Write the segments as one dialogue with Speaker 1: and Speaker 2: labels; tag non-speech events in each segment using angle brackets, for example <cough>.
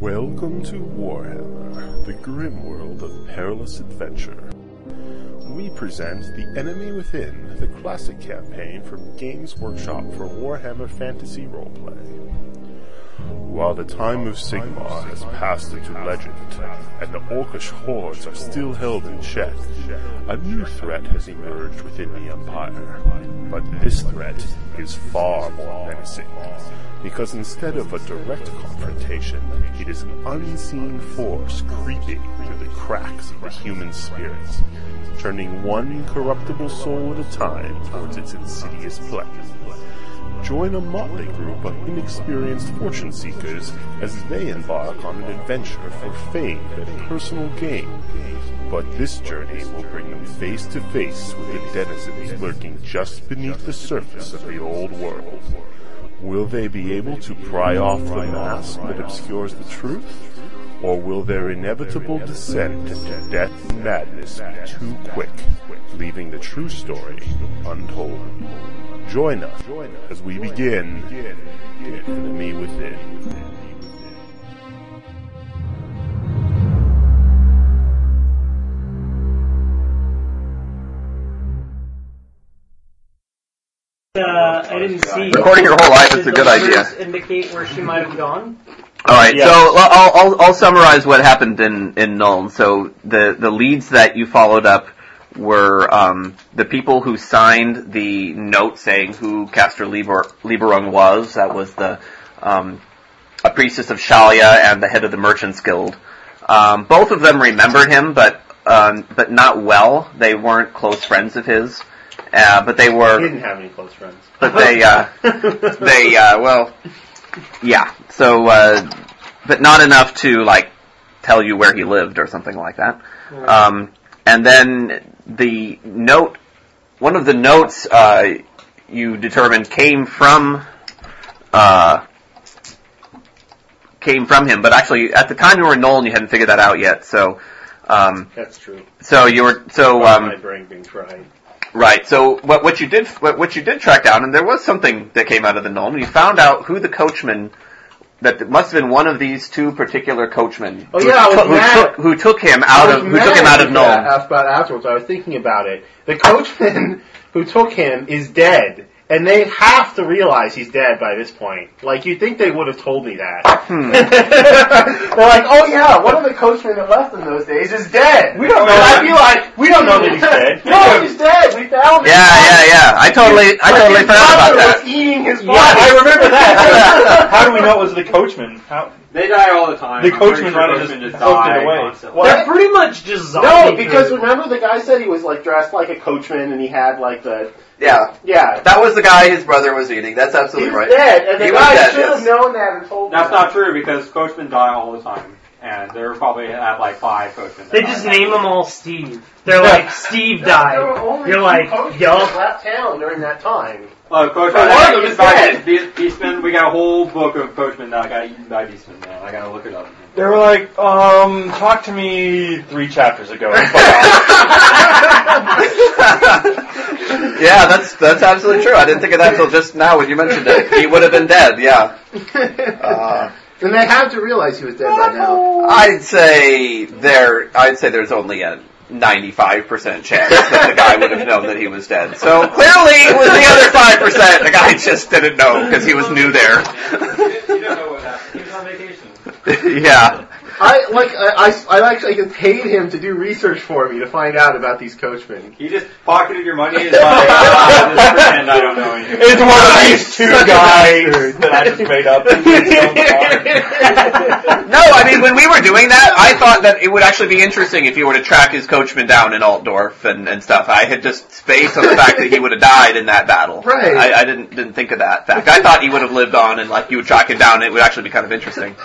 Speaker 1: Welcome to Warhammer, the grim world of perilous adventure. We present The Enemy Within, the classic campaign from Games Workshop for Warhammer Fantasy Roleplay. While the time of Sigmar has passed into legend, and the orcish hordes are still held in check, a new threat has emerged within the Empire. But this threat is far more menacing, because instead of a direct confrontation, it is an unseen force creeping through the cracks of the human spirit, turning one corruptible soul at a time towards its insidious plot join a motley group of inexperienced fortune seekers as they embark on an adventure for fame and personal gain. But this journey will bring them face to face with the denizens lurking just beneath the surface of the old world. Will they be able to pry off the mask that obscures the truth? Or will their inevitable descent into death and madness be too quick, leaving the true story untold? Join us as we begin The Enemy Within.
Speaker 2: Uh, I didn't see.
Speaker 3: Recording your whole life is a
Speaker 2: Did
Speaker 3: good
Speaker 2: the
Speaker 3: idea.
Speaker 2: words Indicate where she might have gone.
Speaker 3: All right,
Speaker 2: Yeah.
Speaker 3: so I'll, I'll, I'll summarize what happened in in Nuln. So the the leads that you followed up were um, the people who signed the note saying who Castor Liber, Liberung was. That was the um, a priestess of Shalia and the head of the Merchants Guild. Um, both of them remembered him, but um, but not well. They weren't close friends of his, uh, but they were.
Speaker 4: He didn't have any close friends.
Speaker 3: but they uh, they uh, well, yeah. So, uh, but not enough to like tell you where he lived or something like that. Um, and then the note, one of the notes uh, you determined came from uh, came from him. But actually, at the time you were in Nolan, you hadn't figured that out yet. So, um,
Speaker 4: That's true.
Speaker 3: so you were so.
Speaker 4: Part of
Speaker 3: Um,
Speaker 4: my brain being fried.
Speaker 3: Right. So what what you did what, what you did track down, and there was something that came out of the gnome. You found out who the coachman that it must have been one of these two particular coachmen.
Speaker 4: Oh,
Speaker 3: who,
Speaker 4: yeah, I was
Speaker 3: took- who,
Speaker 4: mad.
Speaker 3: took, who took him out
Speaker 4: I
Speaker 3: of
Speaker 4: was
Speaker 3: who
Speaker 4: mad
Speaker 3: took him out of
Speaker 4: at
Speaker 3: gnome.
Speaker 4: that af- About afterwards, I was thinking about it. The coachman <laughs> who took him is dead, and they have to realize he's dead by this point. Like you'd think they would have told me that.
Speaker 3: Hmm.
Speaker 4: <laughs> They're like, oh yeah, one of the coachmen that left in those days is dead. We don't know. I'd be like, we don't know that he's dead. <laughs> no, he's dead. We found him.
Speaker 3: Yeah, yeah, yeah. I totally I totally
Speaker 4: His
Speaker 3: forgot about
Speaker 4: brother
Speaker 3: that.
Speaker 4: was eating his
Speaker 5: Yeah,
Speaker 4: body.
Speaker 5: I remember
Speaker 4: <laughs>
Speaker 5: that. How do we know it was the coachman? How,
Speaker 6: They die all the time.
Speaker 5: the
Speaker 6: I'm pretty
Speaker 5: coachman
Speaker 6: sure
Speaker 5: rather
Speaker 6: coachmen
Speaker 5: just
Speaker 6: just
Speaker 5: poked
Speaker 6: die
Speaker 5: it away.
Speaker 6: constantly.
Speaker 4: What?
Speaker 2: They're pretty much just zombie.
Speaker 4: No, because
Speaker 2: food.
Speaker 4: remember the guy said he was like dressed like a coachman and he had like the
Speaker 3: <laughs> Yeah.
Speaker 4: yeah.
Speaker 3: That was the guy his brother was eating. That's absolutely
Speaker 4: He's dead, and the
Speaker 3: He was
Speaker 4: guy
Speaker 3: dead,
Speaker 4: should have
Speaker 3: yes.
Speaker 4: known that and told.
Speaker 6: That's
Speaker 4: them.
Speaker 6: not true because coachmen die all the time, and there probably at like five coachmen. that
Speaker 2: They
Speaker 6: die.
Speaker 2: just name them all Steve. They're like, Steve
Speaker 4: There were only
Speaker 2: died. You're
Speaker 4: two
Speaker 2: like,
Speaker 4: coachmen that
Speaker 2: yup.
Speaker 4: left town during that time.
Speaker 6: Look, coachmen.
Speaker 4: But one of them
Speaker 6: I think
Speaker 4: is
Speaker 6: it's by
Speaker 4: dead.
Speaker 6: Beast- Beastman. We got a whole book of coachmen that got eaten by Beastman. Man, I gotta look it up.
Speaker 5: They were like, um, talk to me three chapters
Speaker 3: <laughs>
Speaker 5: ago.
Speaker 3: yeah, that's that's absolutely true. I didn't think of that until just now when you mentioned it. He would have been dead. Yeah.
Speaker 4: <laughs>
Speaker 3: Uh,
Speaker 4: and they have to realize he was dead by now.
Speaker 3: I'd say there. I'd say there's only a 95% chance that the guy would have known that he was dead. So clearly it was the other 5%. The guy just didn't know because he was new there. <laughs>
Speaker 6: you don't know what happened. He was on vacation.
Speaker 3: yeah.
Speaker 4: I like I I, I actually paid him to do research for me to find out about these coachmen.
Speaker 6: He just pocketed your money
Speaker 5: <laughs>
Speaker 6: and like, "Ah, just pretend I don't know anything.
Speaker 5: it's one of these two guys that I just made <laughs> up.
Speaker 3: No, I mean, when we were doing that, I thought that it would actually be interesting if you were to track his coachman down in Altdorf and, and stuff. I had just based on the fact that he would have died in that battle.
Speaker 4: Right.
Speaker 3: I, I didn't didn't think of that fact. I thought he would have lived on and like you would track him down. And it would actually be kind of interesting.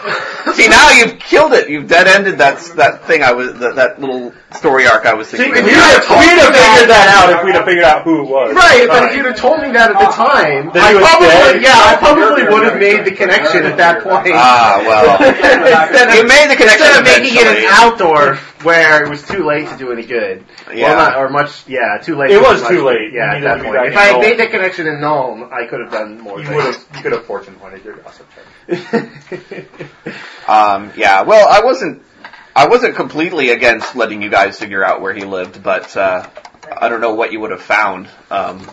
Speaker 3: See, now you've killed it. You've dead ended that s- that thing. I was that, that little story arc I was
Speaker 5: See,
Speaker 3: thinking.
Speaker 5: we'd have, we'd
Speaker 3: of.
Speaker 5: have figured that out if we'd have figured out who it was.
Speaker 4: Right, but if you'd have told me that at the time,
Speaker 5: Then
Speaker 4: I
Speaker 5: you would
Speaker 4: probably,
Speaker 5: say-
Speaker 4: yeah, I probably would have made the connection at that point.
Speaker 3: Ah well.
Speaker 4: <laughs> Instead
Speaker 3: you
Speaker 4: of-
Speaker 3: made the connection
Speaker 4: Instead of making it
Speaker 3: eventually.
Speaker 4: an outdoor, where it was too late to do any good.
Speaker 3: Yeah.
Speaker 4: Well, not, or much, yeah, too late.
Speaker 5: It
Speaker 4: to do
Speaker 5: was
Speaker 4: much
Speaker 5: too
Speaker 4: good.
Speaker 5: late.
Speaker 4: Yeah,
Speaker 5: You
Speaker 4: at
Speaker 5: needed
Speaker 4: that
Speaker 5: to be
Speaker 4: point.
Speaker 5: back
Speaker 4: If
Speaker 5: in
Speaker 4: I had
Speaker 5: Nuln.
Speaker 4: made that connection in Nuln, I could have done more
Speaker 5: You would
Speaker 4: things.
Speaker 5: have you could have fortune pointed your gossip check.
Speaker 4: <laughs>
Speaker 3: Um, yeah. Well, I wasn't. I wasn't completely against letting you guys figure out where he lived, but uh, I don't know what you would have found. Um,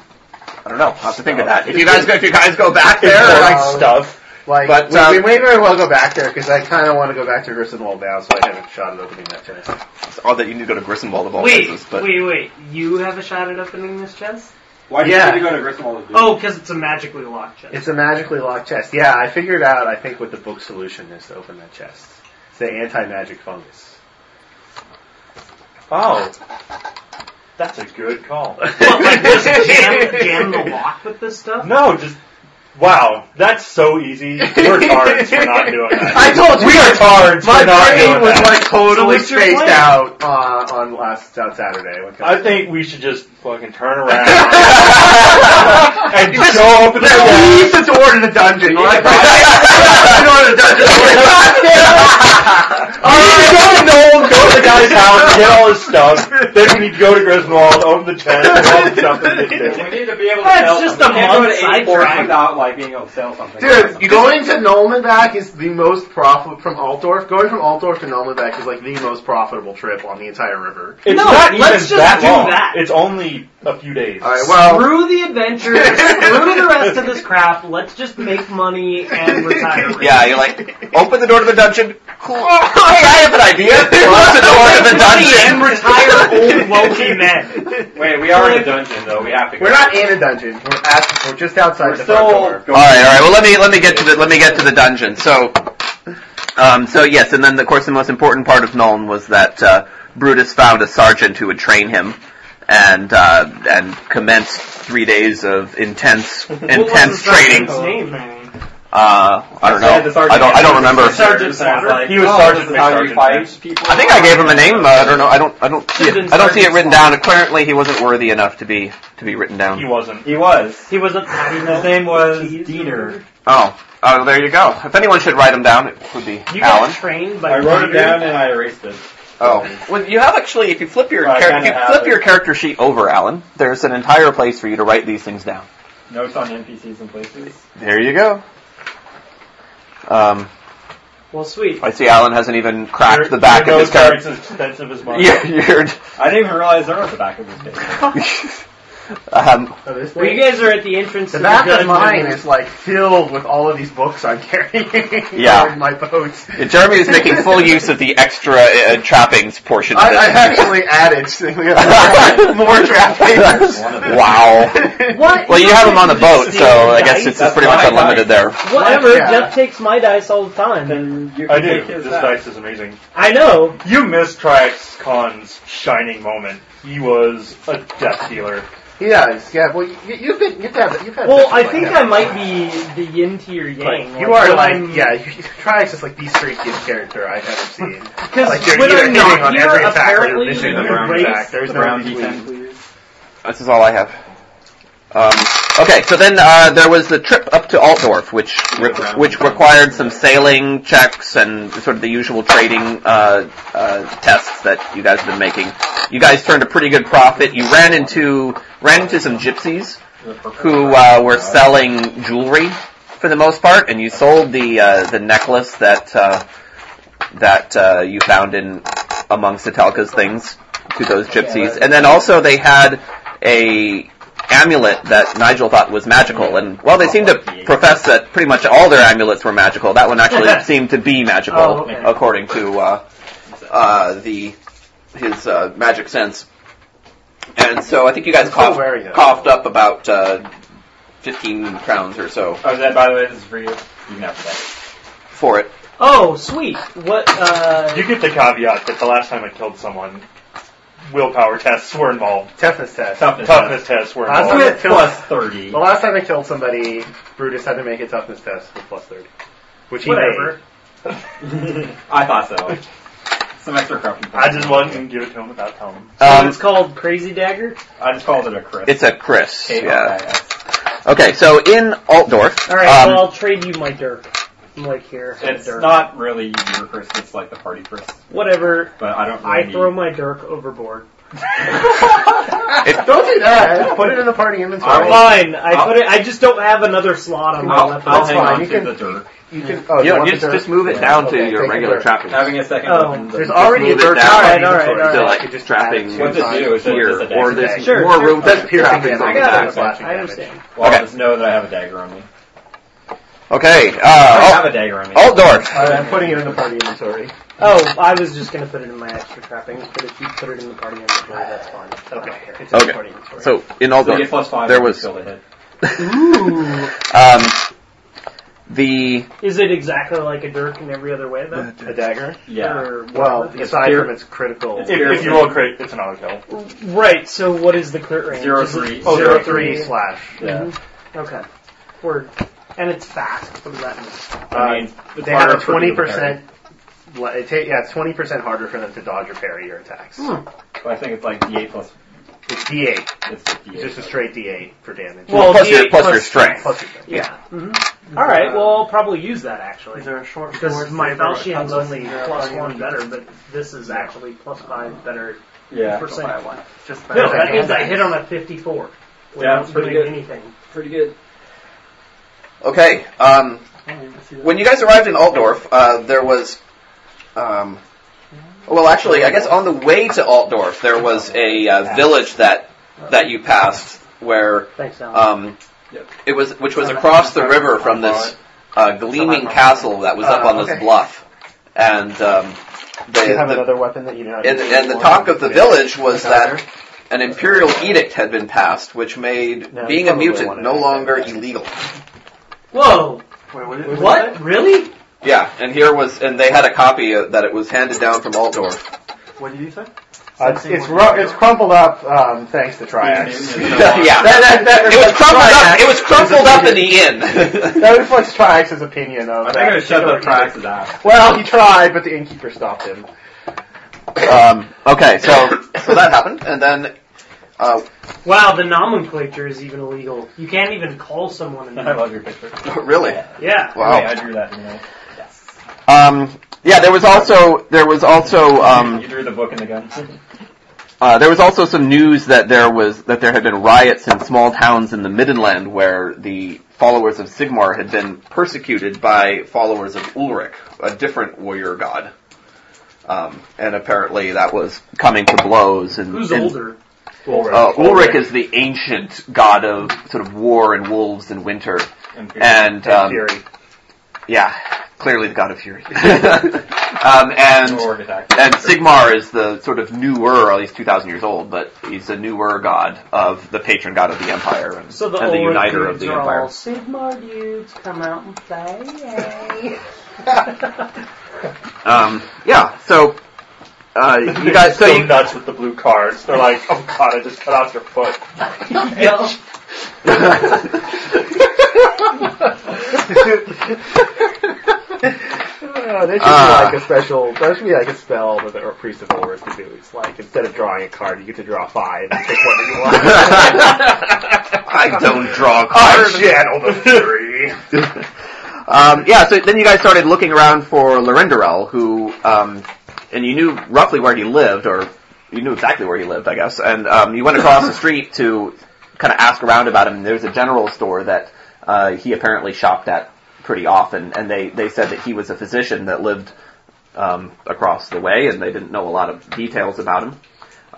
Speaker 3: I don't know. I'll have to think of that. If you guys go, if you guys go back there,
Speaker 4: Important
Speaker 3: like,
Speaker 5: stuff.
Speaker 4: Like,
Speaker 3: But,
Speaker 4: we,
Speaker 3: um,
Speaker 4: we may very well go back there because I kind of want to go back to Grissenwald now, so I haven't shot at opening that chest.
Speaker 3: all that you need to go to Grissenwald of all
Speaker 2: Wait,
Speaker 3: places. But
Speaker 2: wait, wait. You have a shot at opening this chest?
Speaker 6: Why did
Speaker 4: Yeah.
Speaker 6: you need to go to Griswold? to do
Speaker 2: Oh, because it's a magically locked chest.
Speaker 4: It's a magically locked chest. Yeah, I figured out. I think what the book solution is to open that chest. It's the anti-magic fungus.
Speaker 5: Oh, that's a good
Speaker 2: Well,
Speaker 5: call.
Speaker 2: <laughs>
Speaker 4: <laughs>
Speaker 2: like, just jam, jam the lock with this stuff?
Speaker 5: No, just wow, that's so easy. You're tards for not doing
Speaker 4: <laughs>
Speaker 5: that.
Speaker 4: I told you.
Speaker 5: We are tards
Speaker 4: My
Speaker 5: for not
Speaker 4: brain
Speaker 5: doing
Speaker 4: was
Speaker 5: that.
Speaker 4: like totally
Speaker 2: So what's your
Speaker 4: spaced
Speaker 2: plan?
Speaker 4: out uh, on last on Saturday. When
Speaker 5: I think we should just fucking turn
Speaker 4: <laughs>
Speaker 5: around and go open the door.
Speaker 4: leave the door to the dungeon. Like,
Speaker 5: Alright,
Speaker 4: <laughs>
Speaker 5: go to Noel, go to the guy's house, get all his stuff. Then we need to go to Griswold, open the chest, get all the stuff that they did.
Speaker 6: We need to be able to
Speaker 2: That's
Speaker 6: sell
Speaker 2: just
Speaker 6: something.
Speaker 2: a
Speaker 6: We can't go
Speaker 2: month
Speaker 6: to 84
Speaker 2: sidetrack.
Speaker 6: without like being able to sell something.
Speaker 4: Dude, going to Nolman back is the most profit from Altdorf. Going from Altdorf to Nolman back is like the most profitable trip on the entire river.
Speaker 5: It's
Speaker 2: No,
Speaker 5: not even
Speaker 2: let's just
Speaker 5: that
Speaker 2: do
Speaker 5: long.
Speaker 2: that.
Speaker 5: It's only a few days.
Speaker 4: All right, well,
Speaker 2: Through the adventure, through the rest of this craft, let's just make money and retire. rich.
Speaker 3: <laughs> yeah, you're like open the door to the dungeon. Cool. <laughs> Hey, I have an
Speaker 4: <laughs>
Speaker 3: idea. Close the door to
Speaker 2: and
Speaker 3: the dungeon.
Speaker 2: retire old
Speaker 4: <laughs>
Speaker 2: wealthy men.
Speaker 6: Wait, we are in a dungeon though. We have to. Go.
Speaker 4: we're not in a dungeon. We're at. We're just outside
Speaker 6: We're
Speaker 4: the
Speaker 6: still
Speaker 4: front door.
Speaker 6: going.
Speaker 3: All right, all right. Well, let me let me get to the let me get to the dungeon. So, um, so yes, and then of course the most important part of Nolan was that uh, Brutus found a sergeant who would train him, and uh, and commenced three days of intense
Speaker 2: What was
Speaker 3: intense
Speaker 2: the
Speaker 3: training.
Speaker 2: sergeant's name?
Speaker 3: Uh, I don't know.
Speaker 6: Yeah, the sergeant-
Speaker 3: I don't I don't remember.
Speaker 6: Sergeant sounds like
Speaker 5: He was
Speaker 6: oh,
Speaker 5: Sergeant
Speaker 6: this is how you
Speaker 5: McSergeant.
Speaker 6: fight people.
Speaker 3: I think I gave him a name. Uh, I don't know. I don't I don't see
Speaker 2: Should've
Speaker 3: it.
Speaker 2: been
Speaker 3: I don't see it
Speaker 2: Sergeant
Speaker 3: written down. Apparently, he wasn't worthy enough to be to be written
Speaker 5: He
Speaker 3: down.
Speaker 5: wasn't.
Speaker 6: He was.
Speaker 2: He wasn't.
Speaker 6: His name was Dieter.
Speaker 3: Oh. Oh, there you go. If anyone should write him down, it would be
Speaker 2: You
Speaker 3: Alan.
Speaker 2: got trained by
Speaker 6: I wrote it
Speaker 2: Dieter?
Speaker 6: down and I erased it.
Speaker 3: Oh, well, you have actually. If you flip your
Speaker 6: Well, I
Speaker 3: char- if
Speaker 6: kinda
Speaker 3: you
Speaker 6: have
Speaker 3: flip
Speaker 6: it.
Speaker 3: your character sheet over, Alan, there's an entire place for you to write these things down.
Speaker 6: Notes on NPCs and places.
Speaker 3: There you go. Um,
Speaker 2: Well, sweet.
Speaker 3: I see Alan hasn't even cracked
Speaker 5: Your-
Speaker 3: the back
Speaker 5: your
Speaker 3: of his
Speaker 5: nose guard's
Speaker 3: character. <laughs>
Speaker 5: as expensive as mine.
Speaker 3: Yeah, you're.
Speaker 6: I didn't even realize there was a back of this
Speaker 3: <laughs>
Speaker 6: page.
Speaker 3: um,
Speaker 4: Oh, this
Speaker 2: Well,
Speaker 4: thing?
Speaker 2: you guys are at the entrance
Speaker 4: The
Speaker 2: to
Speaker 4: back
Speaker 2: the dungeon.
Speaker 4: of mine is like filled with all of these books I'm carrying. <laughs>
Speaker 3: Yeah.
Speaker 4: in my boat.
Speaker 3: Jeremy is making full use of the extra uh, trappings portion. Of <laughs>
Speaker 4: I, I
Speaker 3: this.
Speaker 4: actually
Speaker 3: <laughs>
Speaker 4: added <laughs> more draft papers.
Speaker 3: wow.
Speaker 2: What?
Speaker 3: Well, you have him on the boat, so I guess it's, it's pretty much
Speaker 6: That's my
Speaker 3: unlimited there.
Speaker 2: Whatever,
Speaker 4: Yeah.
Speaker 2: Jeff takes my dice all the time.
Speaker 6: Then you can
Speaker 5: I do.
Speaker 6: take his
Speaker 5: This
Speaker 6: back.
Speaker 5: dice is amazing.
Speaker 2: I know.
Speaker 5: You missed Triax Khan's shining moment. He was a death dealer.
Speaker 4: Yeah, yeah. Well, you, you've been you've had you've had.
Speaker 2: Well,
Speaker 4: books
Speaker 2: I
Speaker 4: like
Speaker 2: think
Speaker 4: that.
Speaker 2: I might be the yin to your yang.
Speaker 4: You are
Speaker 2: I'm-
Speaker 4: like yeah. You, Triax is like the streakiest character I've ever seen.
Speaker 2: Because
Speaker 4: like you're
Speaker 2: when
Speaker 4: either
Speaker 2: I'm
Speaker 4: hitting
Speaker 2: not
Speaker 4: on
Speaker 2: here,
Speaker 4: every attack or you're
Speaker 2: apparently
Speaker 4: missing
Speaker 6: the
Speaker 4: on
Speaker 6: brown
Speaker 4: every
Speaker 2: race-
Speaker 4: attack. There's
Speaker 6: The
Speaker 4: no
Speaker 6: brown
Speaker 4: in
Speaker 6: D10,
Speaker 4: between.
Speaker 6: please.
Speaker 3: This is all I have. Um, okay, so then uh, there was the trip up to Altdorf, which re- which required some sailing checks and sort of the usual trading uh, uh, tests that you guys have been making. You guys turned a pretty good profit. You ran into ran into some gypsies who uh, were selling jewelry for the most part, and you sold the uh, the necklace that uh, that uh, you found in among Satalka's things to those gypsies, and then also they had a amulet that Nigel thought was magical, and well, they seemed to profess that pretty much all their amulets were magical. That one
Speaker 2: <laughs>
Speaker 3: actually seemed to be magical,
Speaker 2: Oh, okay.
Speaker 3: according to uh, uh, the his uh, magic sense. And so I think you guys
Speaker 4: still
Speaker 3: coughed,
Speaker 4: wearing it.
Speaker 3: coughed up about uh, fifteen crowns or so
Speaker 6: Oh, that by the way, this is for you. You can have that.
Speaker 3: for it.
Speaker 2: Oh, sweet. What? Uh,
Speaker 5: You get the caveat that the last time I killed someone, willpower tests were involved.
Speaker 4: Toughness test.
Speaker 6: Toughness.
Speaker 5: Toughness tests were
Speaker 4: Last time
Speaker 5: involved.
Speaker 4: I killed,
Speaker 6: Plus thirty.
Speaker 4: the last time I killed somebody, Brutus had to make a toughness test with plus thirty, which he made.
Speaker 2: whatever.
Speaker 6: I thought so. Some extra crap.
Speaker 5: I just wouldn't give it to him without telling him.
Speaker 2: So
Speaker 3: Um,
Speaker 2: it's called Crazy Dagger.
Speaker 6: I just called it a crit.
Speaker 3: it's a Chris.
Speaker 6: K-O-I-S.
Speaker 3: Yeah. Okay, so in Altdorf,
Speaker 2: All right.
Speaker 3: um,
Speaker 2: well, I'll trade you my dirk. I'm like here. have
Speaker 6: It's
Speaker 2: Dirk.
Speaker 6: not really your first, it's like the party first.
Speaker 2: Whatever.
Speaker 6: But I don't really
Speaker 2: I throw my dirk overboard.
Speaker 4: <laughs> Don't do that. Put it in the party inventory.
Speaker 2: Fine. I put it. I just don't have another slot on my
Speaker 6: I'll,
Speaker 2: left.
Speaker 6: I'll
Speaker 4: that's
Speaker 6: hang
Speaker 4: fine,
Speaker 6: on
Speaker 4: you
Speaker 6: to
Speaker 4: can-
Speaker 6: the dirt.
Speaker 4: you can, oh,
Speaker 3: you
Speaker 4: you
Speaker 3: know,
Speaker 4: want
Speaker 3: just,
Speaker 4: the dirt?
Speaker 3: just move it
Speaker 4: Yeah,
Speaker 3: down
Speaker 4: okay,
Speaker 3: to your
Speaker 4: take
Speaker 3: regular
Speaker 4: the dirt.
Speaker 3: trapping.
Speaker 6: Having a second
Speaker 2: Oh,
Speaker 6: weapon.
Speaker 4: There's
Speaker 6: doesn't-
Speaker 4: already a
Speaker 3: move it
Speaker 4: dirt
Speaker 3: down.
Speaker 4: alright,
Speaker 2: Alright,
Speaker 4: alright,
Speaker 2: alright.
Speaker 3: So
Speaker 4: alright.
Speaker 3: like
Speaker 4: You just
Speaker 3: trapping
Speaker 4: add
Speaker 6: What
Speaker 4: two
Speaker 6: to do
Speaker 4: sides.
Speaker 6: is that
Speaker 3: here,
Speaker 6: there's a
Speaker 3: or
Speaker 6: dagger.
Speaker 3: there's
Speaker 2: Sure,
Speaker 3: more
Speaker 2: sure.
Speaker 3: room
Speaker 4: That's
Speaker 3: for
Speaker 4: piercing
Speaker 3: trapping
Speaker 4: damage.
Speaker 3: on
Speaker 2: I
Speaker 3: the
Speaker 2: got
Speaker 3: back.
Speaker 2: it.
Speaker 4: Slashing
Speaker 2: I
Speaker 4: damage.
Speaker 2: understand.
Speaker 6: Well,
Speaker 3: Okay.
Speaker 6: just know that I have a dagger on me.
Speaker 3: Okay,
Speaker 6: I have
Speaker 3: uh,
Speaker 6: a dagger on me.
Speaker 3: Alt- Altdorf.
Speaker 4: Alright, I'm putting it in the party inventory.
Speaker 2: Oh, I was just gonna put it in my extra trappings, but if you put it in the party inventory, that's fine. Okay. It's in
Speaker 3: Okay.
Speaker 2: the party inventory.
Speaker 3: So in
Speaker 6: So you get
Speaker 3: Altdorf,
Speaker 6: plus five.
Speaker 3: There
Speaker 6: on the
Speaker 3: was-
Speaker 6: skill to hit.
Speaker 2: Ooh.
Speaker 3: um, the
Speaker 2: Is it exactly like a dirk in every other way though?
Speaker 4: A dagger?
Speaker 6: Yeah.
Speaker 2: Or
Speaker 4: Well,
Speaker 2: what?
Speaker 4: aside from its critical.
Speaker 6: It's
Speaker 5: If, if you roll a crit, it's an auto kill.
Speaker 2: right. So what is the crit range?
Speaker 6: Zero
Speaker 2: Is it-
Speaker 6: three.
Speaker 5: Oh,
Speaker 4: zero
Speaker 5: zero
Speaker 4: three slash.
Speaker 6: Yeah.
Speaker 2: Mm-hmm. Okay. Word. And it's fast. What does that mean?
Speaker 6: I mean, it's
Speaker 4: uh, They have
Speaker 6: harder
Speaker 4: a
Speaker 6: for you
Speaker 4: twenty
Speaker 6: to
Speaker 4: percent. It ta- yeah, it's twenty percent harder for them to dodge or parry your attacks.
Speaker 6: parry. I think it's like D8 plus.
Speaker 4: It's D eight,
Speaker 6: It's D8.
Speaker 4: just a straight D eight for damage.
Speaker 2: Well,
Speaker 3: plus your
Speaker 2: D8
Speaker 3: plus
Speaker 2: plus-
Speaker 3: your strength.
Speaker 4: Plus your
Speaker 2: Yeah. Mm-hmm. All right. Well, I'll probably use that actually.
Speaker 5: there a short
Speaker 2: Because my Falchion only plus one better, but this is actually plus five better.
Speaker 6: yeah. <laughs>
Speaker 2: percent.
Speaker 6: By one.
Speaker 4: just
Speaker 2: No, that means I hit on a 54 without
Speaker 6: that's pretty
Speaker 2: doing
Speaker 6: good.
Speaker 2: anything.
Speaker 6: Pretty good.
Speaker 3: Okay. Um, when you guys arrived in Altdorf, uh, there was, um, well, actually, I guess on the way to Altdorf, there was a uh, village that that you passed where
Speaker 2: Thanks, Alan.
Speaker 3: um,
Speaker 6: Yep.
Speaker 3: it was, which was across the river from this uh, gleaming castle that was up on this bluff, and um,
Speaker 4: Do you have
Speaker 3: the,
Speaker 4: another weapon that you know? how to
Speaker 3: and,
Speaker 4: use?
Speaker 3: and the talk of the village was that an imperial edict had been passed, which made
Speaker 4: No,
Speaker 3: being
Speaker 4: you
Speaker 3: a
Speaker 4: probably
Speaker 3: mutant
Speaker 4: wanna
Speaker 3: no
Speaker 4: make that
Speaker 3: longer
Speaker 4: back.
Speaker 3: illegal.
Speaker 2: Whoa!
Speaker 4: Wait,
Speaker 2: What? Really?
Speaker 3: Yeah, and here was, and they had a copy of, that it was handed down from Altdorf.
Speaker 5: What did you say?
Speaker 4: Uh, it's it's, ru- it's crumpled up um, thanks to <laughs> Triax.
Speaker 3: <laughs> yeah,
Speaker 4: That, that, that,
Speaker 3: it was crumpled up.
Speaker 4: Triax-
Speaker 3: It was crumpled up in the inn.
Speaker 4: That reflects Triax's opinion of.
Speaker 6: I think I
Speaker 4: that.
Speaker 6: shut the Traxxas out.
Speaker 4: Well, he tried, but the innkeeper stopped him.
Speaker 3: <laughs> um, okay, so so that happened, and then <laughs> uh,
Speaker 2: Wow, the nomenclature is even illegal. You can't even call someone a
Speaker 6: <laughs> I <laughs>
Speaker 2: name.
Speaker 6: love your picture.
Speaker 3: really,
Speaker 2: Yeah.
Speaker 6: Wait,
Speaker 3: wow.
Speaker 6: I drew that, you know.
Speaker 3: Um, yeah, there was also there was also um,
Speaker 6: you drew the book and the gun.
Speaker 3: Uh, there was also some news that there was that there had been riots in small towns in the Middenland where the followers of Sigmar had been persecuted by followers of Ulric, a different warrior god. Um, and apparently that was coming to blows. And,
Speaker 2: Who's
Speaker 3: and,
Speaker 2: older?
Speaker 3: Uh, Ulric is the ancient god of sort of war and wolves and winter, and um,
Speaker 4: Fury.
Speaker 3: yeah, clearly the god of fury. <laughs> um, and
Speaker 6: <laughs> Org attack.
Speaker 3: and Sigmar is the sort of newer, at least 2,000 years old, but he's a newer god of the patron god of the empire and,
Speaker 2: So the
Speaker 3: and the
Speaker 2: older
Speaker 3: uniter
Speaker 2: dudes
Speaker 3: of the
Speaker 2: are
Speaker 3: empire.
Speaker 2: all Sigmar dudes come out and play.
Speaker 3: Um, yeah, so
Speaker 2: <laughs>
Speaker 3: uh, you guys, so
Speaker 5: so
Speaker 3: you,
Speaker 5: nuts with the blue cards. They're like, oh god, I just cut off your foot.
Speaker 2: Yo.
Speaker 4: Oh, there should
Speaker 3: Ah.
Speaker 4: be like a special. There should be like a spell that the priest of Ulrich could do. It's like instead of drawing a card, you get to draw five and pick one that you want.
Speaker 3: <laughs>
Speaker 4: <laughs>
Speaker 3: I don't draw
Speaker 2: Oh,
Speaker 3: cards.
Speaker 4: channel the fury.
Speaker 3: um, yeah, so then you guys started looking around for Lorenderel, who, um, and you knew roughly where he lived, or you knew exactly where he lived, I guess, and um, you went across the street to kind of ask around about him. There's a general store that uh, he apparently shopped at pretty often, and they, they said that he was a physician that lived um, across the way, and they didn't know a lot of details about him.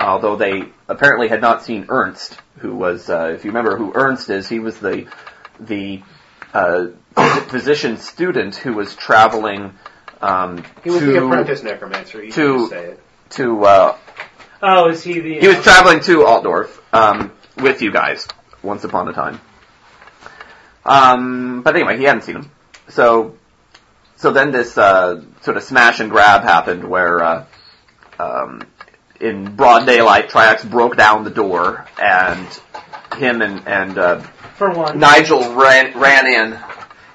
Speaker 3: Although they apparently had not seen Ernst, who was, uh, if you remember who Ernst is, he was the the uh, physician student who was traveling um,
Speaker 4: He was
Speaker 3: to
Speaker 4: the apprentice necromancer. You
Speaker 3: to-
Speaker 4: can just say it.
Speaker 3: to uh,
Speaker 2: <laughs> Oh, is he the?
Speaker 3: he was traveling to Altdorf um, with you guys once upon a time. Um, but anyway, he hadn't seen him. So so then this uh, sort of smash and grab happened where uh, um, in broad daylight, Triax broke down the door and him and and uh,
Speaker 2: for one.
Speaker 3: Nigel ran ran in.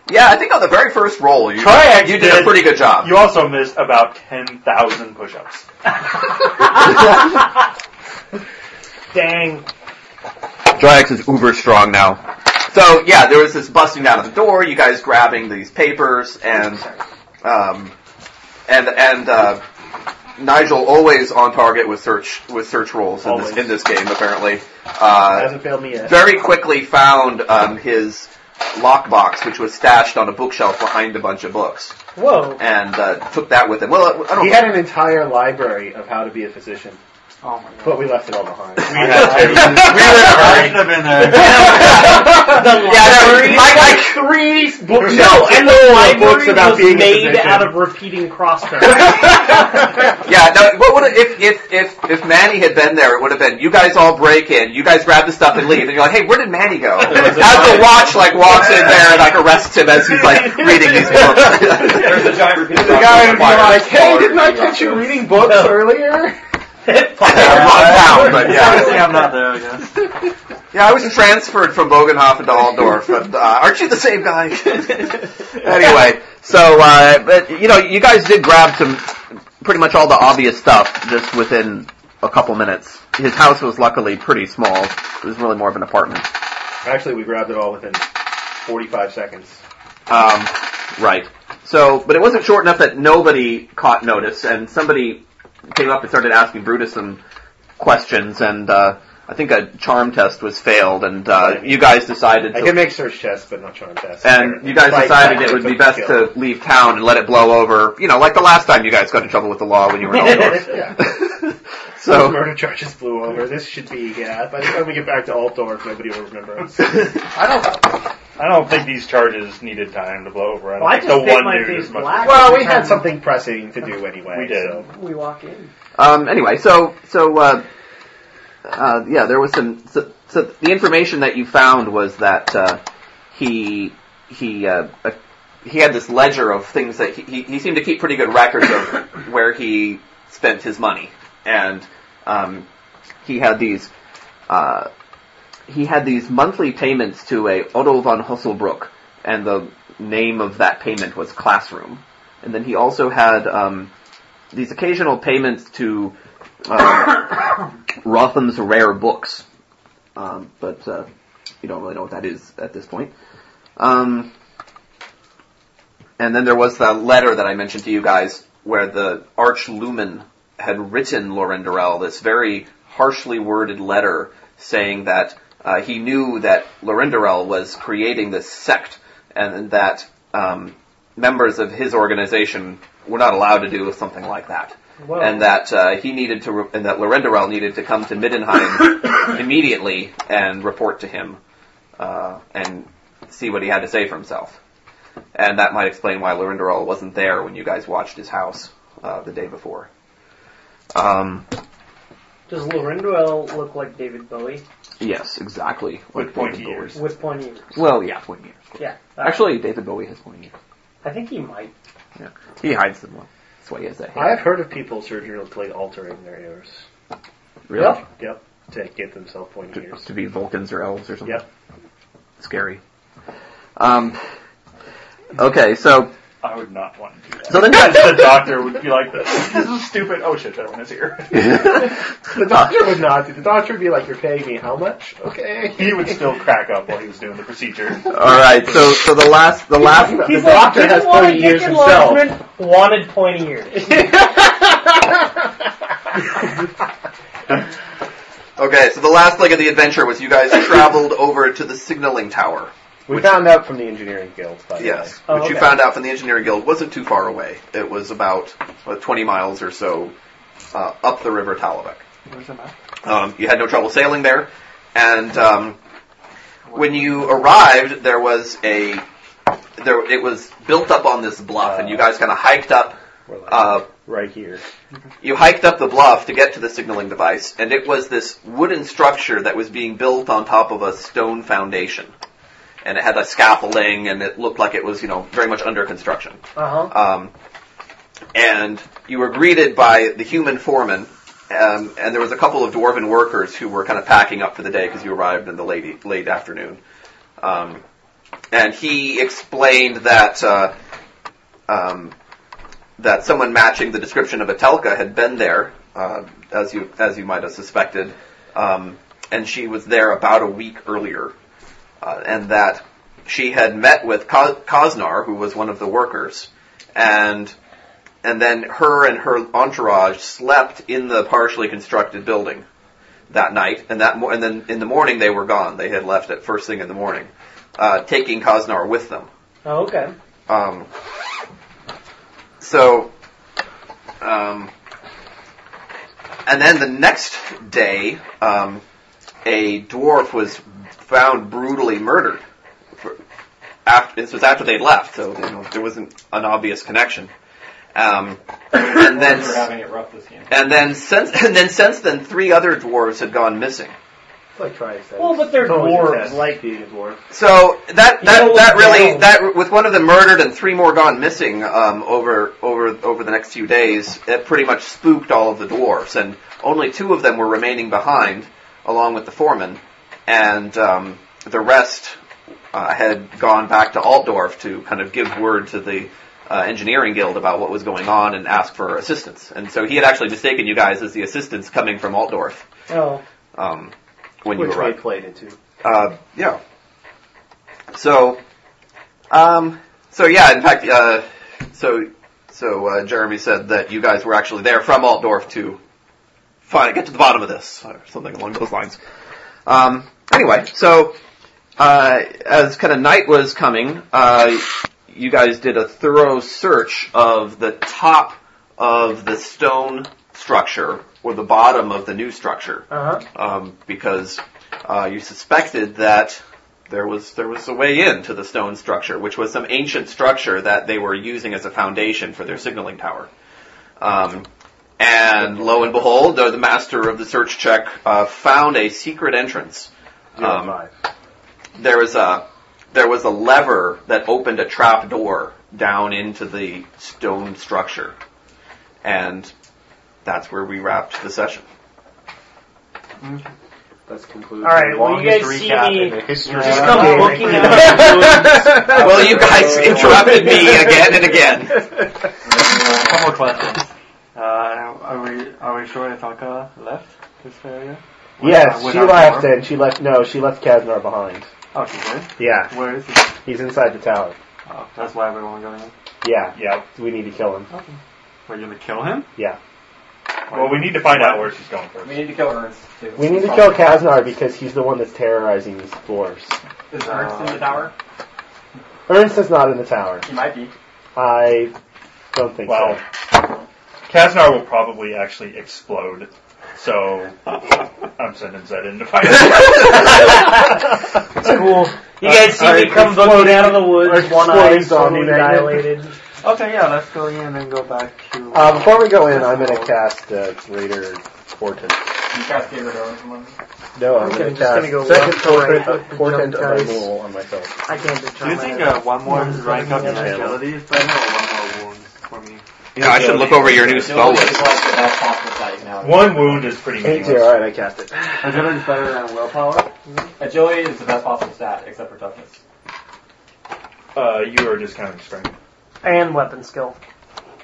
Speaker 3: Yeah, I think on the very first roll, you,
Speaker 5: Triax
Speaker 3: you did a
Speaker 5: did-
Speaker 3: pretty good job.
Speaker 5: You also missed about 10,000 push-ups.
Speaker 2: Dang.
Speaker 3: Triax is uber strong now. So yeah, there was this busting down of the door. You guys grabbing these papers and um, and and uh, Nigel always on target with search with search rolls in this,
Speaker 4: Always.
Speaker 3: in this game apparently. Uh,
Speaker 4: Hasn't failed me yet.
Speaker 3: very quickly found um, his lockbox, which was stashed on a bookshelf behind a bunch of books,
Speaker 2: Whoa.
Speaker 3: and uh, took that with him. Well, I don't.
Speaker 4: <laughs> He had an entire library of how to be a physician,
Speaker 6: Oh my god.
Speaker 4: but we left it all <laughs> behind.
Speaker 5: We had to.
Speaker 6: I shouldn't have been there.
Speaker 3: <laughs> yeah, no, I, I,
Speaker 2: Three books.
Speaker 4: No,
Speaker 2: No, and the
Speaker 4: full of
Speaker 2: library
Speaker 4: books about
Speaker 2: was
Speaker 4: being a
Speaker 2: made
Speaker 4: physician.
Speaker 2: out of repeating crossbones.
Speaker 3: <laughs> Yeah, no, what would if if if if Manny had been there, it would have been you guys all break in, you guys grab the stuff and leave, and you're like, hey, where did Manny go? As the watch like walks in there and like arrests him as he's like reading these books.
Speaker 6: <laughs> There's a giant repeater.
Speaker 4: <laughs> The
Speaker 3: <laughs>
Speaker 4: guy would be like, "Hey, didn't I catch you reading books earlier?"
Speaker 3: Run down, but
Speaker 6: <laughs> Obviously,
Speaker 3: yeah,
Speaker 6: I'm not there, I guess.
Speaker 3: yeah, I was transferred from Bogenhofen to Aldorf, but uh, aren't you the same guy? anyway, so uh, but you know, you guys did grab some pretty much all the obvious stuff just within a couple minutes. His house was luckily pretty small; it was really more of an apartment.
Speaker 4: Actually, we grabbed it all within 45 seconds.
Speaker 3: Um, right. So, but it wasn't short enough that nobody caught notice, and somebody came up and started asking Brutus some questions, and uh, I think a charm test was failed, and uh, you guys decided
Speaker 4: I can
Speaker 3: to.
Speaker 4: make search tests, but not charm tests.
Speaker 3: And you guys
Speaker 4: Like,
Speaker 3: decided it
Speaker 4: that's
Speaker 3: would be
Speaker 4: what
Speaker 3: best
Speaker 4: killed.
Speaker 3: to leave town and let it blow over, you know, like the last time you guys got in trouble with the law when you were outdoors.
Speaker 4: yeah.
Speaker 3: <laughs> so,
Speaker 4: Murder charges blew over. This should be, yeah. By the time we get back to Altdorf, nobody will remember
Speaker 5: <laughs>
Speaker 4: us.
Speaker 5: I don't. I don't think these charges needed time to blow over. I don't
Speaker 2: Well, I just
Speaker 5: think the
Speaker 2: paint
Speaker 5: one
Speaker 2: my
Speaker 5: dude
Speaker 2: face
Speaker 5: is much.
Speaker 2: black.
Speaker 4: well, we had something pressing to do anyway.
Speaker 5: We did.
Speaker 4: So.
Speaker 2: We walk in.
Speaker 3: Um, anyway, so so uh, uh, yeah, there was some. So, so the information that you found was that uh, he he uh, uh, he had this ledger of things that he, he he seemed to keep pretty good records of <coughs> where he spent his money, and um, he had these. Uh, he had these monthly payments to a Otto von Husselbrook, and the name of that payment was Classroom. And then he also had um, these occasional payments to uh, <coughs> Rotham's rare books, um, but uh, you don't really know what that is at this point. Um, and then there was the letter that I mentioned to you guys, where the Arch Lumen had written Loren Durrell this very harshly worded letter saying that uh, he knew that Loren Durrell was creating this sect, and that um, members of his organization were not allowed to do something like that
Speaker 2: Whoa.
Speaker 3: and that uh, he needed to, re- and that Lorenderel needed to come to Middenheim immediately and report to him uh, and see what he had to say for himself. And that might explain why Lorenderel wasn't there when you guys watched his house uh, the day before. Um,
Speaker 2: Does Lorenduel look like David Bowie
Speaker 3: yes, exactly. Like
Speaker 5: With
Speaker 3: David
Speaker 5: pointy
Speaker 3: Bowie.
Speaker 5: ears.
Speaker 2: with pointy ears?
Speaker 3: Well, yeah, pointy ears.
Speaker 2: Yeah.
Speaker 3: Actually, David Bowie has pointy ears.
Speaker 2: I think he might.
Speaker 3: Yeah. He hides them well. That's why he has that hair.
Speaker 4: I've heard of people surgically altering their ears.
Speaker 3: really?
Speaker 4: Yep. To get themselves pointy
Speaker 3: to,
Speaker 4: ears.
Speaker 3: to be Vulcans or elves or something.
Speaker 4: Yep.
Speaker 3: Scary. Um, okay, so
Speaker 5: I would not want to do that. <laughs>
Speaker 3: so then
Speaker 5: the doctor would be like, "This, this is stupid." Oh shit, everyone is here.
Speaker 4: <laughs> The doctor would not. The doctor would be like, "You're paying me how much? Okay."
Speaker 5: he would still crack up while he was doing the
Speaker 3: <laughs>
Speaker 5: procedure.
Speaker 3: <laughs> all right, so so the last the last
Speaker 5: <laughs>
Speaker 4: The doctor
Speaker 2: didn't
Speaker 4: has
Speaker 2: want a
Speaker 4: pointy ears
Speaker 2: dick
Speaker 4: himself."
Speaker 2: enlargement, Wanted pointy ears.
Speaker 3: okay, so the last leg of the adventure was you guys traveled over to the signaling tower.
Speaker 4: We found out from the engineering guild. By the
Speaker 3: Yes,
Speaker 4: way.
Speaker 2: Oh,
Speaker 3: which you
Speaker 2: okay.
Speaker 3: found out from the engineering guild wasn't too far away. It was about uh, 20 miles or so uh, up the river Talabek.
Speaker 6: Where's the map?
Speaker 3: Um, you had no trouble sailing there, and um, when you arrived, there was a there. It was built up on this bluff,
Speaker 6: Uh,
Speaker 3: and you guys kind of hiked up.
Speaker 4: We're like,
Speaker 3: Uh,
Speaker 4: right here.
Speaker 3: you hiked up the bluff to get to the signaling device, and it was this wooden structure that was being built on top of a stone foundation, and it had a scaffolding, and it looked like it was you know very much under construction.
Speaker 2: Uh huh.
Speaker 3: Um, and you were greeted by the human foreman, um, and there was a couple of dwarven workers who were kind of packing up for the day because you arrived in the late, late afternoon. Um, and he explained that uh, um, that someone matching the description of Atelka had been there, uh, as you as you might have suspected, um, and she was there about a week earlier. uh, and that she had met with Co- Cosnar, who was one of the workers, and and then her and her entourage slept in the partially constructed building that night, and that mo- and then in the morning they were gone. They had left at first thing in the morning, uh, taking Cosnar with them.
Speaker 2: Oh, okay.
Speaker 3: Um, so, um, and then the next day, um, a dwarf was found brutally murdered. For, after, this was after they left, so you know, there wasn't an obvious connection. Um, and then,
Speaker 6: We're having it rough this game.
Speaker 3: and then since, <laughs> and then since then, three other dwarves had gone missing.
Speaker 5: Like trying to say.
Speaker 2: Well, but they're
Speaker 4: It's always a
Speaker 2: dwarves.
Speaker 4: test.
Speaker 2: Like,
Speaker 4: being a dwarf.
Speaker 3: So that
Speaker 2: You
Speaker 3: that,
Speaker 2: know,
Speaker 3: that really
Speaker 2: no.
Speaker 3: that with one of them murdered and three more gone missing um, over over over the next few days, it pretty much spooked all of the dwarfs, and only two of them were remaining behind, along with the foreman, and um, the rest uh, had gone back to Altdorf to kind of give word to the uh, engineering guild about what was going on and ask for assistance. And so he had actually mistaken you guys as the assistants coming from Altdorf
Speaker 2: oh,
Speaker 3: um, when
Speaker 4: Which
Speaker 3: you arrived.
Speaker 4: we played into.
Speaker 3: Uh, yeah. So, um, so yeah. In fact, uh, so so uh, Jeremy said that you guys were actually there from Altdorf to find get to the bottom of this or something along those lines. Um, anyway, so uh, as kind of night was coming, uh, you guys did a thorough search of the top of the stone structure or the bottom of the new structure
Speaker 2: uh huh.
Speaker 3: um, because uh, you suspected that there was there was a way in to the stone structure, which was some ancient structure that they were using as a foundation for their signaling tower. Um, and lo and behold, uh, the master of the search check uh, found a secret entrance. Um, there was a there was a lever that opened a trap door down into the stone structure, and that's where we wrapped the session.
Speaker 5: Let's conclude.
Speaker 2: All right, well, you guys see me
Speaker 4: Uh,
Speaker 2: just come
Speaker 5: Okay.
Speaker 2: looking
Speaker 4: <laughs>
Speaker 2: at me.
Speaker 3: Well, you guys <laughs> interrupted me again and again.
Speaker 6: Couple questions. Uh, are we are we sure Itanka left this area?
Speaker 4: Yes,
Speaker 6: Without
Speaker 4: she left
Speaker 6: Dwarf?
Speaker 4: and she left, no, she left Kaznar behind.
Speaker 6: Oh, she did.
Speaker 4: Yeah,
Speaker 6: Where is he?
Speaker 4: he's inside the tower.
Speaker 6: Oh, that's why we weren't going in.
Speaker 4: Yeah, yeah, we need to kill him.
Speaker 6: Okay. We're gonna kill him.
Speaker 4: Yeah.
Speaker 5: Well, we need to find out where she's going first.
Speaker 6: We need to kill Ernst too.
Speaker 4: We need to kill Kaznar because he's the one that's terrorizing these dwarves.
Speaker 6: Is Ernst in the tower?
Speaker 4: Ernst is not in the tower.
Speaker 6: He might be.
Speaker 4: I don't think
Speaker 5: Well,
Speaker 4: so.
Speaker 5: Kaznar will probably actually explode. So I'm sending Zed in to find out.
Speaker 2: <laughs>
Speaker 4: <laughs>
Speaker 2: Cool. You guys see me
Speaker 4: Alright,
Speaker 2: come booking out of the woods,
Speaker 4: exploding
Speaker 2: one eye
Speaker 4: zombie
Speaker 2: totally
Speaker 4: magnet.
Speaker 2: dilated.
Speaker 6: Okay, yeah, let's go in and then go back to.
Speaker 4: Uh, before we go in, I'm going to cast uh, Greater Portent.
Speaker 6: You guys get rid of him from him.
Speaker 4: No, I'm
Speaker 2: Okay,
Speaker 4: going
Speaker 2: just
Speaker 4: to cast
Speaker 2: gonna go
Speaker 4: Second
Speaker 2: left to right,
Speaker 4: Portent,
Speaker 2: jump
Speaker 4: portent of
Speaker 2: guys.
Speaker 4: Removal on myself.
Speaker 2: I can't determine.
Speaker 6: Do you think uh, one more
Speaker 2: One
Speaker 6: rank up in
Speaker 2: seven, yeah.
Speaker 6: agility is better or one more wounds for me?
Speaker 3: Yeah, I should look over your new spell list.
Speaker 5: One wound is pretty
Speaker 4: Eight,
Speaker 5: meaningless.
Speaker 4: alright, I cast it.
Speaker 6: Agility is better than willpower. Agility is the best possible stat, except for toughness.
Speaker 5: Uh, you are discounting strength
Speaker 2: And weapon skill.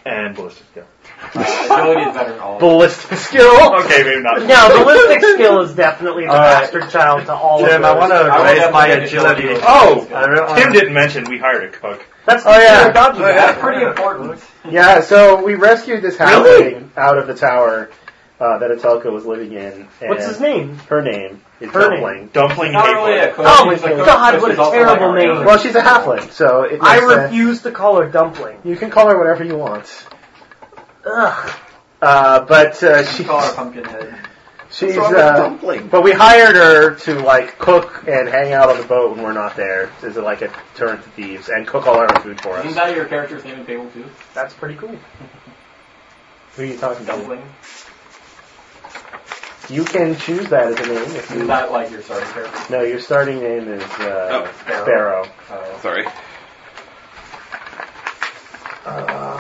Speaker 5: and ballistic skill.
Speaker 6: agility is better than all.
Speaker 4: Ballistic skill!
Speaker 5: Okay, maybe not.
Speaker 2: No, ballistic skill is definitely the
Speaker 5: Alright.
Speaker 2: bastard child to all
Speaker 5: Jim,
Speaker 2: of
Speaker 5: I
Speaker 2: us.
Speaker 5: wanna
Speaker 6: I would
Speaker 5: raise
Speaker 6: definitely
Speaker 5: my
Speaker 6: get
Speaker 5: agility.
Speaker 6: agility.
Speaker 5: Oh,
Speaker 6: I
Speaker 5: Tim didn't mention we hired a cook.
Speaker 2: That's
Speaker 4: Oh, yeah.
Speaker 2: dodgy.
Speaker 4: Oh, yeah.
Speaker 6: That's pretty important.
Speaker 4: Yeah, so we rescued this halfling out of the tower uh, that Atelka was living in. And
Speaker 2: What's his name?
Speaker 4: Her name is
Speaker 2: Her name.
Speaker 4: Dumpling.
Speaker 5: Dumpling
Speaker 6: Not really a
Speaker 5: hateful.
Speaker 6: cook.
Speaker 2: Oh,
Speaker 6: He's a cook,
Speaker 2: God,
Speaker 6: but
Speaker 2: what a
Speaker 6: he's also
Speaker 2: terrible
Speaker 6: like our
Speaker 2: name.
Speaker 4: Well, she's a halfling, so it makes
Speaker 2: I
Speaker 4: sense.
Speaker 2: refuse to call her dumpling.
Speaker 4: You can call her whatever you want.
Speaker 2: Ugh.
Speaker 4: Uh, but uh,
Speaker 6: <laughs> We
Speaker 4: she,
Speaker 6: call her pumpkin head.
Speaker 4: she's. Uh, but we hired her to like cook and hang out on the boat when we're not there. Is it like a turn to thieves and cook all our food for
Speaker 6: Isn't
Speaker 4: us?
Speaker 6: that your character's name in Fable too?
Speaker 2: That's pretty cool.
Speaker 4: Who are you talking to?
Speaker 6: Dumpling.
Speaker 4: You can choose that as a name if
Speaker 6: Is
Speaker 4: you.
Speaker 6: that like your starting character?
Speaker 4: No, your starting name is
Speaker 2: Oh,
Speaker 4: uh,
Speaker 6: Sparrow.
Speaker 4: Sparrow.
Speaker 6: Uh,
Speaker 3: Sorry.
Speaker 2: Uh,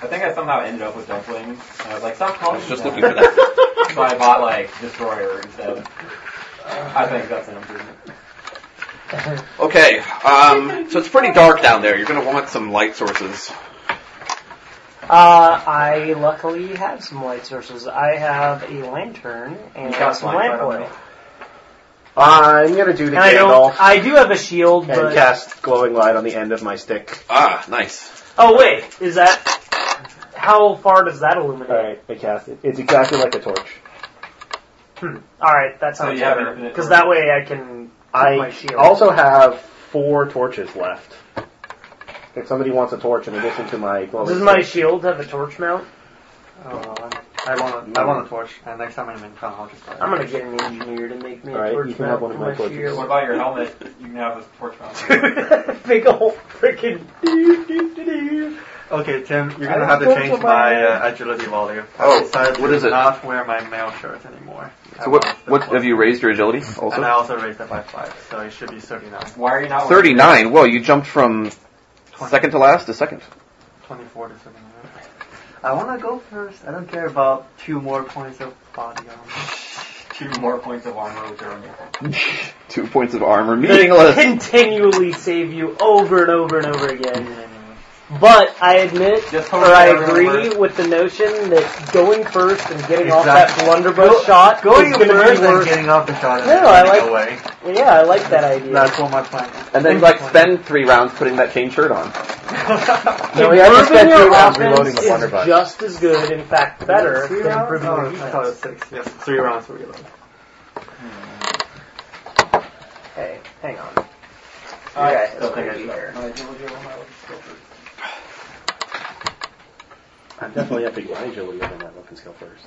Speaker 6: I think I somehow ended up with dumpling. And I was like, stop calling.
Speaker 3: I was just
Speaker 6: me
Speaker 3: looking for that.
Speaker 6: So I bought like destroyer instead. I think that's an improvement.
Speaker 3: Okay, um, so it's pretty dark down there. You're gonna want some light sources.
Speaker 2: Uh, I luckily have some light sources. I have a lantern and
Speaker 6: You got
Speaker 2: some
Speaker 6: light,
Speaker 2: lamp
Speaker 6: right?
Speaker 2: oil.
Speaker 4: I'm gonna do the
Speaker 2: And I
Speaker 4: Gandalf
Speaker 2: don't. I do have a shield,
Speaker 4: and
Speaker 2: but
Speaker 4: cast glowing light on the end of my stick.
Speaker 3: Ah, nice.
Speaker 2: oh wait, is that how far does that illuminate?
Speaker 4: All right, I cast it. It's exactly like a torch.
Speaker 2: All right, that sounds
Speaker 7: you have
Speaker 2: better
Speaker 7: infinite
Speaker 2: because that way I can keep my
Speaker 4: I
Speaker 2: shield.
Speaker 4: also have four torches left. If somebody wants a torch in addition to my glowing
Speaker 2: Does my
Speaker 4: stick.
Speaker 2: shield have a torch mount?
Speaker 7: Oh, I want a, I want a torch, and next time I'm in town, I'll just buy it.
Speaker 2: I'm gonna get an engineer to make me a
Speaker 4: All right,
Speaker 2: torch
Speaker 4: you can
Speaker 2: mount
Speaker 4: have one of
Speaker 2: for
Speaker 4: my
Speaker 2: my
Speaker 4: torches.
Speaker 7: What
Speaker 2: shield.
Speaker 7: about your helmet? You can have this torch mount.
Speaker 2: <laughs> Big old freaking. All
Speaker 7: okay, Tim, you're gonna have to change my uh, agility volume.
Speaker 3: Oh,
Speaker 7: I decided
Speaker 3: what
Speaker 7: to
Speaker 3: is it?
Speaker 7: Not wear my mail shirt anymore.
Speaker 3: So what? What have you raised your agility?
Speaker 7: And I
Speaker 3: Also,
Speaker 7: also raised it by five, so it should be 39.
Speaker 6: Why are you not wearing-
Speaker 3: thirty-nine. Whoa, you jumped from second to last to second.
Speaker 7: 24 to 39. I wanna go first. I don't care about two more points of body armor.
Speaker 6: two more points of armor with your own weapon?
Speaker 3: <laughs> Two points of armor, meaningless.
Speaker 2: Continually save you over and over and over again. But I admit,
Speaker 7: Just
Speaker 2: or
Speaker 7: hold it
Speaker 2: I
Speaker 7: over and
Speaker 2: agree
Speaker 7: over.
Speaker 2: with the notion that going first and getting off that
Speaker 7: Exactly.
Speaker 2: blunderbuss shot
Speaker 7: Going
Speaker 2: is going to
Speaker 7: first
Speaker 2: be
Speaker 7: and
Speaker 2: worth.
Speaker 7: getting off the shot and
Speaker 2: No, I
Speaker 7: running
Speaker 2: like-
Speaker 7: away.
Speaker 2: Yeah, I like that idea.
Speaker 7: That's what my plan is.
Speaker 3: And then like spend three rounds putting that chain shirt on.
Speaker 4: No, we actually
Speaker 2: Improving
Speaker 4: spent
Speaker 2: your
Speaker 4: two rounds
Speaker 2: offense
Speaker 4: reloading the
Speaker 2: is
Speaker 4: blunderbuss.
Speaker 2: just as good, in fact, better
Speaker 7: Three
Speaker 2: than
Speaker 7: rounds?
Speaker 2: improving
Speaker 7: Oh,
Speaker 2: your
Speaker 7: I thought it was
Speaker 2: defense.
Speaker 7: six. Yes, three rounds for reload.
Speaker 2: Hey, hang on.
Speaker 6: I
Speaker 2: Yeah,
Speaker 6: still
Speaker 2: it's
Speaker 6: think
Speaker 2: gonna
Speaker 6: I
Speaker 2: be
Speaker 6: should
Speaker 2: there.
Speaker 6: have my agility or my weapon skill first.
Speaker 4: I'm definitely up to Angel even on that weapon skill first.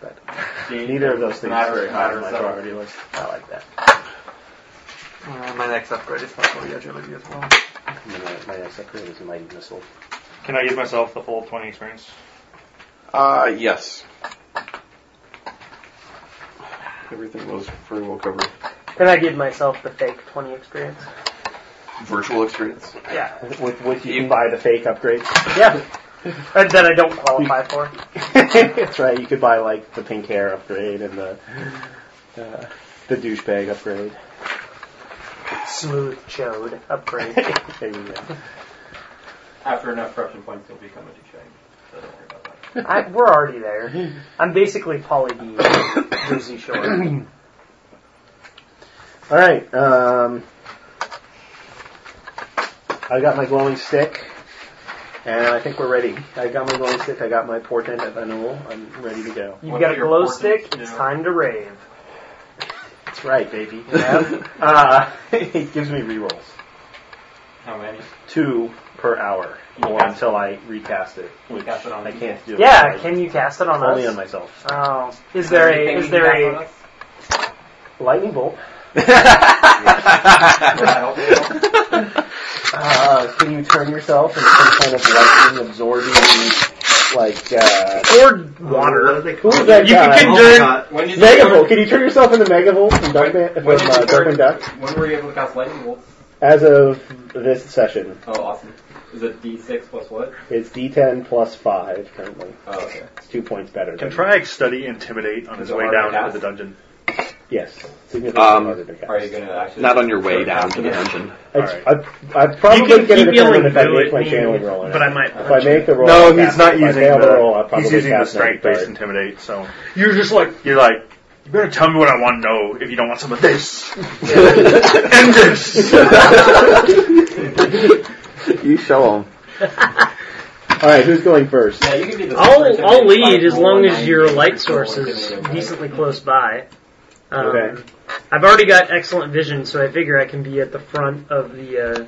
Speaker 4: But neither of those things are
Speaker 6: Matters,
Speaker 4: very high on my
Speaker 6: matters, though.
Speaker 4: priority list.
Speaker 2: I like that.
Speaker 7: Uh, my next upgrade is probably agility as well.
Speaker 4: And then My, my next upgrade is a mighty missile.
Speaker 5: Can I give myself the full 20 experience?
Speaker 3: Uh, yes. Everything was pretty well covered.
Speaker 2: Can I give myself the fake 20 experience?
Speaker 3: Virtual experience.
Speaker 2: Yeah.
Speaker 4: With which you
Speaker 3: You-
Speaker 4: can buy the fake upgrade.
Speaker 2: Yeah. <laughs> And that I don't qualify for.
Speaker 4: <laughs> That's right. You could buy like the pink hair upgrade and the uh, the douchebag upgrade. <laughs>
Speaker 2: Smooth chode <laughs> upgrade.
Speaker 4: There you go.
Speaker 6: After enough corruption points, you'll become a douchebag. So don't worry about that.
Speaker 2: I, we're already there. I'm basically Polly D. Jersey <coughs> Shore.
Speaker 4: All right. Um, I got my glowing stick, and I think we're ready. I got my glowing stick. I got my portent at Anul. I'm ready to go.
Speaker 2: You've
Speaker 6: What
Speaker 2: got
Speaker 6: are
Speaker 2: a
Speaker 6: your
Speaker 2: glow
Speaker 6: portents?
Speaker 2: stick. It's
Speaker 6: Yeah.
Speaker 2: time to rave.
Speaker 4: That's right, baby. <laughs> uh, it gives me rerolls,
Speaker 6: How many?
Speaker 4: two per hour, or
Speaker 6: cast it.
Speaker 4: until I recast it.
Speaker 6: You cast it on
Speaker 4: I can't do.
Speaker 2: Yeah,
Speaker 4: it.
Speaker 2: can you cast it on
Speaker 4: only on
Speaker 2: us?
Speaker 4: myself.
Speaker 2: Oh, is there a is there a
Speaker 4: Lightning bolt. Uh, can you turn yourself in some kind of lightning absorbing, like, uh,
Speaker 2: or
Speaker 4: what
Speaker 2: water?
Speaker 4: are they called? Who's that
Speaker 2: You
Speaker 4: guy?
Speaker 2: can
Speaker 6: When did you
Speaker 4: Megavolt. Can you turn yourself into Megavolt from Duckman,
Speaker 6: When
Speaker 4: from
Speaker 6: did you
Speaker 4: uh, Darkwing
Speaker 6: turn-
Speaker 4: Duck?
Speaker 6: When were you able to cast lightning bolts?
Speaker 4: As of this session,
Speaker 6: Oh, awesome. Is it D6 plus what?
Speaker 4: it's D10 plus five currently.
Speaker 6: Oh, okay.
Speaker 4: It's two points better. Than
Speaker 5: Can Trag study intimidate on his
Speaker 6: Is it
Speaker 5: way
Speaker 6: hard
Speaker 5: down
Speaker 6: to
Speaker 5: into the dungeon?
Speaker 4: Yes. Significantly
Speaker 3: Um,
Speaker 4: harder to cast.
Speaker 6: Are you gonna actually?
Speaker 3: Not on your way down to the dungeon.
Speaker 4: I,
Speaker 5: Alright.
Speaker 4: I, I probably
Speaker 5: You can
Speaker 4: get
Speaker 5: keep
Speaker 4: it determined
Speaker 5: yelling,
Speaker 4: if I
Speaker 5: do
Speaker 4: make
Speaker 5: it,
Speaker 4: my
Speaker 5: you-
Speaker 4: channeling roll. or
Speaker 5: But
Speaker 4: not.
Speaker 5: I might.
Speaker 7: Uh,
Speaker 4: If I make the roll,
Speaker 5: no,
Speaker 4: I
Speaker 5: he's
Speaker 4: cast it.
Speaker 5: not
Speaker 4: If I
Speaker 5: using
Speaker 4: fail
Speaker 5: the.
Speaker 4: roll, I probably
Speaker 5: he's using the
Speaker 4: cast Magic
Speaker 5: strength based
Speaker 4: Dart.
Speaker 5: intimidate. So you're just like you're like you better tell me what I want to know if you don't want some of this and this.
Speaker 3: you show him.
Speaker 4: All right, who's going first?
Speaker 6: Yeah, you can be the
Speaker 2: I'll I'll lead as long as your light source is decently close by. Um,
Speaker 4: Okay.
Speaker 2: I've already got excellent vision, so I figure I can be at the front of the uh,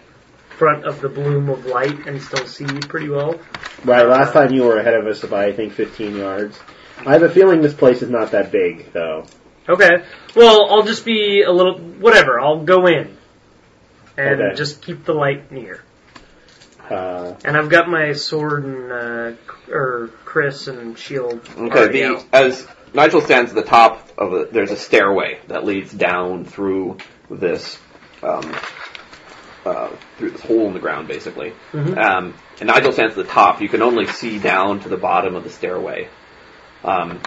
Speaker 2: front of the bloom of light and still see pretty well.
Speaker 4: Right, last time you were ahead of us by I think 15 yards. I have a feeling this place is not that big, though.
Speaker 2: Okay. Well, I'll just be a little whatever. I'll go in and
Speaker 4: Okay.
Speaker 2: just keep the light near.
Speaker 4: Uh,
Speaker 2: And I've got my sword and uh, c- or Chris and shield.
Speaker 3: Okay,
Speaker 2: already
Speaker 3: the,
Speaker 2: out.
Speaker 3: as Nigel stands at the top of a, there's a stairway that leads down through this, um, uh, through this hole in the ground, basically.
Speaker 2: Mhm.
Speaker 3: Um, and Nigel stands at the top. You can only see down to the bottom of the stairway. Um,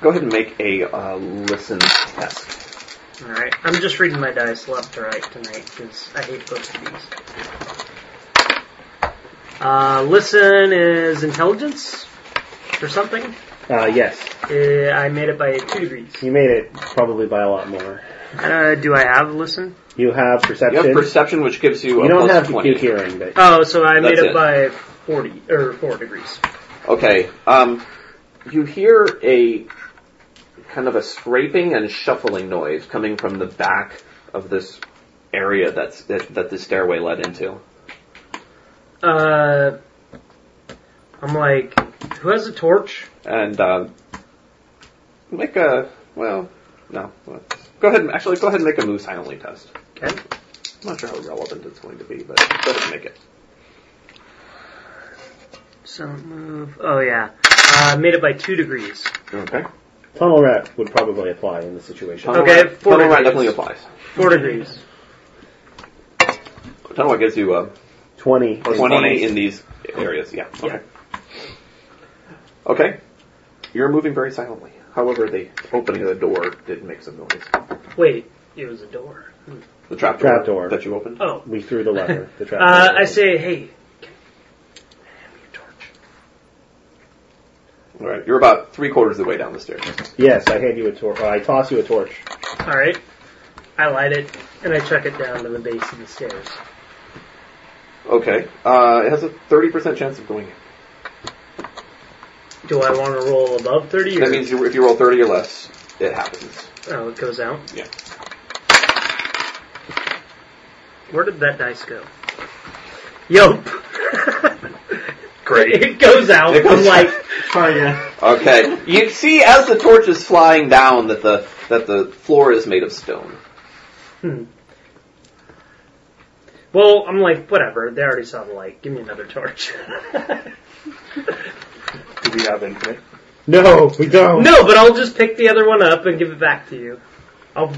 Speaker 3: go ahead and make a uh, listen test.
Speaker 2: All right. I'm just reading my dice left to right tonight because I hate both of these. Uh, listen is intelligence or something.
Speaker 4: Uh, yes,
Speaker 2: Uh, I made it by two degrees.
Speaker 4: you made it probably by a lot more.
Speaker 2: Uh, do I have listen?
Speaker 4: You have
Speaker 3: You
Speaker 4: perception.
Speaker 3: have perception, which gives you.
Speaker 4: You
Speaker 3: a
Speaker 4: don't
Speaker 3: plus
Speaker 4: have
Speaker 3: 20.
Speaker 4: acute hearing, but
Speaker 2: Oh, so I made
Speaker 3: That's
Speaker 2: it,
Speaker 3: it.
Speaker 2: by forty or four degrees.
Speaker 3: Okay. Um, you hear a kind of a scraping and shuffling noise coming from the back of this area that's that, that the stairway led into.
Speaker 2: Uh, I'm like, who has a torch?
Speaker 3: And um, make a well, no. let's- Go ahead. and Actually, go ahead and make a move silently test.
Speaker 2: Okay.
Speaker 3: I'm not sure how relevant it's going to be, but go ahead and make it.
Speaker 2: So move. Oh yeah. Uh, I made it by two degrees.
Speaker 3: Okay.
Speaker 4: tunnel rat would probably apply in the situation.
Speaker 3: Tunnel
Speaker 2: Okay,
Speaker 3: rat,
Speaker 2: four
Speaker 3: tunnel rat
Speaker 2: degrees.
Speaker 3: definitely applies.
Speaker 2: Four degrees.
Speaker 3: Tunnel rat gives you uh, a
Speaker 4: Twenty.
Speaker 3: plus 20, in these areas. Yeah. Okay. Okay. You're moving very silently. However, the opening of the door did make some noise.
Speaker 2: Wait, it was a door. Hmm.
Speaker 3: The trap door,
Speaker 4: Trap door.
Speaker 3: that you opened.
Speaker 2: Oh.
Speaker 4: We threw
Speaker 2: <laughs>
Speaker 4: the lever. The trap.
Speaker 2: Uh, I say, hey,
Speaker 3: All right. You're about three quarters of the way down the stairs.
Speaker 4: Yes, I hand you a torch. I toss you a torch.
Speaker 2: all right. I light it and I chuck it down to the base of the stairs.
Speaker 3: Okay. Uh, it has a 30% chance of going in.
Speaker 2: Do I want to roll above thirty? Or
Speaker 3: That means you, if you roll 30 or less, it happens.
Speaker 2: oh, it goes out.
Speaker 3: Yeah.
Speaker 2: Where did that dice go? Yup.
Speaker 3: <laughs> Great.
Speaker 2: it goes out.
Speaker 3: It goes
Speaker 2: I'm
Speaker 3: out.
Speaker 2: like, <laughs>
Speaker 8: Try again.
Speaker 3: <laughs> Okay. You see as the torch is flying down that the that the floor is made of stone.
Speaker 2: hmm. Well, I'm like, whatever. They already saw the light. Give me another torch. <laughs>
Speaker 5: Do we have infinite?
Speaker 4: No, we don't.
Speaker 2: no, but I'll just pick the other one up and give it back to you. I'll.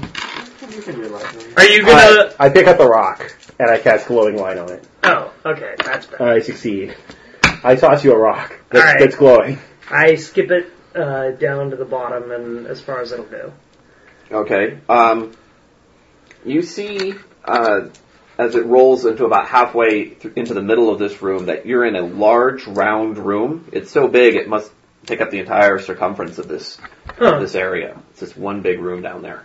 Speaker 8: You can do it like me.
Speaker 2: Are you gonna?
Speaker 4: I pick up the rock and I cast glowing light on it.
Speaker 2: Oh, okay, that's better.
Speaker 4: I succeed. I toss you a rock that's,
Speaker 2: All right.
Speaker 4: that's glowing.
Speaker 2: I skip it uh, down to the bottom and as far as it'll go.
Speaker 3: Okay. Um, you see, uh, as it rolls into about halfway th- into the middle of this room, that you're in a large round room. It's so big it must take up the entire circumference of this of
Speaker 2: Huh.
Speaker 3: this area. It's just one big room down there.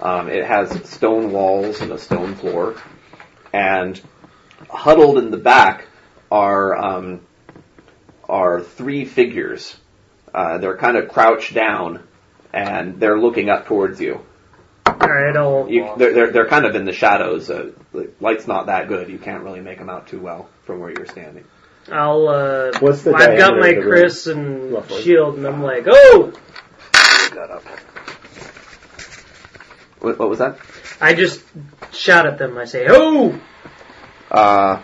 Speaker 3: Um, it has stone walls and a stone floor, and huddled in the back are um, are three figures. Uh, they're kind of crouched down, and they're looking up towards you.
Speaker 2: All right, I'll.
Speaker 3: You, they're, they're, they're kind of in the shadows. Uh, the light's not that good. You can't really make them out too well from where you're standing.
Speaker 2: I'll. Uh,
Speaker 4: What's the
Speaker 2: I've got
Speaker 4: diameter
Speaker 2: my
Speaker 4: of the room?
Speaker 2: Chris and
Speaker 4: Roughly.
Speaker 2: shield, and I'm like, oh!
Speaker 3: That up. What, what was that?
Speaker 2: I just shout at them. I say, oh!
Speaker 3: Uh,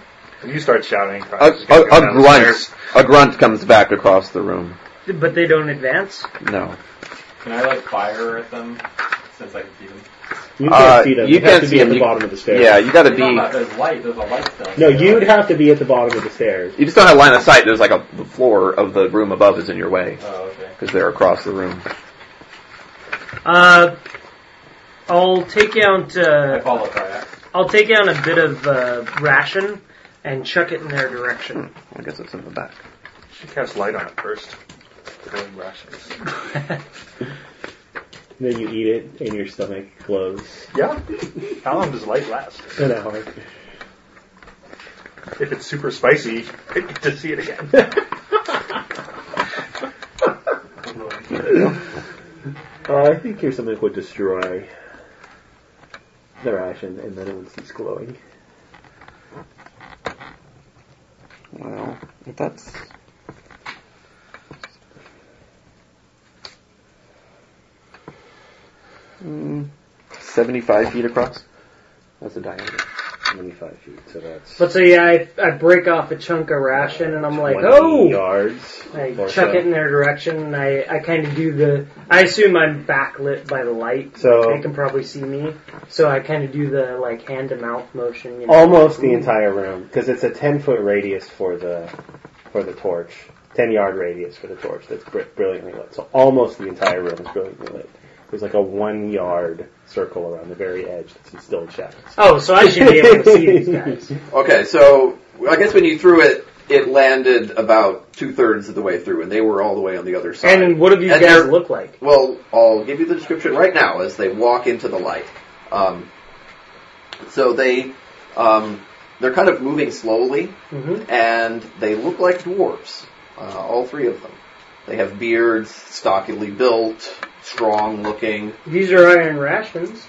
Speaker 5: You start shouting.
Speaker 3: a, a, a grunt. A grunt comes back across the room.
Speaker 2: But they don't advance.
Speaker 3: No.
Speaker 6: Can I like fire at them since I can see them?
Speaker 4: You can't
Speaker 3: Uh,
Speaker 4: see them.
Speaker 3: you
Speaker 4: You, have
Speaker 3: can't
Speaker 4: to
Speaker 3: see
Speaker 4: be at
Speaker 3: them.
Speaker 4: the
Speaker 3: You-
Speaker 4: bottom of the stairs.
Speaker 3: Yeah, you gotta
Speaker 6: No,
Speaker 3: be.
Speaker 6: but there's light. There's a light down
Speaker 4: No,
Speaker 6: there.
Speaker 4: you'd have to be at the bottom of the stairs.
Speaker 3: You just don't have line of sight. There's like a the floor of the room above is in your way
Speaker 6: Oh, okay.
Speaker 3: because they're across the room.
Speaker 2: Uh, I'll take out.
Speaker 6: I
Speaker 2: Uh,
Speaker 6: follow Cryak.
Speaker 2: I'll take out a bit of uh, ration and chuck it in their direction.
Speaker 3: I guess it's in the back.
Speaker 5: Should cast light on it first. Glowing rations.
Speaker 4: Then you eat it, and your stomach glows.
Speaker 5: Yeah. How long does light last?
Speaker 4: An hour.
Speaker 5: If it's super spicy, <laughs> I get to see it again.
Speaker 4: Uh, I think your stomach would destroy the ration, and then it would cease glowing.
Speaker 3: Well, if that's. Mm, 75 feet across? That's the diameter.
Speaker 4: 25 feet, so that's
Speaker 2: But so yeah, I, I break off a chunk of ration and I'm like,
Speaker 4: 20
Speaker 2: oh!
Speaker 4: yards.
Speaker 2: I
Speaker 4: or
Speaker 2: chuck
Speaker 4: so.
Speaker 2: it in their direction and I, I kind of do the. I assume I'm backlit by the light.
Speaker 4: So-
Speaker 2: They can probably see me. So I kind of do the like hand to mouth motion. You know?
Speaker 4: Almost the entire room, because it's a 10 foot radius for the for the torch, 10 yard radius for the torch. That's br- brilliantly lit. So almost the entire room is brilliantly lit. There's like a one yard circle around the very edge that's still in shadows. <laughs>
Speaker 2: Oh, so I should be able to see these guys.
Speaker 3: Okay, so I guess when you threw it, it landed about two thirds of the way through, and they were all the way on the other side.
Speaker 2: And what do these
Speaker 3: And
Speaker 2: guys
Speaker 3: they're-
Speaker 2: look like?
Speaker 3: Well, I'll give you the description right now as they walk into the light. Um, so they um, they're kind of moving slowly,
Speaker 2: Mm-hmm.
Speaker 3: and they look like dwarves, uh, all three of them. They have beards, stockily built, strong
Speaker 6: <laughs>
Speaker 3: looking.
Speaker 2: These are iron rations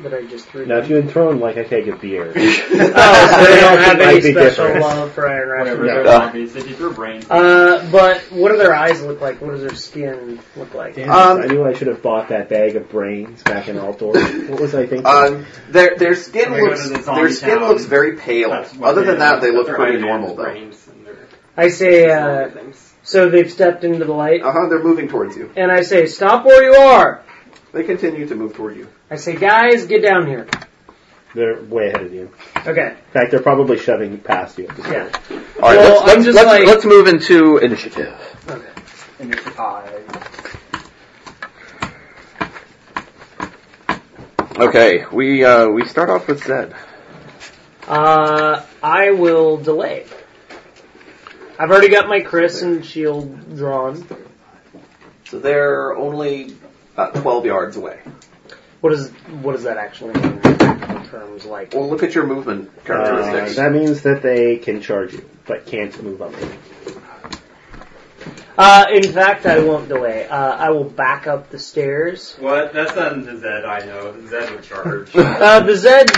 Speaker 2: that I just threw.
Speaker 4: Now, if
Speaker 2: down.
Speaker 4: you intone like I take a beer,
Speaker 2: Oh, so
Speaker 4: <laughs>
Speaker 2: they don't have
Speaker 4: Might
Speaker 2: any
Speaker 4: be
Speaker 2: special
Speaker 4: different.
Speaker 2: love for
Speaker 4: <laughs>
Speaker 2: iron
Speaker 6: Whatever
Speaker 2: rations.
Speaker 6: their
Speaker 9: Yeah.
Speaker 6: zombies, if you threw brains.
Speaker 2: Uh, but what do their eyes look like? What does their skin look like?
Speaker 4: Damn,
Speaker 3: Um,
Speaker 4: I knew I should have bought that bag of brains back in Altdorf. what was I
Speaker 3: <laughs>
Speaker 4: thinking?
Speaker 3: Um, their their skin
Speaker 6: When we go
Speaker 3: looks
Speaker 6: to the zombie
Speaker 3: their skin
Speaker 6: town,
Speaker 3: looks very pale.
Speaker 6: That's what
Speaker 3: Other than that, they look
Speaker 6: their
Speaker 3: pretty
Speaker 6: eyelids,
Speaker 3: normal though.
Speaker 6: brains, and their-
Speaker 2: I say, uh,
Speaker 6: things.
Speaker 2: so they've stepped into the light,
Speaker 3: Uh huh. They're moving towards you.
Speaker 2: and I say, stop where you are.
Speaker 3: They continue to move toward you.
Speaker 2: I say, guys, get down here.
Speaker 4: they're way ahead of you.
Speaker 2: Okay,
Speaker 4: In fact, they're probably shoving past you. At this
Speaker 2: yeah.
Speaker 4: point.
Speaker 9: All right,
Speaker 2: Well,
Speaker 9: let's, let's,
Speaker 2: I'm just
Speaker 9: let's,
Speaker 2: like-
Speaker 9: let's move into initiative.
Speaker 2: Okay.
Speaker 6: And it's eye.
Speaker 9: Okay, we uh, we start off with Zed.
Speaker 2: Uh, I will delay. I've already got my Chris and shield drawn.
Speaker 3: So they're only about twelve yards away.
Speaker 2: What is what does that actually mean in terms like?
Speaker 3: Well, look at your movement
Speaker 4: Uh,
Speaker 3: characteristics.
Speaker 4: that means that they can charge you, but can't move up.
Speaker 2: Uh, in fact, I won't delay. Uh, I will back up the stairs.
Speaker 6: What? That's not the Zed I know. The Zed would <laughs> charge.
Speaker 2: Uh, the Zed,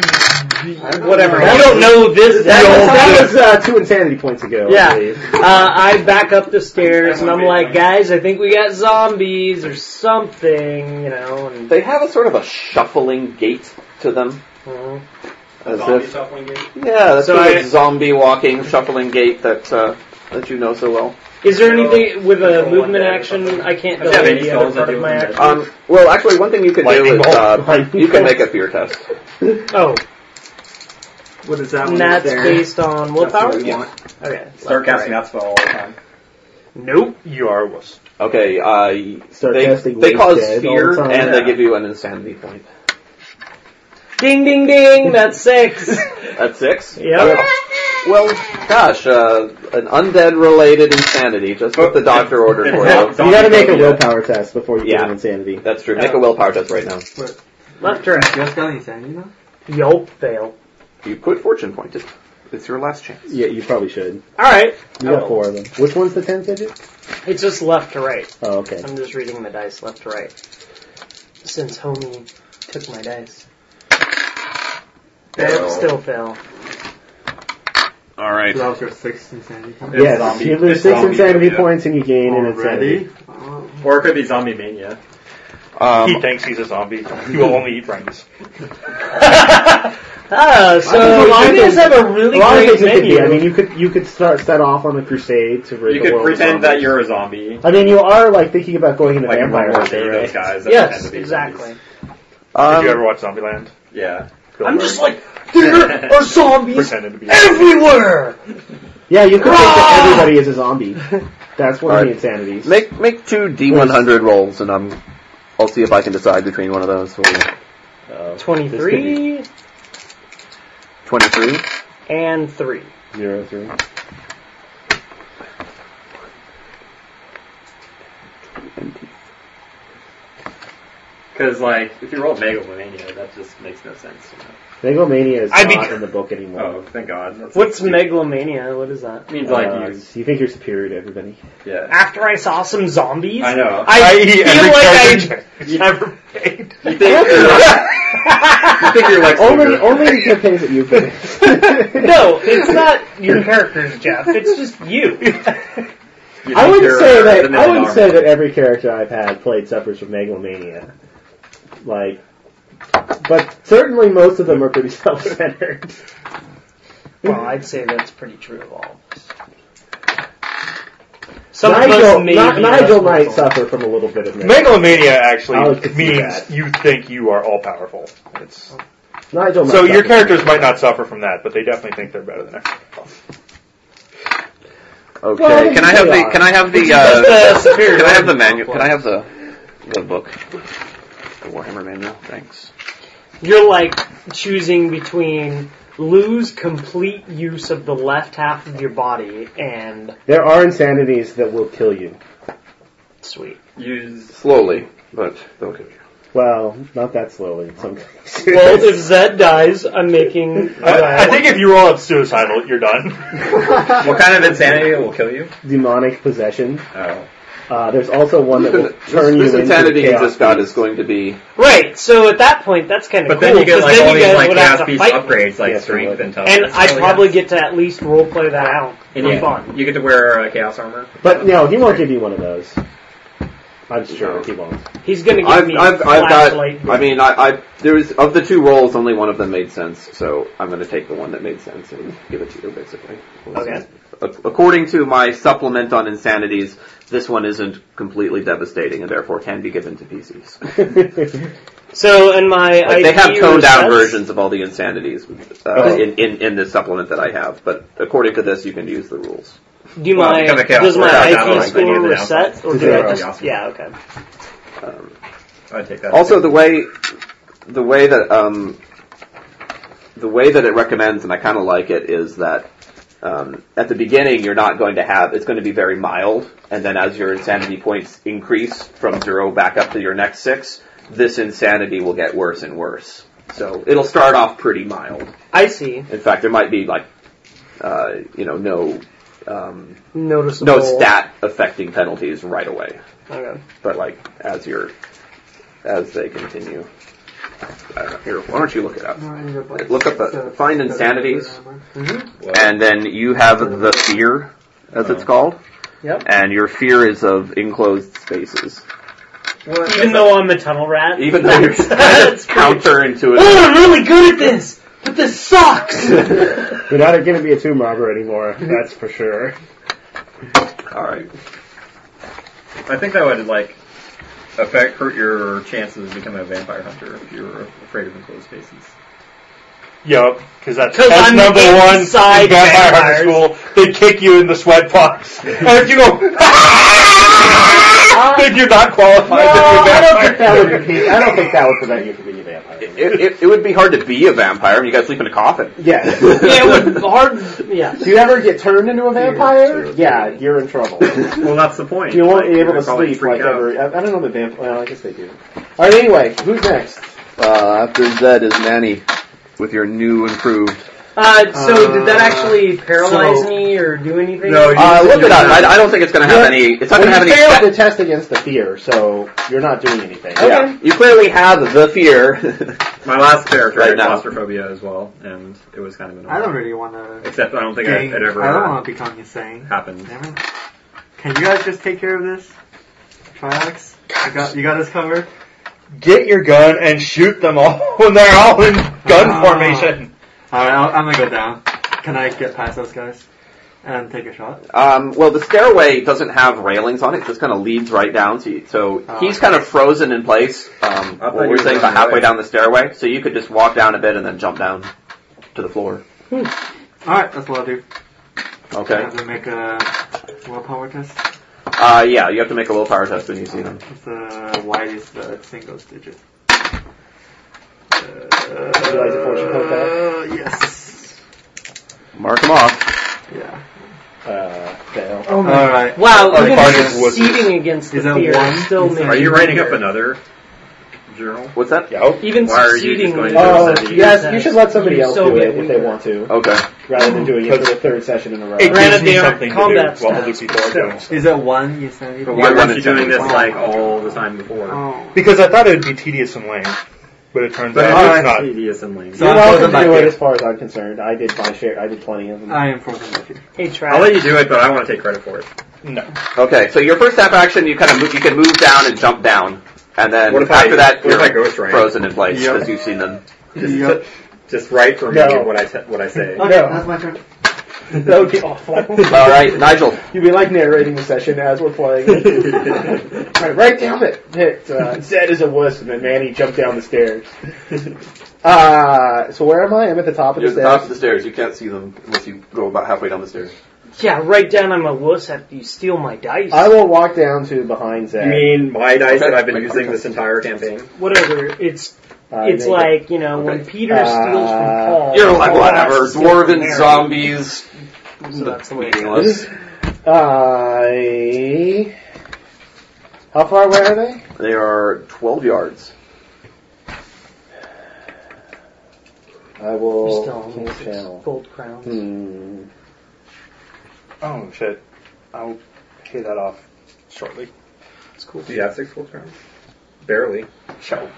Speaker 2: whatever.
Speaker 4: know.
Speaker 2: You don't know this.
Speaker 4: That was,
Speaker 2: Zed.
Speaker 4: that was uh, two insanity points ago.
Speaker 2: Yeah.
Speaker 4: I believe.
Speaker 2: Uh, I back up the stairs and I'm
Speaker 6: Zombie
Speaker 2: like,
Speaker 6: thing.
Speaker 2: guys, I think we got zombies or something, you know. And
Speaker 9: They have a sort of a shuffling gait to them.
Speaker 2: Mhm.
Speaker 9: As
Speaker 6: Zombie
Speaker 9: if-
Speaker 6: shuffling game.
Speaker 9: yeah, that's
Speaker 2: So
Speaker 9: sort
Speaker 2: I-
Speaker 9: of zombie walking, shuffling gait that uh, that you know so well.
Speaker 2: is there anything with a
Speaker 6: Control one
Speaker 2: movement
Speaker 6: die or
Speaker 2: action
Speaker 6: something.
Speaker 2: I can't
Speaker 6: Yeah,
Speaker 2: delay
Speaker 6: maybe
Speaker 2: the
Speaker 6: spells
Speaker 2: other part of
Speaker 6: that do
Speaker 2: my
Speaker 6: movement.
Speaker 2: action?
Speaker 9: Um, well, actually, one thing you can do
Speaker 4: <laughs> Lightning
Speaker 9: is uh,
Speaker 4: bolt.
Speaker 9: you can make a fear test.
Speaker 2: Oh,
Speaker 6: What is that
Speaker 2: and that's based on willpower. Okay.
Speaker 6: Start casting that spell all the time.
Speaker 2: Nope.
Speaker 10: You are a wuss.
Speaker 9: Okay, uh,
Speaker 4: Start
Speaker 9: they,
Speaker 4: casting
Speaker 9: they
Speaker 4: Wave
Speaker 9: cause
Speaker 4: Dead all the
Speaker 9: fear
Speaker 4: time.
Speaker 9: and they
Speaker 6: Yeah.
Speaker 9: give you an insanity point.
Speaker 2: Ding, ding, ding. That's six.
Speaker 9: At six?
Speaker 2: Yep.
Speaker 9: Well, gosh, uh, an undead related insanity, just what the doctor ordered for you.
Speaker 4: You gotta make a willpower test before you
Speaker 9: Yeah.
Speaker 4: get an <laughs> insanity.
Speaker 9: That's true. Make a willpower test right now.
Speaker 2: <laughs> Left or right?
Speaker 6: Just got insanity now?
Speaker 2: Yelp. Fail.
Speaker 9: You could fortune point it. It's your last chance.
Speaker 4: Yeah, you probably should.
Speaker 2: All right.
Speaker 4: You got four of them. Which one's the tenth digit?
Speaker 2: It's just left to right.
Speaker 4: Oh, okay.
Speaker 2: I'm just reading the dice left to right. Since homie took my dice.
Speaker 9: Fail.
Speaker 2: Still fail.
Speaker 9: All right.
Speaker 11: That was your sixth insanity.
Speaker 4: yes,
Speaker 10: zombie-
Speaker 4: you lose
Speaker 10: it's
Speaker 4: six
Speaker 10: zombie
Speaker 4: insanity
Speaker 10: mania.
Speaker 4: points and you gain an insanity.
Speaker 11: Already?
Speaker 6: Or it could be zombie mania.
Speaker 10: he
Speaker 9: Um,
Speaker 10: thinks he's a zombie. He will only eat brains.
Speaker 2: Ah, so
Speaker 4: think we
Speaker 2: you
Speaker 4: should-
Speaker 2: guys have a really
Speaker 4: A lot of
Speaker 2: great
Speaker 4: things you could be.
Speaker 2: menu.
Speaker 4: I mean, you could you could start set off on a crusade to rid
Speaker 6: You
Speaker 4: the
Speaker 6: could
Speaker 4: world. of
Speaker 6: pretend that
Speaker 4: zombies.
Speaker 6: you're a zombie.
Speaker 4: I mean, you are like thinking about going into
Speaker 6: Like in
Speaker 4: vampire
Speaker 6: World War Z,
Speaker 4: hunter,
Speaker 6: those
Speaker 4: right?
Speaker 6: guys. that pretend
Speaker 2: yes,
Speaker 6: to be
Speaker 2: exactly.
Speaker 6: zombies.
Speaker 10: Did you
Speaker 9: um,
Speaker 10: ever watch Zombieland?
Speaker 6: Yeah.
Speaker 2: I'm just like,
Speaker 10: <laughs>
Speaker 2: there are zombies
Speaker 10: pretending to be.
Speaker 2: everywhere!
Speaker 4: Yeah, you could think that everybody is a zombie. That's one of
Speaker 9: Alright.
Speaker 4: the insanities.
Speaker 9: make make two D100 rolls, and I'm. I'll see if I can decide between one of those.
Speaker 4: Uh,
Speaker 2: 23
Speaker 9: Twenty-three.
Speaker 2: and 3.
Speaker 4: zero three.
Speaker 6: Because, like, if you roll megalomania, that just makes no sense. you know?
Speaker 4: Megalomania is
Speaker 2: I'd be-
Speaker 4: not in the book anymore.
Speaker 6: Oh, thank God. That's
Speaker 2: What's megalomania? What is that?
Speaker 6: It means, like,
Speaker 4: Uh,
Speaker 6: you.
Speaker 4: you think you're superior to everybody.
Speaker 6: Yeah.
Speaker 2: After I saw some zombies,
Speaker 6: I know.
Speaker 2: I, feel like I.
Speaker 6: ever made. You think,
Speaker 4: <laughs>
Speaker 6: you think you're
Speaker 4: <laughs>
Speaker 6: like
Speaker 4: Only,
Speaker 6: super-
Speaker 4: only the campaigns that you've <laughs> been in.
Speaker 2: <laughs>
Speaker 4: <laughs>
Speaker 2: No, it's not your characters, Jeff. It's just
Speaker 10: <laughs>
Speaker 2: you.
Speaker 6: you
Speaker 4: I
Speaker 6: think
Speaker 4: wouldn't
Speaker 6: you're,
Speaker 4: say
Speaker 6: uh, the
Speaker 4: that.
Speaker 6: man
Speaker 4: I
Speaker 6: in
Speaker 4: wouldn't
Speaker 6: armor.
Speaker 4: say that every character I've had played suffers from megalomania. Like, but certainly most of them are pretty <laughs> self-centered.
Speaker 2: Well, I'd say that's pretty true of all of us. Some
Speaker 4: Nigel,
Speaker 2: may
Speaker 4: Ni-
Speaker 2: be
Speaker 4: Nigel
Speaker 2: less
Speaker 4: might
Speaker 2: vocal.
Speaker 4: suffer from a little bit of megalomania.
Speaker 10: Megalomania
Speaker 5: Oh,
Speaker 4: I
Speaker 10: actually
Speaker 4: could see
Speaker 10: means
Speaker 4: that.
Speaker 10: you think you are all powerful. It's,
Speaker 5: Oh
Speaker 4: Nigel. Might
Speaker 10: so your
Speaker 4: suffer.
Speaker 10: characters might not suffer from that, but they definitely think they're better than everyone else.
Speaker 9: Okay.
Speaker 4: Well,
Speaker 9: can I have
Speaker 4: they
Speaker 9: the?
Speaker 4: are.
Speaker 9: Can I have the?
Speaker 4: <laughs>
Speaker 2: just
Speaker 9: Uh,
Speaker 2: the superior
Speaker 9: can I have the
Speaker 2: weapon
Speaker 9: manual? Can
Speaker 2: complex.
Speaker 9: I have the? The book. The Warhammer manual. Thanks.
Speaker 2: You're like choosing between lose complete use of the left half of your body and
Speaker 4: There are insanities that will kill you.
Speaker 2: sweet.
Speaker 6: Use
Speaker 3: Slowly, but they'll kill you.
Speaker 4: Well, not that slowly. in <laughs> Some cases.
Speaker 2: Well, if Zed dies, I'm making.
Speaker 10: I, I think if you roll up suicidal, you're done.
Speaker 6: What kind of insanity will kill you?
Speaker 4: demonic possession.
Speaker 6: Oh.
Speaker 4: Uh, there's also one that
Speaker 3: <laughs>
Speaker 4: will
Speaker 3: This,
Speaker 4: turn
Speaker 3: this
Speaker 4: you into
Speaker 3: insanity you
Speaker 4: chaos.
Speaker 3: just got is going to be
Speaker 2: right. So at that point, that's kind of
Speaker 6: But
Speaker 2: cool.
Speaker 6: then you get
Speaker 2: 'cause
Speaker 6: like
Speaker 2: then
Speaker 6: all
Speaker 2: you
Speaker 6: these
Speaker 2: guys
Speaker 6: like
Speaker 2: would have
Speaker 6: chaos
Speaker 2: to
Speaker 6: piece
Speaker 2: fight.
Speaker 6: upgrades Oh,
Speaker 4: Yes,
Speaker 6: like
Speaker 4: you
Speaker 6: strength
Speaker 4: would.
Speaker 6: and toughness.
Speaker 2: And I probably get to at least roleplay that out
Speaker 6: and
Speaker 2: for
Speaker 6: you,
Speaker 2: fun.
Speaker 6: you get to wear uh, chaos armor.
Speaker 4: But no, he won't give you one of those. I'm sure he won't.
Speaker 2: He's gonna give
Speaker 3: I've,
Speaker 2: me
Speaker 3: I've, I've got.
Speaker 2: flashlight.
Speaker 3: I mean, I, I there was of the two rolls, only one of them made sense. So I'm going to take the one that made sense and give it to you, basically.
Speaker 2: Okay.
Speaker 3: Ac- According to my supplement on insanities, this one isn't completely devastating and therefore can be given to PCs.
Speaker 2: so in my
Speaker 3: Like, they have
Speaker 2: IT
Speaker 3: toned down
Speaker 2: resets-
Speaker 3: versions of all the insanities uh, in, in in this supplement that I have, but according to this, you can use the rules.
Speaker 2: Do
Speaker 6: Well,
Speaker 2: my
Speaker 6: become a chaos
Speaker 2: does
Speaker 6: warrior,
Speaker 2: my
Speaker 6: not
Speaker 2: IT
Speaker 6: only
Speaker 2: score
Speaker 6: you, the
Speaker 2: reset or do
Speaker 4: Zero.
Speaker 2: I just yeah okay
Speaker 3: Um,
Speaker 6: I take that.
Speaker 3: Also, the way the way that um, the way that it recommends, and I kind of like it, is that um, at the beginning you're not going to have it's going to be very mild, and then as your insanity points increase from zero back up to your next six, this insanity will get worse and worse. So it'll start off pretty mild.
Speaker 2: I see
Speaker 3: In fact, there might be like uh, you know no um,
Speaker 2: noticeable
Speaker 3: no stat affecting penalties right away
Speaker 2: okay.
Speaker 3: but like as you're as they continue. I don't know. Here, why don't you look it up? Look up uh, find insanities, and then you have the fear, as it's called.
Speaker 2: Yep.
Speaker 3: And your fear is of enclosed spaces,
Speaker 2: even though I'm a tunnel rat
Speaker 3: even though you're
Speaker 2: That's pretty-
Speaker 3: <laughs> counterintuitive.
Speaker 2: oh I'm really good at this but this
Speaker 6: <laughs>
Speaker 2: sucks
Speaker 4: You're not going to be a tomb robber
Speaker 3: <laughs>
Speaker 4: anymore. That's for sure.
Speaker 3: All right.
Speaker 6: I think that would like affect hurt your chances of becoming a vampire hunter if you're afraid of enclosed spaces.
Speaker 10: Yup, because that's,
Speaker 2: 'Cause
Speaker 10: that's
Speaker 2: I'm
Speaker 10: number one in
Speaker 2: inside
Speaker 10: vampire
Speaker 2: vampires.
Speaker 10: hunter school. They kick you in the <laughs> sweatbox, and if you go,
Speaker 2: <laughs>
Speaker 10: then you're not qualified to be a vampire.
Speaker 4: That would be- I don't think that would prevent you from being a vampire.
Speaker 3: It, it, it would be hard to be a vampire. I mean, you guys sleep in a coffin.
Speaker 4: Yeah.
Speaker 3: <laughs>
Speaker 2: yeah it would hard yeah
Speaker 4: Do you ever get turned into a vampire? Yeah, you're in
Speaker 3: <laughs>
Speaker 4: trouble.
Speaker 6: Well, that's the point.
Speaker 4: You won't be able
Speaker 6: They're
Speaker 4: to
Speaker 6: probably
Speaker 4: sleep like
Speaker 6: freaked out.
Speaker 4: ever. I I don't know the vampire. Well, I guess they do. All right. Anyway, who's next?
Speaker 3: Uh, after Zed is Nanny, with your new improved.
Speaker 2: uh, so did that
Speaker 6: Uh,
Speaker 2: actually paralyze
Speaker 6: so-
Speaker 2: me or do anything
Speaker 6: No, you-
Speaker 3: Uh, look it up. I, I don't think it's going to have any. It's not going to have any.
Speaker 4: Well, you failed
Speaker 3: effect.
Speaker 4: the test against the fear, so you're not doing anything.
Speaker 2: Okay.
Speaker 3: Yeah. You clearly have the fear. <laughs>
Speaker 6: My last character
Speaker 3: Right
Speaker 6: had
Speaker 3: now.
Speaker 6: claustrophobia as well, and it was kind of annoying.
Speaker 11: I don't really want to.
Speaker 6: Except I don't think I, it ever
Speaker 11: I
Speaker 3: Uh,
Speaker 11: don't want to become insane.
Speaker 6: happened.
Speaker 11: Damn it. Can you guys just take care of this? Triax? You got, you got us covered?
Speaker 10: Get your gun and shoot them all when they're all in gun
Speaker 11: Ah.
Speaker 10: formation.
Speaker 11: Alright, I'm gonna go down. Can I get past those guys? And take a shot?
Speaker 3: Um, well, the stairway doesn't have railings on it; it just kind of leads right down. To you. So
Speaker 11: Oh,
Speaker 3: he's kind of frozen in place. Um,
Speaker 6: thought
Speaker 3: what we're
Speaker 6: you were
Speaker 3: saying about
Speaker 6: running
Speaker 3: halfway
Speaker 6: away.
Speaker 3: down the stairway, so you could just walk down a bit and then jump down to the floor.
Speaker 6: Hmm.
Speaker 11: Alright, that's what I'll do. I
Speaker 3: Okay.
Speaker 11: have to make a willpower test.
Speaker 3: Uh, yeah, you have to make a willpower test when you see them.
Speaker 11: It's the widest uh, single digit.
Speaker 6: Uh,
Speaker 4: you like to fortune code that?
Speaker 11: Uh, yes.
Speaker 3: Mark them off.
Speaker 11: Yeah.
Speaker 4: Uh, fail.
Speaker 2: oh my
Speaker 11: Alright.
Speaker 2: wow
Speaker 11: Oh,
Speaker 2: even
Speaker 11: pardon, was-
Speaker 2: succeeding against the
Speaker 11: Is that
Speaker 2: fear
Speaker 11: one?
Speaker 2: still
Speaker 11: Is that-
Speaker 2: making
Speaker 6: Are you writing up
Speaker 2: fear.
Speaker 6: another journal?
Speaker 3: What's that?
Speaker 4: Yo.
Speaker 2: even
Speaker 6: Why are you
Speaker 2: succeeding
Speaker 6: just
Speaker 2: with
Speaker 6: going to do
Speaker 4: Oh,
Speaker 2: those
Speaker 6: you
Speaker 4: yes,
Speaker 2: tests,
Speaker 4: you should let somebody
Speaker 2: you
Speaker 4: else
Speaker 2: still
Speaker 4: do
Speaker 2: get
Speaker 4: it if they
Speaker 2: weaker.
Speaker 4: want to,
Speaker 3: Okay.
Speaker 4: rather than doing it for the third session in a row.
Speaker 10: It gives
Speaker 2: Granted,
Speaker 10: me
Speaker 2: they are
Speaker 10: something to
Speaker 2: combat
Speaker 10: do while other
Speaker 2: stats,
Speaker 10: people are doing it.
Speaker 11: Is that one you said?
Speaker 6: But
Speaker 11: you-
Speaker 6: why
Speaker 3: Yeah,
Speaker 6: weren't you
Speaker 3: it's-
Speaker 6: doing this like all the time before?
Speaker 11: Oh.
Speaker 10: <laughs> Because I thought it would be tedious and lame, but it turns
Speaker 6: But
Speaker 10: out
Speaker 6: it's
Speaker 10: it's not.
Speaker 6: tedious and lame.
Speaker 11: So
Speaker 4: You're
Speaker 11: I'm
Speaker 4: welcome
Speaker 11: frozen
Speaker 4: to
Speaker 11: by
Speaker 4: do it
Speaker 11: fear.
Speaker 4: as far as I'm concerned. I did my share. I did plenty of them.
Speaker 11: I am frozen by fear.
Speaker 2: Hey,
Speaker 6: I'll
Speaker 2: Trav.
Speaker 6: let you do it, but I want to take credit for it.
Speaker 10: No.
Speaker 3: Okay. So your first half action, you kind of move, you can move down and jump down, and then
Speaker 6: What if
Speaker 3: after
Speaker 6: I-
Speaker 3: that,
Speaker 6: what if I
Speaker 3: you're
Speaker 6: ghost rank?
Speaker 3: frozen in place
Speaker 11: Yep.
Speaker 3: because you've seen them.
Speaker 6: Just,
Speaker 11: Yep.
Speaker 6: just write for me
Speaker 4: No.
Speaker 6: what I te- what
Speaker 11: <laughs>
Speaker 6: I
Speaker 11: Okay,
Speaker 6: say.
Speaker 4: No.
Speaker 11: that's my turn.
Speaker 4: <laughs> that would be awful.
Speaker 3: All right, Nigel.
Speaker 4: You'd be like narrating the session as we're playing.
Speaker 3: <laughs>
Speaker 4: right, right down it. Hit. Uh, Zed is a wuss, and then Manny jumped down
Speaker 3: <laughs>
Speaker 4: the stairs. Uh, so where am I? I'm at the top of
Speaker 3: You're at the
Speaker 4: the stairs.
Speaker 3: top of the stairs. You can't see them unless you go about halfway down the stairs.
Speaker 2: Yeah, write down I'm a wuss after you steal my dice.
Speaker 4: I will walk down to behind
Speaker 6: You
Speaker 4: Zed.
Speaker 6: mean my dice
Speaker 3: Okay.
Speaker 6: that I've been
Speaker 3: Wait,
Speaker 6: using
Speaker 3: okay.
Speaker 6: this entire campaign?
Speaker 2: Whatever. It's
Speaker 4: Uh,
Speaker 2: it's
Speaker 4: they-
Speaker 2: like you know when Peter steals from
Speaker 4: Uh,
Speaker 2: Paul.
Speaker 9: You're like
Speaker 2: Paul
Speaker 9: whatever,
Speaker 2: steals from
Speaker 9: dwarven
Speaker 2: Mary.
Speaker 9: zombies. Meaningless.
Speaker 4: I. How far away are they?
Speaker 3: They are 12 yards.
Speaker 4: I will.
Speaker 2: You're still on
Speaker 4: can't
Speaker 2: six
Speaker 4: tell.
Speaker 2: gold crowns.
Speaker 4: Hmm.
Speaker 5: Oh shit! I'll pay that off shortly.
Speaker 2: It's cool.
Speaker 6: Do you have six full turns? Barely.
Speaker 5: So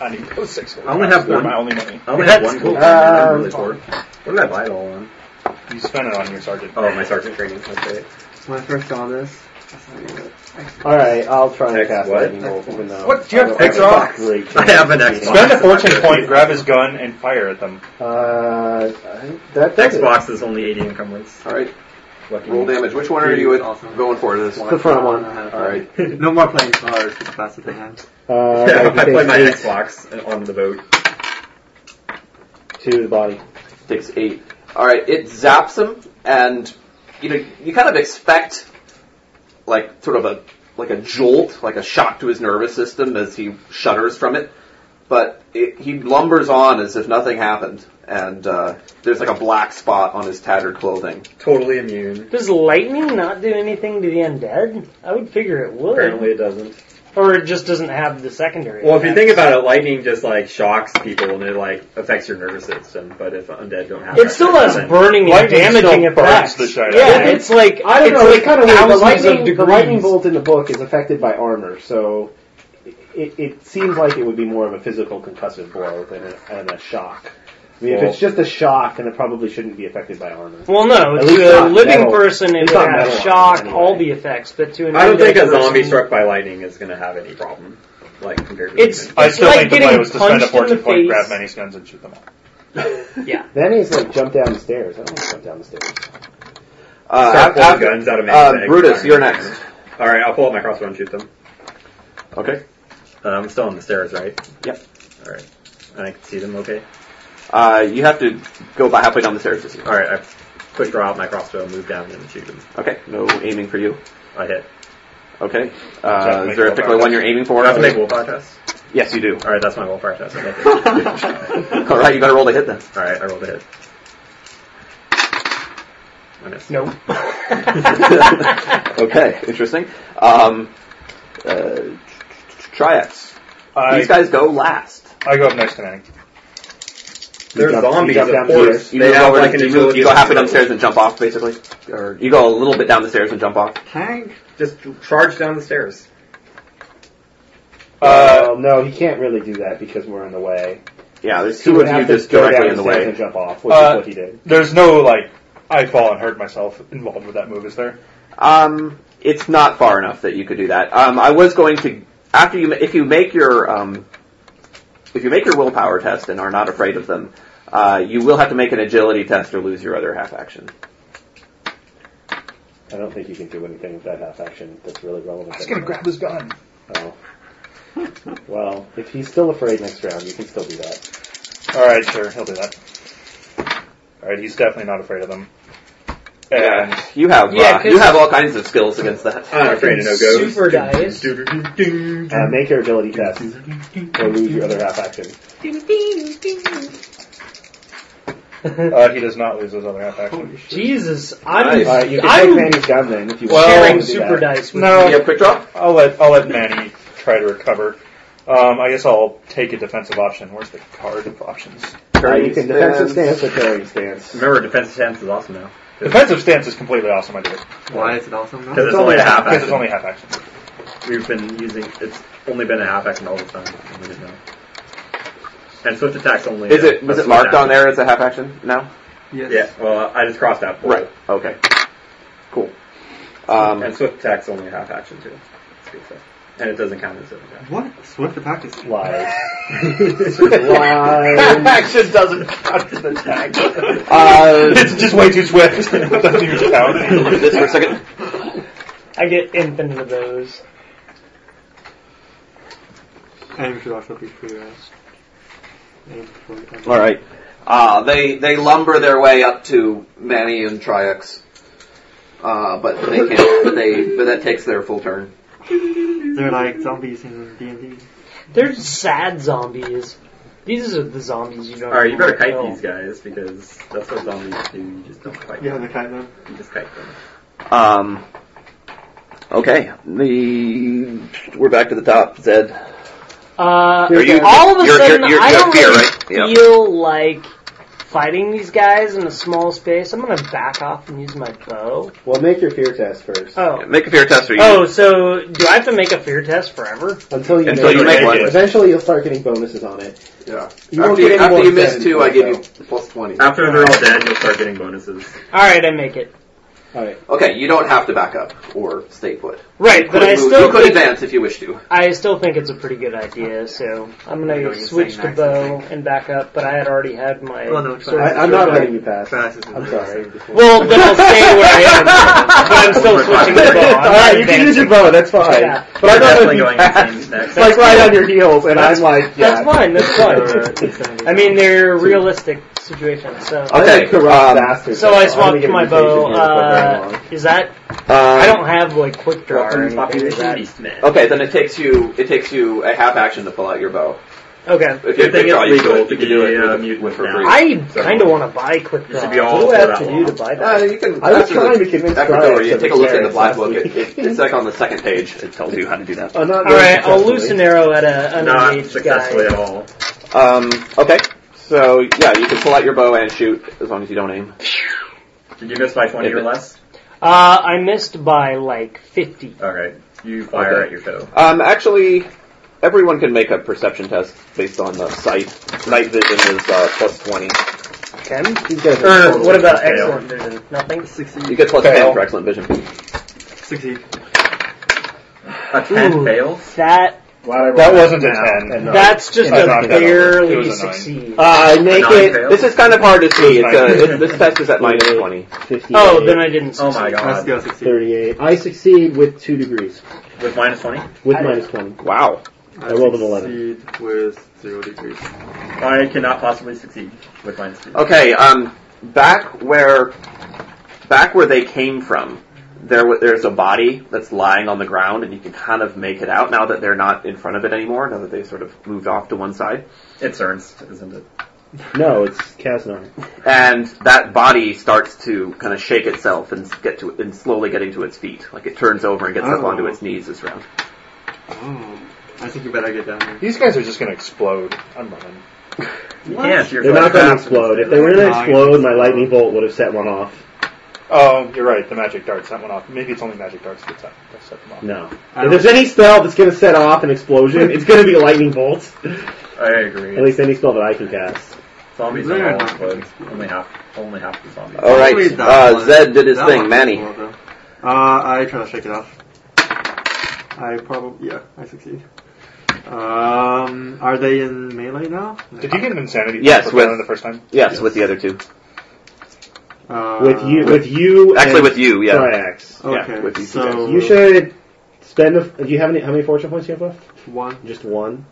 Speaker 5: I need those six.
Speaker 6: I only have
Speaker 5: They're
Speaker 6: one.
Speaker 5: My only money.
Speaker 6: I only
Speaker 2: That's
Speaker 6: have one
Speaker 2: cool.
Speaker 6: gold. I'm
Speaker 4: Um,
Speaker 6: really poor. What did I buy it all on?
Speaker 5: You spent it on your sergeant.
Speaker 6: Oh, my sergeant training. That's right.
Speaker 11: When I first saw this,
Speaker 4: All right, I'll try and
Speaker 6: X
Speaker 4: cast
Speaker 6: what?
Speaker 4: lightning bolt. Even though
Speaker 6: What? Do you have
Speaker 4: I don't
Speaker 6: Xbox?
Speaker 4: a Oh, great
Speaker 6: I
Speaker 4: chance
Speaker 6: have an
Speaker 4: of beating
Speaker 6: Xbox.
Speaker 5: Spend a fortune
Speaker 6: <laughs>
Speaker 5: point, grab his gun, and fire at them.
Speaker 4: it. Uh, that does it.
Speaker 6: Xbox is only 80 encumbrance.
Speaker 3: Alright,
Speaker 6: Lucky
Speaker 3: roll
Speaker 6: me.
Speaker 3: damage. Which one are you at- going for this
Speaker 4: The
Speaker 3: one?
Speaker 4: front one.
Speaker 3: Alright.
Speaker 9: No more playing cards. That's the thing.
Speaker 4: Uh,
Speaker 6: Yeah, <laughs> I
Speaker 4: that
Speaker 6: play
Speaker 4: takes
Speaker 6: my
Speaker 4: eight
Speaker 6: Xbox on the boat.
Speaker 4: to the body.
Speaker 3: Takes eight. Alright, it zaps him, and you know, you kind of expect like sort of a like a jolt, like a shock to his nervous system as he shudders from it. But it, he lumbers on as if nothing happened, and uh, there's like a black spot on his tattered clothing.
Speaker 6: Totally immune.
Speaker 2: Does lightning not do anything to the undead? I would figure it would,
Speaker 6: Apparently it doesn't.
Speaker 2: or it just doesn't have the secondary.
Speaker 6: Well, if you
Speaker 2: effects.
Speaker 6: think about it, lightning just like shocks people and it like affects your nervous system. But if undead don't have,
Speaker 2: It
Speaker 6: that
Speaker 2: still
Speaker 6: kind of
Speaker 2: has
Speaker 6: thing-
Speaker 2: burning and
Speaker 5: Lightning
Speaker 2: damaging
Speaker 5: still burns
Speaker 2: effects.
Speaker 5: the shit out of
Speaker 2: yeah,
Speaker 5: it.
Speaker 2: it's like
Speaker 4: I don't
Speaker 2: it's
Speaker 4: know.
Speaker 2: like
Speaker 4: it's kind of weird. The
Speaker 2: thousands of
Speaker 4: lightning, the
Speaker 2: degrees.
Speaker 4: lightning bolt in the book is affected by armor, so it, it seems like it would be more of a physical concussive blow than a, than a shock. I mean, if
Speaker 6: Well-
Speaker 4: it's just a shock, then it probably shouldn't be affected by armor.
Speaker 2: Well, no,
Speaker 4: At
Speaker 2: to
Speaker 4: least
Speaker 2: a
Speaker 4: not
Speaker 2: living
Speaker 4: metal.
Speaker 2: person, it
Speaker 4: It's
Speaker 2: would
Speaker 4: not
Speaker 2: have
Speaker 4: metal
Speaker 2: shock,
Speaker 4: anyway.
Speaker 2: all the effects, but to an
Speaker 6: I don't
Speaker 2: undead
Speaker 6: think a zombie
Speaker 2: person-
Speaker 6: struck by lightning is going to have any problem. Like compared to
Speaker 2: It's-
Speaker 6: human.
Speaker 5: I still
Speaker 2: like
Speaker 5: think the play
Speaker 2: getting
Speaker 5: was to spend a
Speaker 2: punched in
Speaker 5: fortune
Speaker 2: the
Speaker 5: point, grab
Speaker 2: face. <laughs>
Speaker 5: many guns, and shoot them all.
Speaker 4: Then he's like, jump down the stairs. I don't want to jump down the stairs.
Speaker 3: Uh,
Speaker 6: Start
Speaker 3: af-
Speaker 6: pulling
Speaker 3: after-
Speaker 6: guns out of
Speaker 3: uh,
Speaker 6: man's
Speaker 3: Brutus,
Speaker 6: legs.
Speaker 3: you're next.
Speaker 6: All right, I'll pull out my crossbow and shoot them.
Speaker 3: Okay.
Speaker 6: Uh, I'm still on the stairs, right?
Speaker 3: Yep.
Speaker 6: All right, and I can see them. Okay.
Speaker 3: Uh, you have to go by halfway down the stairs to see.
Speaker 6: All right, I quick draw out my crossbow, move down, and shoot them.
Speaker 3: Okay, no aiming for you.
Speaker 6: I hit.
Speaker 3: Okay.
Speaker 5: have to
Speaker 3: Uh,
Speaker 5: make
Speaker 3: is there a
Speaker 5: willpower
Speaker 3: particular one you're aiming for?
Speaker 6: Do I have to make willpower tests?
Speaker 3: Yes, you do.
Speaker 6: All right, that's my willpower
Speaker 3: <laughs>
Speaker 6: test. I hit.
Speaker 3: All right, you better roll to hit then.
Speaker 6: All right, I rolled a hit. Minus.
Speaker 2: No.
Speaker 3: okay, interesting. Um, uh, triax.
Speaker 5: I,
Speaker 3: These guys go last.
Speaker 5: I go up next to Manny.
Speaker 6: They're
Speaker 4: You jump-
Speaker 6: zombies,
Speaker 4: you jump
Speaker 6: of
Speaker 4: down
Speaker 6: course.
Speaker 3: You
Speaker 6: They
Speaker 3: move
Speaker 6: have
Speaker 3: over-
Speaker 6: like an
Speaker 3: you move-
Speaker 6: agility
Speaker 3: you go
Speaker 6: of
Speaker 3: halfway
Speaker 6: zero.
Speaker 3: down the stairs and jump off, basically, or you go a little bit down the stairs and jump off.
Speaker 6: Hank, just charge down the stairs.
Speaker 4: Uh, no, he can't really do that because we're in the way.
Speaker 3: Yeah, there's
Speaker 4: He
Speaker 3: two
Speaker 4: would
Speaker 3: of you
Speaker 4: have to
Speaker 3: just
Speaker 4: go down
Speaker 3: directly in the
Speaker 4: stairs
Speaker 3: way.
Speaker 4: and jump off, which
Speaker 5: Uh,
Speaker 4: is what he did.
Speaker 5: There's no like I fall and hurt myself involved with that move, is there?
Speaker 3: Um, it's not far enough that you could do that. Um, I was going to after you ma- if you make your um, if you make your willpower test and are not afraid of them, uh, you will have to make an agility test or lose your other half action.
Speaker 4: I don't think you can do anything with that half action that's really relevant.
Speaker 5: I was gonna
Speaker 4: anymore.
Speaker 5: grab his gun.
Speaker 4: Oh. Well, if he's still afraid next round, you can still do that.
Speaker 5: All right, sure, he'll do that. All right, he's definitely not afraid of them. And
Speaker 3: You have
Speaker 2: Yeah,
Speaker 3: uh,
Speaker 2: 'cause-
Speaker 3: you have all kinds of skills against that.
Speaker 6: I'm
Speaker 5: Uh,
Speaker 6: not afraid of no ghosts.
Speaker 2: Super dice.
Speaker 4: Uh, make your ability test, or lose your other half action.
Speaker 5: uh, he does not lose his other half action.
Speaker 2: Jesus, I'm
Speaker 3: Nice.
Speaker 4: Uh, you can take
Speaker 2: I'm
Speaker 4: Manny's gun then if you want.
Speaker 5: Well-
Speaker 2: sharing
Speaker 4: to Oh, do
Speaker 2: super
Speaker 4: that.
Speaker 2: dice with
Speaker 5: No,
Speaker 3: <laughs> You have quick draw.
Speaker 5: I'll let I'll let Manny try to recover. Um, I guess I'll take a defensive option. Where's the card of options?
Speaker 4: Uh, you can defensive stance or parrying stance.
Speaker 6: Remember, defensive stance is awesome now.
Speaker 5: Defensive stance is completely awesome. I do it
Speaker 9: Why is it awesome?
Speaker 6: Because
Speaker 9: Now?
Speaker 6: it's only a half
Speaker 5: because it's
Speaker 6: action.
Speaker 5: only half action.
Speaker 6: We've been using, it's only been a half action all the time. We didn't know. And swift attack's only.
Speaker 3: Is
Speaker 6: a-
Speaker 3: it was
Speaker 6: a
Speaker 3: it
Speaker 6: swift
Speaker 3: marked on
Speaker 6: action.
Speaker 3: there as a half action now?
Speaker 11: yes.
Speaker 6: Yeah, well, I just crossed out.
Speaker 3: Right. Okay. Cool. Um, <laughs>
Speaker 6: And swift attack's only a half action too. It's good stuff. And it doesn't count as swift attack.
Speaker 11: What? Swift attack is
Speaker 4: Lies.
Speaker 6: <laughs>
Speaker 4: Lies.
Speaker 5: action doesn't count as an attack.
Speaker 3: uh,
Speaker 5: <laughs> it's just way
Speaker 3: <laughs>
Speaker 5: too swift. It doesn't even <laughs>
Speaker 3: look at
Speaker 5: count.
Speaker 3: this for a second.
Speaker 2: I get infinite of those.
Speaker 11: Aim should also be free rest. Aim before you aim.
Speaker 3: All right. Uh, they they lumber their way up to Manny and Triax, uh, but they can't. But they but that takes their full turn.
Speaker 11: They're like zombies in D and D.
Speaker 2: They're just sad zombies. These are the zombies you don't.
Speaker 6: Alright, you better kite
Speaker 2: know.
Speaker 6: these guys because that's what zombies do. You just don't kite
Speaker 11: You have
Speaker 6: them.
Speaker 11: the kite man.
Speaker 6: You just kite them.
Speaker 3: Um, okay, the we're back to the top. Zed,
Speaker 2: Uh,
Speaker 3: You're- you're-
Speaker 2: all of a
Speaker 3: you're-
Speaker 2: sudden,
Speaker 3: you're- you're-
Speaker 2: I don't
Speaker 3: you're
Speaker 2: really
Speaker 3: here, right? Yeah.
Speaker 2: feel like fighting these guys in a small space. I'm gonna back off and use my bow.
Speaker 4: Well, make your fear test first.
Speaker 2: Oh.
Speaker 3: make a fear test. Or you,
Speaker 2: Oh, so do I have to make a fear test forever?
Speaker 4: Until you,
Speaker 3: Until you
Speaker 4: it.
Speaker 3: make one.
Speaker 4: Eventually you'll start getting bonuses on it.
Speaker 5: Yeah.
Speaker 4: You won't
Speaker 3: after you,
Speaker 4: get any
Speaker 3: after
Speaker 4: more
Speaker 3: you
Speaker 4: than
Speaker 3: miss
Speaker 4: seven
Speaker 3: two, I
Speaker 4: points,
Speaker 3: give you plus twenty.
Speaker 6: After they're all dead, you'll start getting bonuses.
Speaker 2: Alright, I make it.
Speaker 4: though. Alright.
Speaker 3: Okay, you don't have to back up or stay put.
Speaker 2: Right, but
Speaker 3: you,
Speaker 2: I
Speaker 3: could move-
Speaker 2: still
Speaker 3: you could
Speaker 2: think,
Speaker 3: advance if you wish to.
Speaker 2: I still think it's a pretty good idea, so I'm gonna
Speaker 11: You know, you're
Speaker 2: switch
Speaker 11: saying max,
Speaker 2: to bow
Speaker 11: I think.
Speaker 2: and back up, but I had already had my
Speaker 3: Oh,
Speaker 11: Well, no, it's
Speaker 2: sword.
Speaker 11: fine.
Speaker 4: I, I'm not
Speaker 2: Right.
Speaker 4: letting you pass.
Speaker 11: Classes is
Speaker 4: I'm
Speaker 11: what I was
Speaker 4: sorry.
Speaker 11: saying before.
Speaker 2: Well, then I'll stay where I am, but <laughs> I'm
Speaker 3: <laughs>
Speaker 2: still switching to bow. I'm
Speaker 4: Alright,
Speaker 2: not
Speaker 4: you can use your
Speaker 2: advancing.
Speaker 4: bow, that's fine.
Speaker 2: Yeah.
Speaker 4: But I'm not
Speaker 6: definitely
Speaker 4: letting you
Speaker 6: going
Speaker 4: pass.
Speaker 6: insane next.
Speaker 4: It's like right on your heels, and I'm like, yeah.
Speaker 2: That's fine, that's fine.
Speaker 11: Alright, it's
Speaker 4: <laughs>
Speaker 11: gonna be-
Speaker 2: I mean, they're realistic situations, so.
Speaker 4: I'm
Speaker 3: Okay,
Speaker 4: a corrupt
Speaker 3: um,
Speaker 4: bastard,
Speaker 2: So I
Speaker 4: I'm gonna
Speaker 2: swapped
Speaker 4: get
Speaker 2: my
Speaker 4: invitation
Speaker 2: bow.
Speaker 4: here before very long.
Speaker 2: Uh, is that?
Speaker 3: Um,
Speaker 2: I don't have like quick draw or
Speaker 6: Welcome to
Speaker 2: anything. Is
Speaker 6: population
Speaker 2: that-
Speaker 6: beast man.
Speaker 3: Okay, then it takes you it takes you a half action to pull out your bow.
Speaker 2: Okay.
Speaker 3: If you
Speaker 6: Good
Speaker 3: have quick
Speaker 6: thing it's
Speaker 3: draw, you
Speaker 6: legal
Speaker 3: could-
Speaker 6: to
Speaker 3: you could
Speaker 6: be
Speaker 3: do it
Speaker 6: a
Speaker 3: with-
Speaker 6: mutant
Speaker 3: with for
Speaker 6: now.
Speaker 3: free.
Speaker 2: I kind of want to buy quick draw.
Speaker 6: should be all
Speaker 2: what do I
Speaker 6: for
Speaker 2: have
Speaker 6: that
Speaker 2: to do to
Speaker 6: long.
Speaker 2: buy
Speaker 3: Uh,
Speaker 2: that?
Speaker 3: you can
Speaker 4: I was
Speaker 3: after the-
Speaker 4: trying to convince
Speaker 3: after
Speaker 4: Brian
Speaker 3: door, you
Speaker 4: to
Speaker 3: take a look in the
Speaker 4: carrots
Speaker 3: black
Speaker 4: last
Speaker 3: book. It,
Speaker 4: week.
Speaker 3: it, it's like on the second page. It tells you how to do that.
Speaker 4: I'm not
Speaker 2: all
Speaker 4: very
Speaker 2: right, I'll
Speaker 4: successful.
Speaker 2: loose an arrow at a, an
Speaker 6: Not
Speaker 2: engaged
Speaker 6: successfully
Speaker 2: guy.
Speaker 6: at all.
Speaker 3: Um, okay. So yeah, you can pull out your bow and shoot as long as you don't aim.
Speaker 6: Did you miss by 20
Speaker 3: If
Speaker 6: or
Speaker 3: it-
Speaker 6: less?
Speaker 2: Uh, I missed by like fifty. Uh,
Speaker 6: Okay. You fire
Speaker 3: Okay.
Speaker 6: at your foe.
Speaker 3: Um, actually, everyone can make a perception test based on the sight. Night vision is uh, plus twenty.
Speaker 2: Okay.
Speaker 4: These guys are
Speaker 2: Or what about
Speaker 6: fail.
Speaker 2: excellent vision? Nothing.
Speaker 3: You
Speaker 11: Succeed.
Speaker 3: get plus
Speaker 4: Fail.
Speaker 3: ten for excellent vision.
Speaker 11: Succeed.
Speaker 6: A 10
Speaker 2: Ooh,
Speaker 6: fails?
Speaker 2: That
Speaker 5: That wasn't a
Speaker 4: Nah,
Speaker 5: ten.
Speaker 4: no.
Speaker 2: that's just
Speaker 5: That's
Speaker 2: a
Speaker 5: not that.
Speaker 2: barely
Speaker 5: It was a nine.
Speaker 2: succeed.
Speaker 6: Uh,
Speaker 4: I make
Speaker 6: Nine
Speaker 4: it
Speaker 6: fails?
Speaker 3: This is kind of hard to see. It's a, it, this test is at minus twenty.
Speaker 4: 58,
Speaker 2: oh, then I didn't.
Speaker 6: oh
Speaker 2: Succeed.
Speaker 6: my
Speaker 11: Let's
Speaker 6: god.
Speaker 11: go succeed.
Speaker 4: 38. I succeed with 2 degrees.
Speaker 6: With minus 20?
Speaker 4: With minus Uh, 20.
Speaker 3: Wow.
Speaker 4: I rolled an 11.
Speaker 11: Succeed with zero degrees.
Speaker 6: I cannot possibly succeed with minus 20.
Speaker 3: Okay. Um, back where, back where they came from, there wa- there's a body that's lying on the ground, and you can kind of make it out now that they're not in front of it anymore. Now that they've sort of moved off to one side,
Speaker 6: It's Ernst, isn't it?
Speaker 4: No, it's Kaznar.
Speaker 3: and that body starts to kind of shake itself and get to and slowly getting to its feet. Like it turns over and gets up
Speaker 11: Oh.
Speaker 3: onto its knees this round.
Speaker 11: Oh, I think you better get down there.
Speaker 5: These guys are just gonna explode. I'm running.
Speaker 6: You can't. You're
Speaker 4: They're not going to
Speaker 6: class.
Speaker 4: explode. If they were going to
Speaker 11: Nine.
Speaker 4: explode, my lightning bolt would have set one off.
Speaker 5: Oh, you're right. The magic darts that went off. Maybe it's only magic darts that set, that set them off.
Speaker 4: No.
Speaker 11: I
Speaker 4: If there's any spell that's going to set off an explosion, it's going to be a lightning bolt.
Speaker 6: I agree.
Speaker 4: At least any spell that I can cast.
Speaker 6: Zombies
Speaker 11: They're
Speaker 6: don't all
Speaker 11: not
Speaker 6: explode.
Speaker 11: gonna
Speaker 6: Only half, only half the zombies.
Speaker 4: Oh.
Speaker 3: All right.
Speaker 11: Probably that
Speaker 3: Uh,
Speaker 11: one.
Speaker 3: Zed did his
Speaker 11: That
Speaker 3: thing.
Speaker 11: one's
Speaker 3: Manny.
Speaker 11: cool, though. Uh, I try to shake it off. I probably yeah, I succeed. Um, are they in melee now?
Speaker 5: Did you get an insanity?
Speaker 3: Yes,
Speaker 5: for
Speaker 3: with-
Speaker 5: failing the first time.
Speaker 3: Yes, with the other two.
Speaker 11: Uh,
Speaker 4: With you, with you,
Speaker 3: Actually,
Speaker 4: and
Speaker 3: with you. Yeah.
Speaker 4: Triax.
Speaker 11: Okay,
Speaker 3: yeah, with you two
Speaker 11: so
Speaker 4: You should spend. A, do you have any? How many fortune points do you have left?
Speaker 11: one.
Speaker 4: Just one.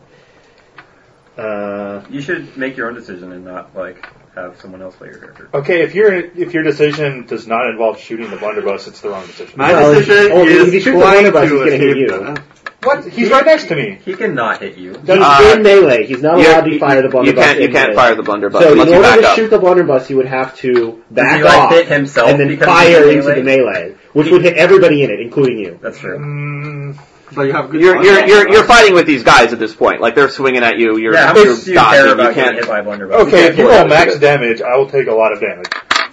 Speaker 4: Uh,
Speaker 6: You should make your own decision and not like have someone else play your character.
Speaker 5: Okay, if your if your decision does not involve shooting the blunderbuss, it's the wrong decision.
Speaker 11: My
Speaker 4: Well,
Speaker 11: decision
Speaker 4: oh, if
Speaker 11: is
Speaker 4: you shoot the
Speaker 11: trying
Speaker 4: one of
Speaker 11: to
Speaker 4: us, he's gonna
Speaker 11: escape
Speaker 4: hit you.
Speaker 11: the-
Speaker 5: What? He's right next to me.
Speaker 6: He cannot hit you.
Speaker 4: he's
Speaker 3: Uh,
Speaker 4: in melee. He's not allowed
Speaker 3: You're-
Speaker 4: to fire the
Speaker 3: You
Speaker 4: blunderbuss.
Speaker 3: can't. You
Speaker 4: in
Speaker 3: can't
Speaker 4: melee.
Speaker 3: fire the blunderbuss
Speaker 4: So
Speaker 3: unless
Speaker 4: in
Speaker 3: you
Speaker 4: order
Speaker 3: back
Speaker 4: to
Speaker 3: up.
Speaker 4: shoot the blunderbuss, you would have to
Speaker 6: Does
Speaker 4: back
Speaker 6: he like
Speaker 4: off
Speaker 6: hit himself
Speaker 4: and then
Speaker 6: because
Speaker 4: fire
Speaker 6: he's
Speaker 4: into the melee, which would hit everybody in it, including you.
Speaker 6: That's true.
Speaker 5: Mm,
Speaker 11: So you have good.
Speaker 3: You're,
Speaker 11: fun.
Speaker 3: you're you're you're fighting with these guys at this point. Like they're swinging at you. You're,
Speaker 6: yeah, how
Speaker 3: you're
Speaker 6: much do you care
Speaker 3: dodging. You
Speaker 6: about getting
Speaker 3: can't.
Speaker 6: hit by a blunderbuss?
Speaker 5: okay, if you
Speaker 3: pull it
Speaker 5: roll
Speaker 3: out.
Speaker 5: max damage, I will take a lot of damage.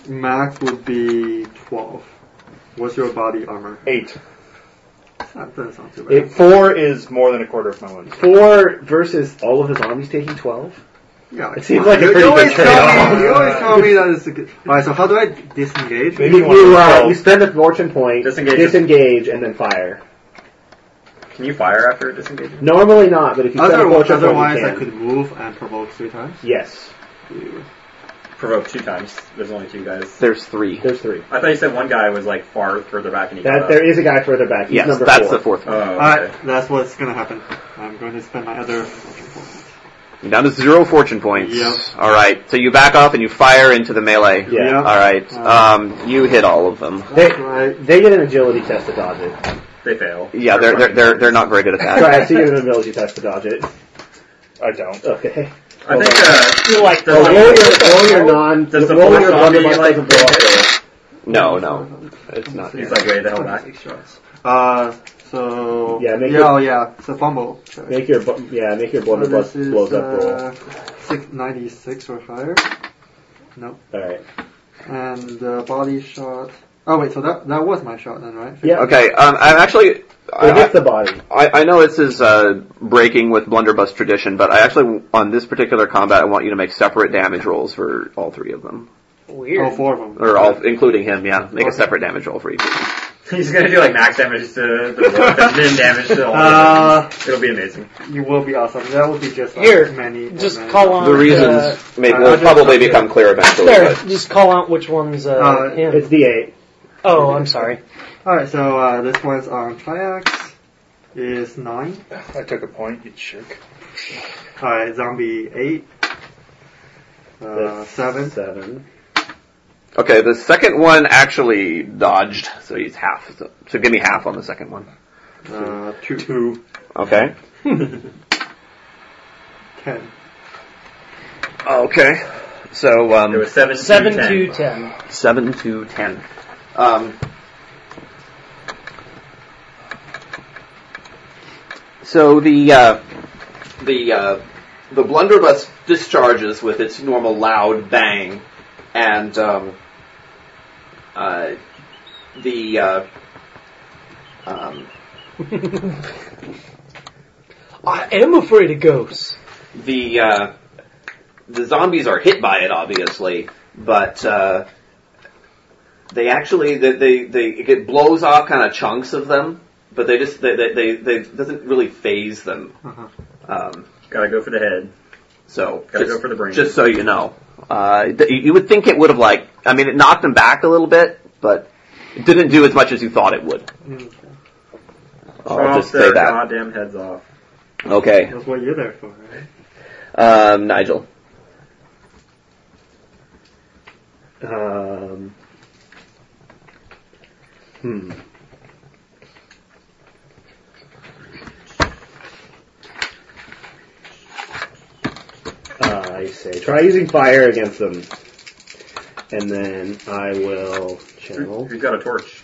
Speaker 11: Max would be twelve. What's your body armor?
Speaker 5: Eight.
Speaker 11: That's not, that's not too bad.
Speaker 4: It,
Speaker 5: Four is more than a quarter of my wounds.
Speaker 4: four versus all of his armies taking twelve.
Speaker 11: yeah,
Speaker 4: It seems like a
Speaker 11: you
Speaker 4: pretty
Speaker 11: always tell
Speaker 4: good trade-off.
Speaker 11: me. You always tell me that it's a good. Alright, so how do I disengage?
Speaker 5: Maybe
Speaker 4: You,
Speaker 5: one of
Speaker 4: you, uh,
Speaker 5: twelve.
Speaker 4: you spend a fortune point,
Speaker 6: Disengage.
Speaker 4: disengage, and then fire.
Speaker 6: Can you fire after a disengagement?
Speaker 4: Normally not, but if you spend a
Speaker 11: Otherwise,
Speaker 4: fortune
Speaker 11: otherwise I
Speaker 4: point, you can.
Speaker 11: could move and provoke three times.
Speaker 4: Yes,
Speaker 6: Provoke two times. There's only two guys.
Speaker 3: There's three.
Speaker 4: there's three.
Speaker 6: I thought you said one guy was like far further back and he
Speaker 4: That
Speaker 6: got
Speaker 4: there is a guy further back. He's
Speaker 3: Yes,
Speaker 4: number
Speaker 3: that's
Speaker 4: four.
Speaker 3: the fourth one.
Speaker 6: up. Oh,
Speaker 11: Alright,
Speaker 6: okay.
Speaker 11: that's what's gonna happen. I'm going to spend my other. fortune point.
Speaker 4: Oh.
Speaker 3: You're down to zero fortune points.
Speaker 11: Yep.
Speaker 3: All right. So you back off and you fire into the melee.
Speaker 4: Yeah. Uh,
Speaker 3: All right. Um, you hit all of them.
Speaker 4: They,
Speaker 11: That's right.
Speaker 4: they get an agility test to dodge it.
Speaker 6: They fail.
Speaker 3: Yeah, they're they're they're, they're not very good at that.
Speaker 4: Triax, you get an agility test to dodge it.
Speaker 12: I don't.
Speaker 4: Okay.
Speaker 6: I think uh,
Speaker 2: feel like the
Speaker 4: Well, roll your, roll your non.
Speaker 6: does the
Speaker 4: roll
Speaker 6: black
Speaker 4: your
Speaker 6: zombie
Speaker 4: blunderbuss
Speaker 6: like
Speaker 4: doesn't blow up.
Speaker 3: No, no, it's not.
Speaker 6: he's like way the hell back?
Speaker 13: Uh, so
Speaker 4: Yeah, make it-
Speaker 13: yeah, oh, yeah. It's a fumble. Sorry.
Speaker 4: Make your bu- yeah, make your
Speaker 13: So
Speaker 4: blunderbuss
Speaker 13: this is,
Speaker 4: blows up roll.
Speaker 13: uh, six ninety six or higher,
Speaker 4: All right.
Speaker 13: and uh, body shot. Oh wait, so that that was my shot then, right?
Speaker 4: Yeah.
Speaker 3: Okay, um, I'm actually. I,
Speaker 4: It
Speaker 3: I-
Speaker 4: hits the body.
Speaker 3: I, I know this is uh, breaking with blunderbuss tradition, but I actually on this particular combat I want you to make separate damage rolls for all three of them,
Speaker 2: Weird.
Speaker 13: Oh, four of them.
Speaker 3: or all including him. Yeah, make a separate damage roll for each.
Speaker 6: <laughs> He's gonna do like max damage to the wolf
Speaker 4: <laughs>
Speaker 6: and min damage to all. of
Speaker 13: Uh,
Speaker 6: them. It'll be amazing.
Speaker 13: you will be awesome. That would be just like
Speaker 2: Here,
Speaker 13: many.
Speaker 2: Just
Speaker 13: many.
Speaker 2: call on
Speaker 3: The
Speaker 2: Uh,
Speaker 3: reasons may,
Speaker 13: I-
Speaker 3: will
Speaker 13: I'll just-
Speaker 3: probably become clear eventually.
Speaker 2: there,
Speaker 3: But
Speaker 2: just call out which one's uh,
Speaker 13: Uh,
Speaker 2: him.
Speaker 4: It's the eight.
Speaker 2: oh, I'm sorry.
Speaker 13: All right, so uh, this one's on triax is nine.
Speaker 5: I took a point, you jerk.
Speaker 13: All right, zombie eight. Uh,
Speaker 4: That's
Speaker 13: seven.
Speaker 4: Seven.
Speaker 3: okay, the second one actually dodged, so he's half. So, so give me half on the second one.
Speaker 13: Uh, two. Two.
Speaker 3: Okay.
Speaker 13: Ten.
Speaker 3: Okay. So um,
Speaker 6: There was seven,
Speaker 2: Seven
Speaker 6: to ten.
Speaker 2: to ten. <laughs>
Speaker 3: seven to ten. Um, so the uh, the uh, the blunderbuss discharges with its normal loud bang, and um, uh, the uh, um,
Speaker 2: I am afraid of ghosts. <laughs>
Speaker 3: the uh, the zombies are hit by it, obviously, but uh, they actually they they, they it blows off kind of chunks of them, but they just they they, they, they doesn't really phase them.
Speaker 13: Uh-huh.
Speaker 3: Um,
Speaker 6: Gotta go for the head.
Speaker 3: so
Speaker 6: Gotta
Speaker 3: just,
Speaker 6: go for the brain.
Speaker 3: just so you know, uh, th- you would think it would have like I mean it knocked them back a little bit, but it didn't do as much as you thought it would.
Speaker 13: Mm, okay.
Speaker 3: I'll just
Speaker 6: Chop
Speaker 3: say
Speaker 6: their
Speaker 3: that.
Speaker 6: goddamn heads off.
Speaker 3: Okay,
Speaker 13: That's what you're there for, right?
Speaker 3: um, Nigel.
Speaker 4: Um. Hmm. Uh, I say, try using fire against them, and then I will channel.
Speaker 6: He's got a torch.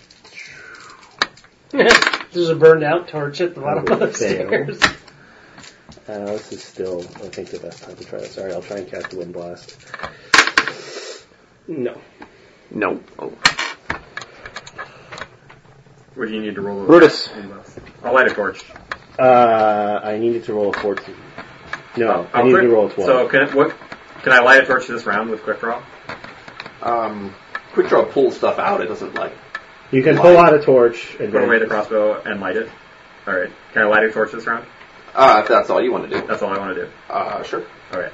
Speaker 2: There's a burned out torch at the bottom of the
Speaker 4: Fail.
Speaker 2: stairs.
Speaker 4: Uh, this is still, I think, the best time to try this. Sorry, I'll try and cast the wind blast. No.
Speaker 3: No. Oh.
Speaker 6: What do you need to roll?
Speaker 3: Brutus.
Speaker 6: I'll light a torch.
Speaker 4: Uh, I needed to roll a 14. No, Oh, I
Speaker 6: I'll
Speaker 4: needed
Speaker 6: quick-
Speaker 4: to roll a 12.
Speaker 6: So can what? Can I light a torch this round with quick draw?
Speaker 3: Um, quick draw pulls stuff out. It doesn't like.
Speaker 4: you can pull out a torch and
Speaker 6: Put
Speaker 4: then
Speaker 6: away the crossbow and light it. All right. Can I light a torch this round?
Speaker 3: Uh, if that's all you want to do.
Speaker 6: That's all I want to do.
Speaker 3: Uh, sure.
Speaker 6: All right.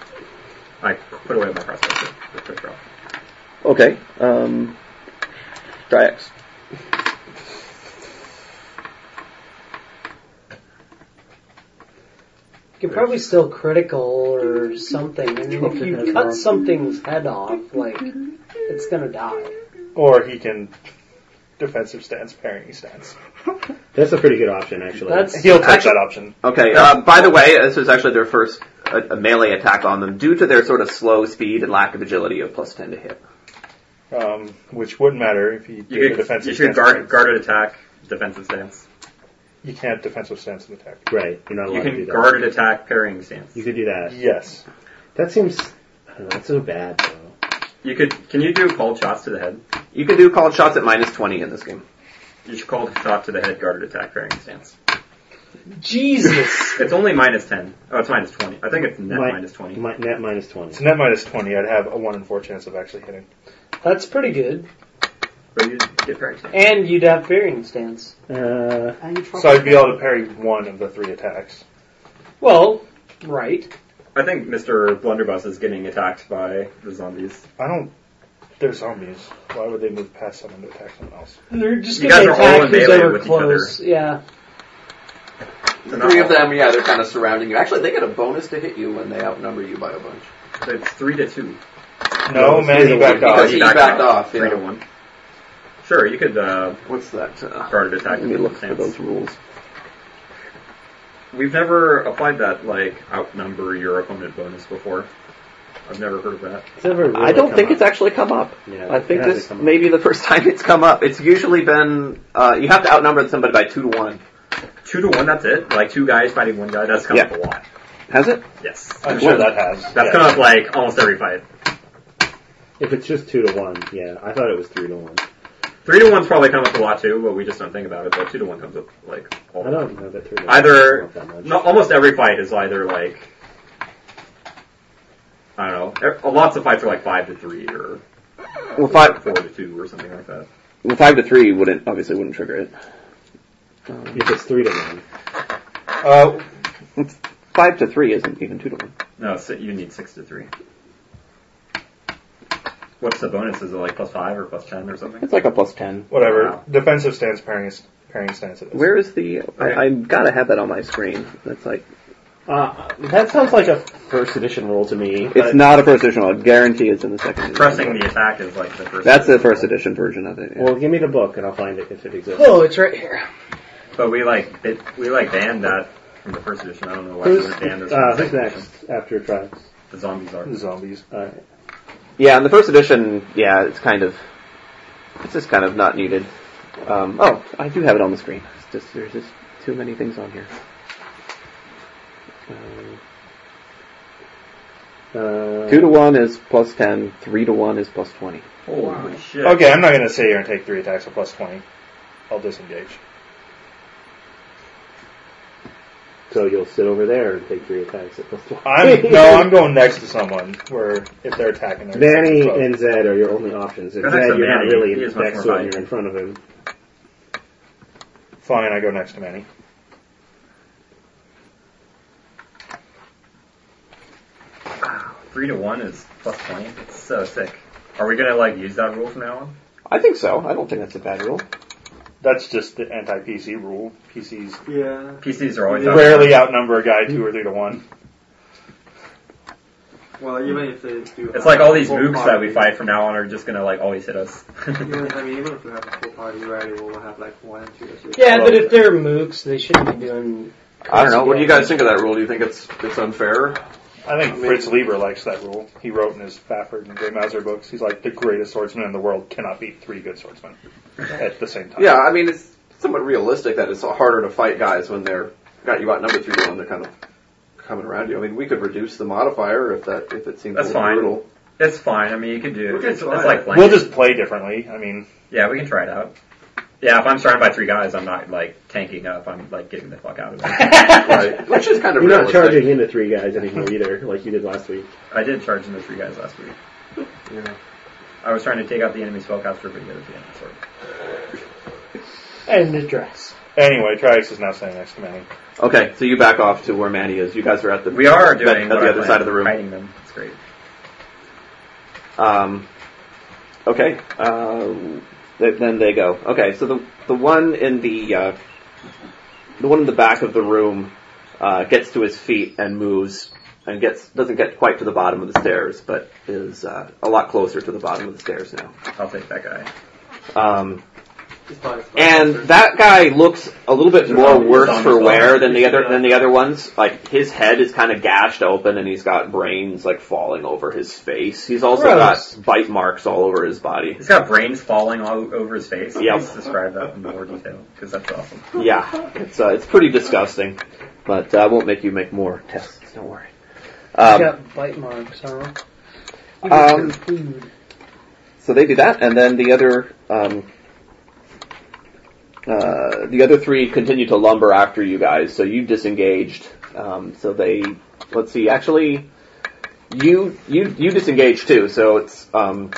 Speaker 6: I put away my crossbow with quick draw.
Speaker 3: Okay. Um, Dryx.
Speaker 2: You could probably still critical or something.
Speaker 6: <laughs>
Speaker 2: I mean, if you cut something's head off, like, it's gonna die.
Speaker 5: Or he can defensive stance, parrying stance.
Speaker 4: That's a pretty good option, actually.
Speaker 2: That's
Speaker 5: He'll take that option.
Speaker 3: Okay. Uh, by the way, this is actually their first uh, a melee attack on them due to their sort of slow speed and lack of agility of plus ten to hit.
Speaker 5: Um, which wouldn't matter if he
Speaker 6: You
Speaker 5: did a
Speaker 6: could,
Speaker 5: defensive
Speaker 6: you could
Speaker 5: stance.
Speaker 6: guard, guarded attack, defensive stance.
Speaker 5: You can't defensive stance and attack.
Speaker 4: right. You're not allowed
Speaker 6: You
Speaker 4: to do
Speaker 6: can
Speaker 4: that.
Speaker 6: guarded attack, parrying stance.
Speaker 4: You could do that.
Speaker 5: Yes.
Speaker 4: That seems. I don't know. That's so bad, though.
Speaker 6: You could. Can you do cold shots to the head?
Speaker 3: You can do called shots at minus twenty in this game.
Speaker 6: You should cold shot to the head, guarded attack, parrying stance.
Speaker 2: Jesus.
Speaker 6: It's only minus ten. Oh, it's minus twenty. I think it's net
Speaker 4: Mi-
Speaker 6: minus twenty.
Speaker 4: mi- net minus
Speaker 5: It's
Speaker 4: 20.
Speaker 5: net minus 20. I'd have a 1 in 4 chance of actually hitting.
Speaker 2: That's pretty good.
Speaker 6: But you get parrying stance.
Speaker 2: And you'd have parrying stance.
Speaker 4: Uh,
Speaker 13: And you try
Speaker 5: So I'd be able to parry one of the three attacks.
Speaker 2: Well, right.
Speaker 6: I think Mr. Blunderbuss is getting attacked by the zombies.
Speaker 5: I don't. They're zombies. Why would they move past someone to attack someone else?
Speaker 2: They're just
Speaker 6: You
Speaker 2: gonna
Speaker 6: guys are all
Speaker 2: attack
Speaker 6: in
Speaker 2: who's
Speaker 6: melee
Speaker 2: ever
Speaker 6: with each other.
Speaker 2: close. Yeah.
Speaker 3: The three of them, yeah, they're kind of surrounding you. Actually, they get a bonus to hit you when they outnumber you by a bunch.
Speaker 6: It's three to two.
Speaker 5: No, man, you backed
Speaker 3: Because
Speaker 5: off.
Speaker 3: he
Speaker 6: back
Speaker 3: backed off,
Speaker 6: Three
Speaker 3: yeah.
Speaker 6: to one. Sure, you could uh,
Speaker 3: What's that? Uh,
Speaker 6: guarded attack.
Speaker 3: let me look for
Speaker 6: stance.
Speaker 3: those rules.
Speaker 6: We've never applied that like outnumber your opponent bonus before. I've never heard of that.
Speaker 9: I don't think it's actually come up. I think this may be the
Speaker 3: <laughs>
Speaker 9: first time it's come up. It's usually been uh, you have to outnumber somebody by two to one.
Speaker 6: Two to one, that's it. Like two guys fighting one guy, that's come up a lot.
Speaker 9: Has it?
Speaker 6: Yes.
Speaker 4: Uh,
Speaker 5: I'm sure that has.
Speaker 6: That's
Speaker 5: Yeah.
Speaker 6: come up like almost every fight.
Speaker 4: If it's just two to one, yeah, I thought it was three to one.
Speaker 6: Three to one's probably come up a lot too, but we just don't think about it. But two to one comes up like all
Speaker 4: I
Speaker 6: the time.
Speaker 4: don't know that three to one.
Speaker 6: Either
Speaker 4: Not that much.
Speaker 6: no, almost every fight is either like I don't know. e- Lots of fights are like five to three or
Speaker 3: Well, five,
Speaker 6: four to two or something like that.
Speaker 3: well, five to three wouldn't obviously wouldn't trigger it. Um,
Speaker 4: If it's three to one,
Speaker 5: Uh,
Speaker 3: Five to three isn't even two to one.
Speaker 6: No, si you need six to three. What's the bonus? Is it like plus five or plus ten or something?
Speaker 3: It's like a plus ten.
Speaker 5: whatever.
Speaker 6: Wow.
Speaker 5: Defensive stance, parrying, parrying stance. It is.
Speaker 3: Where is the? I, I gotta have that on my screen. That's like
Speaker 4: uh, that sounds like a first edition rule to me.
Speaker 3: it's not a first edition. I guarantee it's in the second. edition.
Speaker 6: Pressing the attack is like the first.
Speaker 3: That's the first edition version of it. yeah.
Speaker 4: Well, give me the book and I'll find it if it exists.
Speaker 2: Oh, it's right here.
Speaker 6: But we like it, we like banned that from the first edition. I don't know why we
Speaker 4: Who's,
Speaker 6: would ban this. from
Speaker 4: uh,
Speaker 6: the
Speaker 4: who's
Speaker 6: second edition.
Speaker 4: next after trials?
Speaker 6: The zombies are.
Speaker 5: Zombies.
Speaker 4: Uh,
Speaker 3: Yeah, in the first edition, yeah, it's kind of, it's just kind of not needed. Um, oh, I do have it on the screen. It's just there's just too many things on here. Um,
Speaker 4: uh,
Speaker 3: two to one is plus ten. Three to one is plus twenty.
Speaker 6: Holy shit!
Speaker 5: Okay, I'm not going to sit here and take three attacks at plus 20. I'll disengage.
Speaker 4: So you'll sit over there and take three attacks at plus one.
Speaker 5: I'm
Speaker 4: <laughs>
Speaker 5: no, I'm going next to someone where if they're attacking, they're
Speaker 4: Vanny
Speaker 5: attacking
Speaker 4: and Zed are your only options. And
Speaker 6: I think
Speaker 4: Zed,
Speaker 6: so,
Speaker 4: you're not
Speaker 6: Manny.
Speaker 4: really
Speaker 6: He is much
Speaker 4: next
Speaker 6: more
Speaker 4: to him,
Speaker 6: valuable.
Speaker 4: you're in front of him.
Speaker 5: both. fine. I go next to Manny.
Speaker 6: Three to one is plus twenty. It's so sick. Are we gonna like use that rule from now on?
Speaker 3: I think so. I don't think that's a bad rule.
Speaker 5: That's just the anti-PC rule. PCs
Speaker 11: Yeah.
Speaker 6: PCs are always out.
Speaker 5: rarely outnumber a guy two or three to one.
Speaker 11: Well, even if they do.
Speaker 6: It's like all these mooks that we fight from now on are just gonna like always hit us.
Speaker 11: Even, I mean, even if you have a full party, you already will have like one or two or three.
Speaker 2: Yeah, but if they're mooks, they shouldn't be doing.
Speaker 3: I don't know. What do you guys think of that rule? Do you think it's it's unfair?
Speaker 5: I think Fritz Lieber likes that rule. He wrote in his Fafford and Grey Mauser books. He's like the greatest swordsman in the world cannot beat three good swordsmen at the same time.
Speaker 3: Yeah, I mean it's somewhat realistic that it's harder to fight guys when they're got you outnumbered three to one. They're kind of coming around you. I mean, we could reduce the modifier if that if it seems
Speaker 6: That's
Speaker 3: a little
Speaker 6: fine.
Speaker 3: brutal.
Speaker 6: <laughs> it's fine. I mean, you can do.
Speaker 11: We
Speaker 6: it.
Speaker 11: can
Speaker 6: It's, it's
Speaker 11: try
Speaker 6: like
Speaker 11: it.
Speaker 5: We'll
Speaker 6: blanket.
Speaker 5: just play differently. I mean,
Speaker 6: yeah, we can try it out. Yeah, if I'm surrounded by three guys, I'm not like tanking up. I'm like getting the fuck
Speaker 3: <laughs>
Speaker 6: out of there.
Speaker 3: right? Which is kind of
Speaker 4: You're not
Speaker 3: realistic.
Speaker 4: charging into three guys anymore either, like you did last week.
Speaker 6: I did charge in the three guys last week.
Speaker 3: Yeah.
Speaker 6: I was trying to take out the enemy spellcaster, but the other enemy sword.
Speaker 2: And the dress.
Speaker 5: anyway, Trix is now standing next to Manny.
Speaker 3: Okay, so you back off to where Manny is. You guys are at the
Speaker 6: We are
Speaker 3: at-
Speaker 6: doing
Speaker 3: at
Speaker 6: what
Speaker 3: the
Speaker 6: I
Speaker 3: other
Speaker 6: planned,
Speaker 3: side of the room.
Speaker 6: Fighting them. It's great.
Speaker 3: Um, okay, uh, th- then they go. Okay, so the the one in the uh, the one in the back of the room uh, gets to his feet and moves and gets doesn't get quite to the bottom of the stairs, but is uh, a lot closer to the bottom of the stairs now.
Speaker 6: I'll take that guy.
Speaker 3: Um,
Speaker 11: It's fine, it's fine.
Speaker 3: And that guy looks a little bit more
Speaker 6: zombie-
Speaker 3: worse
Speaker 6: zombie
Speaker 3: for
Speaker 6: zombie.
Speaker 3: wear than the other than the other ones. Like his head is kind of gashed open, and he's got brains like falling over his face. He's also
Speaker 2: Gross.
Speaker 3: got bite marks all over his body.
Speaker 6: He's got brains falling all over his face.
Speaker 3: Yep.
Speaker 6: Please describe that in more detail because that's awesome.
Speaker 3: Yeah, it's uh, it's pretty disgusting, but uh, I won't make you make more tests. Don't worry. Um,
Speaker 2: got bite marks, huh? You
Speaker 3: Um,
Speaker 2: um, food.
Speaker 3: so they do that, and then the other um, uh, the other three continue to lumber after you guys. So you disengaged. Um, so they let's see. Actually, you you you disengaged too. So it's um,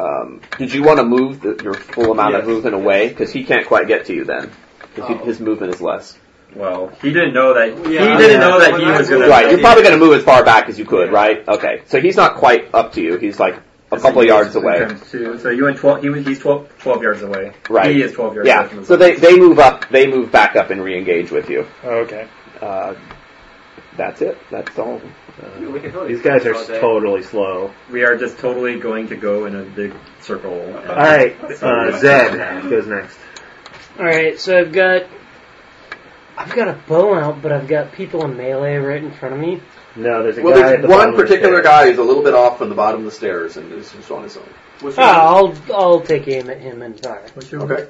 Speaker 3: um, did you want to move the, your full amount of
Speaker 6: Yes.
Speaker 3: movement away? Because he can't quite get to you then. 'Cause he-
Speaker 11: Oh.
Speaker 3: his movement is less.
Speaker 6: Well, he didn't know that.
Speaker 11: Yeah,
Speaker 6: he didn't
Speaker 11: yeah.
Speaker 6: know that he
Speaker 11: When I
Speaker 6: was gonna.
Speaker 11: moved-
Speaker 3: Right, you're probably going to move as far back as you could, right? Okay, so he's not quite up to you. He's like a couple of yards away.
Speaker 6: Times two. So you went twelve. He was, he's 12, 12 yards away.
Speaker 3: Right.
Speaker 6: He is twelve yards. Away from
Speaker 3: Yeah,
Speaker 6: the
Speaker 3: so
Speaker 6: zombie.
Speaker 3: they, they move up, they move back up and re-engage with you.
Speaker 5: Okay.
Speaker 3: Uh, that's it. That's all. Uh,
Speaker 11: Dude, we can totally
Speaker 4: These guys are
Speaker 11: all day.
Speaker 4: totally slow.
Speaker 6: we are just totally going to go in a big circle.
Speaker 4: All right, uh, Zed goes next.
Speaker 2: All right, so I've got. I've got a bow out, but I've got people in melee right in front of me.
Speaker 4: No, there's a
Speaker 3: Well,
Speaker 4: guy at
Speaker 3: there's
Speaker 4: the
Speaker 3: one
Speaker 4: bottom of the
Speaker 3: particular
Speaker 4: stairs.
Speaker 3: guy who's a little bit off on the bottom of the stairs and is just on his own.
Speaker 4: Oh.
Speaker 2: Ah, I'll I'll take aim at him and fire.
Speaker 3: Okay.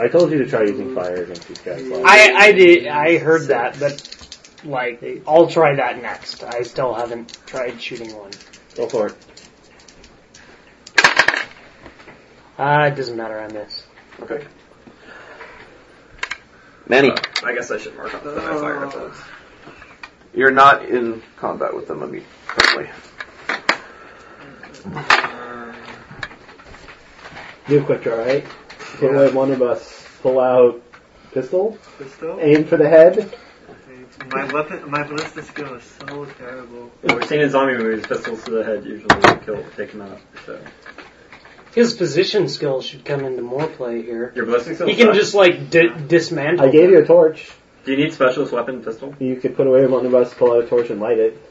Speaker 4: I told you to try using fire against these guys. Lyle.
Speaker 2: I I did I heard that, but like I'll try that next. I still haven't tried shooting one.
Speaker 4: Go for it.
Speaker 2: Ah, it doesn't matter. I miss.
Speaker 3: Okay. Manny,
Speaker 6: Uh, I guess I should mark off that I fire at those.
Speaker 3: you're not in combat with them, I mean, currently.
Speaker 4: Do quick draw, right? Get away one of us. Pull out pistol.
Speaker 13: Pistol?
Speaker 4: Aim for the head.
Speaker 13: My weapon, my ballistic skill is so terrible.
Speaker 6: We've seen in zombie movies, pistols to the head usually kill, take him out. So
Speaker 2: His position skill should come into more play here.
Speaker 6: your ballistic skills.
Speaker 2: He can
Speaker 6: suck.
Speaker 2: just like di- dismantle.
Speaker 4: I gave you a torch.
Speaker 6: Do you need specialist weapon pistol?
Speaker 4: You could put away one of us, pull out a torch, and light it.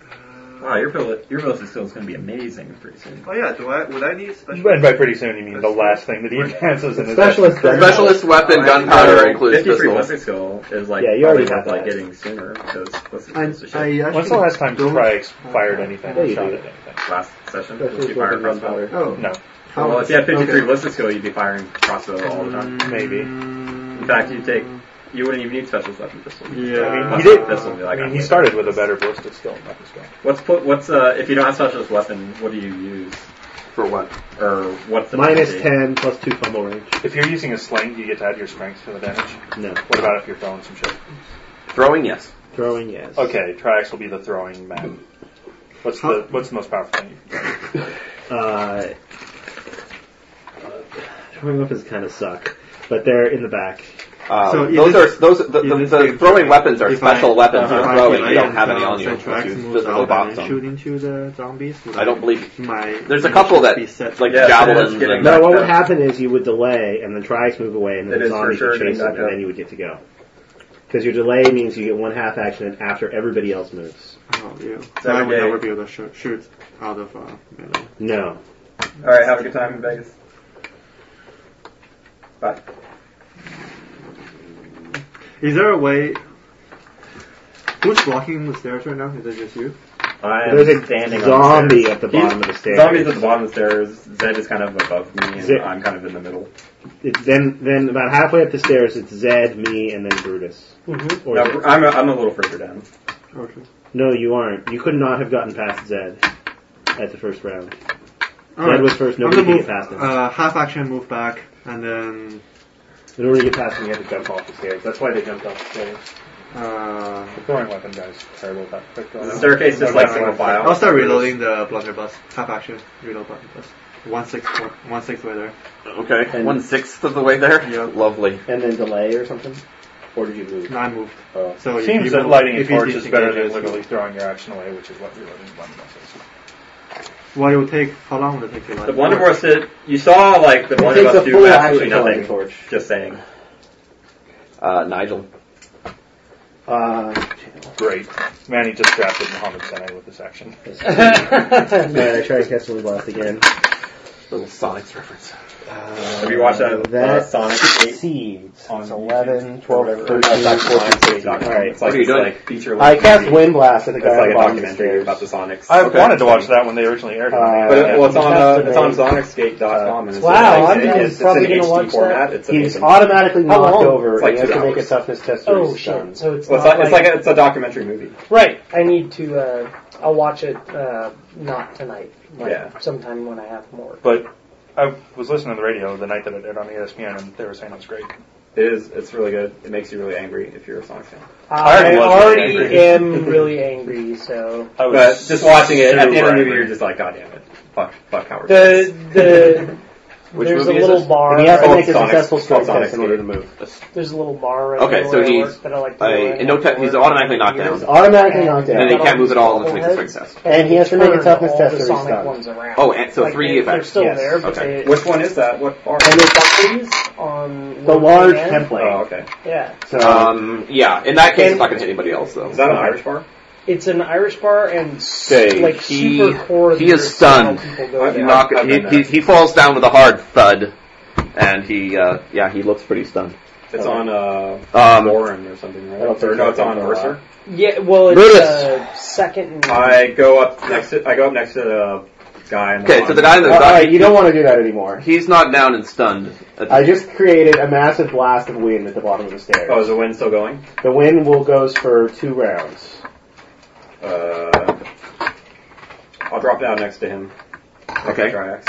Speaker 11: Uh,
Speaker 6: Wow, your balli- your ballistic skill is going to be amazing pretty soon.
Speaker 13: Oh yeah, do I? Would I need special?
Speaker 5: And by pretty soon you mean the last thing that he advances in his
Speaker 4: Specialist
Speaker 5: action.
Speaker 4: gun.
Speaker 3: Specialist weapon gunpowder includes
Speaker 6: 53
Speaker 3: pistols.
Speaker 6: ballistic skill is like
Speaker 4: Yeah, you
Speaker 6: probably
Speaker 4: already
Speaker 6: worth
Speaker 4: got
Speaker 6: like
Speaker 4: that.
Speaker 6: getting sooner because ballistic
Speaker 11: I,
Speaker 6: skills are
Speaker 11: I
Speaker 6: shit.
Speaker 5: When's
Speaker 11: actually
Speaker 5: the last time
Speaker 11: don't-
Speaker 5: Trix fired anything
Speaker 4: Yeah,
Speaker 5: or
Speaker 4: you
Speaker 5: shot
Speaker 4: do.
Speaker 5: at anything?
Speaker 6: Last session,
Speaker 4: Specialist
Speaker 6: did you fire
Speaker 4: weapon
Speaker 6: crossbow?
Speaker 4: gunpowder.
Speaker 11: Oh,
Speaker 5: No.
Speaker 11: how
Speaker 6: Well, if you had 53
Speaker 11: okay.
Speaker 6: ballistic skill, you'd be firing crossbow all the time.
Speaker 5: Maybe.
Speaker 11: Mm.
Speaker 6: In fact, you take you wouldn't even need specialist weapon pistol.
Speaker 11: Yeah.
Speaker 5: I mean,
Speaker 6: Must
Speaker 5: he
Speaker 6: be
Speaker 5: did.
Speaker 6: pistol. Be
Speaker 5: I
Speaker 6: like,
Speaker 5: mean,
Speaker 6: I'm
Speaker 5: he
Speaker 6: good.
Speaker 5: started with a better ballistic skill and weapon skill.
Speaker 6: What's put, what's uh if you don't have specialist weapon, what do you use
Speaker 3: For what?
Speaker 6: or what's the
Speaker 4: Minus
Speaker 6: penalty?
Speaker 4: ten plus two fumble range.
Speaker 5: If you're using a sling, do you get to add your strength to the damage?
Speaker 4: No.
Speaker 5: What about if you're throwing some shit?
Speaker 3: Throwing, yes.
Speaker 4: Throwing yes.
Speaker 5: Okay, Triax will be the throwing man. What's the what's the most powerful thing? you can
Speaker 4: Uh, throwing weapons kind of suck, but they're in the back.
Speaker 3: Um,
Speaker 11: So
Speaker 3: those
Speaker 11: it is-
Speaker 3: are those the,
Speaker 11: it
Speaker 3: the,
Speaker 11: is
Speaker 3: the
Speaker 11: good.
Speaker 3: throwing weapons are
Speaker 11: If I-
Speaker 3: special weapons
Speaker 4: uh-huh.
Speaker 3: for
Speaker 4: If I
Speaker 3: throwing.
Speaker 4: can
Speaker 3: You don't have any
Speaker 11: uh,
Speaker 3: on you.
Speaker 11: so Trax
Speaker 3: unless You
Speaker 11: moves
Speaker 3: physical
Speaker 11: out
Speaker 3: box
Speaker 11: and I
Speaker 3: them.
Speaker 11: shoot into the zombies. would
Speaker 3: I don't believe
Speaker 11: My
Speaker 3: There's a couple that,
Speaker 11: be set
Speaker 3: like,
Speaker 6: Yeah,
Speaker 3: javelins.
Speaker 6: it's getting
Speaker 3: that-
Speaker 4: No, what would
Speaker 6: Yeah.
Speaker 4: happen is you would delay, and then Triax move away, and then
Speaker 6: It
Speaker 4: the
Speaker 6: is for
Speaker 4: zombies
Speaker 6: sure
Speaker 4: would chase
Speaker 6: getting
Speaker 4: them,
Speaker 6: back
Speaker 4: and
Speaker 6: up.
Speaker 4: then you would get to go. Because your delay means you get one half action after everybody else moves.
Speaker 11: Oh, yeah.
Speaker 6: It's
Speaker 11: So I
Speaker 6: every
Speaker 11: would
Speaker 6: day.
Speaker 11: never be able to shoot, shoot out of uh, melee.
Speaker 4: No.
Speaker 6: All right, have a good time in Vegas. Bye.
Speaker 11: Is there a way? Who's blocking the stairs right now? Is it just you?
Speaker 6: I am
Speaker 4: There's a
Speaker 6: standing
Speaker 4: zombie
Speaker 6: on
Speaker 4: at the
Speaker 6: the stairs.
Speaker 4: bottom of the
Speaker 6: He's-
Speaker 4: stairs.
Speaker 6: Zombies at the bottom of the stairs. Zed is kind of above me, and
Speaker 4: Zed-
Speaker 6: I'm kind of in the middle.
Speaker 4: It's then, then about halfway up the stairs, it's Zed, me, and then Brutus.
Speaker 2: Mhm.
Speaker 4: Or
Speaker 6: No, I'm a, I'm a little further down.
Speaker 11: Okay.
Speaker 4: no, you aren't. You could not have gotten past Zed at the first round.
Speaker 11: All right.
Speaker 4: was first,
Speaker 11: I'm
Speaker 4: nobody
Speaker 11: gonna
Speaker 4: can get past
Speaker 11: move,
Speaker 4: him.
Speaker 11: Uh, half action, move back, and then
Speaker 4: In order to get past him, you have to jump off the stairs.
Speaker 5: do. That's why they jumped off the stairs.
Speaker 11: uh,
Speaker 5: The throwing weapon guys terrible at that. Quick draw.
Speaker 6: The
Speaker 4: <laughs>
Speaker 6: staircase is like single file.
Speaker 11: I'll start reloading the blunderbuss. Half action, reload blunderbuss. One six four, one six way there.
Speaker 3: Okay, one sixth of the way there.
Speaker 11: Yeah.
Speaker 3: Lovely.
Speaker 4: And then delay
Speaker 2: <laughs>
Speaker 4: or something? Or did you move?
Speaker 11: No, I moved.
Speaker 4: Oh.
Speaker 11: So if
Speaker 5: Seems
Speaker 11: you
Speaker 5: that
Speaker 11: move-
Speaker 5: lighting a
Speaker 11: if you
Speaker 5: torch is better than
Speaker 11: disengage,
Speaker 5: literally throwing your action away, which is what reloading one muscles.
Speaker 11: What it would take? How long would it take to light?
Speaker 6: The one of us did. You saw like the
Speaker 4: It
Speaker 6: one of
Speaker 4: takes
Speaker 6: us
Speaker 4: a
Speaker 6: do
Speaker 4: full
Speaker 6: absolutely
Speaker 4: action to light a
Speaker 6: nothing.
Speaker 4: torch.
Speaker 6: Just saying.
Speaker 3: Uh, Nigel.
Speaker 4: Uh,
Speaker 5: Great. Manny just drafted Muhammad Sane with this action.
Speaker 2: Oh,
Speaker 4: Alright, I try to cast Wind Blast again.
Speaker 3: Little Sonic's reference.
Speaker 6: Have you watched that, uh,
Speaker 4: That
Speaker 6: Sonic 8?
Speaker 4: succeeds.
Speaker 6: on
Speaker 4: It's 11, 12,
Speaker 6: Whatever.
Speaker 4: 13,
Speaker 6: That's like 14 page document.
Speaker 4: Alright.
Speaker 6: It's like,
Speaker 3: What are you
Speaker 6: it's
Speaker 3: doing?
Speaker 6: like feature
Speaker 4: I cast Wind Blast at the
Speaker 6: It's
Speaker 4: guy
Speaker 6: like
Speaker 4: on
Speaker 6: a
Speaker 4: the bottom of the
Speaker 6: documentary
Speaker 4: stairs.
Speaker 6: about the Sonics.
Speaker 5: I
Speaker 3: Okay.
Speaker 5: wanted to watch that when they originally aired it.
Speaker 4: Uh,
Speaker 5: Yeah.
Speaker 6: But it, well, it's on uh,
Speaker 4: Fantastic.
Speaker 6: it's on sonicsgate.com and it's
Speaker 2: Wow,
Speaker 6: like,
Speaker 2: I'm-
Speaker 6: it
Speaker 2: I'm
Speaker 6: is- it's
Speaker 2: probably
Speaker 6: in
Speaker 2: gonna
Speaker 6: HD
Speaker 2: watch
Speaker 6: format. It's
Speaker 4: He's
Speaker 6: amazing.
Speaker 4: automatically
Speaker 2: How
Speaker 4: knocked
Speaker 2: long?
Speaker 4: over
Speaker 6: It's like
Speaker 4: and you have
Speaker 6: two
Speaker 4: to make a
Speaker 6: hours.
Speaker 4: toughness test for
Speaker 2: Oh
Speaker 4: each
Speaker 2: shit!
Speaker 4: stun.
Speaker 2: So it's,
Speaker 6: Well, it's,
Speaker 2: not
Speaker 6: like, it's like a, it's a documentary movie.
Speaker 2: right. I need to. Uh, I'll watch it. Uh, not tonight. Like,
Speaker 6: Yeah.
Speaker 2: Sometime when I have more.
Speaker 5: But I was listening to the radio the night that it aired on E ESPN, and they were saying it's great.
Speaker 6: It is. It's really good. It makes you really angry if you're a Sonic fan.
Speaker 2: I
Speaker 5: already was
Speaker 2: already
Speaker 5: really angry.
Speaker 2: am really angry. So
Speaker 5: I was
Speaker 6: But just watching it at the end
Speaker 5: super
Speaker 6: of the movie,
Speaker 5: angry.
Speaker 6: you're just like, God damn it, fuck, fuck Howard.
Speaker 2: the the there's a
Speaker 3: movie is
Speaker 2: little
Speaker 3: this?
Speaker 2: bar.
Speaker 4: And he has to
Speaker 2: right-
Speaker 4: make a
Speaker 6: Sonic.
Speaker 4: successful strength
Speaker 6: Sonic.
Speaker 4: test in order to move.
Speaker 2: There's a little bar. Right
Speaker 3: Okay,
Speaker 2: there
Speaker 3: so
Speaker 2: where I
Speaker 3: he's
Speaker 2: work that I like to go
Speaker 3: A,
Speaker 2: in
Speaker 3: in no
Speaker 2: after
Speaker 3: time, he's
Speaker 2: work.
Speaker 3: automatically knocked down.
Speaker 4: He's automatically knocked
Speaker 3: And then he
Speaker 4: down.
Speaker 3: can't move at all unless he makes a strength test.
Speaker 4: And he has to make a
Speaker 2: turn
Speaker 4: toughness
Speaker 2: all
Speaker 4: test
Speaker 2: the
Speaker 4: or he's
Speaker 2: Sonic
Speaker 4: stunned.
Speaker 2: ones around.
Speaker 3: Oh, and so
Speaker 2: Like,
Speaker 3: three
Speaker 2: they, They're
Speaker 3: effects,
Speaker 2: still
Speaker 4: yes.
Speaker 2: there, but
Speaker 3: Okay.
Speaker 2: they,
Speaker 6: Which one is that? What bar?
Speaker 4: And it's
Speaker 2: buttons on
Speaker 4: the
Speaker 2: one
Speaker 4: large
Speaker 2: hand.
Speaker 6: Oh, Uh,
Speaker 4: template.
Speaker 6: okay.
Speaker 2: Yeah,
Speaker 4: So, uh,
Speaker 3: Um, yeah, in that case, it's not going to hit anybody else, though.
Speaker 6: Is that an Irish bar?
Speaker 2: it's an Irish bar and s-
Speaker 3: Okay,
Speaker 2: like
Speaker 3: he-
Speaker 2: super core.
Speaker 3: he is stunned.
Speaker 6: I've
Speaker 2: There.
Speaker 3: Knock-
Speaker 6: I've
Speaker 3: he,
Speaker 6: been
Speaker 3: he, he falls down with a hard thud, and he, uh, yeah, he looks pretty stunned.
Speaker 6: It's on uh,
Speaker 3: Um,
Speaker 6: Warren or something, right?
Speaker 3: I don't think
Speaker 6: Or no, it's
Speaker 3: that's
Speaker 6: on
Speaker 3: on
Speaker 6: Mercer.
Speaker 14: Yeah, well, it's
Speaker 3: Brutus.
Speaker 14: uh, second. And
Speaker 6: I go up next. To, I go up next to the guy. In the
Speaker 3: Okay, so the guy
Speaker 6: Uh,
Speaker 3: that's
Speaker 4: All right, you don't want to do that anymore.
Speaker 3: He's knocked down and stunned. At
Speaker 4: I just created a massive blast of wind at the bottom of the stairs.
Speaker 6: Oh, is the wind still going?
Speaker 4: The wind will goes for two rounds.
Speaker 6: Uh, I'll drop down next to him.
Speaker 3: Okay.
Speaker 6: Triax.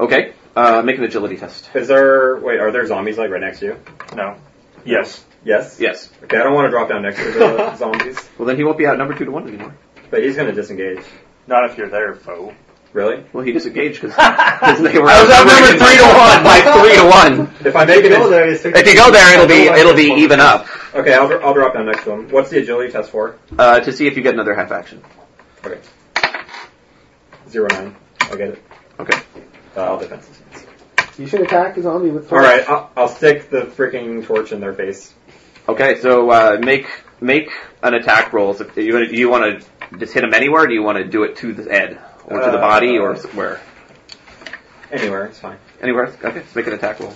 Speaker 3: Okay, uh, make an agility test.
Speaker 6: Is there? Wait, are there zombies like right next to you?
Speaker 5: No. Yes.
Speaker 6: Yes.
Speaker 3: Yes.
Speaker 6: Okay, I don't want to drop down next to the <laughs> zombies,
Speaker 3: Well, then he won't be outnumbered two to one anymore.
Speaker 6: but he's gonna disengage.
Speaker 5: Not if you're there, foe.
Speaker 6: Really?
Speaker 3: Well, he
Speaker 9: <laughs>
Speaker 3: disengaged because they were
Speaker 9: I was outnumbered three to one by three to one.
Speaker 6: If I make it, in-
Speaker 9: If you go there, it'll be it'll be even up
Speaker 6: Okay, I'll, dr- I'll drop down next to him. What's the agility test for?
Speaker 3: uh, to see if you get another half action.
Speaker 6: Okay. Zero nine. I'll get it.
Speaker 3: Okay.
Speaker 6: Uh, I'll defenses.
Speaker 4: You should attack a zombie with.
Speaker 6: All right, I'll, I'll stick the freaking torch in their face.
Speaker 3: Okay, so uh, make make an attack roll. So you wanna, do you want to just hit him anywhere? Or do you want to do it to the head or to the
Speaker 6: Uh,
Speaker 3: body or s- where?
Speaker 6: Anywhere, it's fine.
Speaker 3: Anywhere? Okay, just make an attack roll.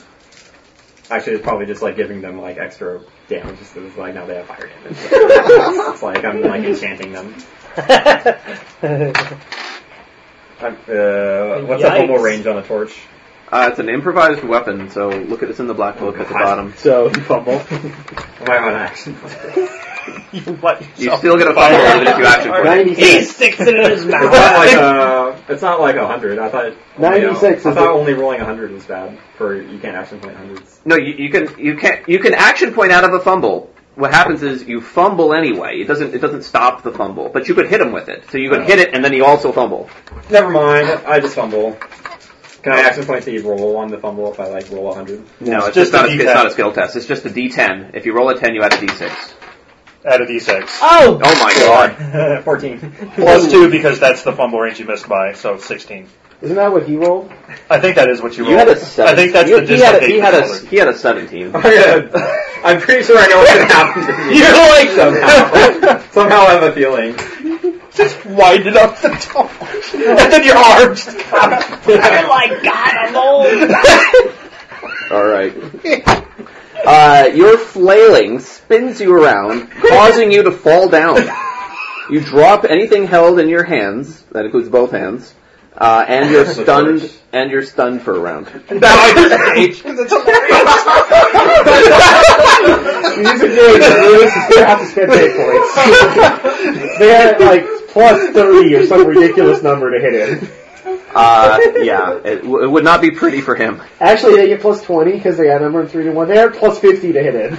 Speaker 6: Actually, it's probably just like giving them like extra damage, just 'cause, like now they have fire
Speaker 4: <laughs>
Speaker 6: damage. it's like I'm like enchanting them. I'm, uh, what's the normal
Speaker 3: Yikes.
Speaker 6: range on a torch?
Speaker 3: Uh, it's an improvised weapon, so look at it's in the black book at the bottom.
Speaker 4: So you fumble.
Speaker 6: Am I on action?
Speaker 10: You what?
Speaker 3: You still get a fumble even if you
Speaker 9: <laughs>
Speaker 3: action point.
Speaker 14: He sticks it in <laughs> his
Speaker 6: It's
Speaker 3: <laughs>
Speaker 6: not like
Speaker 14: mouth.
Speaker 6: uh, it's not like hundred. I thought You
Speaker 4: 96
Speaker 6: know, I
Speaker 4: is
Speaker 6: thought
Speaker 4: the-
Speaker 6: only rolling hundred was bad for you can't action point hundreds.
Speaker 3: No, you, you can you can you can action point out of a fumble. What happens is you fumble anyway. It doesn't it doesn't stop the fumble, but you could hit him with it. So you could hit it and then you also fumble.
Speaker 6: Never mind. I just fumble. Can I action point the roll on the fumble if I like roll hundred?
Speaker 3: No, it's,
Speaker 5: just
Speaker 3: just, not
Speaker 5: a
Speaker 3: a,
Speaker 5: D10.
Speaker 3: it's not a skill test. It's just a D10. If you roll a 10, you add a D6.
Speaker 5: Add a d6.
Speaker 3: Oh
Speaker 14: Oh,
Speaker 3: my god.
Speaker 6: <laughs> Fourteen.
Speaker 5: Plus two because that's the fumble range you missed by, so sixteen.
Speaker 4: Isn't that what he rolled?
Speaker 5: I think that is what you,
Speaker 3: You had
Speaker 5: rolled.
Speaker 3: a seven.
Speaker 5: I think that's
Speaker 3: you,
Speaker 5: the
Speaker 3: he had, a,
Speaker 5: dislocation
Speaker 3: he, had
Speaker 5: roller.
Speaker 3: a, he had a 17.
Speaker 6: I'm pretty sure I know what's gonna happen to
Speaker 3: You're
Speaker 6: me.
Speaker 3: like-
Speaker 6: somehow. somehow I have a feeling.
Speaker 10: Just winded up the top, and then your arm just
Speaker 14: You're like God alone.
Speaker 3: Alright. Uh, your flailing spins you around, causing you to fall down. You drop anything held in your hands, that includes both hands, uh, and you're stunned, and you're stunned for a round.
Speaker 4: These are great. You have to spend hit points. They're like plus thirty or some ridiculous number to hit it.
Speaker 3: Uh, yeah, it, w- it would not be pretty for him.
Speaker 4: Actually, they get plus twenty because they got number three to one. They're at plus fifty to hit it.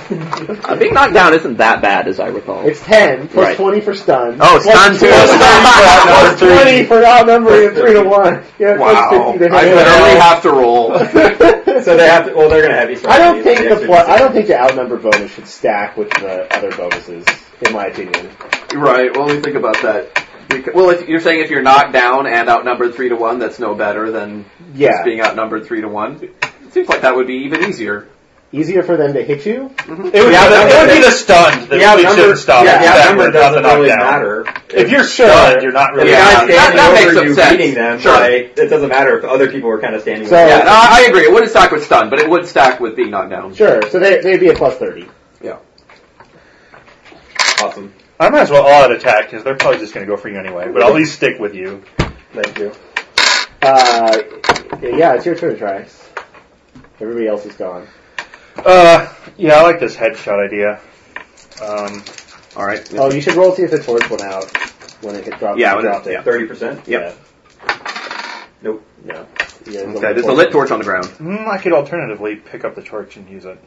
Speaker 3: Uh, being knocked down isn't that bad, as I recall.
Speaker 4: It's ten plus
Speaker 3: Right.
Speaker 4: twenty for stun.
Speaker 3: Oh, stun too.
Speaker 4: plus twenty for outnumbering and three to one. Yeah,
Speaker 3: Wow,
Speaker 4: plus fifty to
Speaker 3: I
Speaker 4: hit
Speaker 3: literally
Speaker 4: it.
Speaker 3: have to roll.
Speaker 6: So they have to. Well, they're gonna have E
Speaker 4: <laughs>
Speaker 6: you.
Speaker 4: I don't think the
Speaker 6: E
Speaker 4: plus, I don't think the outnumber bonus should stack with the other bonuses, in my opinion.
Speaker 3: Right. Well, let me think about that. Beca- Well, if you're saying if you're knocked down and outnumbered three to one, that's no better than
Speaker 4: Yeah.
Speaker 3: just being outnumbered three to one. It seems like that would be even easier.
Speaker 4: Easier for them to hit you.
Speaker 3: Mhm.
Speaker 5: It would,
Speaker 10: Yeah,
Speaker 5: be,
Speaker 10: that-
Speaker 5: the, it would be the stunned that
Speaker 6: Yeah,
Speaker 5: really
Speaker 6: number-
Speaker 5: shouldn't stop.
Speaker 3: yeah,
Speaker 5: it's
Speaker 3: yeah,
Speaker 5: backward,
Speaker 6: number
Speaker 5: not the
Speaker 6: doesn't really
Speaker 5: knockdown.
Speaker 6: matter.
Speaker 5: If you're stunned, you're not
Speaker 6: If
Speaker 5: really.
Speaker 6: the
Speaker 3: Yeah,
Speaker 6: guy's standing
Speaker 3: that- that
Speaker 6: over
Speaker 3: makes some
Speaker 6: you
Speaker 3: sense.
Speaker 6: beating them,
Speaker 3: Sure.
Speaker 6: like, it doesn't matter if other people were kind of standing
Speaker 4: So-
Speaker 6: with
Speaker 3: Yeah, no, I I agree. It wouldn't stack with stun, but it would stack with being knocked down.
Speaker 4: Sure. So they they'd be a plus thirty.
Speaker 6: you. Awesome.
Speaker 5: I might as well all out attack because they're probably just going to go for you anyway. But I'll at least stick with you.
Speaker 6: Thank you.
Speaker 4: Uh, yeah, it's your turn, Trice. Everybody else is gone.
Speaker 5: Uh, yeah, I like this headshot idea. Um,
Speaker 3: All right.
Speaker 4: Oh, you should roll to see if the torch went out when it hit dropped.
Speaker 3: Yeah, when it-
Speaker 4: dropped it.
Speaker 3: yeah.
Speaker 6: 30%?
Speaker 3: Yep.
Speaker 6: Nope.
Speaker 4: No. Yeah,
Speaker 3: Okay. There's a lit torch on the ground.
Speaker 5: mm, I could alternatively pick up the torch and use it.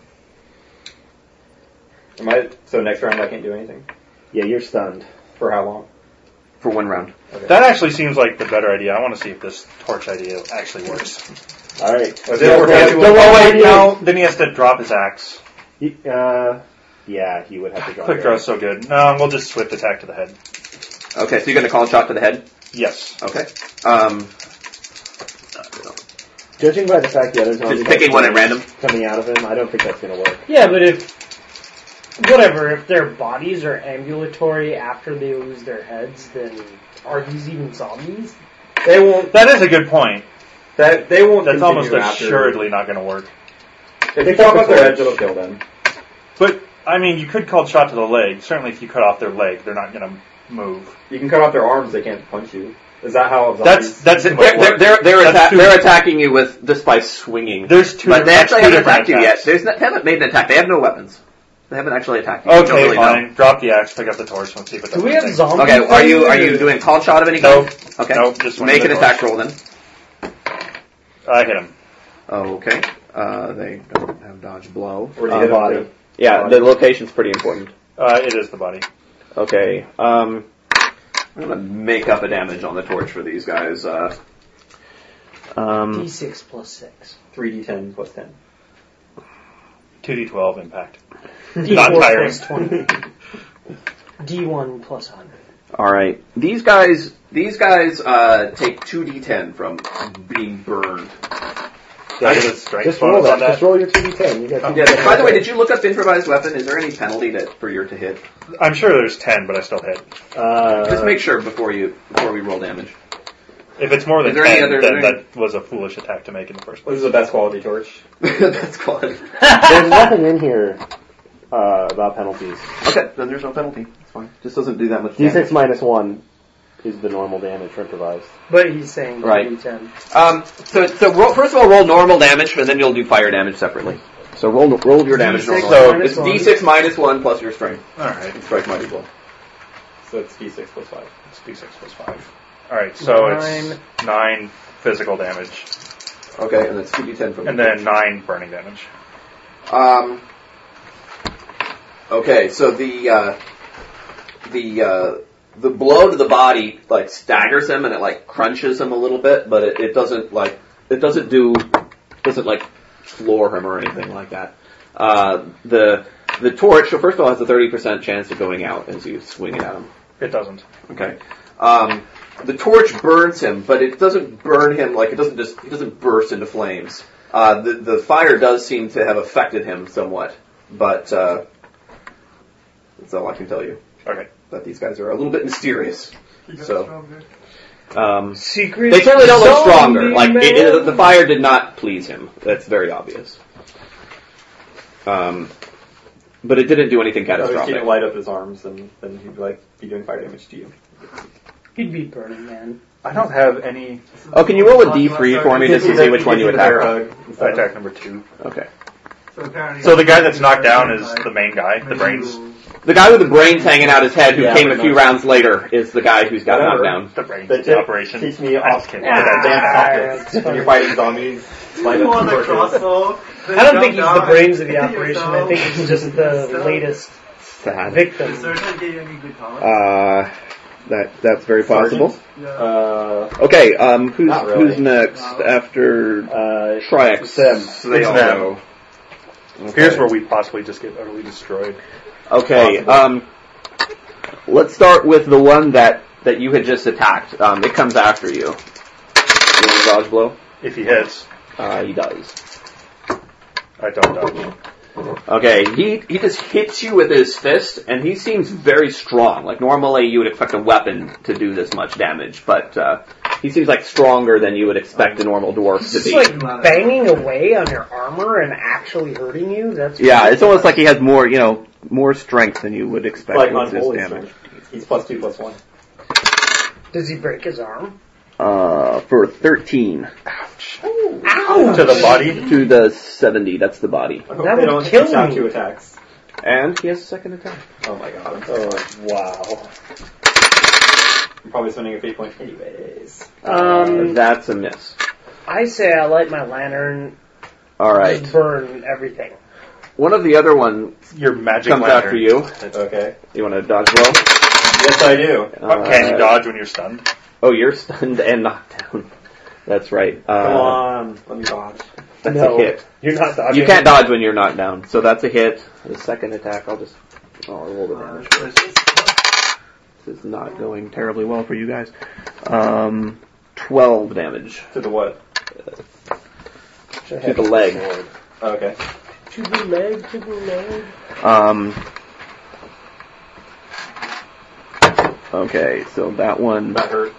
Speaker 6: Am I, so next round I can't do anything?
Speaker 4: Yeah, you're stunned.
Speaker 6: For how long?
Speaker 3: For one round.
Speaker 5: That actually seems like the better idea. I want to see if this torch idea actually works.
Speaker 4: All right.
Speaker 6: Was
Speaker 4: Yeah,
Speaker 6: it
Speaker 4: yeah,
Speaker 6: working?
Speaker 4: don't
Speaker 5: oh
Speaker 4: worry,
Speaker 5: wait, no. Then he has to drop his axe.
Speaker 4: You, uh, yeah, he would have to
Speaker 3: <laughs>
Speaker 4: drop.
Speaker 5: Quick
Speaker 4: your-
Speaker 5: throw's so good. No, we'll just swift attack to the head.
Speaker 3: Okay. So you're gonna call a shot to the head.
Speaker 5: Yes.
Speaker 3: Okay. Um,
Speaker 4: Judging by the fact the others
Speaker 3: just picking one at random.
Speaker 4: coming out of him, I don't think that's gonna work.
Speaker 14: Yeah, but if whatever, if their bodies are ambulatory after they lose their heads, then are these even zombies?
Speaker 6: They won't,
Speaker 5: That is a good point.
Speaker 6: that, they won't
Speaker 5: That's
Speaker 6: continue
Speaker 5: almost
Speaker 6: after.
Speaker 5: assuredly not going to work. If you
Speaker 6: cut
Speaker 5: chop
Speaker 6: the
Speaker 5: off their
Speaker 6: cords,
Speaker 5: heads,
Speaker 6: it'll kill them.
Speaker 5: But I mean, you could call shot to the leg. Certainly, if you cut off their leg, they're not going to move.
Speaker 6: You can cut off their arms; they can't punch you. Is that how?
Speaker 5: That's that's
Speaker 6: too
Speaker 5: too
Speaker 6: much
Speaker 5: much
Speaker 3: They're
Speaker 6: work.
Speaker 3: they're they're,
Speaker 5: That's
Speaker 3: atta-
Speaker 5: too-
Speaker 3: they're attacking you with just by swinging.
Speaker 5: There's two.
Speaker 3: but they
Speaker 5: that's
Speaker 3: actually
Speaker 5: two
Speaker 3: haven't
Speaker 5: different
Speaker 3: attacked you yet.
Speaker 5: attacks.
Speaker 3: There's not, they haven't made an attack. They have no weapons. They haven't actually attacked you. You don't
Speaker 5: Okay,
Speaker 3: really know.
Speaker 5: fine. Drop the axe. Pick up the torch. Let's see what.
Speaker 2: Do we have zombies?
Speaker 3: Okay, are you are you doing call shot of any kind? Okay.
Speaker 5: Nope, just one
Speaker 3: make
Speaker 5: of
Speaker 3: an
Speaker 5: the
Speaker 3: attack roll then.
Speaker 5: I hit him.
Speaker 3: Okay. Uh, they don't have dodge blow.
Speaker 5: Or
Speaker 3: Uh,
Speaker 5: hit him.
Speaker 3: body. Yeah, the location's pretty important.
Speaker 5: Uh, it is the body.
Speaker 3: Okay. Um, I'm gonna make up a damage on the torch for these guys. Uh, um,
Speaker 2: D6 plus 6.
Speaker 6: Three D ten plus ten.
Speaker 5: Two D twelve impact. Not
Speaker 2: D4
Speaker 5: tiring.
Speaker 2: plus 20. D1 plus 100.
Speaker 3: all right. These guys. These guys uh, take two d10 from being burned.
Speaker 5: Do I get a strength
Speaker 4: Just roll
Speaker 5: bonus
Speaker 4: that.
Speaker 5: on that?
Speaker 4: Just roll your 2d10. You got
Speaker 3: Yeah,
Speaker 4: 2d10.
Speaker 3: by the way, did you look up improvised weapon? Is there any penalty to, for your to hit?
Speaker 5: I'm sure there's ten, but I still hit.
Speaker 4: Uh,
Speaker 3: Just make sure before you before we roll damage.
Speaker 5: If it's more than
Speaker 3: Is there any
Speaker 5: ten,
Speaker 3: other-
Speaker 5: then
Speaker 3: there-
Speaker 5: that was a foolish attack to make in the first
Speaker 6: What
Speaker 5: place.
Speaker 6: is the best quality torch?
Speaker 3: <laughs> That's quality.
Speaker 4: There's nothing in here uh, about penalties.
Speaker 3: Okay, then there's no penalty. It's fine. Just doesn't do that much
Speaker 4: D6
Speaker 3: damage.
Speaker 4: minus 1 is the normal damage for improvised.
Speaker 2: But he's saying
Speaker 3: Right.
Speaker 2: D10.
Speaker 3: Um, so so roll, first of all, roll normal damage, and then you'll do fire damage separately. So roll roll your damage.
Speaker 2: D6
Speaker 3: normal.
Speaker 2: minus
Speaker 3: So it's D6 minus one plus your strength.
Speaker 5: All right.
Speaker 3: And strike mighty blow.
Speaker 6: So it's D six plus five.
Speaker 5: It's D six plus five. All right, so
Speaker 2: Nine.
Speaker 5: it's nine physical damage
Speaker 3: Okay, and that's two d10 from.
Speaker 5: and then nine burning damage.
Speaker 3: Um, okay, so the uh, the uh, the blow to the body like staggers him and it like crunches him a little bit, but it, it doesn't like it doesn't do doesn't like floor him or anything like that. Uh, the the torch, so first of all, has a thirty percent chance of going out as you swing it at him.
Speaker 5: It doesn't.
Speaker 3: Okay. Um, the torch burns him, but it doesn't burn him like it doesn't just he doesn't burst into flames. Uh, the the fire does seem to have affected him somewhat, but uh, that's all I can tell you.
Speaker 5: Okay.
Speaker 3: That these guys are a little bit mysterious. So um,
Speaker 2: Secret.
Speaker 3: they certainly don't look
Speaker 2: zombie
Speaker 3: stronger. Like
Speaker 2: man.
Speaker 3: it, it- the fire did not please him. That's very obvious. Um, but it didn't do anything
Speaker 6: I was
Speaker 3: catastrophic.
Speaker 6: it light up his arms, and then he'd like be doing fire damage to you.
Speaker 2: He'd be Burning Man.
Speaker 5: I don't have any
Speaker 3: Oh, can you roll a d3 for me just to see which one you
Speaker 6: Give the bear
Speaker 3: attack?
Speaker 6: a hug.
Speaker 5: attack number two.
Speaker 3: Okay.
Speaker 13: So, apparently
Speaker 5: So the guy that's knocked down is the main guy. The brains.
Speaker 3: The guy with the brains hanging out his head who
Speaker 6: Yeah,
Speaker 3: came a
Speaker 6: pretty
Speaker 3: few
Speaker 6: much.
Speaker 3: rounds later is the guy who's got knocked
Speaker 6: Whatever.
Speaker 3: down.
Speaker 5: The brains
Speaker 6: That's
Speaker 5: of the
Speaker 6: it.
Speaker 5: operation.
Speaker 6: Teach me
Speaker 5: I
Speaker 6: all
Speaker 5: just kidding.
Speaker 2: Ah.
Speaker 6: damn
Speaker 2: <laughs>
Speaker 6: sockets. When <laughs> you're fighting zombies, light
Speaker 13: You
Speaker 6: up
Speaker 13: on
Speaker 6: the
Speaker 13: the
Speaker 6: torches.
Speaker 13: crossbow.
Speaker 2: I don't think he's the brains of the operation. I think he's just the latest
Speaker 3: Sad.
Speaker 2: victim.
Speaker 13: Sergeant gave any good comments.
Speaker 3: Uh, that that's very possible.
Speaker 13: yeah.
Speaker 6: Uh,
Speaker 3: Okay, um, who's
Speaker 6: Not really.
Speaker 3: who's next after
Speaker 6: uh,
Speaker 3: Triax?
Speaker 5: them.
Speaker 3: So they
Speaker 5: It's
Speaker 3: all
Speaker 5: them.
Speaker 3: go. Okay.
Speaker 5: <laughs> Here's where we possibly just get utterly destroyed.
Speaker 3: Okay, um, let's start with the one that that you had just attacked. Um, it comes after you. You want a dodge blow?
Speaker 5: If he hits,
Speaker 3: Uh, he does.
Speaker 5: I don't dodge.
Speaker 3: Okay, he he just hits you with his fist, and he seems very strong. Like normally you would expect a weapon to do this much damage, but uh, he seems like stronger than you would expect a normal dwarf to
Speaker 2: Just
Speaker 3: be.
Speaker 2: like banging away on your armor and actually hurting you. That's
Speaker 3: yeah, it's almost like he has more, you know, more strength than you would expect
Speaker 6: like
Speaker 3: with this
Speaker 6: unholy.
Speaker 3: damage.
Speaker 6: He's plus two plus one.
Speaker 2: Does he break his arm?
Speaker 3: Uh, for thirteen
Speaker 2: Ow!
Speaker 5: To the body.
Speaker 3: to the seventy, that's the body,
Speaker 6: I hope
Speaker 2: That
Speaker 6: they
Speaker 2: would
Speaker 6: don't
Speaker 2: kill
Speaker 6: take out
Speaker 2: me.
Speaker 6: two attacks.
Speaker 3: and he has a second attack.
Speaker 6: Oh my god. Oh wow. I'm probably spending a fate point anyways.
Speaker 3: uh,
Speaker 2: Um,
Speaker 3: that's a miss.
Speaker 2: I say I light my lantern.
Speaker 3: All right,
Speaker 2: Just burn everything.
Speaker 3: one of the other ones
Speaker 5: Your magic
Speaker 3: comes
Speaker 5: lantern.
Speaker 3: after you.
Speaker 6: Okay.
Speaker 3: You want to dodge roll?
Speaker 6: Yes, I do.
Speaker 5: But can you
Speaker 3: Uh,
Speaker 5: dodge when you're stunned?
Speaker 3: Oh, you're stunned and knocked down. That's right. Uh,
Speaker 6: Come
Speaker 4: Um,
Speaker 6: on, let me dodge.
Speaker 3: That's
Speaker 4: No.
Speaker 3: a hit.
Speaker 4: You're not dodging.
Speaker 3: You can't dodge when you're knocked down, so that's a hit. The second attack, I'll just oh, I'll roll the damage. This is not going terribly well for you guys. Um, twelve damage
Speaker 6: To the what?
Speaker 3: to the leg.
Speaker 6: Okay.
Speaker 2: To the leg, to the leg.
Speaker 3: Um, okay, so that one.
Speaker 6: That hurt.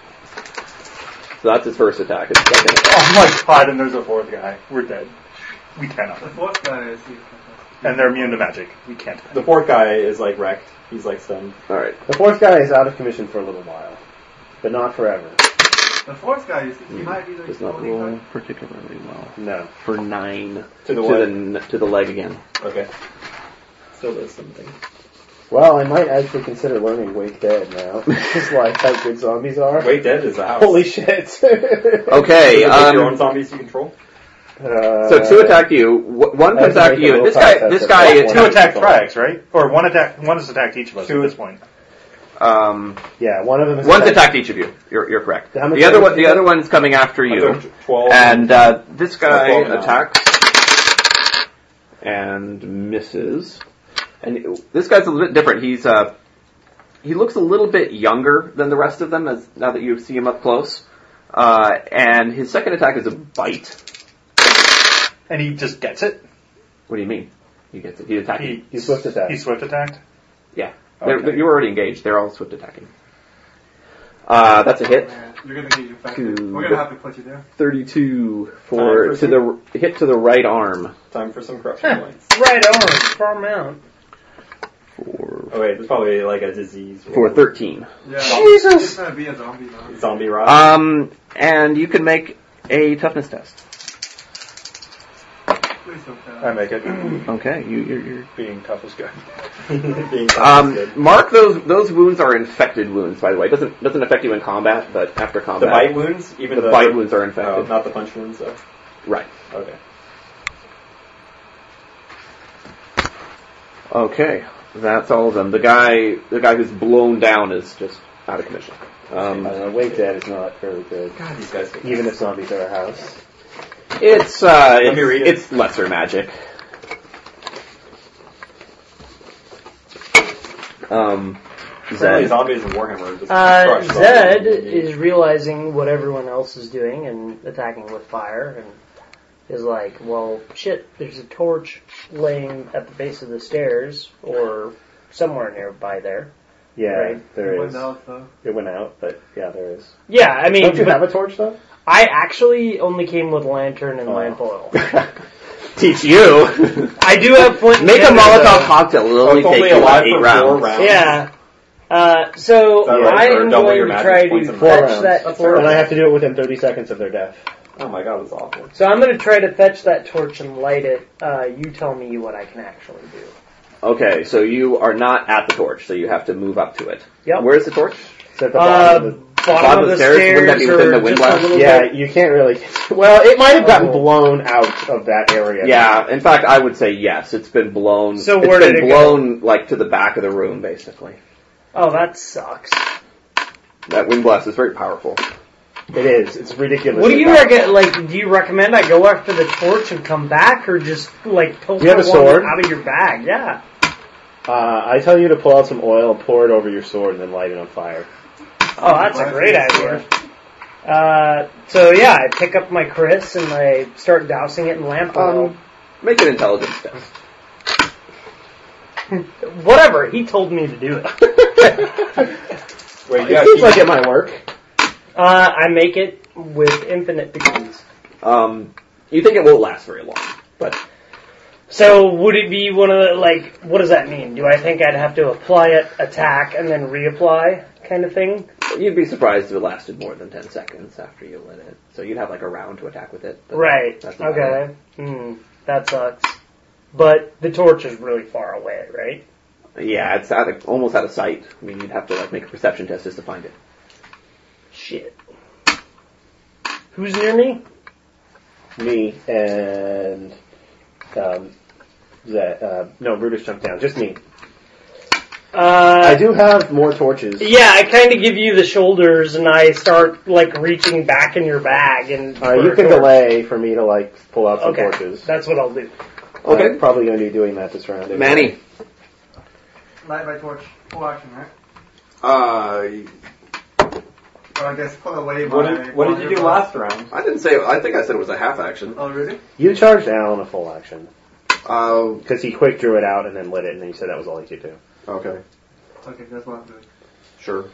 Speaker 3: So that's his first attack. His second.
Speaker 5: Oh my god! And there's a fourth guy. We're dead. We cannot.
Speaker 13: The fourth guy is.
Speaker 5: And they're immune to magic. We can't.
Speaker 4: The fourth guy is like wrecked. He's like stunned.
Speaker 3: All right.
Speaker 4: The fourth guy is out of commission for a little while, but not forever.
Speaker 13: The fourth guy is. He might be the
Speaker 3: Does not
Speaker 13: only
Speaker 3: roll particularly well.
Speaker 4: No.
Speaker 3: For nine
Speaker 4: To the what?
Speaker 3: to the, to the leg again.
Speaker 4: Okay.
Speaker 6: Still does something.
Speaker 4: Well, I might actually consider learning Wake Dead now. <laughs> Just like how good zombies are.
Speaker 6: Wake Dead is a house.
Speaker 4: Holy shit. <laughs>
Speaker 3: Okay,
Speaker 6: Is it
Speaker 3: um,
Speaker 6: your own zombies you control.
Speaker 4: uh,
Speaker 3: So two attack you. wh- One
Speaker 4: I
Speaker 3: comes
Speaker 4: have to
Speaker 3: after
Speaker 4: make a
Speaker 3: you.
Speaker 4: will
Speaker 3: This guy.
Speaker 4: contest
Speaker 3: This
Speaker 4: at
Speaker 3: guy.
Speaker 4: that
Speaker 3: is-
Speaker 4: point.
Speaker 5: Two attack frags, right? Or one attack. One has attacked each of us at this point.
Speaker 3: Um,
Speaker 4: Yeah, one of them is.
Speaker 3: one's attacked each of you. You're, you're correct.
Speaker 4: How much
Speaker 3: The other
Speaker 4: damage
Speaker 3: one.
Speaker 4: is
Speaker 3: The
Speaker 4: that?
Speaker 3: other one's coming after you.
Speaker 5: Twelve.
Speaker 3: And uh, this guy
Speaker 5: Twelve now.
Speaker 3: attacks and misses. And it- this guy's a little bit different. He's uh, he looks a little bit younger than the rest of them. As now that you see him up close, uh, and his second attack is a bite.
Speaker 5: And he just gets it.
Speaker 3: What do you mean? He gets it. He attacks.
Speaker 5: He,
Speaker 4: He's swift attack.
Speaker 5: he swift attacked.
Speaker 3: Yeah.
Speaker 5: Okay.
Speaker 3: They're, you're already engaged. They're all swift attacking. Uh, that's a hit.
Speaker 13: Man, you're gonna get you affected.
Speaker 3: Two.
Speaker 13: We're gonna have to put you there.
Speaker 3: 32
Speaker 6: Time for
Speaker 3: Uh, for to
Speaker 6: some-
Speaker 3: the hit to the right arm.
Speaker 6: Time for some corruption points.
Speaker 2: Right arm, farm out.
Speaker 3: For,
Speaker 6: Oh wait, there's probably like a disease.
Speaker 3: for 13.
Speaker 13: Yeah.
Speaker 2: Jesus.
Speaker 13: It's gonna be a zombie now.
Speaker 6: Zombie rot.
Speaker 3: Um, and you can make a toughness test.
Speaker 13: Please don't tell.
Speaker 5: I make it.
Speaker 3: Okay, you, you're, you're.
Speaker 5: Being tough is good.
Speaker 6: <laughs> Being
Speaker 3: Um,
Speaker 6: good.
Speaker 3: mark those those wounds are infected wounds. By the way, it doesn't doesn't affect you in combat, but after
Speaker 6: the
Speaker 3: combat,
Speaker 6: bite wounds, even
Speaker 3: the
Speaker 6: though
Speaker 3: bite wounds are
Speaker 6: Oh,
Speaker 3: infected.
Speaker 6: not the punch wounds. Though.
Speaker 3: Right.
Speaker 6: Okay.
Speaker 3: Okay, that's all of them. The guy the guy who's blown down is just out of commission. Um,
Speaker 4: Uh, Wake Dead is not very good.
Speaker 6: God, these guys. Can
Speaker 4: Even if zombies are a house.
Speaker 3: It's uh, it's,
Speaker 6: me read it.
Speaker 3: it's lesser magic. Um,
Speaker 6: Apparently
Speaker 3: Zed.
Speaker 6: zombies and Warhammer are just
Speaker 2: Uh,
Speaker 6: crushed
Speaker 2: Zed
Speaker 6: zombies.
Speaker 2: is realizing what everyone else is doing and attacking with fire and is like, well, shit, there's a torch laying at the base of the stairs or somewhere nearby there.
Speaker 4: Yeah,
Speaker 2: Right.
Speaker 4: there
Speaker 13: One
Speaker 4: is.
Speaker 13: else, though.
Speaker 4: It went out, but yeah, there is.
Speaker 2: Yeah, I mean,
Speaker 4: Don't you
Speaker 2: but
Speaker 4: have a torch though?
Speaker 2: I actually only came with lantern and lamp <laughs> oil.
Speaker 3: <laughs> Teach you.
Speaker 2: I do have flint. and
Speaker 3: Make a
Speaker 2: tinder,
Speaker 3: Molotov
Speaker 2: though.
Speaker 3: cocktail. It'll only
Speaker 6: It's only
Speaker 3: take you
Speaker 6: alive
Speaker 3: like eight
Speaker 6: for
Speaker 3: rounds.
Speaker 6: four rounds.
Speaker 2: Yeah. Uh, so
Speaker 6: that right?
Speaker 2: I
Speaker 6: Or
Speaker 2: am
Speaker 6: double
Speaker 2: going
Speaker 6: your
Speaker 2: to
Speaker 6: magic
Speaker 2: try
Speaker 6: points
Speaker 2: to
Speaker 6: in
Speaker 4: Four
Speaker 2: fetch
Speaker 4: rounds.
Speaker 2: that
Speaker 6: That's
Speaker 2: torch.
Speaker 4: And I have to do it within 30 seconds of their death.
Speaker 6: Oh my god, that's awful.
Speaker 2: So I'm going to try to fetch that torch and light it. Uh, you tell me what I can actually do.
Speaker 3: Okay, so you are not at the torch, so you have to move up to it.
Speaker 2: Yep.
Speaker 3: Where's the torch?
Speaker 4: It's at the
Speaker 2: Uh,
Speaker 4: bottom
Speaker 2: bottom,
Speaker 4: of
Speaker 2: of the stairs,
Speaker 3: Wouldn't that be within
Speaker 2: or
Speaker 3: the wind
Speaker 2: just a
Speaker 3: blast?
Speaker 4: the,
Speaker 2: little
Speaker 4: yeah,
Speaker 2: bit-
Speaker 4: you can't really. Well, it might have gotten blown out of that area.
Speaker 3: Yeah. In fact, I would say yes. It's been blown.
Speaker 2: So
Speaker 3: it's
Speaker 2: where
Speaker 3: been
Speaker 2: did it go?
Speaker 3: blown like to the back of the room, basically.
Speaker 2: Oh, that sucks.
Speaker 3: That wind blast is very powerful.
Speaker 4: It is. It's ridiculous.
Speaker 2: What do you
Speaker 4: It's
Speaker 2: rec- like? Do you recommend I go after the torch and come back, or just like pull
Speaker 4: You have a
Speaker 2: the wand
Speaker 4: sword?
Speaker 2: out of your bag? Yeah.
Speaker 4: not- Uh, I tell you to pull out some oil and pour it over your sword and then light it on fire.
Speaker 2: Oh, that's a great idea. Uh, so yeah, I pick up my Chris and I start dousing it in lamp oil.
Speaker 3: Um, make an intelligence test.
Speaker 2: <laughs> Whatever, he told me to do it.
Speaker 6: Wait,
Speaker 4: It
Speaker 6: yeah,
Speaker 4: seems like it might work.
Speaker 2: Uh, I make it with infinite degrees.
Speaker 3: Um, you think it won't last very long, but
Speaker 2: So would it be one of the like? What does that mean? Do I think I'd have to apply it, attack, and then reapply kind of thing?
Speaker 3: you'd be surprised if it lasted more than 10 seconds after you lit it. So you'd have like a round to attack with it. but
Speaker 2: right.
Speaker 3: that's not bad.
Speaker 2: Okay. Hmm. That sucks. But the torch is really far away, right?
Speaker 3: Yeah, it's out of, almost out of sight. I mean, you'd have to like make a perception test just to find it.
Speaker 2: Shit. Who's near me?
Speaker 4: Me and um, that uh, no, Brutus jumped down. Just me. I
Speaker 2: Uh,
Speaker 4: do have more torches.
Speaker 2: yeah, I kind of give you the shoulders, and I start like reaching back in your bag, and
Speaker 4: Uh, you
Speaker 2: for-
Speaker 4: can delay for me to like pull out some
Speaker 2: Okay,
Speaker 4: torches.
Speaker 2: that's what I'll do.
Speaker 3: Okay.
Speaker 4: I'm probably going to be doing that this round. anyway.
Speaker 3: Manny.
Speaker 13: Light my torch. Full action, right?
Speaker 3: Uh,
Speaker 13: Or I guess pull away my.
Speaker 6: what did, what did you do last round?
Speaker 3: I didn't say. I think I said it was a half action.
Speaker 13: Oh, really?
Speaker 4: you charged Alan a full action
Speaker 6: Oh.
Speaker 3: Uh,
Speaker 4: because he quick drew it out and then lit it, and then he said that was all he could do.
Speaker 3: okay,
Speaker 13: Okay, that's what I'm doing.
Speaker 3: sure.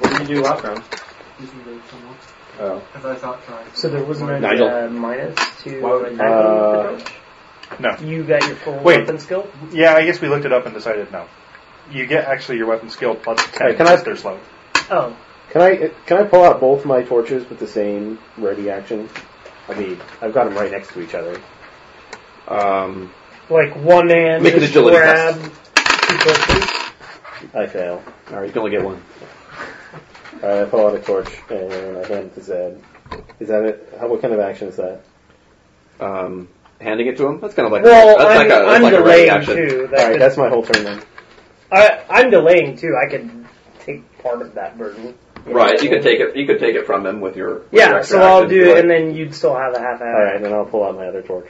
Speaker 6: What did you do last round?
Speaker 13: using the tunnel.
Speaker 4: Oh.
Speaker 13: As I thought trying.
Speaker 2: So there wasn't any
Speaker 4: Nigel.
Speaker 2: uh, minus to
Speaker 5: Why would-
Speaker 2: attacking
Speaker 5: Uh,
Speaker 2: approach?
Speaker 5: No.
Speaker 2: You got your full
Speaker 5: Wait.
Speaker 2: weapon skill?
Speaker 5: Yeah, I guess we looked it up and decided no. You get actually your weapon skill plus ten
Speaker 4: Wait, can I-
Speaker 5: if they're slow.
Speaker 2: Oh.
Speaker 4: Can I can I pull out both my torches with the same ready action? I mean, I've got them right next to each other. Um,
Speaker 2: Like one hand
Speaker 4: Make an
Speaker 2: just
Speaker 4: agility
Speaker 2: grab two torches?
Speaker 4: I fail. All right,
Speaker 3: can only get one.
Speaker 4: I pull out a torch and I hand it to Zed. Is that it? How, what kind of action is that?
Speaker 3: Um, handing it to him. That's kind of like
Speaker 2: Well,
Speaker 3: that's
Speaker 2: I'm-
Speaker 3: like a, that's
Speaker 2: I'm
Speaker 3: like a ready
Speaker 2: delaying
Speaker 3: action.
Speaker 2: too. That
Speaker 4: All right,
Speaker 2: could-
Speaker 4: that's my whole turn then.
Speaker 2: I, I'm delaying too. I could take part of that burden.
Speaker 3: Right, you could take it. You could take it from him with your. with your
Speaker 2: Yeah,
Speaker 3: extra
Speaker 2: so I'll
Speaker 3: action,
Speaker 2: do
Speaker 3: right?
Speaker 2: it, and then you'd still have a half hour.
Speaker 4: All right, then I'll pull out my other torch.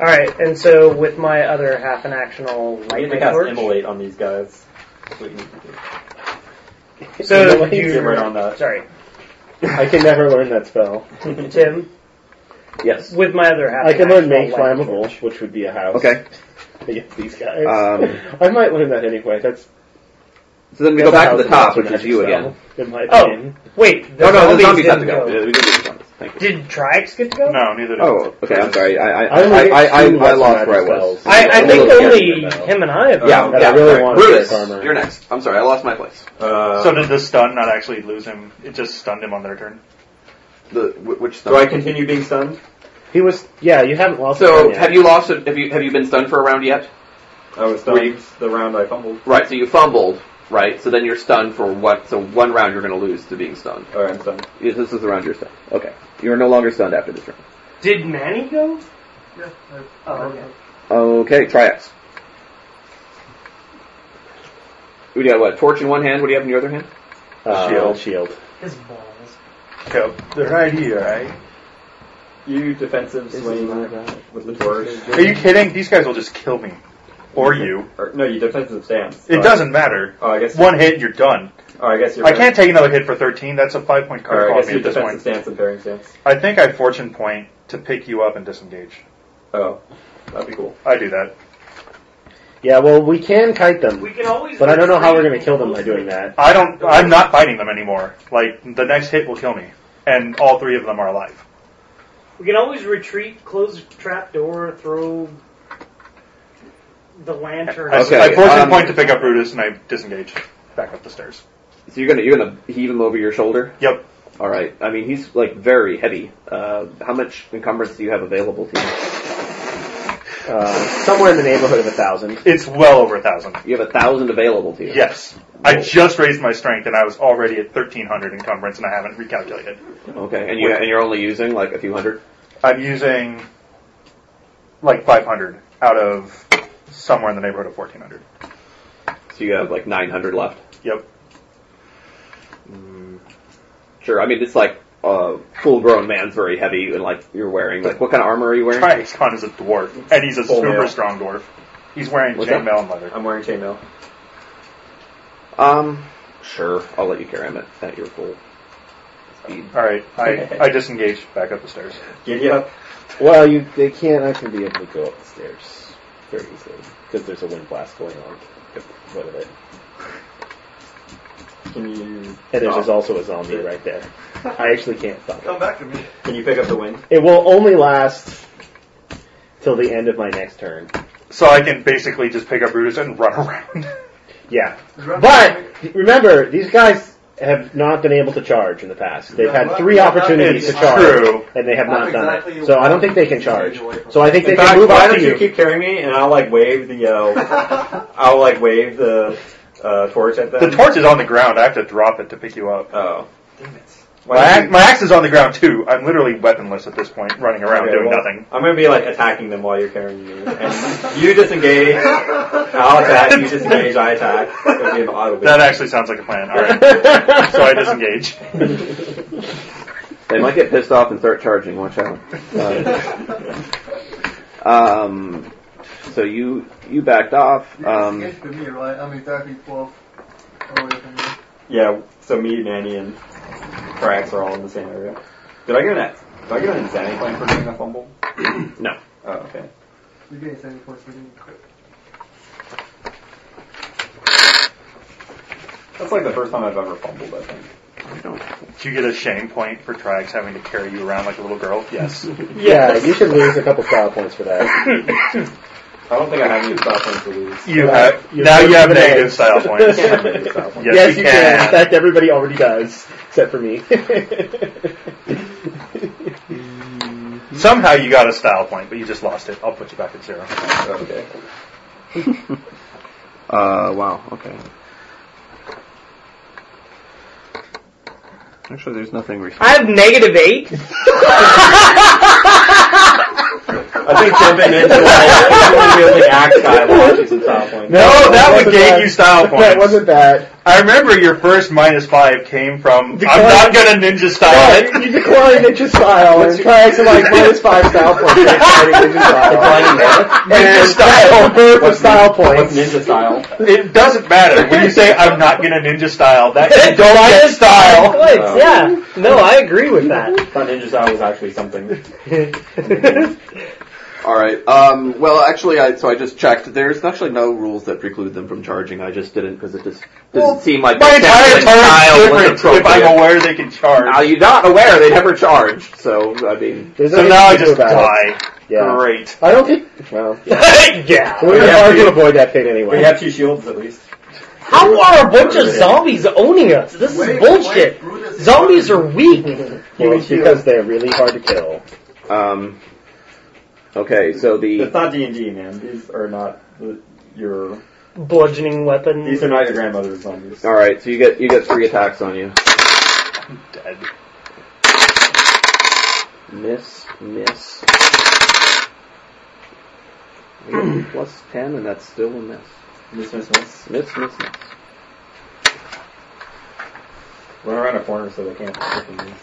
Speaker 2: All right, and so with my other half an action, I'll light my torch.
Speaker 6: immolate on these guys.
Speaker 2: So
Speaker 4: Immolate?
Speaker 2: you,
Speaker 4: You're right on that.
Speaker 2: sorry,
Speaker 4: I can never learn that
Speaker 2: <laughs>
Speaker 4: spell.
Speaker 2: Tim.
Speaker 3: Yes.
Speaker 2: With my other half,
Speaker 4: I can
Speaker 2: an
Speaker 4: learn
Speaker 2: action,
Speaker 4: make
Speaker 2: I'll light my
Speaker 4: flammable, which would be a house.
Speaker 3: Okay.
Speaker 4: Against these guys.
Speaker 3: Um,
Speaker 4: <laughs> I might learn that anyway. That's
Speaker 3: So then we go
Speaker 4: that's a
Speaker 3: back to
Speaker 4: house
Speaker 3: the top,
Speaker 4: that's a
Speaker 3: which is
Speaker 4: magic
Speaker 3: you
Speaker 4: spell,
Speaker 3: again.
Speaker 4: In my
Speaker 2: Oh.
Speaker 4: opinion.
Speaker 2: torch. Wait, the
Speaker 3: Oh no, the zombies
Speaker 2: didn't
Speaker 3: have to
Speaker 2: go.
Speaker 3: go. Yeah, we did the zombies. Thank you.
Speaker 2: Did Trix get to go?
Speaker 5: No, neither do
Speaker 3: Oh, okay. I'm sorry. I I
Speaker 4: I only
Speaker 3: I,
Speaker 4: get
Speaker 3: I, I,
Speaker 4: two
Speaker 3: I lost
Speaker 4: magic
Speaker 3: where I was.
Speaker 4: spells.
Speaker 2: I, I
Speaker 3: I'm a
Speaker 2: think
Speaker 3: little
Speaker 2: only
Speaker 4: scared now.
Speaker 2: him and I have.
Speaker 3: Yeah,
Speaker 4: that
Speaker 3: yeah.
Speaker 4: I really
Speaker 3: sorry.
Speaker 4: wanted
Speaker 3: Brutus,
Speaker 4: this armor.
Speaker 3: you're next. I'm sorry, I lost my place.
Speaker 6: Uh,
Speaker 5: so did the stun not actually lose him? It just stunned him on their turn.
Speaker 3: The wh- which
Speaker 6: do I
Speaker 3: stun?
Speaker 6: continue being stunned?
Speaker 4: He was. Yeah, you haven't lost. a turn
Speaker 3: So
Speaker 4: yet.
Speaker 3: have you lost? it? Have you have you been stunned for a round yet?
Speaker 6: I was
Speaker 3: Were
Speaker 6: stunned
Speaker 3: you-
Speaker 6: the round I fumbled.
Speaker 3: Right. So you fumbled. Right. So then you're stunned for what? So one round you're going to lose to being stunned.
Speaker 6: All right, Oh, I'm stunned.
Speaker 3: Yeah, This is the round you're stunned. Okay. You are no longer stunned after this round.
Speaker 2: Did Manny go?
Speaker 13: Yeah. I-
Speaker 2: Oh, okay.
Speaker 3: Okay. Triax. We got what? Torch in one hand. What do you have in your other hand?
Speaker 4: Uh,
Speaker 6: Shield.
Speaker 4: Shield.
Speaker 13: His balls.
Speaker 5: Go.
Speaker 6: They're right here, right? You defensive swing with the torch.
Speaker 5: Are you kidding? These guys will just kill me. Or you.
Speaker 6: Or, no, you defensive stance.
Speaker 5: It
Speaker 6: Alright.
Speaker 5: doesn't matter.
Speaker 6: Oh, I guess.
Speaker 5: One hit, you're done.
Speaker 6: Oh, I guess you're.
Speaker 5: I
Speaker 6: right.
Speaker 5: can't take another hit for 13. That's a five point
Speaker 6: Or
Speaker 5: critical
Speaker 6: I
Speaker 5: on
Speaker 6: guess
Speaker 5: me
Speaker 6: your
Speaker 5: at this
Speaker 6: defensive
Speaker 5: point.
Speaker 6: stance and parrying stance.
Speaker 5: I think I fortune point to pick you up and disengage.
Speaker 6: Oh, that'd be cool.
Speaker 5: I do that.
Speaker 4: Yeah. Well, we can kite them,
Speaker 13: We can always.
Speaker 4: but I don't know how we're gonna kill them by doing that.
Speaker 5: I don't. I'm not fighting them anymore. Like the next hit will kill me, and all three of them are alive.
Speaker 14: We can always retreat, close the trap door, throw the lantern.
Speaker 5: I,
Speaker 3: Okay,
Speaker 5: I fortune
Speaker 3: um,
Speaker 5: point to pick up Brutus, and I disengage back up the stairs.
Speaker 3: So you're gonna you're gonna heave him over your shoulder.
Speaker 5: Yep.
Speaker 3: All right. I mean, he's like very heavy. Uh, how much encumbrance do you have available to you?
Speaker 4: Uh, somewhere in the neighborhood of a thousand.
Speaker 5: It's well over a thousand.
Speaker 3: You have a thousand available to you.
Speaker 5: Yes. I just raised my strength, and I was already at 1300 encumbrance, and I haven't recalculated.
Speaker 3: Okay. And you and you're only using like a few hundred.
Speaker 5: I'm using like 500 out of somewhere in the neighborhood of 1400.
Speaker 3: So you have like 900 left.
Speaker 5: Yep.
Speaker 3: Sure. I mean, it's like a full-grown man's very heavy, and like you're wearing like what kind of armor are you wearing?
Speaker 5: Triaxcon is a dwarf, and he's a
Speaker 6: Full
Speaker 5: super
Speaker 6: mail.
Speaker 5: strong dwarf. He's wearing
Speaker 3: What's that?
Speaker 5: chainmail and leather.
Speaker 6: I'm wearing chainmail.
Speaker 3: Um. Sure. I'll let you carry him at, at your full speed.
Speaker 5: All right, I, I disengage back up the stairs.
Speaker 6: Giddy up.
Speaker 4: Well, you they can't actually be able to go up the stairs very easily because there's a wind blast going on. What of it?
Speaker 6: Can you?
Speaker 4: And there's
Speaker 6: Oh.
Speaker 4: just also a zombie right <laughs> there. I actually can't stop it.
Speaker 13: Come back to me.
Speaker 6: Can you pick up the wind?
Speaker 4: It will only last till the end of my next turn.
Speaker 5: So I can basically just pick up Brutus and run <laughs> around.
Speaker 4: Yeah, but remember these guys have not been able to charge in the past. They've had three opportunities to
Speaker 5: it's
Speaker 4: charge,
Speaker 5: true.
Speaker 4: and they have not
Speaker 13: That's
Speaker 4: done
Speaker 13: exactly
Speaker 4: it. So I don't think they can charge. So I think they
Speaker 6: In
Speaker 4: can
Speaker 6: fact,
Speaker 4: move
Speaker 6: why
Speaker 4: up to
Speaker 6: don't you
Speaker 4: you.
Speaker 6: keep carrying me, and I'll like wave the uh,
Speaker 5: <laughs>
Speaker 6: I'll like wave the uh, torch at them.
Speaker 5: The torch is on the ground. I have to drop it to pick you up.
Speaker 6: Oh,
Speaker 13: Damn it.
Speaker 6: Why
Speaker 5: My,
Speaker 6: don't
Speaker 5: ax
Speaker 6: you-
Speaker 5: my axe is on the ground too. I'm literally weaponless at this point, running around
Speaker 6: Okay,
Speaker 5: doing
Speaker 6: well,
Speaker 5: nothing.
Speaker 6: I'm gonna be like attacking them while you're carrying me. And you disengage, I'll attack. You disengage, I attack. It'll be an auto
Speaker 5: That actually sounds like a plan. All right, so I disengage.
Speaker 3: They might get pissed off and start charging. Watch out. <laughs> Uh, um. So you you backed off.
Speaker 13: You
Speaker 3: Um.
Speaker 13: escaped from me, right? I'm exactly Oh, 12 away from you.
Speaker 6: Yeah. So me, Nanny, and Crax are all in the same area. Did I get an Did I get an insanity point for doing a fumble?
Speaker 3: No.
Speaker 6: Oh, okay.
Speaker 13: You get 70 points for being quick.
Speaker 6: That's like the first time I've ever fumbled. I think.
Speaker 5: Do you get a shame point for Trax having to carry you around like a little girl? Yes.
Speaker 4: Yeah, you should lose a couple style points for that.
Speaker 6: I don't think I have any style points to lose.
Speaker 5: You
Speaker 4: Uh,
Speaker 5: have,
Speaker 4: you're
Speaker 5: now you have
Speaker 4: losing
Speaker 5: negative
Speaker 4: it.
Speaker 5: style points.
Speaker 4: Yeah.
Speaker 5: yes,
Speaker 4: Yes, you can. In fact, everybody already does, except for me. <laughs>
Speaker 5: Somehow you got a style point, but you just lost it. I'll put you back at zero. Okay.
Speaker 9: Uh, wow, okay. Actually, there's nothing
Speaker 15: I have negative eight.
Speaker 6: I think jumping into <laughs> like wielding axe guy launches some style points.
Speaker 5: No, that would gain you style points.
Speaker 4: That wasn't bad.
Speaker 5: I remember your first minus five came from I'm not gonna ninja style it.
Speaker 4: You decline ninja style and try to like minus five style points. for declining
Speaker 5: <laughs>
Speaker 4: Ninja style.
Speaker 5: Ninja
Speaker 4: That's
Speaker 5: style.
Speaker 4: the verb of style points.
Speaker 6: Ninja style.
Speaker 5: It doesn't matter when you say I'm not gonna ninja style.
Speaker 4: <laughs>
Speaker 5: That you don't get style. Oh.
Speaker 2: Points, yeah. No, I agree with that.
Speaker 4: <laughs>
Speaker 6: Thought ninja style was actually something.
Speaker 3: All right. Um, well, actually, I, so I just checked. There's actually no rules that preclude them from charging. I just didn't because it just didn't seem like
Speaker 5: my
Speaker 3: the
Speaker 5: entire
Speaker 3: template
Speaker 5: turn's
Speaker 3: style was
Speaker 5: different if
Speaker 3: appropriate.
Speaker 5: I'm aware they can charge.
Speaker 3: Now you're not aware they never charge, so I mean.
Speaker 4: There's
Speaker 5: So
Speaker 4: nothing
Speaker 5: now
Speaker 4: you
Speaker 5: I
Speaker 4: can
Speaker 5: just
Speaker 4: do about
Speaker 5: die.
Speaker 4: it. Yeah. <laughs>
Speaker 5: Great.
Speaker 4: I don't think. Well,
Speaker 2: yeah.
Speaker 4: we're
Speaker 6: We
Speaker 4: gonna
Speaker 6: have
Speaker 4: hard
Speaker 6: to-
Speaker 4: to avoid that fate anyway.
Speaker 6: We have two shields at least.
Speaker 2: How are a bunch of zombies owning us? This is bullshit. Zombies are weak.
Speaker 4: Well, because they're really hard to kill.
Speaker 3: Um, okay, so
Speaker 6: It's
Speaker 3: the
Speaker 6: not D and D, man. These are not the, your.
Speaker 2: Bludgeoning weapon.
Speaker 6: These are not your grandmother's zombies.
Speaker 3: all right, so you get you get three attacks on you.
Speaker 5: Dead.
Speaker 3: Miss,
Speaker 4: <clears throat>
Speaker 3: miss. Eight plus ten, and that's still a miss.
Speaker 6: Miss, miss, miss.
Speaker 3: Miss, miss, miss.
Speaker 6: Run around a corner so they can't.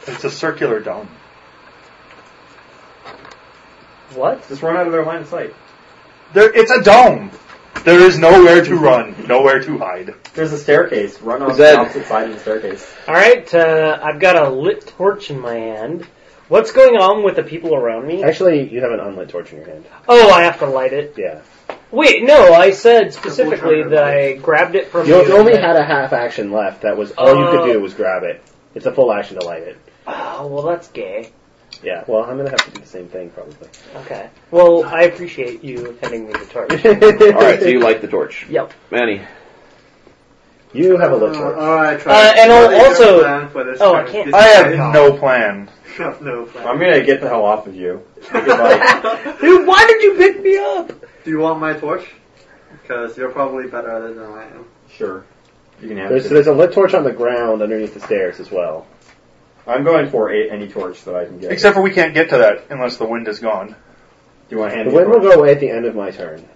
Speaker 5: It's a circular dome.
Speaker 2: What?
Speaker 6: Just run out of their line of sight.
Speaker 5: There, it's a dome. There is nowhere to run, nowhere to hide.
Speaker 6: There's a staircase. Run on
Speaker 3: Zed.
Speaker 6: the opposite side of the staircase.
Speaker 2: All right, uh, I've got a lit torch in my hand. What's going on with the people around me?
Speaker 4: Actually, you have an unlit torch in your hand.
Speaker 2: Oh, I have to light it.
Speaker 4: Yeah.
Speaker 2: Wait, no, I said specifically that I grabbed it from
Speaker 4: You
Speaker 2: you.
Speaker 4: only had a half action left. That was all you could do was grab it. It's a full action to light it.
Speaker 2: Oh, well, that's gay.
Speaker 4: Yeah. Well, I'm gonna have to do the same thing probably.
Speaker 2: Okay. Well, I appreciate you handing me the torch.
Speaker 3: All right, so you light the torch,
Speaker 2: <laughs> yep.
Speaker 3: Manny.
Speaker 4: <laughs> You have a lit torch.
Speaker 13: Oh, I
Speaker 2: Uh, and I'll also- oh, I can't-
Speaker 5: I have no plan.
Speaker 13: have <laughs> no plan.
Speaker 6: I'm gonna get the hell off of you.
Speaker 2: Dude, why did you pick me up?
Speaker 13: <laughs> Do you want my torch? Because you're probably better at it than I am.
Speaker 6: Sure. You can have
Speaker 4: There's,
Speaker 6: it.
Speaker 4: there's a lit torch on the ground underneath the stairs as well.
Speaker 6: I'm going for a, any torch that I can get.
Speaker 5: Except for we can't get to that unless the wind is gone.
Speaker 6: Do you want to hand
Speaker 4: The
Speaker 6: me
Speaker 4: wind
Speaker 6: a
Speaker 4: will
Speaker 6: torch?
Speaker 4: go away at the end of my turn,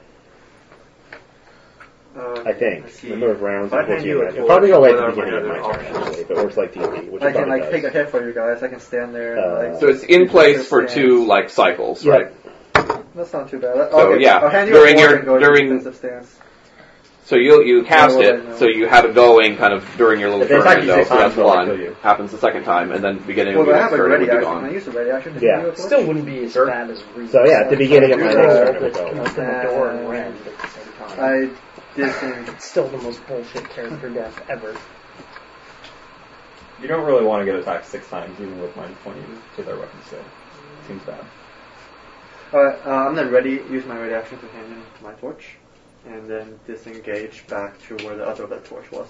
Speaker 13: Uh,
Speaker 4: I think.
Speaker 13: let's see.
Speaker 4: Number of rounds
Speaker 13: If I
Speaker 4: equals
Speaker 13: hand
Speaker 4: to
Speaker 13: you
Speaker 4: your
Speaker 13: a
Speaker 4: round. It'll
Speaker 13: torch,
Speaker 4: probably go away at the
Speaker 13: what are my
Speaker 4: beginning of my
Speaker 13: other
Speaker 4: turn,
Speaker 13: options?
Speaker 4: actually, if it works like D&D, which
Speaker 13: I
Speaker 4: it
Speaker 13: can
Speaker 4: probably
Speaker 13: like take a
Speaker 4: does.
Speaker 13: hit for you guys. I can stand there.
Speaker 4: Uh,
Speaker 13: And, like,
Speaker 3: So it's in place for two like cycles, right?
Speaker 13: That's not too bad.
Speaker 3: So,
Speaker 13: okay,
Speaker 3: yeah,
Speaker 13: I'll hand you
Speaker 3: during
Speaker 13: a
Speaker 3: your-
Speaker 13: your and go
Speaker 3: during-
Speaker 13: into defensive stance.
Speaker 3: So you you cast
Speaker 13: Yeah, well, I know.
Speaker 3: it, so you have it going kind of during your little
Speaker 6: If they
Speaker 3: turn
Speaker 6: attack you
Speaker 3: window.
Speaker 6: six
Speaker 3: So that's
Speaker 6: times, they'll
Speaker 3: one.
Speaker 6: kill you.
Speaker 3: Happens the second time, and then beginning of
Speaker 13: Well,
Speaker 3: your
Speaker 13: I have
Speaker 3: next
Speaker 13: a
Speaker 3: turn it
Speaker 13: ready
Speaker 3: would be
Speaker 13: action. I
Speaker 3: gone.
Speaker 13: use a ready action. to
Speaker 4: Yeah.
Speaker 13: hand you a torch.
Speaker 2: Still wouldn't be as bad as Reed.
Speaker 4: So yeah, at the beginning of my
Speaker 2: Oh,
Speaker 4: next
Speaker 13: Uh,
Speaker 4: turn, it will
Speaker 2: that
Speaker 4: go.
Speaker 2: comes from the door and ran at the same time.
Speaker 13: I did think.
Speaker 2: It's still the most bullshit character death <laughs> ever.
Speaker 6: You don't really want to get attacked six times, even with minus 20 to their weapon skill. Seems bad.
Speaker 13: Alright, uh, I'm then ready. Use my ready action to hand him my torch, and then disengage back to where the other lit torch was,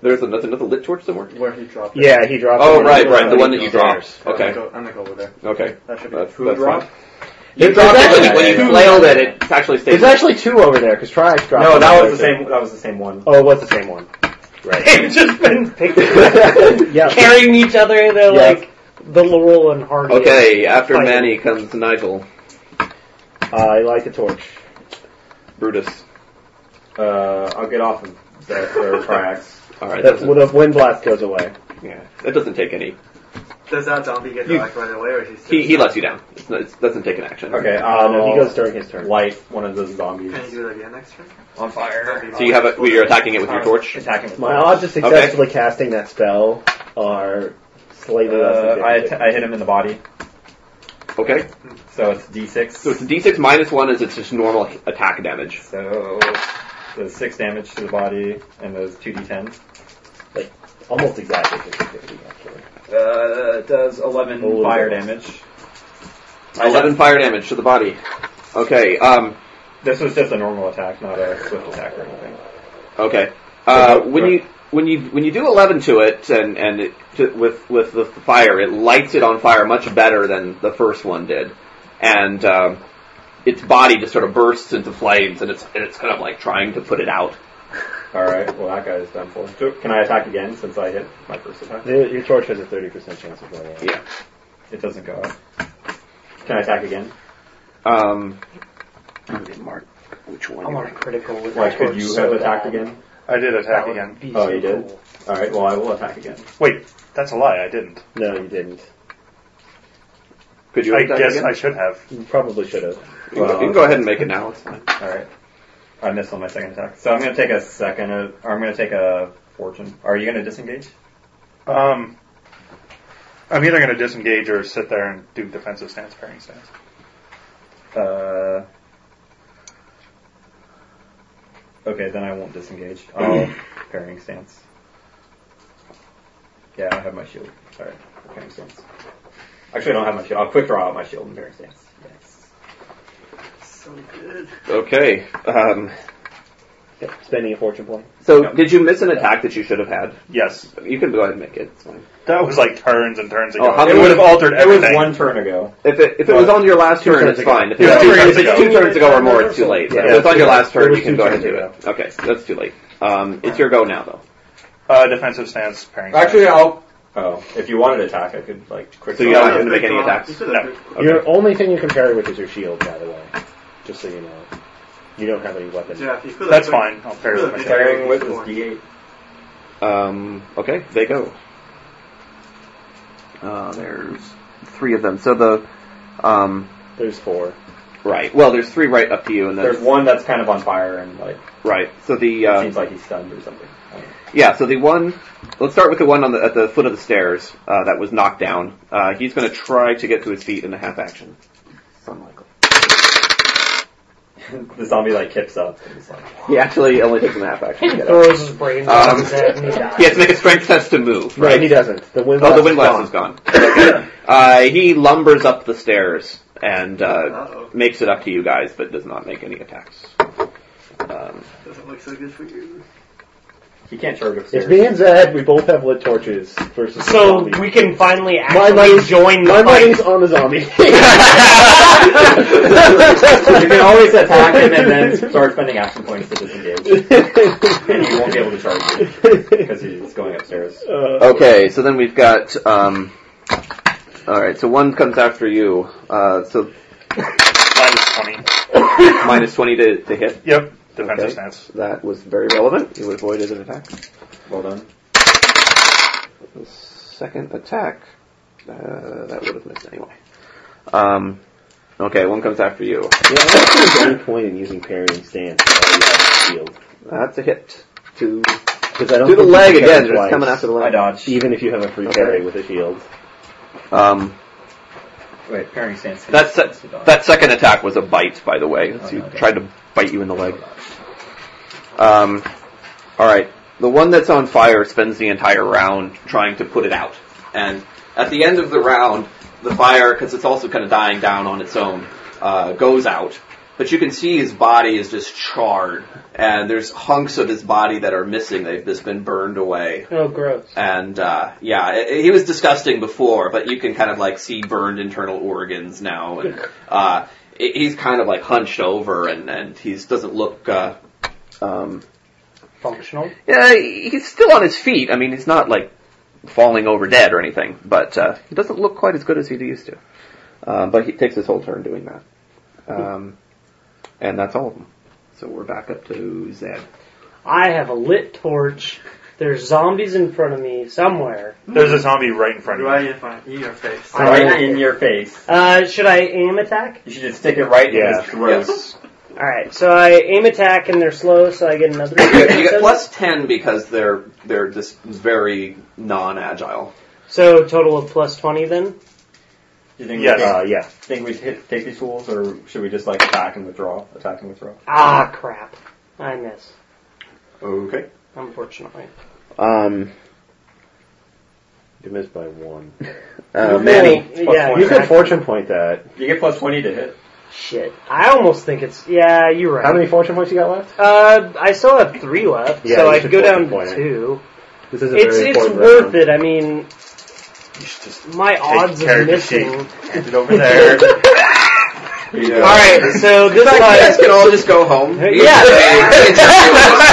Speaker 3: There's another, another lit torch somewhere.
Speaker 13: where he dropped. it.
Speaker 4: Yeah, he dropped
Speaker 3: Oh
Speaker 4: it.
Speaker 3: right,
Speaker 13: the
Speaker 3: right, the one
Speaker 13: one that
Speaker 3: that you
Speaker 13: goes
Speaker 3: dropped.
Speaker 13: I'm
Speaker 3: Okay,
Speaker 13: gonna go, I'm gonna go over there.
Speaker 3: okay,
Speaker 13: That should be
Speaker 3: that's,
Speaker 13: food
Speaker 3: that's
Speaker 13: drop.
Speaker 3: fine. You dropped it, but when you flailed it, it actually stayed.
Speaker 4: There's actually two over there, because Triax dropped
Speaker 6: No,
Speaker 4: it.
Speaker 6: that was the same. That was the same one.
Speaker 4: Oh, it was the same one. Right.
Speaker 2: just been
Speaker 3: <laughs>
Speaker 4: <laughs> yeah.
Speaker 2: carrying each other. They're
Speaker 4: Yeah.
Speaker 2: like the Laurel and Hardy.
Speaker 3: okay, after
Speaker 2: Fine.
Speaker 3: Manny comes Nigel,
Speaker 4: I light the torch.
Speaker 3: Brutus.
Speaker 6: Uh, I'll get off of the their tracks.
Speaker 3: All right,
Speaker 4: That,
Speaker 3: that doesn't,
Speaker 4: the wind blast goes away.
Speaker 3: yeah, that doesn't take any.
Speaker 13: Does that zombie get
Speaker 3: You-
Speaker 13: knocked right away, or is he? Still
Speaker 3: He he lets you down. It's, not- it doesn't take an action.
Speaker 6: Okay, um,
Speaker 4: Uh,
Speaker 6: I'll
Speaker 4: no, he goes during his turn.
Speaker 6: light one of those
Speaker 13: Can you
Speaker 6: zombies
Speaker 13: do that again next turn?
Speaker 6: on fire.
Speaker 3: So you have it. You're attacking it with your torch.
Speaker 6: Attacking with
Speaker 4: My
Speaker 6: torch.
Speaker 4: odds of successfully casting that spell are slightly less
Speaker 6: Uh,
Speaker 4: than
Speaker 6: I,
Speaker 4: 50.
Speaker 6: att- I hit him in the body,
Speaker 3: Okay,
Speaker 6: so it's
Speaker 3: so it's
Speaker 6: d6.
Speaker 3: a d6 minus one, is it's just normal h- attack damage.
Speaker 6: So the six damage to the body and those two d10s.
Speaker 4: Almost exactly 50-50, actually.
Speaker 6: Uh, it does 11
Speaker 4: A little
Speaker 6: fire
Speaker 4: bit.
Speaker 6: damage.
Speaker 3: Eleven fire damage to the body. Okay. Um.
Speaker 6: This was just a normal attack, not a swift attack or anything.
Speaker 3: Okay. Uh, when you when you when you do eleven to it and and it, to, with with the fire, it lights it on fire much better than the first one did, and um, its body just sort of bursts into flames, and it's and it's kind of like trying to put it out.
Speaker 6: All right. Well, that guy is done for. So, Can I attack again since I hit my first attack?
Speaker 4: Your your torch has a 30% chance of going out.
Speaker 3: Yeah.
Speaker 6: It doesn't go up. Can I attack again?
Speaker 3: Um. I didn't mark which one.
Speaker 2: I'm on a critical with
Speaker 6: Why
Speaker 2: that
Speaker 6: could
Speaker 2: torch
Speaker 6: you
Speaker 2: so
Speaker 6: have
Speaker 3: uh,
Speaker 6: attacked
Speaker 2: bad.
Speaker 6: again?
Speaker 5: I did attack
Speaker 2: That would
Speaker 5: again.
Speaker 2: be
Speaker 6: Oh,
Speaker 2: so
Speaker 6: you did?
Speaker 2: cool.
Speaker 6: All right. Well, I will attack again.
Speaker 5: Wait, that's a lie. I didn't.
Speaker 4: No, you didn't.
Speaker 3: Could you?
Speaker 5: I
Speaker 3: attack
Speaker 5: guess
Speaker 3: again?
Speaker 5: I should have.
Speaker 4: You probably should have.
Speaker 3: You can go- you can go ahead and make it now. It's fine.
Speaker 6: All right. I missed on my second attack, so I'm going to take a second. uh, Or I'm going to take a fortune. Are you going to disengage?
Speaker 5: Um, I'm either going to disengage or sit there and do defensive stance, parrying stance.
Speaker 6: Uh. Okay, then I won't disengage. I'll parrying stance. Yeah, I have my shield. Alright, parrying stance. Actually, I don't have my shield. I'll quick draw out my shield and parrying stance. Yes.
Speaker 13: So good.
Speaker 3: Okay. Um.
Speaker 4: Yep, Spending a fortune point.
Speaker 3: So did you miss an attack that you should have had?
Speaker 5: Yes,
Speaker 3: You can go ahead and make it. It's fine.
Speaker 5: that was like turns and turns
Speaker 3: Oh,
Speaker 5: ago.
Speaker 3: how
Speaker 5: it
Speaker 3: many-
Speaker 5: would have altered
Speaker 6: It was
Speaker 5: everything.
Speaker 6: one turn ago.
Speaker 3: If it, if it was on your last turn,
Speaker 4: turns
Speaker 3: it's
Speaker 4: ago.
Speaker 3: fine. If
Speaker 5: Two
Speaker 3: it's, two
Speaker 5: turns
Speaker 3: turns,
Speaker 5: ago.
Speaker 3: two turns ago or more, it's too late.
Speaker 4: Yeah,
Speaker 3: if it's on your last
Speaker 4: it
Speaker 3: turn,
Speaker 4: was
Speaker 3: you can
Speaker 4: two
Speaker 3: go ahead and
Speaker 4: turns
Speaker 3: do it. Okay, that's too late. Um, it's your go now, though.
Speaker 5: uh, defensive stance, parrying.
Speaker 6: Actually, I'll. Oh, if you wanted to attack, I could, like, quick
Speaker 3: So you
Speaker 6: draw
Speaker 13: Oh,
Speaker 3: don't
Speaker 6: out.
Speaker 3: have to make any attacks.
Speaker 5: No.
Speaker 3: Okay.
Speaker 4: Your only thing you can parry with is your shield, by the way. Just so you know. You don't have any weapons.
Speaker 13: Jeff, you could
Speaker 5: That's
Speaker 13: have-
Speaker 5: fine. I'll parry with
Speaker 13: Good.
Speaker 5: myself.
Speaker 6: Parrying with this D8.
Speaker 3: Um, okay, they go. Uh, there's three of them. So the um,
Speaker 4: There's four.
Speaker 3: right. Well, there's three right up to you, and
Speaker 6: There's
Speaker 3: then
Speaker 6: one that's kind of on fire and, like,
Speaker 3: right. So the
Speaker 6: it
Speaker 3: uh,
Speaker 6: seems like he's stunned or something. <laughs> I don't know.
Speaker 3: Yeah, so the one, let's start with the one on the, at the foot of the stairs uh, that was knocked down. Uh, he's going to try to get to his feet in a half action.
Speaker 6: the zombie, like, kips up and it's like,
Speaker 3: He actually only takes a half action. to
Speaker 2: He
Speaker 3: get up.
Speaker 2: throws his brains out
Speaker 3: Um,
Speaker 2: his head <laughs> and he dies.
Speaker 3: He has to make a strength test to move.
Speaker 4: Right,
Speaker 3: Right.
Speaker 4: he doesn't. The wind
Speaker 3: oh, the windlass is gone. <coughs> uh, he lumbers up the stairs and uh,
Speaker 13: Uh-oh.
Speaker 3: makes it up to you guys, but does not make any attacks.
Speaker 4: <laughs>
Speaker 3: Um,
Speaker 13: Doesn't look so good for you.
Speaker 6: he can't charge
Speaker 4: It's
Speaker 6: upstairs.
Speaker 4: me and Zed. We both have lit torches versus the
Speaker 2: So
Speaker 4: zombie.
Speaker 2: we can finally
Speaker 4: my
Speaker 2: actually
Speaker 4: money's
Speaker 2: join
Speaker 4: my
Speaker 2: the
Speaker 4: money's
Speaker 2: fight.
Speaker 4: on the <laughs> zombie.
Speaker 6: you can
Speaker 4: <laughs>
Speaker 6: always attack him and then start spending action points to disengage. And you won't be able to charge him
Speaker 4: <laughs>
Speaker 6: because he's going upstairs.
Speaker 4: Uh,
Speaker 3: <laughs> okay, so then we've got. Um, all right, so one comes after you. Uh, so
Speaker 5: Minus twenty.
Speaker 3: minus twenty to, to hit.
Speaker 5: Yep, defensive
Speaker 3: Okay.
Speaker 5: stance.
Speaker 3: That was very relevant. You avoided an attack.
Speaker 6: Well done.
Speaker 3: The second attack, uh, that would have missed anyway. Um, okay, one comes after you.
Speaker 4: yeah, I'm actually at any point in using parrying stance. I have shield.
Speaker 3: That's a hit. To,
Speaker 4: Because I don't
Speaker 3: to the
Speaker 4: think you
Speaker 3: leg
Speaker 4: can
Speaker 3: again.
Speaker 4: parry
Speaker 3: It's
Speaker 4: twice,
Speaker 3: coming after the
Speaker 6: I
Speaker 3: leg.
Speaker 6: dodge.
Speaker 4: Even if you have a free
Speaker 3: Okay.
Speaker 4: parry with a shield.
Speaker 3: Um,
Speaker 6: Wait, parrying stance.
Speaker 3: that, se- that second attack was a bite, by the way. So you
Speaker 6: Okay.
Speaker 3: tried to bite you in the leg. Um, all right. The one that's on fire spends the entire round trying to put it out, and at the end of the round, the fire, because it's also kind of dying down on its own, uh, goes out. But you can see his body is just charred, and there's hunks of his body that are missing. They've just been burned away.
Speaker 2: Oh, gross.
Speaker 3: And uh, yeah, it, it- he was disgusting before, but you can kind of like see burned internal organs now, and uh, it, he's kind of like hunched over, and and he doesn't look. Uh, um,
Speaker 2: Functional.
Speaker 3: yeah, he- he's still on his feet. I mean, he's not like falling over dead or anything, but uh, he doesn't look quite as good as he used to. Uh, but he takes his whole turn doing that, um, and that's all of them. So we're back up to Zed.
Speaker 2: I have a lit torch. There's zombies in front of me somewhere.
Speaker 5: There's a zombie right in front of
Speaker 13: Right in front, in your face.
Speaker 6: Right in your face.
Speaker 2: Uh, should I aim attack?
Speaker 6: You should just stick it right in
Speaker 5: Yeah.
Speaker 6: his throat.
Speaker 2: Alright, so I aim attack and they're slow, so I get another.
Speaker 3: <coughs> you get- you get plus ten because they're they're just very non-agile.
Speaker 2: So total of plus 20 then?
Speaker 6: You think
Speaker 5: Yes.
Speaker 6: we should,
Speaker 4: Uh, yeah.
Speaker 6: think we should hit, take these tools, or should we just like attack and withdraw? Attack and withdraw.
Speaker 2: Ah, crap. I miss,
Speaker 6: Okay.
Speaker 2: unfortunately.
Speaker 3: Um,
Speaker 4: You missed by
Speaker 5: <laughs>
Speaker 4: one.
Speaker 9: Uh, Manny.
Speaker 4: Yeah, you could fortune point that.
Speaker 6: You get plus 20 to hit.
Speaker 2: Shit. I almost think it's. Yeah, you're right.
Speaker 4: How many fortune points you got left?
Speaker 2: Uh, I still have three left,
Speaker 4: Yeah,
Speaker 2: so
Speaker 4: you
Speaker 2: I
Speaker 4: should
Speaker 2: go
Speaker 4: fortune
Speaker 2: down
Speaker 4: point
Speaker 2: to
Speaker 4: it.
Speaker 2: two.
Speaker 4: This is a
Speaker 2: It's
Speaker 4: very
Speaker 2: it's
Speaker 4: important
Speaker 2: worth
Speaker 4: round.
Speaker 2: it. I mean, my odds of
Speaker 10: character
Speaker 2: missing.
Speaker 10: Hand it over
Speaker 4: <laughs>
Speaker 5: <laughs>
Speaker 10: there.
Speaker 2: All right,
Speaker 3: <laughs>
Speaker 2: so this
Speaker 3: You guys
Speaker 2: time,
Speaker 3: can all just go home.
Speaker 2: yeah.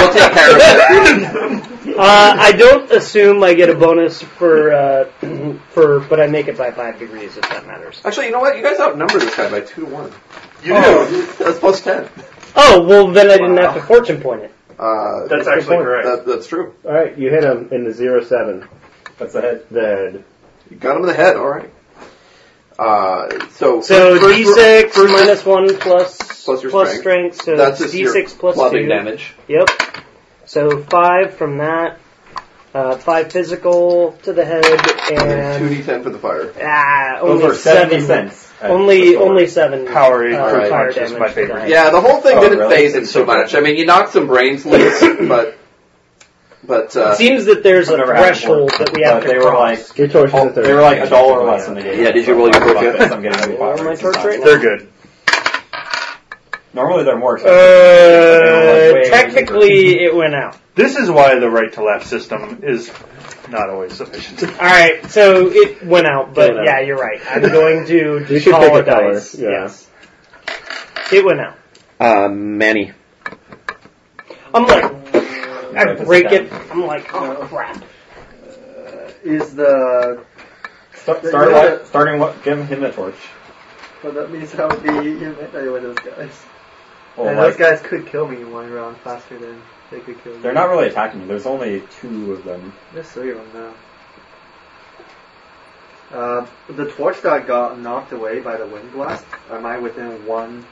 Speaker 3: <laughs> we'll take care of it.
Speaker 2: Uh, I don't assume I get a bonus for uh, <clears throat> for, but I make it by five degrees if that matters.
Speaker 3: <laughs> Actually, you know what? You guys outnumber this guy by two to one.
Speaker 10: You
Speaker 3: do. That's plus ten.
Speaker 2: Oh well, then I didn't have to fortune point it.
Speaker 3: Uh,
Speaker 10: That's actually correct.
Speaker 3: that, that's true.
Speaker 4: All right, you hit him in the zero seven.
Speaker 6: That's the head.
Speaker 4: The head.
Speaker 3: You got him in the head. All right. Uh, so
Speaker 2: So
Speaker 3: first- first-
Speaker 2: d6 minus one plus
Speaker 3: Plus your
Speaker 2: plus
Speaker 3: strength.
Speaker 2: strength. So
Speaker 3: That's just your
Speaker 2: d6 plus
Speaker 3: clubbing
Speaker 2: two.
Speaker 3: damage.
Speaker 2: Yep. So five from that. Uh, five physical to the head
Speaker 3: two
Speaker 2: and
Speaker 3: d ten for the fire.
Speaker 2: ah,
Speaker 6: Those
Speaker 2: only
Speaker 6: are 70
Speaker 2: seven.
Speaker 6: cents. at the
Speaker 2: Only
Speaker 6: store.
Speaker 2: only seven uh,
Speaker 5: Power Rangers
Speaker 2: fire
Speaker 5: punch is
Speaker 2: damage
Speaker 5: my
Speaker 2: to
Speaker 5: favorite.
Speaker 2: the head.
Speaker 3: Yeah, the whole thing
Speaker 6: Oh,
Speaker 3: didn't
Speaker 6: really?
Speaker 3: phase him so much. I mean, you knocked some brains <coughs> loose, but but uh,
Speaker 2: It seems that there's
Speaker 6: I've
Speaker 2: a
Speaker 6: never had it
Speaker 2: threshold
Speaker 6: before.
Speaker 2: that we have
Speaker 6: But
Speaker 2: to
Speaker 6: they were
Speaker 2: cross.
Speaker 6: like,
Speaker 4: Your torch
Speaker 6: oh,
Speaker 4: is a
Speaker 6: they were like a dollar less than the game.
Speaker 3: Yeah, did you roll your
Speaker 6: Fuck
Speaker 3: book
Speaker 6: this, I'm getting heavy power.
Speaker 2: Roll my
Speaker 6: It's
Speaker 2: torch
Speaker 6: not-
Speaker 2: right
Speaker 5: They're good.
Speaker 6: Normally they're more expensive. They were
Speaker 2: Uh,
Speaker 6: like way
Speaker 2: technically, it went out.
Speaker 5: This is why the right to left system is not always
Speaker 4: <laughs>
Speaker 5: sufficient. Uh,
Speaker 2: All right, so it went out, but
Speaker 4: It went out.
Speaker 2: yeah, you're right. I'm going to
Speaker 4: <laughs> You
Speaker 2: just
Speaker 4: should
Speaker 2: call
Speaker 4: pick a
Speaker 2: it
Speaker 4: color,
Speaker 2: dice.
Speaker 4: yeah.
Speaker 2: Yes, it went out.
Speaker 3: uh, Manny.
Speaker 2: I'm like, I
Speaker 6: Right,
Speaker 2: break
Speaker 6: that's
Speaker 2: it. I'm like, oh crap.
Speaker 13: Is the
Speaker 6: Start, start what- starting what? Give him the torch.
Speaker 13: well that means I would be him anyway those guys.
Speaker 6: Well,
Speaker 13: and
Speaker 6: like,
Speaker 13: those guys could kill me in one round faster than they could kill me.
Speaker 6: they're not really attacking you. There's only two of them.
Speaker 13: There's three of them now. Uh, the torch that got knocked away by the wind blast. Am I within one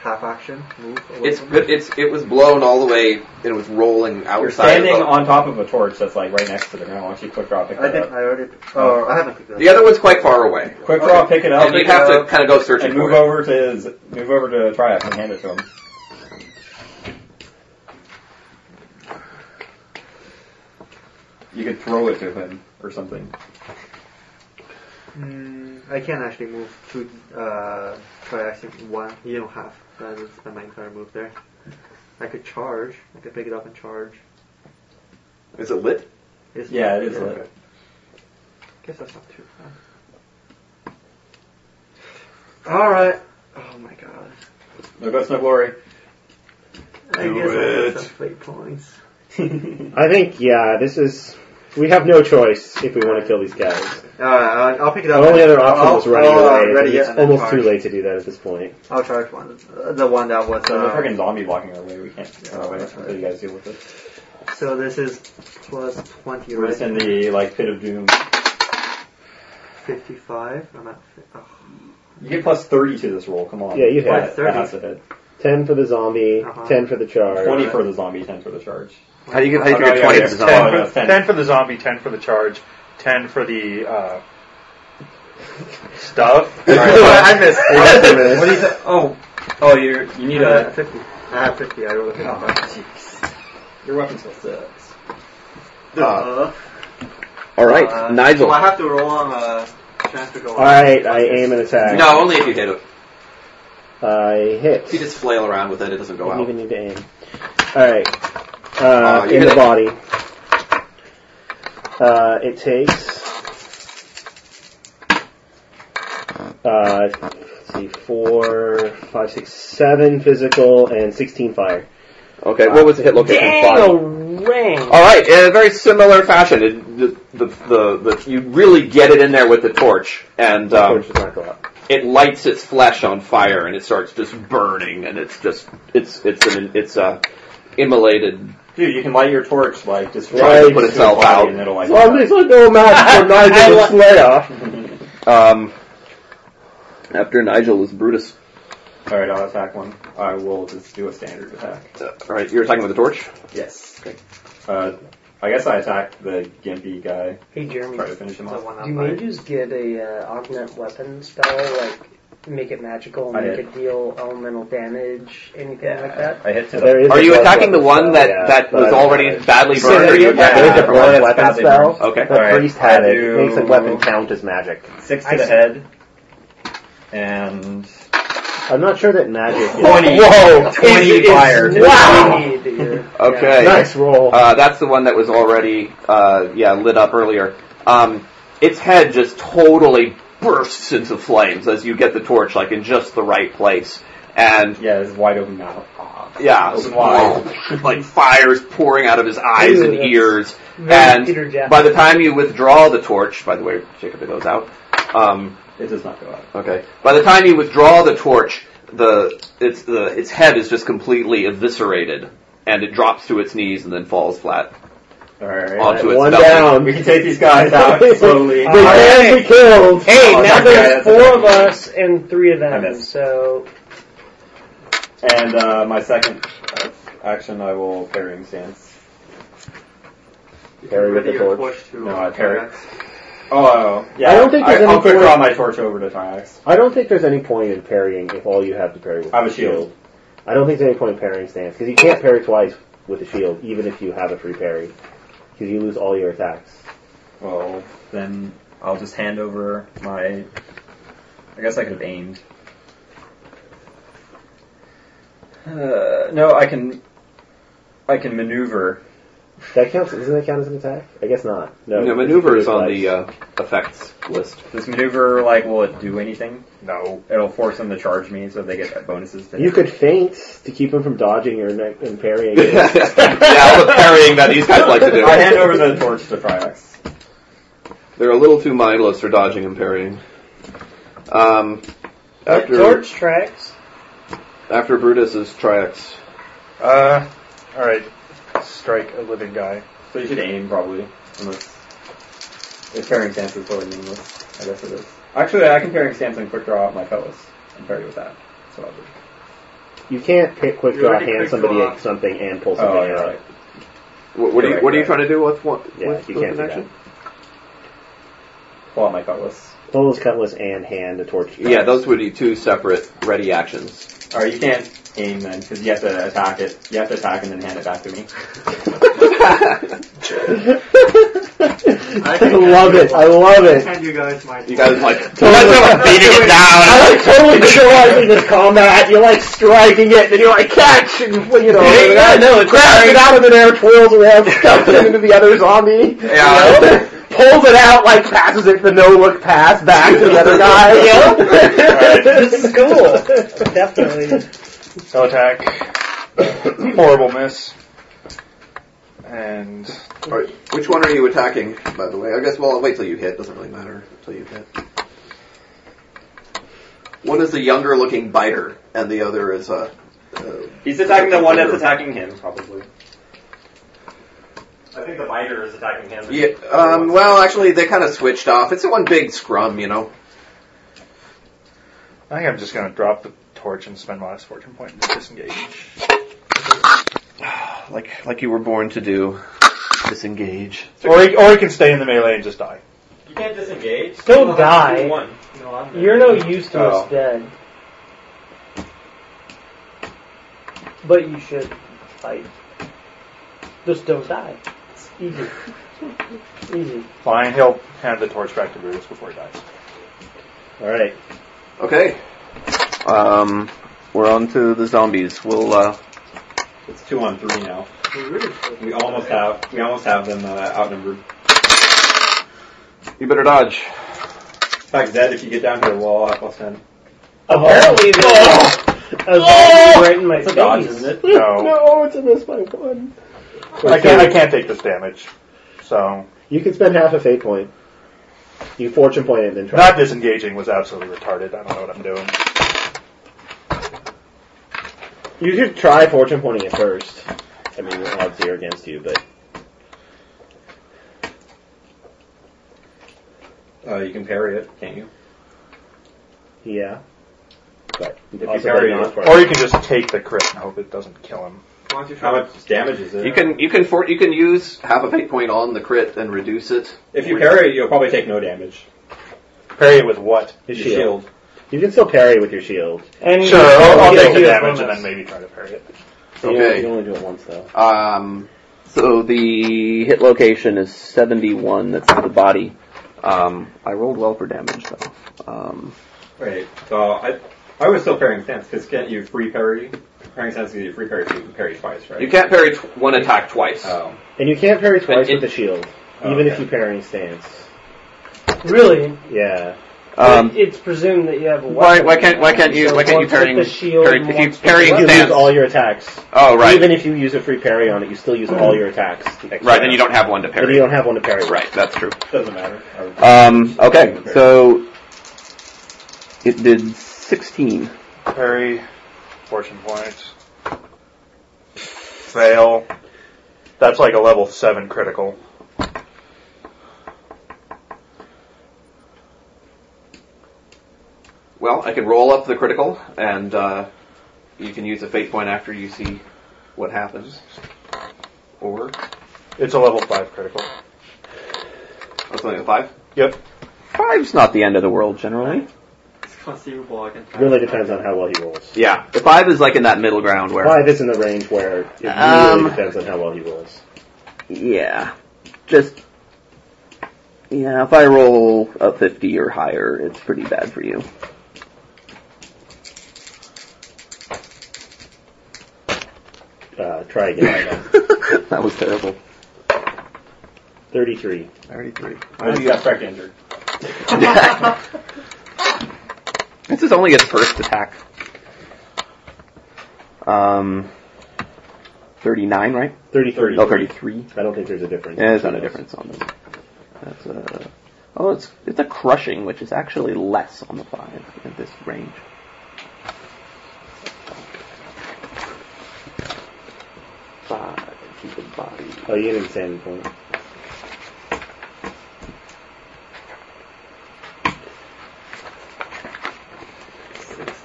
Speaker 13: half action move? away
Speaker 3: It's
Speaker 13: from
Speaker 3: but it's it was blown all the way and it was rolling outside.
Speaker 6: You're standing
Speaker 3: of the-
Speaker 6: on top of a torch that's like right next to the ground. Why don't you quick draw pick
Speaker 13: I
Speaker 6: that
Speaker 13: think
Speaker 6: up?
Speaker 13: I already. Oh, I haven't picked that.
Speaker 3: The other one's quite far away,
Speaker 6: Quick draw, pick it up,
Speaker 3: and you have to kind of go searching
Speaker 6: and move
Speaker 3: for it.
Speaker 6: over to his, move over to Triumph and hand it to him. You could throw it to him or something.
Speaker 13: Mm, I can't actually move two uh, try action one. You don't have. So I just spend my entire move there. I could charge. I could pick it up and charge.
Speaker 3: Is it lit?
Speaker 13: It's-
Speaker 6: Yeah, it is lit.
Speaker 13: guess that's not too bad. All right. Oh my god.
Speaker 6: No ghost, no glory.
Speaker 13: I guess I have some fate points. <laughs>
Speaker 4: I think yeah, this is. We have no choice if we want to kill these guys.
Speaker 13: All right, I'll pick it
Speaker 4: The
Speaker 13: up.
Speaker 4: only other option
Speaker 13: I'll-
Speaker 4: was running
Speaker 13: I'll, uh,
Speaker 4: away.
Speaker 13: ready it
Speaker 4: it's
Speaker 13: and then
Speaker 4: almost too
Speaker 13: charge.
Speaker 4: late to do that at this point.
Speaker 13: I'll charge one. Uh, The one that was.
Speaker 6: So the
Speaker 13: Uh,
Speaker 6: freaking zombie blocking our way. We can't run away until you guys deal with it.
Speaker 13: so this is plus twenty,
Speaker 6: We're
Speaker 13: right?
Speaker 6: just in the like pit of doom.
Speaker 13: Fifty-five. I'm at. fi- Oh,
Speaker 6: You get plus thirty to this roll. Come on.
Speaker 4: Yeah, you hit.
Speaker 6: That- that
Speaker 13: 30.
Speaker 6: has to hit.
Speaker 4: Ten for the zombie,
Speaker 13: Uh-huh.
Speaker 4: ten for the charge.
Speaker 6: Twenty for the zombie, ten for the charge.
Speaker 3: How do you get how do you
Speaker 6: Oh, no,
Speaker 3: figure
Speaker 6: yeah,
Speaker 3: twenty
Speaker 6: yeah.
Speaker 3: is
Speaker 6: Oh,
Speaker 3: on?
Speaker 6: yeah,
Speaker 5: Ten
Speaker 6: it's
Speaker 5: for-
Speaker 6: 10.
Speaker 5: ten for the zombie, ten for the charge, ten for the uh,
Speaker 4: <laughs>
Speaker 5: stuff.
Speaker 3: <laughs>
Speaker 13: I missed.
Speaker 6: What do you say? Oh, oh, you you need
Speaker 13: I'm at
Speaker 6: a.
Speaker 13: fifty. I have fifty. I rolled a
Speaker 6: Oh,
Speaker 13: fifty-five.
Speaker 6: jeez. Your weapon's plus six.
Speaker 13: <laughs> Uh,
Speaker 4: Oh.
Speaker 3: All right,
Speaker 13: uh,
Speaker 3: Nigel.
Speaker 13: do I have to roll on a chance to go.
Speaker 4: All right, I aim and attack.
Speaker 3: No, only if you hit it.
Speaker 4: I hit.
Speaker 3: If you just flail around with it, it doesn't go
Speaker 4: Didn't even
Speaker 3: out.
Speaker 4: need to aim. All right, uh,
Speaker 3: Oh, you
Speaker 4: in the
Speaker 3: hit it.
Speaker 4: body. Uh, it takes. Uh, let's see, four, five, six, seven physical and sixteen fire.
Speaker 3: Okay, what was the hit location?
Speaker 2: Dang,
Speaker 3: Five.
Speaker 2: a ring.
Speaker 3: All right, in a very similar fashion, it, the, the, the, the, you really get it in there with the torch, and um,
Speaker 4: Torch does not go out.
Speaker 3: it lights its flesh on fire, and it starts just burning, and it's just it's it's an it's a immolated.
Speaker 6: Dude, you can light your torch, like, just
Speaker 3: Try
Speaker 6: right
Speaker 3: to put
Speaker 6: next
Speaker 3: itself
Speaker 6: the body
Speaker 3: out.
Speaker 6: And it'll, like,
Speaker 4: Zombies are no
Speaker 3: <laughs>
Speaker 4: match for Nigel the Slayer.
Speaker 3: Um, after Nigel is Brutus.
Speaker 6: Alright, I'll attack one. I will just do a standard attack.
Speaker 3: Uh, all right, you're attacking with the torch.
Speaker 6: Yes. Uh, I guess I attack the gimpy guy.
Speaker 2: Hey Jeremy,
Speaker 6: Try to finish him
Speaker 13: The
Speaker 6: off.
Speaker 13: one
Speaker 2: do
Speaker 13: outside.
Speaker 2: mages get a uh, augment weapon spell like make it magical,
Speaker 6: I
Speaker 2: make
Speaker 6: hit.
Speaker 2: it deal elemental damage, anything like that?
Speaker 6: I hit two.
Speaker 2: There is
Speaker 3: Are
Speaker 2: a
Speaker 3: you
Speaker 2: plus
Speaker 3: attacking the
Speaker 2: weapon spell,
Speaker 3: one that,
Speaker 2: yeah,
Speaker 3: that
Speaker 2: but
Speaker 3: was
Speaker 2: I-
Speaker 3: already badly
Speaker 4: Say
Speaker 3: burned?
Speaker 4: that
Speaker 3: Or you
Speaker 4: again? Yeah,
Speaker 3: attacking
Speaker 4: it's Uh, a
Speaker 3: different
Speaker 4: blood
Speaker 3: one?
Speaker 4: weapon
Speaker 6: badly
Speaker 4: spell.
Speaker 6: burned. Okay.
Speaker 4: The
Speaker 6: All right.
Speaker 4: priest had
Speaker 6: I
Speaker 4: it.
Speaker 6: do-
Speaker 4: It makes a weapon count as magic.
Speaker 6: Six to the head. And
Speaker 4: I'm not sure that magic. Is
Speaker 6: Twenty. Whoa! Twenty It's- it's- fire. wow!
Speaker 3: Okay.
Speaker 4: Nice roll.
Speaker 3: Uh, that's the one that was already, uh, yeah, lit up earlier. Um, its head just totally bursts into flames as you get the torch, like in just the right place. And
Speaker 6: yeah, it's wide open mouth.
Speaker 3: Yeah,
Speaker 6: Open wide.
Speaker 3: <laughs> like fires pouring out of his eyes
Speaker 6: Ew,
Speaker 3: and
Speaker 6: that's
Speaker 3: ears.
Speaker 6: very
Speaker 3: And
Speaker 6: Peter Jackson.
Speaker 3: by the time you withdraw the torch, by the way, Jacob, it goes out. Um,
Speaker 6: it does not go out.
Speaker 3: Okay. By the time you withdraw the torch, the its the its head is just completely eviscerated, and it drops to its knees and then falls flat.
Speaker 6: All right.
Speaker 3: Onto its
Speaker 4: One
Speaker 3: belly.
Speaker 4: down.
Speaker 6: We can take these
Speaker 4: <laughs>
Speaker 6: guys out slowly.
Speaker 4: the man we killed.
Speaker 2: Hey, now
Speaker 6: Oh, that guy,
Speaker 2: there's
Speaker 6: that's a-
Speaker 2: four of us and three of them, so
Speaker 6: And uh, my second uh, action, I will parrying stance.
Speaker 13: <laughs>
Speaker 4: Parry with the torch.
Speaker 6: No,
Speaker 13: uh,
Speaker 6: I parry. Oh, yeah.
Speaker 4: I don't think there's
Speaker 6: I,
Speaker 4: any
Speaker 6: I'll quick
Speaker 4: point-
Speaker 6: draw my torch over to Tyrax.
Speaker 4: I don't think there's any point in parrying if all you have to parry with
Speaker 6: I have
Speaker 4: is
Speaker 6: a shield.
Speaker 4: I don't think there's any point in parrying stance because you can't parry twice with a shield, even if you have a free parry, because you lose all your attacks.
Speaker 6: Well, then I'll just hand over my. I guess I could have aimed. Uh, no, I can. I can maneuver.
Speaker 4: That counts. Doesn't that count as an attack? I guess not. No.
Speaker 3: No,
Speaker 4: because
Speaker 3: maneuver
Speaker 4: you
Speaker 3: is
Speaker 4: did it
Speaker 3: on
Speaker 4: twice.
Speaker 3: the uh, effects <laughs> list.
Speaker 6: Does maneuver like will it do anything?
Speaker 5: No.
Speaker 6: It'll force them to charge me, so they get bonuses.
Speaker 3: uh,
Speaker 6: To
Speaker 4: You could feint to keep him from dodging or ne- and
Speaker 3: <laughs>
Speaker 4: parrying.
Speaker 3: yeah, all the parrying that these guys like to do.
Speaker 6: I hand over the torch to Triax.
Speaker 3: They're a little too mindless for dodging and parrying. Um, after
Speaker 2: torch tracks.
Speaker 3: after Brutus is Triax.
Speaker 5: Uh, all right. Strike a living guy.
Speaker 6: So you should aim probably. Unless if parrying stance is totally meaningless. I guess it is. Actually, I can parrying stance and quick draw out my fellas and parry with that. That's what I'll do.
Speaker 4: You can't pick quick
Speaker 6: You
Speaker 4: draw,
Speaker 6: already
Speaker 4: uh, hand
Speaker 6: quick
Speaker 4: somebody
Speaker 6: draw.
Speaker 4: something, and pull
Speaker 6: Oh,
Speaker 4: something
Speaker 6: yeah,
Speaker 4: out.
Speaker 6: right.
Speaker 3: What, what are you
Speaker 6: Correct,
Speaker 3: What are you
Speaker 6: right.
Speaker 3: trying to do with one?
Speaker 4: Yeah,
Speaker 3: with,
Speaker 4: you
Speaker 3: with
Speaker 4: can't
Speaker 3: an
Speaker 4: do
Speaker 3: action?
Speaker 6: Pull out my cutlass.
Speaker 4: Pull his cutlass and hand a torch.
Speaker 3: Yeah, those would be two separate ready actions.
Speaker 6: All right, you can't aim then because you have to attack it. You have to attack and then hand it back to me.
Speaker 4: <laughs> I love it. I love it.
Speaker 13: <laughs> And you guys might.
Speaker 3: You guys like
Speaker 4: I like totally visualizing this combat. You're like striking it, then you're like catch and you know,
Speaker 3: Yeah, no,
Speaker 4: <laughs>
Speaker 3: it's
Speaker 4: grabs
Speaker 3: very-
Speaker 4: it out of the air, twirls around,
Speaker 3: <laughs>
Speaker 4: stuffs it into the other zombie.
Speaker 3: Yeah.
Speaker 4: you know? pulls it out, like passes it the no look pass back to
Speaker 3: <laughs>
Speaker 4: the other guy. You know?
Speaker 2: This is cool. Definitely.
Speaker 5: Spell attack. Horrible miss. And
Speaker 3: All right, which one are you attacking? By the way, I guess well, wait till you hit. Doesn't really matter until you hit. One is the younger looking biter, and the other is a. Uh,
Speaker 6: He's attacking the one that's attacking him, probably. I think the biter is attacking him.
Speaker 3: Yeah. Um, well, actually, they kind of switched off. It's one big scrum, you know.
Speaker 5: I think I'm just gonna drop the torch and spend my last fortune point to disengage.
Speaker 3: Like like you were born to do. Disengage.
Speaker 5: Or he, or he can stay in the melee and just die.
Speaker 6: You can't disengage.
Speaker 2: Don't die.
Speaker 6: One.
Speaker 2: You're no use to
Speaker 5: Oh.
Speaker 2: us dead. But you should fight. Just don't die. It's easy. easy.
Speaker 5: Fine, he'll hand the torch back to Brutus before
Speaker 4: <laughs>
Speaker 5: he dies.
Speaker 4: All right.
Speaker 3: Okay. Um, we're on to the zombies. We'll uh,
Speaker 6: It's two on three now. We almost have. We almost have them uh, outnumbered.
Speaker 3: you better dodge.
Speaker 6: In fact, Zed, if you get down to the wall, I plus ten.
Speaker 2: Apparently,
Speaker 6: <laughs>
Speaker 2: they a zombie right in my
Speaker 6: It's a dodge,
Speaker 2: face.
Speaker 6: isn't it?
Speaker 5: No.
Speaker 4: it's a miss by one.
Speaker 5: I can't I can't take this damage. So
Speaker 4: You can spend half a fate point. You fortune point it and then try.
Speaker 5: not disengaging was absolutely retarded. I don't know what I'm doing.
Speaker 4: You should try fortune pointing it first. I mean, the odds are against you, but
Speaker 6: Uh, you can parry it, can't you?
Speaker 4: yeah. But
Speaker 6: you
Speaker 4: possibly
Speaker 6: parry
Speaker 4: not
Speaker 6: it.
Speaker 4: for-
Speaker 5: Or you can just take the crit and hope it doesn't kill him.
Speaker 6: How much damage is it?
Speaker 3: You can you can for, you can use half a fate point on the crit and reduce it.
Speaker 6: If you parry, it, you'll probably take no damage.
Speaker 5: Parry it with what?
Speaker 4: His
Speaker 6: Your shield.
Speaker 4: You can still parry with your shield.
Speaker 2: And
Speaker 5: sure, I'll, I'll take the damage and then maybe try to parry it.
Speaker 4: Okay. You can only do it once though.
Speaker 3: Um, so the hit location is 71. That's the body. Um, I rolled well for damage though. Um,
Speaker 6: Wait, so I I was still parrying stance because can't you free parry? Parrying stance gives you free parry, so you can parry twice, right?
Speaker 3: you can't parry tw- one attack twice.
Speaker 6: Oh,
Speaker 4: And you can't parry twice
Speaker 3: it-
Speaker 4: with the shield,
Speaker 6: Oh,
Speaker 4: even if
Speaker 6: okay.
Speaker 4: you parry stance.
Speaker 2: Really?
Speaker 4: Yeah.
Speaker 3: Um,
Speaker 2: it's presumed that you have a weapon.
Speaker 3: why, why can't why can't you why can't you
Speaker 2: Once with
Speaker 3: parrying
Speaker 2: the shield?
Speaker 3: parry, if you
Speaker 2: once with
Speaker 4: You
Speaker 3: parrying
Speaker 4: can
Speaker 3: stance?
Speaker 4: lose all your attacks.
Speaker 3: Oh right,
Speaker 4: Even if you use a free parry on it, you still use all your attacks.
Speaker 3: right. Then you don't have one to
Speaker 4: Then
Speaker 3: parry.
Speaker 4: you don't have one to parry.
Speaker 3: Right, that's true.
Speaker 4: Doesn't matter.
Speaker 3: Um, okay, so it did 16.
Speaker 5: Parry, fortune points. Fail. That's like a level seven critical.
Speaker 3: Well, I can roll up the critical, and uh, you can use a fate point after you see what happens. Oh, Or
Speaker 5: It's a level five critical.
Speaker 3: that's only a five.
Speaker 5: Yep.
Speaker 3: Five's not the end of the world generally.
Speaker 13: It's conceivable I can try.
Speaker 4: Really depends on how well he rolls.
Speaker 3: Yeah, the five is like in that middle ground where.
Speaker 4: Five is in the range where it really
Speaker 3: Um,
Speaker 4: depends on how well he rolls.
Speaker 3: Yeah, just yeah. If I roll a 50 or higher, it's pretty bad for you.
Speaker 4: Uh, try again.
Speaker 3: that was terrible.
Speaker 4: Thirty-three.
Speaker 3: 33.
Speaker 6: I just got back injured.
Speaker 3: <laughs> This is only his first attack. Um, 39, right?
Speaker 4: Thirty-three.
Speaker 3: No, 33.
Speaker 4: I don't think there's a difference.
Speaker 3: Yeah, there's not a difference on them. That's a, oh, it's, it's a crushing, which is actually less on the 5 at this range. Five, keep it body.
Speaker 4: Oh, you get an insanity point.
Speaker 13: Sixteen damage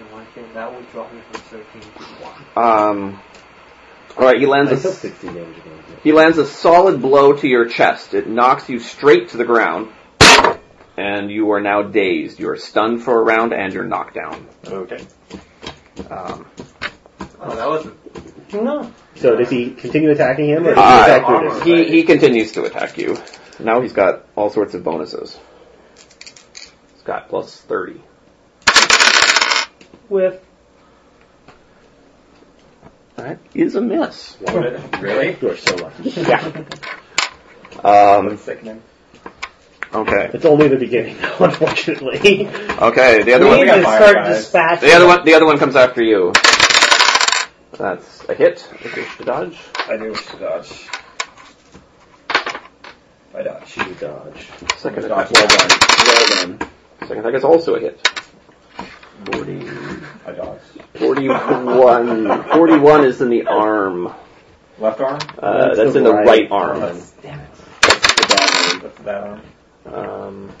Speaker 13: in one hit. That would drop me from thirteen to one.
Speaker 3: Um, alright, he lands
Speaker 4: I
Speaker 3: a
Speaker 4: took sixty damage. again.
Speaker 3: He lands a solid blow to your chest. It knocks you straight to the ground, and you are now dazed. You are stunned for a round, and you're knocked down.
Speaker 5: Okay.
Speaker 3: Um,
Speaker 13: Oh, that wasn't.
Speaker 2: No.
Speaker 4: So does he continue attacking him, or does
Speaker 3: uh,
Speaker 4: he attack you this?
Speaker 3: he, he continues to attack you. Now he's got all sorts of bonuses. He's got plus 30.
Speaker 2: With
Speaker 3: That is a miss.
Speaker 6: Really?
Speaker 4: You are so lucky.
Speaker 3: Um,
Speaker 6: Sickening.
Speaker 3: okay.
Speaker 4: It's only the beginning, <laughs> though, unfortunately.
Speaker 3: Okay, the other
Speaker 2: we
Speaker 3: one.
Speaker 2: need to
Speaker 6: fire
Speaker 2: start
Speaker 6: guys.
Speaker 2: dispatching.
Speaker 3: The other one, the other one comes after you. That's a hit. If you wish to dodge.
Speaker 6: I knew to dodge. I dodge.
Speaker 4: You dodge.
Speaker 3: Second
Speaker 6: Dodge.
Speaker 3: attack. Well done. Well done. Second attack is also a hit. 40,
Speaker 6: I dodge.
Speaker 3: 41. 41 is in the arm.
Speaker 6: Left arm.
Speaker 3: Uh, that's in the right arm.
Speaker 6: That's, damn it. That's the bad arm. That's the bad arm.
Speaker 3: Um,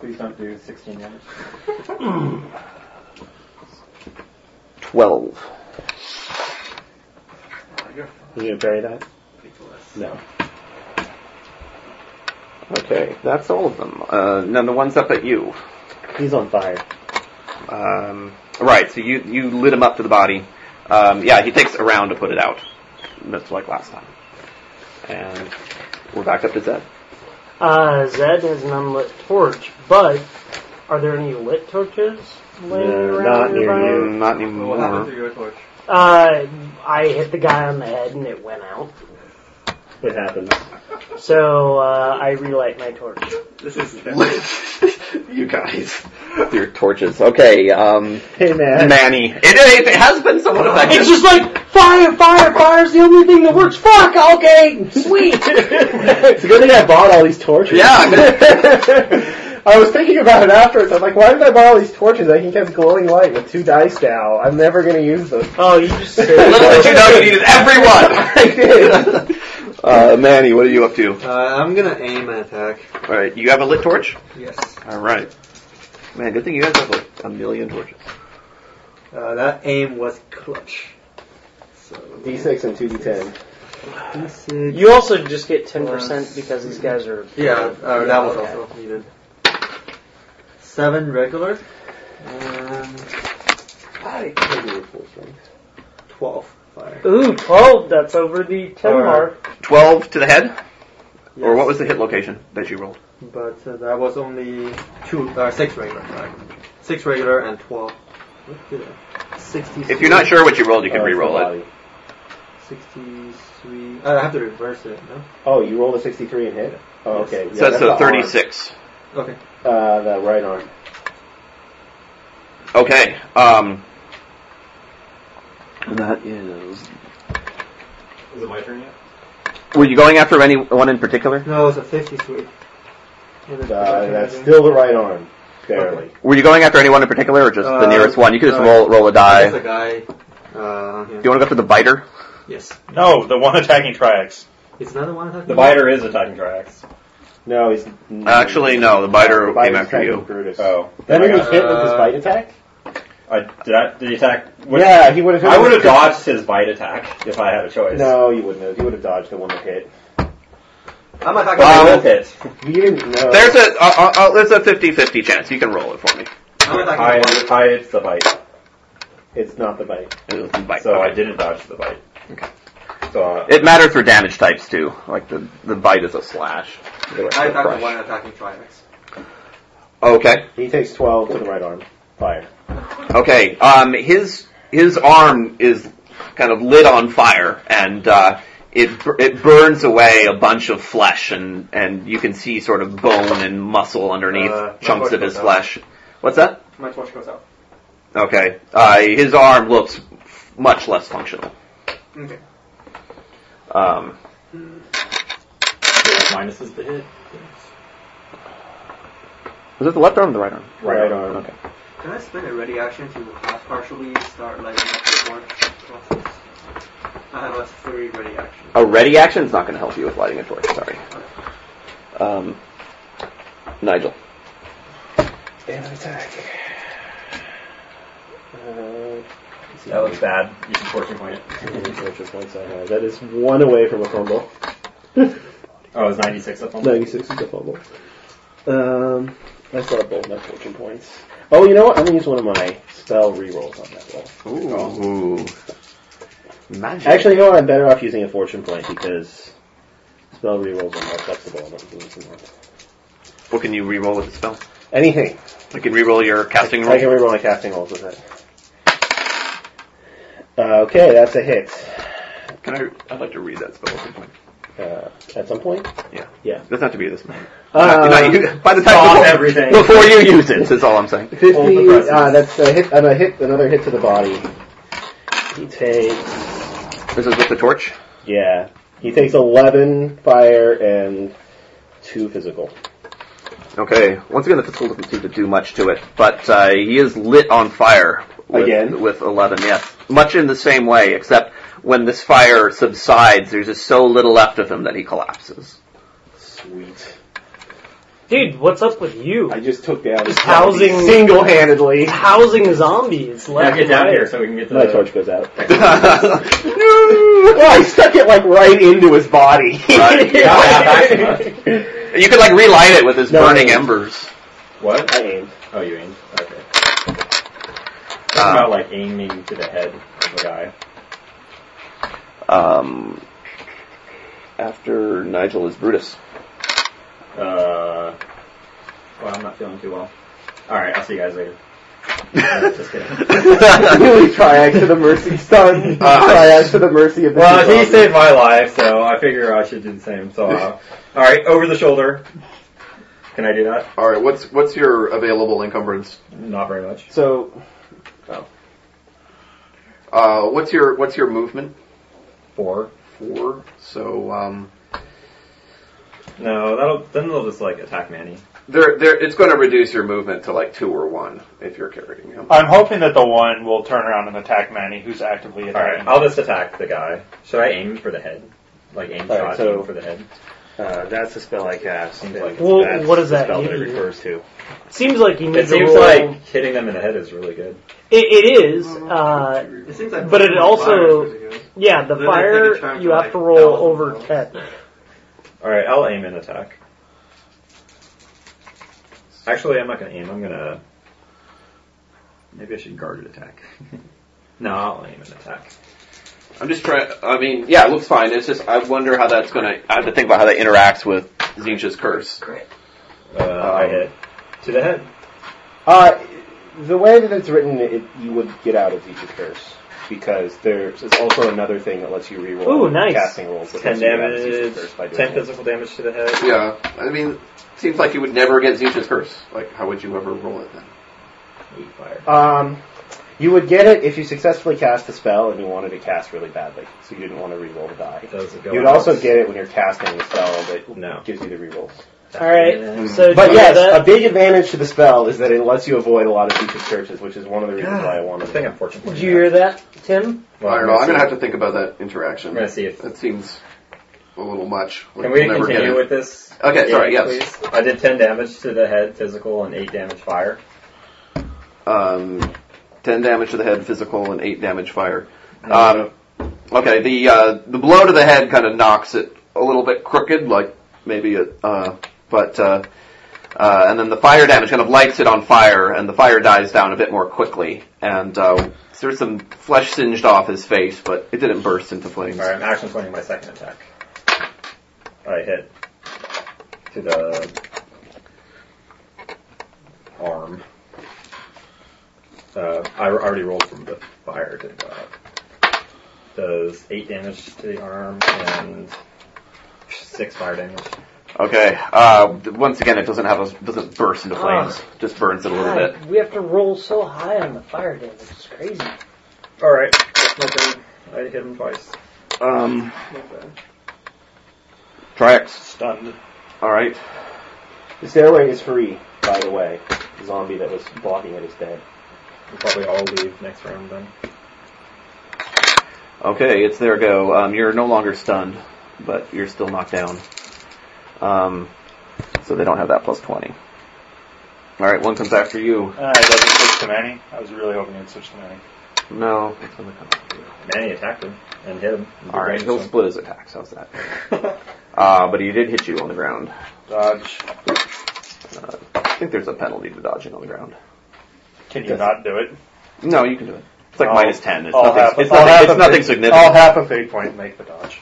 Speaker 6: Please don't do 16 damage.
Speaker 3: 12.
Speaker 4: You gonna parry that? No.
Speaker 3: Okay, that's all of them. Uh, now the one's up at you.
Speaker 4: He's on fire.
Speaker 3: Um, right, so you, you lit him up to the body. Um, yeah, he takes a round to put it out. That's like last time. And we're back up to Zed.
Speaker 2: Uh, Zed has an unlit torch, but are there any lit torches laying
Speaker 4: No,
Speaker 2: around?
Speaker 4: not near
Speaker 2: nearby?
Speaker 4: you.
Speaker 3: Mm, Not
Speaker 13: What happened to
Speaker 3: anymore.
Speaker 13: your torch?
Speaker 2: Uh, I hit the guy on the head and it went out.
Speaker 4: It happens.
Speaker 2: So uh, I relight my torch.
Speaker 3: <laughs>
Speaker 13: This is.
Speaker 3: you guys. With your torches. Okay, um,
Speaker 4: Hey, man.
Speaker 3: Manny. It, it, it has been somewhat effective.
Speaker 2: It's just like fire, fire, fire's the only thing that works. Fuck. Okay,
Speaker 3: <laughs>
Speaker 2: sweet.
Speaker 4: it's a good thing I bought all these torches.
Speaker 3: Yeah.
Speaker 4: I was thinking about it afterwards. I'm like, why did I buy all these torches? I can have glowing light with two dice now. I'm never gonna use them.
Speaker 2: oh, you just
Speaker 3: Little did you know you needed everyone. uh, Manny, what are you up to?
Speaker 13: Uh, I'm gonna aim an attack.
Speaker 3: All right, you have a lit torch.
Speaker 13: Yes.
Speaker 3: All right. Man, good thing you guys have like a million torches.
Speaker 13: Uh, that aim was clutch. So
Speaker 4: D6 and two D10.
Speaker 13: D6.
Speaker 2: You also just get ten percent because these guys are.
Speaker 13: Yeah, uh, that was
Speaker 2: okay.
Speaker 13: also needed. Seven regulars. Um, I can do a full strength. Twelve fire.
Speaker 2: Ooh, 12. That's over the 10
Speaker 13: Alright.
Speaker 2: mark.
Speaker 3: 12 to the head? Or what was the hit location that you rolled?
Speaker 13: But uh, that was only two, uh, six regular. Sorry. Six regular and twelve. What did I? Sixty-three.
Speaker 3: If you're not sure what you rolled, you
Speaker 4: Oh, Uh,
Speaker 3: can re-roll it.
Speaker 13: Sixty-three. Uh, I have to reverse it. No.
Speaker 4: Oh, you rolled a 63 and hit? Oh, okay.
Speaker 3: So that's a
Speaker 4: the
Speaker 3: 36.
Speaker 13: Okay.
Speaker 4: Uh, the right arm.
Speaker 3: Okay. Um, that is.
Speaker 5: Is it my turn yet?
Speaker 3: Were you going after anyone in particular?
Speaker 13: No, it's a fifty-three. What is
Speaker 4: Uh,
Speaker 13: it?
Speaker 4: that's still the right arm. Barely.
Speaker 3: Were you going after anyone in particular, or just the
Speaker 13: Uh,
Speaker 3: nearest one? You could just
Speaker 13: uh,
Speaker 3: roll roll a
Speaker 13: That's a
Speaker 3: die.
Speaker 13: guy. Uh, yeah.
Speaker 3: Do you want to go after the biter?
Speaker 13: Yes.
Speaker 16: No, the one attacking Triax.
Speaker 13: It's another one attacking.
Speaker 5: The biter is attacking Triax.
Speaker 4: No, he's.
Speaker 3: Uh, Actually, no. The biter
Speaker 4: Biter's
Speaker 3: came after
Speaker 4: attacking
Speaker 3: you.
Speaker 4: Brutus.
Speaker 5: Oh.
Speaker 4: Then he was
Speaker 5: Uh,
Speaker 4: hit with his bite attack?
Speaker 5: I, did, I, did he attack? what-
Speaker 4: yeah, he would have hit
Speaker 5: I
Speaker 4: with
Speaker 5: would have
Speaker 4: his-
Speaker 5: dodged his bite attack if I had a choice.
Speaker 4: No, you wouldn't have. You would have dodged the one that hit.
Speaker 13: I'm attacking.
Speaker 5: I
Speaker 3: Um,
Speaker 5: will hit.
Speaker 4: You didn't know.
Speaker 3: There's a uh, uh, uh, there's a 50-50 chance. You can roll it for me.
Speaker 13: I'm attacking.
Speaker 5: I, I it's the bite,
Speaker 4: It's not the bite.
Speaker 3: It was the bite.
Speaker 5: so I
Speaker 3: Okay.
Speaker 5: didn't dodge the bite. So uh,
Speaker 3: It matters for damage types too. Like the the bite is a slash. The rest are
Speaker 13: I attacked
Speaker 3: crush.
Speaker 13: the one attacking Triax.
Speaker 3: Okay.
Speaker 4: He takes 12 to the right arm. Fire.
Speaker 3: Okay. Um, his his arm is kind of lit on fire, and uh, it bur- it burns away a bunch of flesh, and and you can see sort of bone and muscle underneath
Speaker 13: Uh,
Speaker 3: chunks
Speaker 13: not
Speaker 3: of his
Speaker 13: much, no.
Speaker 3: flesh. What's that?
Speaker 13: My torch goes out.
Speaker 3: Okay. Uh, his arm looks much less functional.
Speaker 13: Okay.
Speaker 3: Um,
Speaker 5: minus is the hit.
Speaker 3: was it the left arm or the right arm?
Speaker 4: Right, arm.
Speaker 3: Okay.
Speaker 13: Can I spend a ready action to uh, partially start lighting up the torch process? I have a three ready action.
Speaker 3: A ready action is not going to help you with lighting a torch. Sorry. Um, Nigel.
Speaker 4: Damn attack. Uh,
Speaker 5: That looks bad. You can fortune point it.
Speaker 4: which is once I have. That is one away from a fumble.
Speaker 5: Oh, it was 96 up on
Speaker 4: 96 is a fumble. Um, I still have both my fortune points. Oh, you know what? I'm going to use one of my spell rerolls on that roll.
Speaker 3: Ooh. Oh, Magic.
Speaker 4: Actually, you know what? I'm better off using a fortune point because spell rerolls are more flexible. I don't use them.
Speaker 3: What can you re-roll with the spell?
Speaker 4: Anything.
Speaker 3: You can re-roll your casting
Speaker 4: I can
Speaker 3: roll.
Speaker 4: reroll my casting rolls with it. Uh, okay, that's a hit.
Speaker 3: Can I? I'd like to read that spell at some point.
Speaker 4: Uh, at some point?
Speaker 3: Yeah.
Speaker 4: Yeah.
Speaker 3: It doesn't have to be this moment.
Speaker 4: Uh,
Speaker 3: Not- not you- by the time
Speaker 5: Stop
Speaker 3: before,
Speaker 5: everything.
Speaker 3: before you use it, is all I'm saying.
Speaker 4: 50, uh, that's a hit, and a hit, another hit to the body. He takes,
Speaker 3: This is with the torch.
Speaker 4: yeah, he takes 11 fire and 2 physical.
Speaker 3: Okay. Once again, the pistol doesn't seem to do much to it, but uh, he is lit on fire with,
Speaker 4: Again?
Speaker 3: with eleven. Yes, much in the same way, except when this fire subsides, there's just so little left of him that he collapses. <laughs>
Speaker 4: Sweet.
Speaker 2: Dude, what's up with you?
Speaker 4: I just took down
Speaker 2: Just housing-
Speaker 4: single-handedly.
Speaker 2: Housing zombies.
Speaker 5: Now
Speaker 2: Left
Speaker 5: get
Speaker 2: and
Speaker 5: down
Speaker 2: right.
Speaker 5: here so we can get to
Speaker 4: My
Speaker 5: the...
Speaker 4: torch goes out.
Speaker 3: you
Speaker 4: Well, I stuck it like right into his
Speaker 5: <laughs>
Speaker 4: body.
Speaker 3: Right.
Speaker 4: <laughs>
Speaker 3: could like relight it with his
Speaker 4: No.
Speaker 3: burning embers.
Speaker 5: What?
Speaker 4: I aimed.
Speaker 5: Oh, you aimed. Okay. It's
Speaker 3: Ah.
Speaker 5: about like aiming to the head of a guy.
Speaker 3: Um, after Nigel is Brutus.
Speaker 5: Uh, well, I'm not feeling too well. Alright, I'll see you guys later. No, just kidding.
Speaker 4: really triax to the mercy stun.
Speaker 5: Uh,
Speaker 4: triax to the mercy of the
Speaker 5: Well,
Speaker 4: two
Speaker 5: he
Speaker 4: zombies.
Speaker 5: saved my life, so I figure I should do the same.
Speaker 6: <laughs>
Speaker 5: So, uh, alright, over the shoulder. Can I do that?
Speaker 3: All right, what's what's your available encumbrance?
Speaker 5: Not very much.
Speaker 4: So,
Speaker 3: Uh, what's your what's your movement?
Speaker 5: Four.
Speaker 3: Four. So um,
Speaker 5: No, that'll then they'll just like attack Manny.
Speaker 3: there there it's going to reduce your movement to like two or one if you're carrying him.
Speaker 17: I'm hoping that the one will turn around and attack Manny, who's actively
Speaker 5: Alright,
Speaker 17: attacking.
Speaker 5: I'll just attack the guy. Should I aim for the head? Like aim
Speaker 4: All
Speaker 5: shot,
Speaker 4: right, so-
Speaker 5: aim for the head.
Speaker 4: uh, that's the spell I cast.
Speaker 5: Seems like
Speaker 2: Well, what does that
Speaker 4: spell that it
Speaker 2: mean?
Speaker 4: refers to.
Speaker 2: Seems like you need
Speaker 5: It
Speaker 2: to
Speaker 5: seems
Speaker 2: roll-
Speaker 5: like hitting them in the head is really good.
Speaker 2: It, it is. Uh,
Speaker 13: It seems like
Speaker 2: But it also- yeah, the
Speaker 13: Then they take a
Speaker 2: fire,
Speaker 13: turn
Speaker 2: you
Speaker 13: for
Speaker 2: have to
Speaker 13: like
Speaker 2: roll
Speaker 13: thousand
Speaker 2: over
Speaker 13: rolls.
Speaker 2: 10.
Speaker 5: Alright, I'll aim and attack. Actually, I'm not gonna aim, I'm gonna
Speaker 6: Maybe I should guarded attack. <laughs> no, I'll aim and attack.
Speaker 3: I'm just trying. I mean, yeah, it looks fine. It's just I wonder how that's gonna. I have to think about how that interacts with Zinja's curse.
Speaker 6: Great. Uh,
Speaker 3: Um,
Speaker 6: I hit to the head.
Speaker 4: Uh, the way that it's written, it, you would get out of each curse because there's it's also another thing that lets you reroll
Speaker 6: Ooh, nice.
Speaker 4: casting rolls. that
Speaker 6: Ten
Speaker 4: lets you get out of
Speaker 6: damage.
Speaker 4: Zeus's curse by doing
Speaker 6: Ten
Speaker 4: it.
Speaker 6: physical damage to the head.
Speaker 3: Yeah, I mean, seems like you would never get Zinja's curse. Like, how would you ever roll it then?
Speaker 6: Eight fire.
Speaker 4: Um, you would get it if you successfully cast a spell and you wanted to cast really badly, so you didn't want to re-roll the die.
Speaker 6: Doesn't go
Speaker 4: You'd
Speaker 6: out.
Speaker 4: also get it when you're casting a spell that
Speaker 6: No.
Speaker 4: gives you the rerolls.
Speaker 2: All right. So
Speaker 4: but
Speaker 2: do
Speaker 4: yes,
Speaker 2: that.
Speaker 4: a big advantage to the spell is that it lets you avoid a lot of future searches, which is one of the reasons why I wanted.
Speaker 6: I think I'm fortunate.
Speaker 2: Did you hear that, Tim?
Speaker 6: Well,
Speaker 3: I don't
Speaker 6: I'm
Speaker 3: know.
Speaker 6: gonna
Speaker 3: I'm gonna
Speaker 6: see-
Speaker 3: have to think about that interaction.
Speaker 6: I'm gonna see if-
Speaker 3: that seems a little much. Like,
Speaker 6: Can we
Speaker 3: we'll never get
Speaker 6: continue
Speaker 3: it.
Speaker 6: with this?
Speaker 3: Okay, sorry, yes.
Speaker 6: Please? I did 10 damage to the head, physical, and 8 damage fire.
Speaker 3: um, 10 damage to the head physical and 8 damage fire.
Speaker 6: Mhm.
Speaker 3: Um, okay, the uh, the blow to the head kind of knocks it a little bit crooked, like maybe it, uh, but uh, uh, and then the fire damage kind of lights it on fire, and the fire dies down a bit more quickly. And uh, there's some flesh singed off his face, but it didn't burst into flames.
Speaker 6: Alright, I'm action pointing my second attack. I hit to the arm. Uh, I already rolled from the fire, didn't go out. Does 8 damage to the arm and 6 fire damage.
Speaker 3: Okay, uh, th- once again, it doesn't have a doesn't burst into flames, just burns it a little bit.
Speaker 2: God, we have to roll so high on the fire damage. It's crazy.
Speaker 6: Alright, nothing. I hit him twice.
Speaker 3: Um, Triax.
Speaker 5: Stunned.
Speaker 3: All right.
Speaker 4: The stairway is free, by the way. The zombie that was blocking it is dead.
Speaker 6: We'll probably all leave next round then.
Speaker 3: Okay, it's their go. Um, you're no longer stunned, but you're still knocked down. Um, so they don't have that plus 20. Alright, one comes after you.
Speaker 5: Uh, it doesn't switch to Manny. I was really hoping it'd switch to Manny.
Speaker 3: No. it's gonna come after you.
Speaker 6: Manny attacked him and hit him.
Speaker 3: Alright, he'll split his attacks. How's that? <laughs> Uh, but he did hit you on the ground.
Speaker 5: Dodge.
Speaker 3: Uh, I think there's a penalty to dodging on the ground.
Speaker 5: Can you
Speaker 3: Yes.
Speaker 5: not do it?
Speaker 3: No, you can do it. It's like
Speaker 5: I'll-
Speaker 3: minus 10. It's
Speaker 5: I'll
Speaker 3: nothing,
Speaker 5: half a-
Speaker 3: it's
Speaker 5: I'll
Speaker 3: nothing,
Speaker 5: half
Speaker 3: it's
Speaker 5: a
Speaker 3: nothing
Speaker 5: fate-
Speaker 3: significant.
Speaker 5: I'll half a fate point and make the dodge.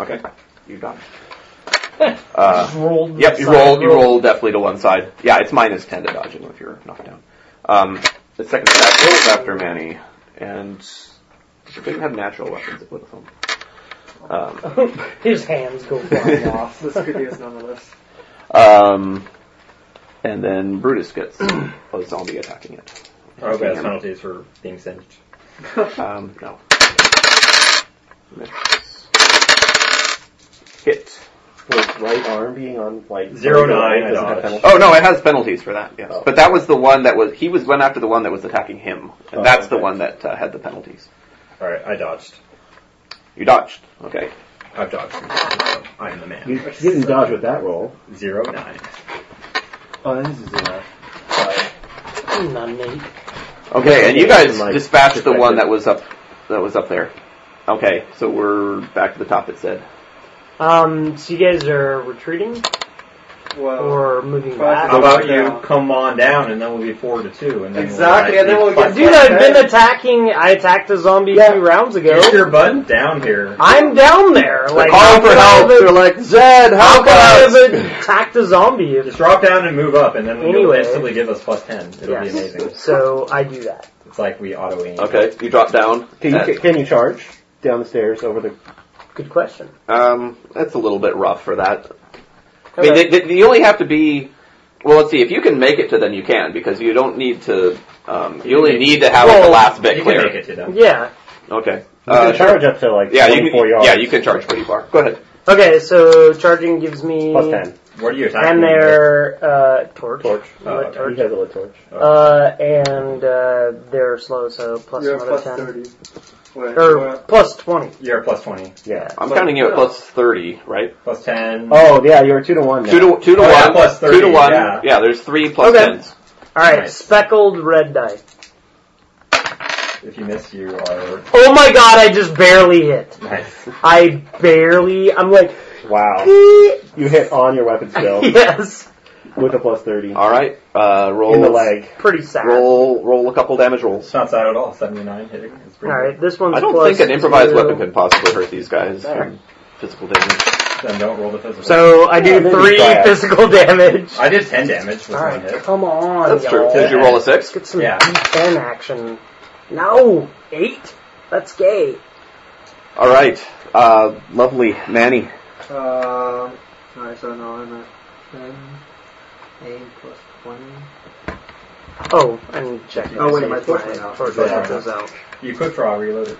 Speaker 3: Okay. You got it. Uh, yep, you
Speaker 2: side,
Speaker 3: roll, you
Speaker 2: roll.
Speaker 3: roll definitely to one side. Yeah, it's minus 10 to dodging if you're knocked down. Um, the second attack goes after Manny, and they didn't have natural weapons at Littlethum. Um,
Speaker 2: His hands go <laughs> flying off.
Speaker 13: This could be us nonetheless.
Speaker 3: <laughs> um, and then Brutus gets <clears throat> a zombie attacking it.
Speaker 6: I hope it has penalties for being singed.
Speaker 3: Um, no. Miss. Hit.
Speaker 4: With right arm being on like
Speaker 6: Zero
Speaker 5: oh,
Speaker 4: right arm
Speaker 6: nine
Speaker 4: doesn't have
Speaker 6: dodge.
Speaker 4: penalty.
Speaker 3: Oh no, it has penalties for that.
Speaker 6: Oh.
Speaker 3: Yes, but that was the one that was he was went after the one that was attacking him, and
Speaker 6: Oh,
Speaker 3: that's the
Speaker 6: okay.
Speaker 3: one that uh, had the penalties.
Speaker 6: Alright, I dodged.
Speaker 3: You dodged. Okay.
Speaker 6: I've dodged. I'm the man.
Speaker 4: You didn't dodge with that roll.
Speaker 6: Zero nine.
Speaker 4: Oh, this is zero.
Speaker 2: None, Nate.
Speaker 3: Okay, and you
Speaker 4: Yeah,
Speaker 3: guys
Speaker 4: from my
Speaker 3: dispatched the one
Speaker 4: perspective.
Speaker 3: that was up that was up there. Okay, so we're back to the top. It said.
Speaker 2: Um, so you guys are retreating
Speaker 13: Well,
Speaker 2: or moving
Speaker 13: Try
Speaker 2: back?
Speaker 13: to-
Speaker 6: How about
Speaker 13: Yeah.
Speaker 6: you come on down and then we'll be four to two and then
Speaker 13: Exactly, and then
Speaker 6: we'll
Speaker 13: we'll get-
Speaker 2: Dude, I've been attacking. I attacked a zombie
Speaker 4: Yeah.
Speaker 2: two rounds ago.
Speaker 6: Get your butt down here.
Speaker 2: I'm down there.
Speaker 3: They're
Speaker 2: Like, how
Speaker 3: calling for
Speaker 2: could I have
Speaker 3: help.
Speaker 2: a-
Speaker 3: They're like Zed,
Speaker 2: How
Speaker 3: help
Speaker 2: could I
Speaker 3: us.
Speaker 2: have attacked a zombie? If,
Speaker 6: Just drop down and move up and then you'll
Speaker 2: Anyway.
Speaker 6: instantly give us plus ten. It'll
Speaker 2: yes.
Speaker 6: be amazing.
Speaker 2: <laughs> So I do that.
Speaker 6: It's like we auto aim.
Speaker 3: Okay, you drop down.
Speaker 4: Can you,
Speaker 3: and-
Speaker 4: can you charge down the stairs over the?
Speaker 2: Good question.
Speaker 3: um, that's a little bit rough for that. I mean,
Speaker 2: Okay.
Speaker 3: they, they, you only have to be. Well, let's see. If you can make it to, then you can because you don't need to. Um, you only need to have like, the
Speaker 2: Well,
Speaker 3: last bit
Speaker 6: You can
Speaker 3: clear.
Speaker 6: make it to them.
Speaker 2: Yeah.
Speaker 3: Okay. Uh,
Speaker 4: You
Speaker 2: Uh,
Speaker 4: can charge up to like
Speaker 3: Yeah, you
Speaker 4: 24
Speaker 3: can,
Speaker 4: yards.
Speaker 3: yeah, you can charge pretty far. Go ahead.
Speaker 2: Okay, so charging gives me
Speaker 4: Plus ten.
Speaker 6: What are you attacking?
Speaker 2: and their uh, torch,
Speaker 4: Torch.
Speaker 2: Lit
Speaker 6: Oh, okay.
Speaker 4: He
Speaker 2: torch.
Speaker 4: has a lit torch.
Speaker 2: Uh, and uh, they're slow, so plus
Speaker 13: you're
Speaker 2: another
Speaker 13: plus
Speaker 2: ten
Speaker 13: 30. Wait,
Speaker 2: or
Speaker 13: what?
Speaker 2: plus twenty.
Speaker 6: You're plus twenty.
Speaker 4: Yeah.
Speaker 3: I'm counting you at plus thirty, right?
Speaker 6: Plus ten.
Speaker 4: Oh yeah, you're two to one. Now.
Speaker 3: Two to two to
Speaker 6: Oh,
Speaker 3: one.
Speaker 6: yeah, plus 30,
Speaker 3: two to one.
Speaker 6: yeah.
Speaker 3: there's three plus
Speaker 2: Okay.
Speaker 3: tens.
Speaker 2: All right,
Speaker 6: Nice.
Speaker 2: speckled red die.
Speaker 6: If you miss you are
Speaker 2: Oh my god, I just barely hit.
Speaker 6: nice.
Speaker 2: I barely. I'm like, <laughs>
Speaker 4: Wow.
Speaker 2: "Eh." <laughs>
Speaker 4: You hit on your weapon skill.
Speaker 2: yes.
Speaker 4: with a plus thirty.
Speaker 2: Oh.
Speaker 3: All right. Uh, roll
Speaker 4: In the leg.
Speaker 2: Pretty sad.
Speaker 3: Roll roll a couple damage rolls.
Speaker 6: It's not sad at all. 79 hitting. It's pretty
Speaker 2: Alright, this one's
Speaker 3: I don't
Speaker 2: plus
Speaker 3: think an improvised
Speaker 2: two.
Speaker 3: weapon could possibly hurt these guys.
Speaker 2: Better.
Speaker 3: from Physical damage.
Speaker 6: good. Then don't roll the physical.
Speaker 2: So I do
Speaker 6: maybe
Speaker 2: three
Speaker 6: try it.
Speaker 2: physical damage.
Speaker 6: I did 10 damage with one
Speaker 2: Alright,
Speaker 6: hit.
Speaker 2: come on.
Speaker 3: That's true.
Speaker 2: y'all.
Speaker 3: Did you roll a six?
Speaker 2: Get some
Speaker 6: Yeah.
Speaker 2: D10 action. No! Eight? That's gay.
Speaker 3: All right. Uh, lovely Manny.
Speaker 13: Um, alright, so now I'm at 10, 8 plus 20.
Speaker 2: Oh, I'm checking.
Speaker 13: Oh,
Speaker 2: to
Speaker 13: wait,
Speaker 2: see
Speaker 13: my
Speaker 2: if
Speaker 13: torch went out.
Speaker 2: torch
Speaker 6: Yeah.
Speaker 2: goes out.
Speaker 6: You quick draw, reload it.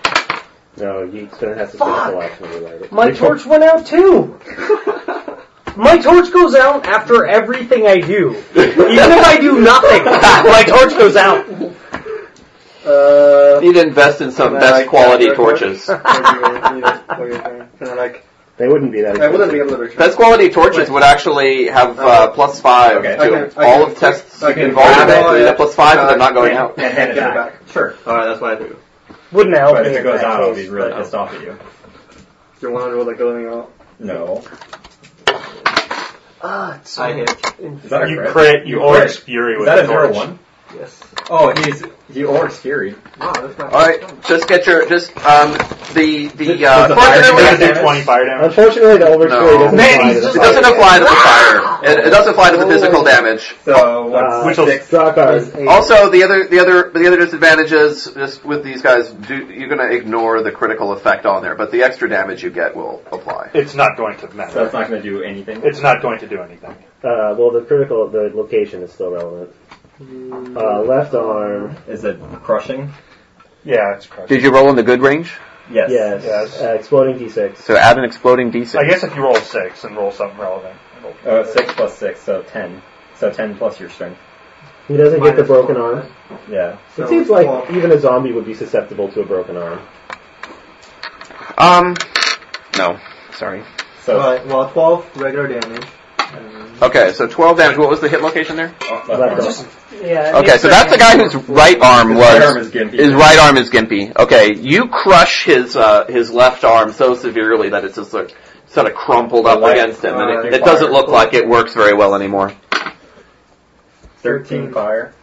Speaker 4: No, you gonna have to spend a action to light it.
Speaker 2: My torch went out
Speaker 4: <laughs>
Speaker 2: too! My torch goes out after everything I do. Even if
Speaker 3: <laughs>
Speaker 2: I do nothing, my torch goes out.
Speaker 13: Uh,
Speaker 3: Need to invest in some
Speaker 13: Can I,
Speaker 3: Oh, best
Speaker 13: like,
Speaker 3: quality
Speaker 13: grab your <laughs>
Speaker 3: torches.
Speaker 13: Can I like?
Speaker 4: They wouldn't be that.
Speaker 13: I wouldn't be able to return.
Speaker 3: best quality torches would actually have uh, plus five
Speaker 6: Okay.
Speaker 3: to
Speaker 13: Okay, okay.
Speaker 3: all of tests
Speaker 13: Okay,
Speaker 3: involved.
Speaker 13: grab
Speaker 3: They
Speaker 13: it.
Speaker 3: have plus five, but they're not going
Speaker 6: Yeah,
Speaker 3: out.
Speaker 6: And hand it
Speaker 13: Give it
Speaker 6: back. Sure.
Speaker 13: Alright, that's what I do.
Speaker 2: Wouldn't help
Speaker 6: But
Speaker 2: me
Speaker 6: if it
Speaker 2: in
Speaker 6: goes
Speaker 2: that
Speaker 6: out, I'll
Speaker 2: case,
Speaker 6: be really
Speaker 2: but-
Speaker 6: pissed off at you.
Speaker 13: Do you want to roll like going out?
Speaker 6: No.
Speaker 2: Ah, it's so
Speaker 6: I hit. Is that a
Speaker 5: You
Speaker 6: crit?
Speaker 5: crit, you
Speaker 6: You
Speaker 5: Oryx
Speaker 6: crit.
Speaker 5: Fury
Speaker 6: Is
Speaker 5: with
Speaker 6: that
Speaker 5: the
Speaker 6: a zero
Speaker 5: torch.
Speaker 6: one?
Speaker 13: Yes.
Speaker 6: Oh, he's he Oryx Fury.
Speaker 13: Wow, that's not.
Speaker 3: All right, just get your just um the the uh,
Speaker 6: Does the fire
Speaker 5: You're
Speaker 3: fortunately
Speaker 5: gonna do 20 fire damage.
Speaker 4: Unfortunately, the overstory
Speaker 3: No.
Speaker 4: doesn't
Speaker 3: Man,
Speaker 4: apply
Speaker 3: it
Speaker 4: to the
Speaker 3: doesn't
Speaker 4: fire.
Speaker 3: apply to the fire. It, it doesn't apply to the physical damage.
Speaker 6: So
Speaker 4: Uh,
Speaker 6: what's
Speaker 5: Which will-
Speaker 6: six?
Speaker 4: Suck our-
Speaker 3: Also, the other the other the other disadvantage is just with these guys, do, you're going to ignore the critical effect on there, but the extra damage you get will apply.
Speaker 5: It's not going to
Speaker 6: So
Speaker 5: matter.
Speaker 6: that's not going to do anything.
Speaker 5: It's not going to do anything.
Speaker 4: Uh, well, the critical, the location is still relevant. Uh, left arm,
Speaker 6: Is it crushing?
Speaker 5: Yeah, it's crushing.
Speaker 3: Did you roll in the good range?
Speaker 6: Yes.
Speaker 4: yes,
Speaker 5: Yes.
Speaker 4: Uh, exploding d6.
Speaker 3: So add an exploding d6.
Speaker 5: I guess if you roll a 6 and roll something relevant. it'll-
Speaker 6: Uh, six plus six, so ten. So ten plus your strength.
Speaker 4: He doesn't get the
Speaker 13: Minus
Speaker 4: broken
Speaker 13: four.
Speaker 4: arm.
Speaker 6: Yeah.
Speaker 4: It seems like even a zombie would be susceptible to a broken arm.
Speaker 3: Um, no, sorry.
Speaker 6: So
Speaker 13: Alright, well, 12 regular damage. Um,
Speaker 3: Okay, so 12 damage. What was the hit location there?
Speaker 6: left
Speaker 4: Left
Speaker 6: arm.
Speaker 4: arm.
Speaker 2: Yeah,
Speaker 3: Okay, so that's the guy whose right arm
Speaker 6: His right arm
Speaker 3: was
Speaker 6: is gimpy.
Speaker 3: his right arm is gimpy. Okay, you crush his uh, his left arm so severely that it's just like sort of crumpled up
Speaker 6: Like,
Speaker 3: against him,
Speaker 6: uh,
Speaker 3: and it,
Speaker 6: through
Speaker 3: it doesn't
Speaker 6: fire.
Speaker 3: look like it works very well anymore.
Speaker 6: Thirteen fire.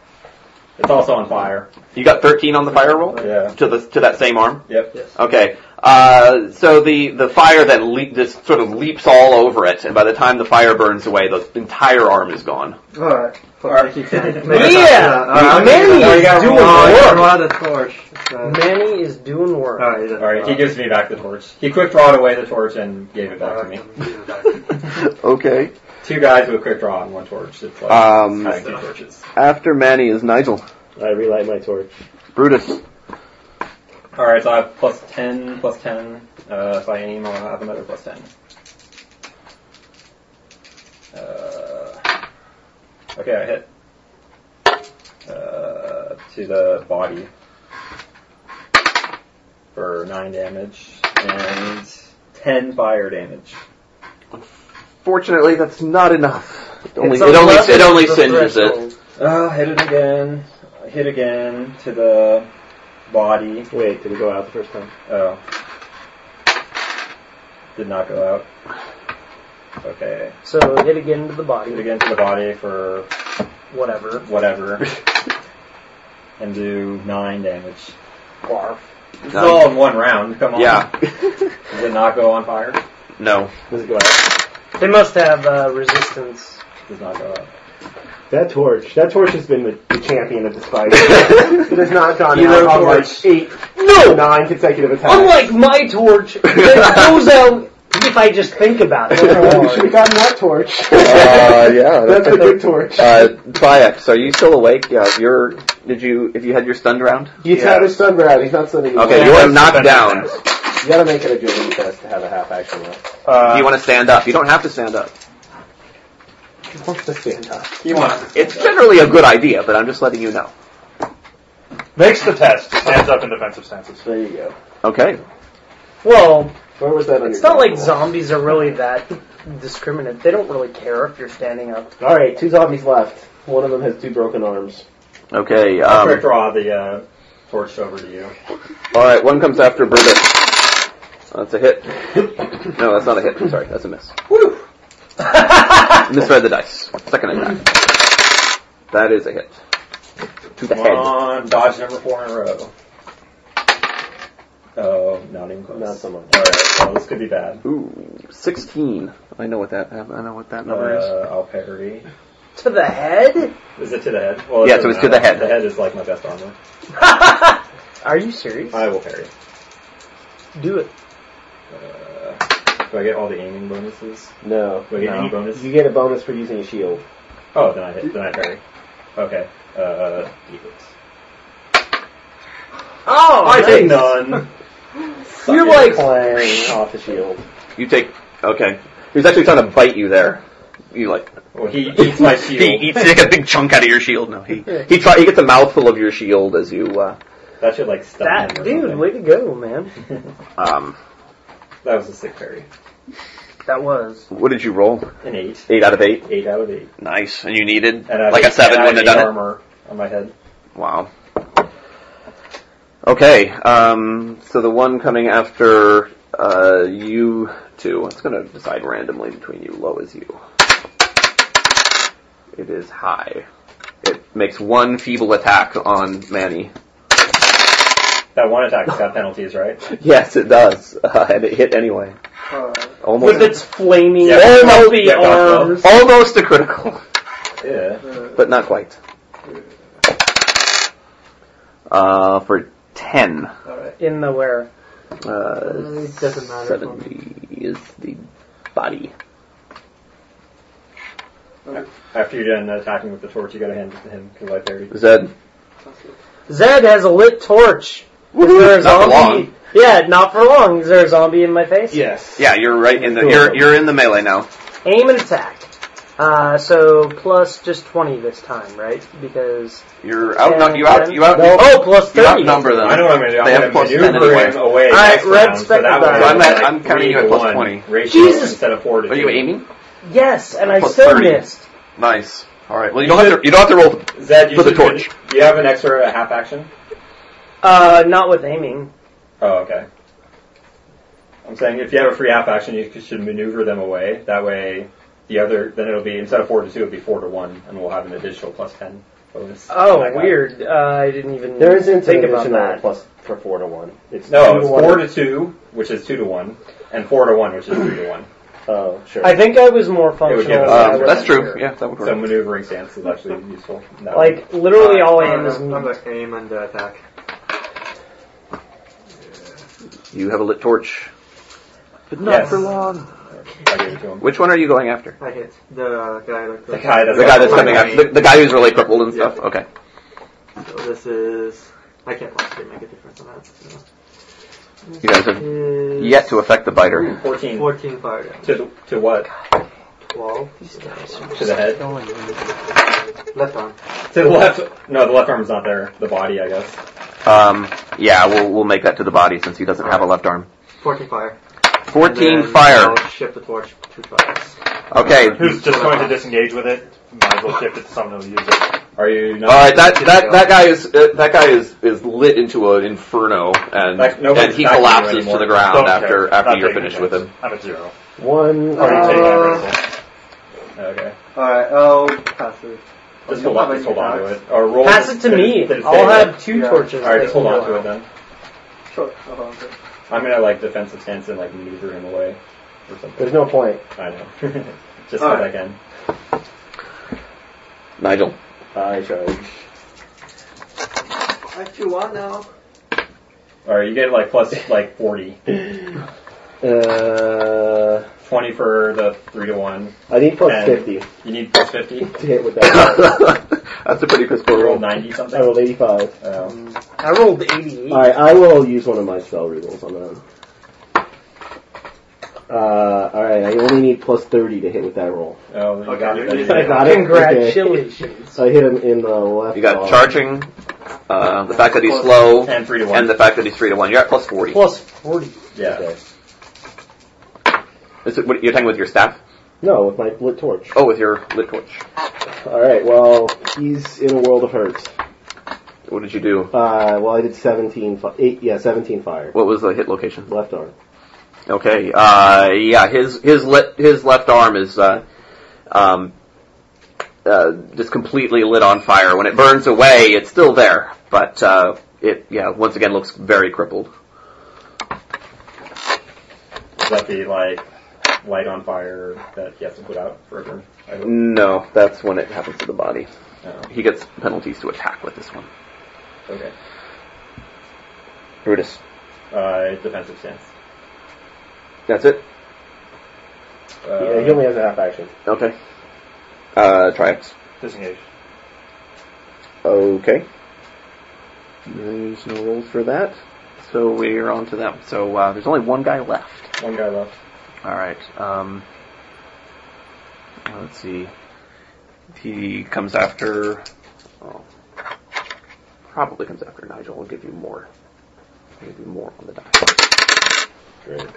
Speaker 6: It's also on fire.
Speaker 3: You got 13 on the fire roll
Speaker 6: Yeah.
Speaker 3: to the to that same arm.
Speaker 6: Yep.
Speaker 3: Okay. Uh, so the, the fire then le- just sort of leaps all over it, and by the time the fire burns away, the entire arm is gone.
Speaker 13: Alright.
Speaker 6: Alright.
Speaker 13: <laughs>
Speaker 2: Yeah, Manny
Speaker 13: Manny
Speaker 2: is doing
Speaker 13: Oh,
Speaker 2: work.
Speaker 13: you got the torch.
Speaker 2: Manny is doing work.
Speaker 13: Alright,
Speaker 6: All right, he gives me back the torch. He quick drawed away the torch and gave it back to
Speaker 13: Uh,
Speaker 6: me.
Speaker 3: Okay.
Speaker 6: Two guys with quick draw and one torch. It's like
Speaker 3: Um,
Speaker 6: having two torches.
Speaker 3: After Manny is Nigel.
Speaker 4: I relight my torch.
Speaker 3: Brutus.
Speaker 6: All right, so I have plus ten, plus ten. Uh, if I aim, I'll have another plus ten. Uh, okay, I hit uh, to the body for nine damage and ten fire damage.
Speaker 3: Fortunately, that's not enough. It only,
Speaker 2: It's
Speaker 3: it only,
Speaker 2: eleven
Speaker 3: it only
Speaker 2: the
Speaker 3: singes it.
Speaker 2: threshold.
Speaker 6: Uh, hit it again. Hit again to the body.
Speaker 4: Wait, did it go out the first time?
Speaker 6: Oh. Did not go out. Okay.
Speaker 2: So hit again to the
Speaker 6: Hit
Speaker 2: body,
Speaker 6: again to the body for
Speaker 2: whatever.
Speaker 4: <laughs>
Speaker 6: whatever. and do nine damage.
Speaker 2: Barf.
Speaker 6: It's
Speaker 3: Nine.
Speaker 6: all in one round, come on.
Speaker 3: Yeah.
Speaker 6: Does it not go on fire?
Speaker 3: <laughs> no.
Speaker 4: Does it go out?
Speaker 2: They must have uh, resistance.
Speaker 6: Does not go out.
Speaker 4: uh, That torch. That torch has been the, the champion of the spider. it has not gone out on like eight,
Speaker 2: No!
Speaker 4: nine consecutive attacks. <laughs>
Speaker 2: Unlike my torch, that goes out if I just think about it.
Speaker 3: <laughs>
Speaker 4: you should have Oh, gotten that torch.
Speaker 3: Uh,
Speaker 13: <laughs>
Speaker 3: yeah.
Speaker 4: That's the good torch.
Speaker 3: Uh, Triax, are you still awake? Yeah, you're, did you, if you had your stunned round?
Speaker 4: He's
Speaker 5: Yeah.
Speaker 4: had his stun round. He's not stunning.
Speaker 3: Okay,
Speaker 5: Yeah,
Speaker 3: you are
Speaker 5: that's
Speaker 3: knocked down.
Speaker 5: defensive now.
Speaker 4: You gotta make it a agility test to have a half action left.
Speaker 5: Uh,
Speaker 3: Do you want to stand up? You don't have to stand up.
Speaker 4: He wants to stand up.
Speaker 6: He wants
Speaker 3: It's generally a good idea, but I'm just letting you know.
Speaker 5: Makes the test. Stands up in defensive stances.
Speaker 4: There you go.
Speaker 3: Okay.
Speaker 2: Well,
Speaker 4: Where was that? on
Speaker 2: it's
Speaker 4: your
Speaker 2: not like
Speaker 4: grapple?
Speaker 2: zombies are really that discriminate. They don't really care if you're standing up.
Speaker 4: All right, two zombies left. One of them has two broken arms.
Speaker 3: Okay.
Speaker 6: I'll
Speaker 3: Um,
Speaker 6: quick draw the uh, torch over to you.
Speaker 3: all right. One comes after Brutus. That's a hit. No, that's not a hit. I'm sorry. That's a miss. Misread the dice. Second attack. That is a hit. To the
Speaker 6: Come
Speaker 3: head.
Speaker 6: on, dodge number four in a row. Oh, not even close. Not so much. All right, well, this could be bad.
Speaker 3: Ooh, 16. I know what that, I know what that number is.
Speaker 6: Uh, I'll parry.
Speaker 2: To the head?
Speaker 6: Is it to the head? Well, it
Speaker 3: Yes, it was
Speaker 6: doesn't
Speaker 3: to the head.
Speaker 6: matter. The head is like my best armor.
Speaker 2: Are you serious?
Speaker 6: I will parry.
Speaker 2: Do it.
Speaker 6: Uh, do I get all the aiming bonuses?
Speaker 4: No.
Speaker 6: Do I get
Speaker 4: no.
Speaker 6: any bonus?
Speaker 4: You get a bonus for using a shield.
Speaker 6: Oh, then I hit. Then I parry. Okay. Uh, equals.
Speaker 2: Oh,
Speaker 6: I take
Speaker 2: nice.
Speaker 6: none.
Speaker 3: You're
Speaker 4: like playing off the shield.
Speaker 3: You take, okay. He was actually trying to bite you there. You like,
Speaker 6: Well, he eats my shield.
Speaker 3: <laughs> he eats like a big chunk out of your shield. No, he, <laughs> he try, he gets a mouthful of your shield as you, uh,
Speaker 6: That should like stun
Speaker 2: That
Speaker 6: him or
Speaker 2: dude,
Speaker 6: something.
Speaker 2: way to go, man.
Speaker 3: um,
Speaker 6: That was a sick parry.
Speaker 2: That was.
Speaker 3: what did you roll?
Speaker 6: An eight.
Speaker 3: Eight out of eight?
Speaker 6: Eight out of eight.
Speaker 3: Nice. And you needed
Speaker 6: And I have
Speaker 3: like a
Speaker 6: eight-
Speaker 3: seven
Speaker 6: and I
Speaker 3: wouldn't have done
Speaker 6: eight
Speaker 3: it?
Speaker 6: armor on my head.
Speaker 3: Wow. Okay, um, so the one coming after uh, you two, it's going to decide randomly between you, low as you. It is high. It makes one feeble attack on Manny.
Speaker 6: That one attack's got penalties, right?
Speaker 3: Yes, it does, <laughs> uh, and it hit anyway. Almost,
Speaker 2: With its flaming,
Speaker 3: Yeah, that got-
Speaker 2: healthy
Speaker 3: that got
Speaker 2: arms.
Speaker 3: almost a critical, <laughs>
Speaker 6: Yeah.
Speaker 3: but not quite. Uh, for ten.
Speaker 2: In the where?
Speaker 3: Uh,
Speaker 13: It doesn't matter.
Speaker 3: 70 is the body.
Speaker 6: After you're done attacking with the torch, you gotta hand it to him because I parried.
Speaker 3: Zed.
Speaker 2: Zed has a lit torch. Is there a
Speaker 3: Not for
Speaker 2: zombie?
Speaker 3: long.
Speaker 2: Yeah, not for long. Is there a zombie in my face?
Speaker 5: Yes.
Speaker 3: Yeah, you're right in the
Speaker 5: Cool.
Speaker 3: you're you're in the melee now.
Speaker 2: Aim and attack. Uh, so plus just twenty this time, right? Because
Speaker 3: You're out
Speaker 2: Yeah,
Speaker 3: you out you out Oh,
Speaker 2: yeah. No, plus
Speaker 3: you
Speaker 2: 30.
Speaker 3: outnumber them.
Speaker 6: I know what I'm gonna do.
Speaker 3: They
Speaker 6: I'm
Speaker 3: have
Speaker 6: gonna
Speaker 3: plus 10
Speaker 6: maneuver
Speaker 3: anyway.
Speaker 6: him away.
Speaker 2: All right,
Speaker 6: next
Speaker 2: red
Speaker 6: round,
Speaker 2: spectre
Speaker 6: So that
Speaker 2: die.
Speaker 6: way
Speaker 2: I'm
Speaker 3: at-
Speaker 6: like
Speaker 3: I'm counting
Speaker 6: three
Speaker 3: you at
Speaker 6: to
Speaker 3: plus
Speaker 6: one
Speaker 3: 20.
Speaker 6: Ratio
Speaker 2: Jesus.
Speaker 6: instead of four to
Speaker 3: Are
Speaker 6: two.
Speaker 3: you aiming?
Speaker 2: yes, and I
Speaker 3: Plus
Speaker 2: still
Speaker 3: 30.
Speaker 2: missed.
Speaker 3: Nice. All right. Well, you don't have to you don't have to roll um,
Speaker 6: Zed, you
Speaker 3: for the
Speaker 6: should-
Speaker 3: torch.
Speaker 6: Do you have an extra half action?
Speaker 2: Uh, not with aiming.
Speaker 6: Oh, okay. I'm saying if you have a free half action, you should maneuver them away. That way, the other then it'll be instead of four to two, it'll be four to one, and we'll have an additional plus ten bonus.
Speaker 2: Oh,
Speaker 6: Like that.
Speaker 2: weird. Uh, I didn't even
Speaker 4: There is an
Speaker 2: think about
Speaker 4: additional
Speaker 2: that.
Speaker 4: plus for four to one. It's
Speaker 6: No,
Speaker 4: two
Speaker 6: it's
Speaker 4: to one.
Speaker 6: four to two, which is two to one, and four to one, which is three to one.
Speaker 4: Oh, sure.
Speaker 2: I think I was more
Speaker 6: It would give
Speaker 2: functional. than
Speaker 6: us
Speaker 2: I
Speaker 3: Um,
Speaker 2: was.
Speaker 3: that's true. Yeah, that would
Speaker 6: So
Speaker 3: work.
Speaker 6: maneuvering stance is actually useful. in that way.
Speaker 2: Like literally, all I
Speaker 13: Uh,
Speaker 2: am is
Speaker 13: I'm gonna aim and attack.
Speaker 3: You have a lit torch. But not
Speaker 6: Yes.
Speaker 3: for long.
Speaker 6: I gave it to him.
Speaker 3: Which one are you going after?
Speaker 13: I hit the uh, guy like
Speaker 6: The guy
Speaker 3: The
Speaker 6: that's,
Speaker 3: guy that's coming
Speaker 13: up.
Speaker 3: after the, the guy who's really crippled and
Speaker 13: Yeah.
Speaker 3: stuff. Okay.
Speaker 13: So this is. I can't possibly make a difference on that. So.
Speaker 3: You guys have
Speaker 13: Is
Speaker 3: yet to affect the biter.
Speaker 6: Fourteen
Speaker 13: 14 fire damage.
Speaker 6: to the, to what?
Speaker 13: 12.
Speaker 6: To the head?
Speaker 13: Left arm.
Speaker 6: To the left? No, the left arm's not there. The body, I guess.
Speaker 3: Um, yeah, we'll we'll make that to the body since he doesn't have a left arm.
Speaker 13: 14 fire. And
Speaker 3: Fourteen
Speaker 13: then
Speaker 3: fire.
Speaker 13: I'll shift the torch to fires.
Speaker 3: Okay.
Speaker 5: Who's just going to disengage with it? Might as well shift it to someone who'll use it.
Speaker 6: Are you not?
Speaker 3: All right, that that that guy is uh, that guy is is lit into an inferno, and
Speaker 6: Like, nobody's
Speaker 3: and he
Speaker 6: backing you
Speaker 3: collapses to
Speaker 6: anymore.
Speaker 3: the ground
Speaker 5: Don't
Speaker 3: after
Speaker 5: care.
Speaker 3: after
Speaker 5: Not
Speaker 3: you're
Speaker 5: taking
Speaker 3: finished
Speaker 5: damage.
Speaker 3: with him.
Speaker 5: I'm at zero.
Speaker 4: One.
Speaker 5: Already taken
Speaker 4: uh,
Speaker 5: my critical.
Speaker 6: Okay.
Speaker 13: Alright, I'll pass it.
Speaker 6: Just
Speaker 13: You
Speaker 6: hold, on,
Speaker 13: have
Speaker 6: just
Speaker 13: any
Speaker 6: hold on to it.
Speaker 13: attacks?
Speaker 6: Or roll
Speaker 2: Pass it to me.
Speaker 6: did it
Speaker 2: I'll
Speaker 6: stay there?
Speaker 2: have two
Speaker 13: Yeah.
Speaker 2: torches.
Speaker 6: Alright,
Speaker 2: that
Speaker 6: just hold
Speaker 2: can
Speaker 6: on
Speaker 2: go
Speaker 6: to it
Speaker 2: out.
Speaker 6: then.
Speaker 13: Sure, I'll hold on to it.
Speaker 6: I'm gonna like defensive stance and like maneuver him away or something.
Speaker 4: There's no point.
Speaker 6: I know. <laughs> just so
Speaker 13: All
Speaker 6: I
Speaker 13: right.
Speaker 6: can.
Speaker 3: Nigel,
Speaker 4: I charge.
Speaker 13: 5 to 1 now.
Speaker 6: Alright, you get like plus
Speaker 4: <laughs>
Speaker 6: like 40.
Speaker 4: Uh,
Speaker 6: 20 for the 3 to 1.
Speaker 4: I need plus
Speaker 6: And-
Speaker 4: 50
Speaker 6: You need plus 50?
Speaker 4: to hit with that.
Speaker 3: <laughs>
Speaker 4: <coughs>
Speaker 3: that's a pretty piss poor
Speaker 6: You rolled
Speaker 3: roll.
Speaker 6: 90 something?
Speaker 4: I rolled 85.
Speaker 6: Oh.
Speaker 2: I rolled 88.
Speaker 4: All right, I will use one of my spell rerolls on that. one. Uh, all right, I only need plus 30 to hit with that roll.
Speaker 6: Oh, you
Speaker 13: Okay,
Speaker 6: got
Speaker 13: you're-
Speaker 6: it. That is
Speaker 5: <laughs>
Speaker 4: I
Speaker 6: it.
Speaker 4: got it.
Speaker 2: Congratulations.
Speaker 4: So I hit him in the left.
Speaker 3: You got
Speaker 4: arm.
Speaker 3: charging, uh, the fact that he's slow,
Speaker 6: And 3 to 1.
Speaker 3: and the fact that he's three to one. You're at plus forty.
Speaker 2: Plus 40.
Speaker 6: yeah.
Speaker 4: Okay.
Speaker 3: Is it, what, you're talking with your staff?
Speaker 4: No, with my lit torch.
Speaker 3: Oh, with your lit torch.
Speaker 4: All right, well, he's in a world of hurts.
Speaker 3: What did you do?
Speaker 4: Uh, well, I did 17, fi- eight, yeah, 17 fire.
Speaker 3: What was the hit location?
Speaker 4: Left arm.
Speaker 3: Okay. Uh, yeah, his his le- his left arm is uh, um, uh, just completely lit on fire. When it burns away, it's still there, but uh, it yeah once again looks very crippled.
Speaker 6: Is that the like light on fire that you have to put out for a burn? I hope.
Speaker 3: No, that's when it happens to the body.
Speaker 6: Oh.
Speaker 3: He gets penalties to attack with this one.
Speaker 6: Okay.
Speaker 3: Brutus.
Speaker 6: Uh, defensive stance.
Speaker 3: That's it.
Speaker 6: Uh,
Speaker 4: yeah, he only has a half action.
Speaker 3: Okay. Uh, triumphs.
Speaker 5: Disengage.
Speaker 3: Okay. There's no rolls for that. So we're on to them. So uh, there's only one guy left.
Speaker 6: One guy left.
Speaker 3: All right. Um, let's see. He comes after. Oh, probably comes after Nigel. I'll give you more. I'll give you more on the die. Great.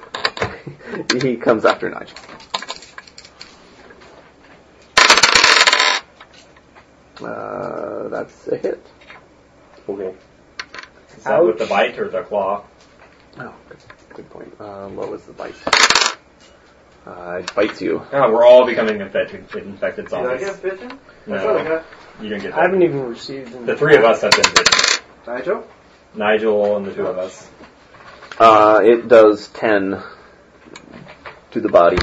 Speaker 3: <laughs> he comes after Nigel. Uh, that's a hit.
Speaker 4: Okay.
Speaker 6: Is that with the bite or the claw?
Speaker 3: Oh, good, good point. Uh, what was the bite? Uh, it bites you.
Speaker 6: Oh, we're all becoming infected, infected
Speaker 13: Did I
Speaker 6: zombies.
Speaker 13: get bitten? I thought I
Speaker 6: No,
Speaker 13: got
Speaker 6: you didn't get
Speaker 2: I
Speaker 6: that.
Speaker 2: haven't even received them.
Speaker 6: The three of us have been bitten.
Speaker 13: Nigel?
Speaker 6: Nigel and the two of us.
Speaker 3: Uh, it does 10 to the body.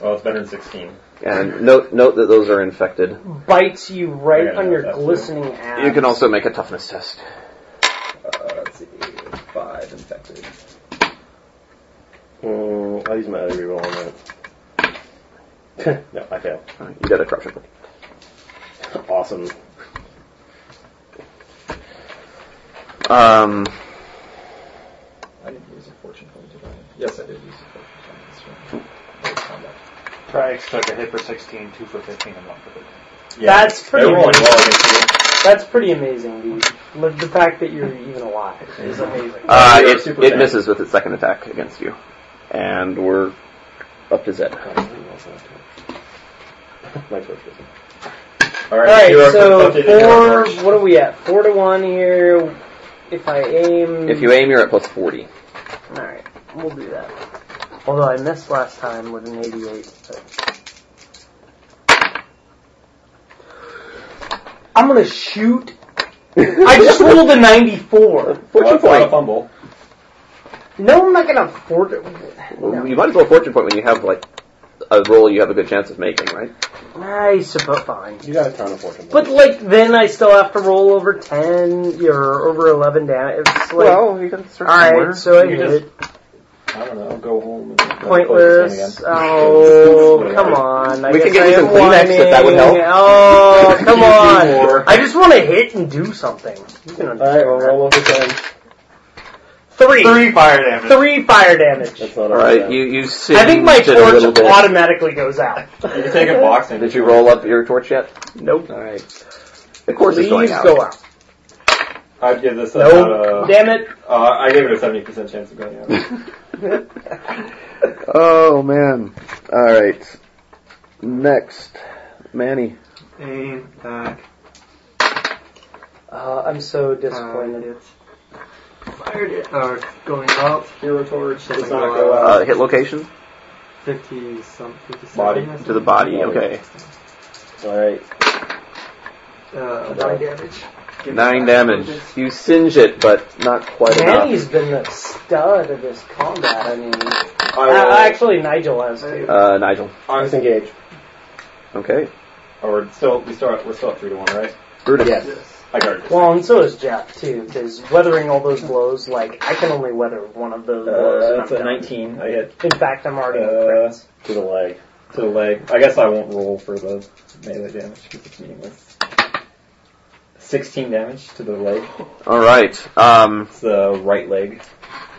Speaker 6: Well, it's better than 16.
Speaker 3: And note note that those are infected.
Speaker 2: bites you right
Speaker 6: Okay,
Speaker 2: on your
Speaker 6: that's-
Speaker 2: glistening ass.
Speaker 3: You can also make a toughness test.
Speaker 6: Uh, let's see. Five infected.
Speaker 4: Mm, I'll use my other reroll on that. <laughs> no, I fail.
Speaker 3: You got a corruption.
Speaker 4: Awesome.
Speaker 3: Um,
Speaker 6: I didn't use a fortune point, did I? Yes, I did use a fortune point. That's right.
Speaker 5: Trax took a hit for 16, 2 for 15, and 1 for 15.
Speaker 2: That's pretty
Speaker 6: They're rolling
Speaker 2: amazing.
Speaker 6: well against you.
Speaker 2: That's pretty amazing, dude. Look, the fact that you're even alive is amazing.
Speaker 3: uh, it, it misses with its second attack against you. And we're
Speaker 2: <laughs>
Speaker 3: up to Zed.
Speaker 4: My torch doesn't.
Speaker 6: All
Speaker 2: All
Speaker 6: right,
Speaker 2: right,
Speaker 6: you're
Speaker 2: so
Speaker 6: confronted in your
Speaker 2: four. What are we at? Four to one here. If I aim,
Speaker 3: If you aim, you're at plus 40.
Speaker 2: all right, we'll do that. Although I missed last time with an 88. But... I'm gonna <laughs> shoot. I just rolled a 94.
Speaker 3: Fortune
Speaker 6: Not a
Speaker 3: point.
Speaker 6: fumble.
Speaker 2: No, I'm not gonna afford it.
Speaker 3: Well, You might as well fortune point when you have, like, a roll you have a good chance of making, right?
Speaker 2: I suppose fine.
Speaker 4: You got a ton of fortune.
Speaker 2: But like then I still have to roll over ten or over eleven down. It's like
Speaker 3: Well, you can start
Speaker 2: all
Speaker 3: somewhere.
Speaker 2: right, so I
Speaker 6: You
Speaker 2: hit
Speaker 6: just-
Speaker 2: it.
Speaker 6: I don't know. Go home. And play this game
Speaker 2: pointless.
Speaker 6: again.
Speaker 2: <laughs>
Speaker 6: <laughs>
Speaker 2: Oh come on! I
Speaker 3: We can
Speaker 2: guess
Speaker 3: give
Speaker 2: I am
Speaker 3: you some Kleenex if that would
Speaker 2: whining.
Speaker 3: help. <laughs>
Speaker 2: Oh come
Speaker 6: do
Speaker 2: on!
Speaker 6: more.
Speaker 2: I just want to hit and do something. You can understand
Speaker 4: Alright, well, roll over 10.
Speaker 2: Three,
Speaker 5: Three fire damage.
Speaker 2: Three fire damage.
Speaker 4: That's not
Speaker 3: All right, you you
Speaker 2: I think my
Speaker 3: singed it a
Speaker 2: torch
Speaker 3: little bit.
Speaker 2: automatically goes out.
Speaker 6: You can take a box and
Speaker 3: Did you roll up your torch yet?
Speaker 2: Nope.
Speaker 3: All right. The course is going
Speaker 2: Leaves
Speaker 3: out.
Speaker 2: go
Speaker 3: <laughs>
Speaker 2: out. <laughs>
Speaker 6: I'd give this
Speaker 2: Nope.
Speaker 6: about a.
Speaker 2: Damn it.
Speaker 6: Uh, I gave it a seventy percent chance of going out.
Speaker 3: oh man! All right. Next, Manny.
Speaker 13: Aim, attack,
Speaker 2: Uh, I'm so
Speaker 13: fired
Speaker 2: disappointed.
Speaker 13: it. Fired it. Or going out.
Speaker 6: Hero torch does not
Speaker 13: go
Speaker 6: go
Speaker 13: out.
Speaker 6: out.
Speaker 3: Uh, hit location
Speaker 13: 50 some 57.
Speaker 6: Body.
Speaker 13: I think.
Speaker 3: to the body. Okay,
Speaker 4: All right.
Speaker 13: Uh, 9 damage. Give me
Speaker 3: nine
Speaker 13: five
Speaker 3: damage.
Speaker 13: damage.
Speaker 3: You singe it, but not quite enough.
Speaker 2: Manny's been the stud of this combat. I mean,
Speaker 3: Oh,
Speaker 6: I will.
Speaker 2: uh, actually Nigel has too.
Speaker 3: Uh, Nigel.
Speaker 6: I,
Speaker 4: Disengage.
Speaker 3: Okay.
Speaker 6: or still, we start. Oh, We're still at three to one, right?
Speaker 3: Brutus.
Speaker 6: I guard this.
Speaker 2: Well, and so is Jeff too, because weathering all those blows, like I can only weather one of those blows.
Speaker 6: Uh,
Speaker 2: and
Speaker 6: that's
Speaker 2: I'm
Speaker 6: a
Speaker 2: done.
Speaker 6: nineteen. I hit
Speaker 2: In fact, I'm already in
Speaker 6: Uh,
Speaker 2: crits.
Speaker 4: To the leg.
Speaker 6: to the leg. I guess I won't roll for the melee damage because it's meaningless. Sixteen damage to the leg.
Speaker 3: All right. Um,
Speaker 6: It's the right leg.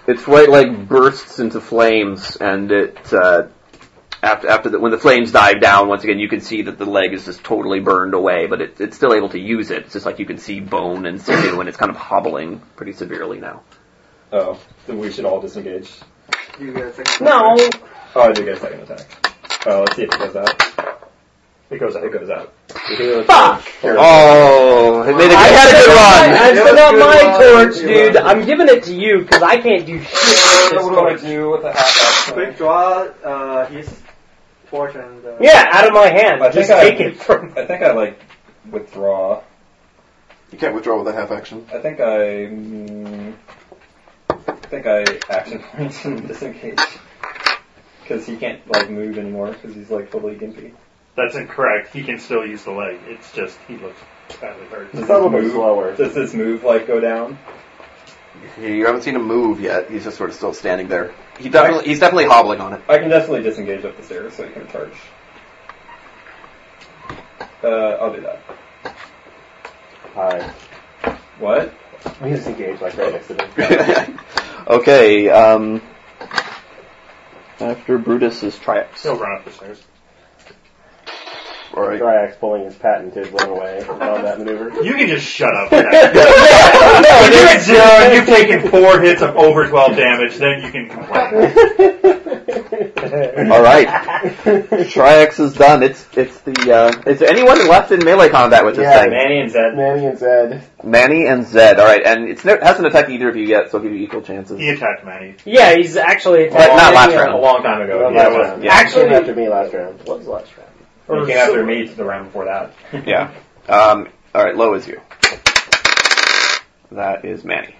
Speaker 3: its right leg bursts into flames, and it uh, after after the, when the flames dive down, once again you can see that the leg is just totally burned away, but it, it's still able to use it. It's just like you can see bone and sinew, and it's kind of hobbling pretty severely now.
Speaker 6: Oh, then we should all disengage.
Speaker 13: You get a second
Speaker 2: No,
Speaker 6: Oh, I do get a second attack. Oh, let's see if it goes out.
Speaker 5: <laughs> It goes out.
Speaker 6: It goes out.
Speaker 3: Fuck! Oh, it made a good,
Speaker 14: I
Speaker 3: had a good run.
Speaker 14: I
Speaker 6: It
Speaker 14: set
Speaker 6: was
Speaker 14: up
Speaker 6: good
Speaker 14: my
Speaker 6: run.
Speaker 14: torch,
Speaker 6: Good
Speaker 14: dude.
Speaker 6: run.
Speaker 14: I'm giving it to you because I can't do shit. with this torch.
Speaker 6: do with the half
Speaker 13: Quick draw uh, his torch and. Uh,
Speaker 14: Yeah, out of my hand.
Speaker 6: I think
Speaker 14: Just
Speaker 6: I,
Speaker 14: take it
Speaker 6: <laughs>
Speaker 14: from.
Speaker 6: I think I like withdraw.
Speaker 15: You can't withdraw with a half action.
Speaker 6: I think I. Mm, I think I action points and <laughs> disengage because he can't like move anymore because he's like fully gimpy.
Speaker 5: That's incorrect. He can still use the leg. It's just he looks badly hurt.
Speaker 6: Does this move, Does this move like go down?
Speaker 15: You haven't seen him move yet. He's just sort of still standing there. He definitely, he's definitely hobbling on it.
Speaker 6: I can definitely disengage up the stairs so he can charge. Uh, I'll do that.
Speaker 4: Hi.
Speaker 6: What?
Speaker 4: We disengage like right next to <laughs> them.
Speaker 3: <laughs> okay, um, after Brutus is Triax.
Speaker 5: He'll run up the stairs.
Speaker 15: Right.
Speaker 4: Triax pulling his patented one away and all that maneuver.
Speaker 5: You can just shut
Speaker 6: <laughs>
Speaker 3: <laughs>
Speaker 4: <laughs>
Speaker 5: up.
Speaker 4: no,
Speaker 5: if you're at zero and uh, you've taken four hits of over 12 damage, then you can
Speaker 4: <laughs>
Speaker 5: complain.
Speaker 3: All right, Triax is done. It's it's the uh, is there anyone left in melee combat with this thing?
Speaker 6: Manny and Zed.
Speaker 4: Manny and Zed.
Speaker 3: Manny and Zed. All right, and it's no, hasn't attacked either of you yet, so I'll give you equal chances.
Speaker 5: He attacked Manny.
Speaker 14: Yeah, he's actually.
Speaker 3: But not last
Speaker 14: attacking, uh,
Speaker 3: round.
Speaker 6: A long time ago.
Speaker 4: Not
Speaker 6: yeah,
Speaker 4: last
Speaker 6: it was-
Speaker 4: round.
Speaker 3: yeah.
Speaker 4: Actually,
Speaker 14: Actually,
Speaker 4: came after me last round.
Speaker 14: what was last round?
Speaker 6: He came after me to the round before that.
Speaker 3: Yeah. Um, all right, low is you. That is Manny.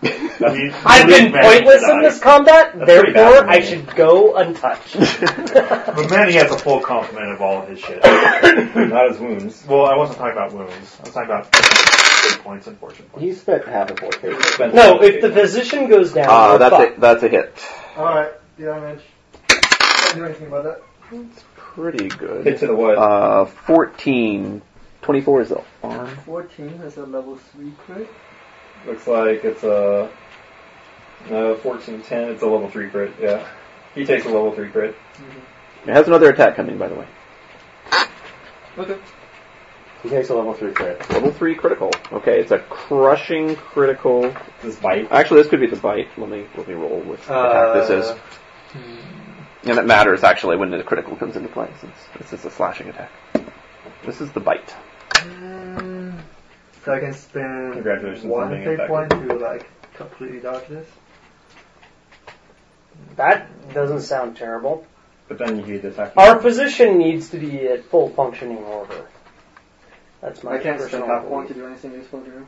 Speaker 5: He-
Speaker 14: I've
Speaker 5: he
Speaker 14: been
Speaker 5: beat Manny
Speaker 14: pointless in
Speaker 5: tonight.
Speaker 14: this combat,
Speaker 5: pretty bad
Speaker 14: therefore
Speaker 5: for
Speaker 14: I
Speaker 5: me.
Speaker 14: should go
Speaker 3: <laughs>
Speaker 14: untouched. <laughs>
Speaker 5: But Manny has a full complement of all of his
Speaker 6: <coughs>
Speaker 5: shit.
Speaker 6: Not his wounds.
Speaker 5: Well, I wasn't talking about wounds. I was talking about hit points, unfortunately.
Speaker 4: He spent half of four cases.
Speaker 14: no, if the physician goes down,
Speaker 3: Uh,
Speaker 14: we're
Speaker 3: that's
Speaker 14: fucked.
Speaker 3: a, that's a hit.
Speaker 13: Alright, damage. Can't do anything about that.
Speaker 3: Pretty good.
Speaker 6: Hit to the wood.
Speaker 3: Uh, 14. 24 is the arm.
Speaker 13: 14 has a level 3 crit.
Speaker 6: Looks like it's a no fourteen ten. It's a level three crit. Yeah, he takes a level three crit.
Speaker 3: It has another attack coming, by the way.
Speaker 13: Okay.
Speaker 4: He takes a level three crit.
Speaker 3: Level 3 critical. Okay, it's a crushing critical.
Speaker 6: This bite.
Speaker 3: Actually, this could be the bite. Let me, let me roll with what attack this is. And it matters, actually, when the critical comes into play, since this is a slashing attack. This is the bite.
Speaker 13: Mm, So I can spend
Speaker 6: Congratulations on
Speaker 13: one
Speaker 6: being
Speaker 13: fate point
Speaker 6: effective.
Speaker 13: to like completely dodge this.
Speaker 2: That doesn't sound terrible.
Speaker 6: But then you get attack.
Speaker 2: Our position needs to be at full functioning order. That's my
Speaker 13: I can't spend
Speaker 2: personal
Speaker 13: half one to
Speaker 2: belief.
Speaker 13: do anything useful here.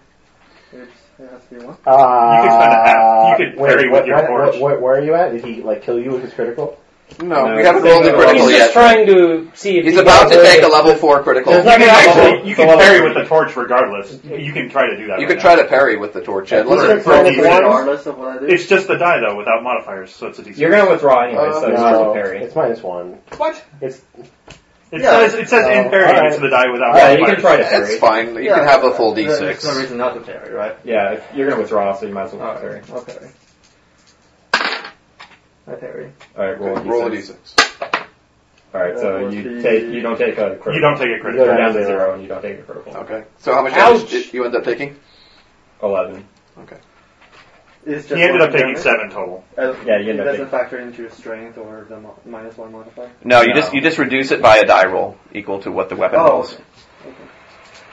Speaker 13: It's, it has to be one.
Speaker 4: Uh,
Speaker 5: You could spend a half. You could
Speaker 4: wait,
Speaker 5: parry
Speaker 4: what-
Speaker 5: with your
Speaker 4: what-
Speaker 5: torch.
Speaker 4: what- where are you at? Did he like kill you with his critical?
Speaker 15: No,
Speaker 6: No,
Speaker 15: we haven't
Speaker 6: he's
Speaker 15: rolled a
Speaker 6: not
Speaker 15: critical
Speaker 2: He's
Speaker 15: yet.
Speaker 2: just trying to see if
Speaker 15: He's
Speaker 2: he
Speaker 15: about
Speaker 2: got
Speaker 15: to
Speaker 2: away.
Speaker 15: take a level four critical.
Speaker 5: You can actually, you
Speaker 6: It's a
Speaker 5: can
Speaker 6: level
Speaker 5: parry
Speaker 6: three.
Speaker 5: with the torch regardless. You can try to do that.
Speaker 15: <laughs> You
Speaker 5: right
Speaker 15: could try
Speaker 5: now.
Speaker 15: to parry with the torch. Ed.
Speaker 5: Let's
Speaker 15: Let's
Speaker 5: try to parry.
Speaker 13: Regardless of what I do.
Speaker 5: It's just the die though, without modifiers, so it's a DC.
Speaker 6: You're gonna withdraw anyway,
Speaker 15: Uh,
Speaker 6: so it's just a
Speaker 4: No,
Speaker 6: parry.
Speaker 4: it's minus one.
Speaker 15: What?
Speaker 4: It's
Speaker 5: It
Speaker 15: Yeah.
Speaker 5: says it says
Speaker 4: Oh,
Speaker 5: in parry
Speaker 4: alright.
Speaker 5: to the die without
Speaker 6: Yeah, you
Speaker 5: modifiers.
Speaker 6: can try to
Speaker 15: That's
Speaker 6: parry.
Speaker 15: fine. You
Speaker 13: Yeah.
Speaker 15: can have a full
Speaker 13: There- There's no
Speaker 15: d6.
Speaker 13: reason not to parry, right?
Speaker 6: Yeah, if you're gonna withdraw, so you might as
Speaker 5: Oh,
Speaker 6: well parry.
Speaker 13: Alright, I'll parry. I parry.
Speaker 6: All right, roll,
Speaker 15: Roll a
Speaker 6: d6.
Speaker 15: d6.
Speaker 6: All right, so
Speaker 13: Roll
Speaker 6: you
Speaker 13: d-
Speaker 6: take you don't take a critical.
Speaker 5: You don't take a
Speaker 6: You're
Speaker 5: critical.
Speaker 6: down to zero, and you don't take a critical.
Speaker 15: Okay. So how much damage did you end up taking?
Speaker 5: Oh.
Speaker 6: Eleven.
Speaker 13: It's just
Speaker 5: He ended
Speaker 13: one
Speaker 5: up taking
Speaker 13: damage.
Speaker 5: seven total.
Speaker 13: Uh,
Speaker 6: Yeah, you
Speaker 13: it
Speaker 6: end up
Speaker 13: doesn't
Speaker 6: taking-
Speaker 13: factor into your strength or the mo- minus one modifier.
Speaker 3: No, you
Speaker 6: No.
Speaker 3: just you just reduce it by a die roll equal to what the weapon
Speaker 13: Oh,
Speaker 3: rolls.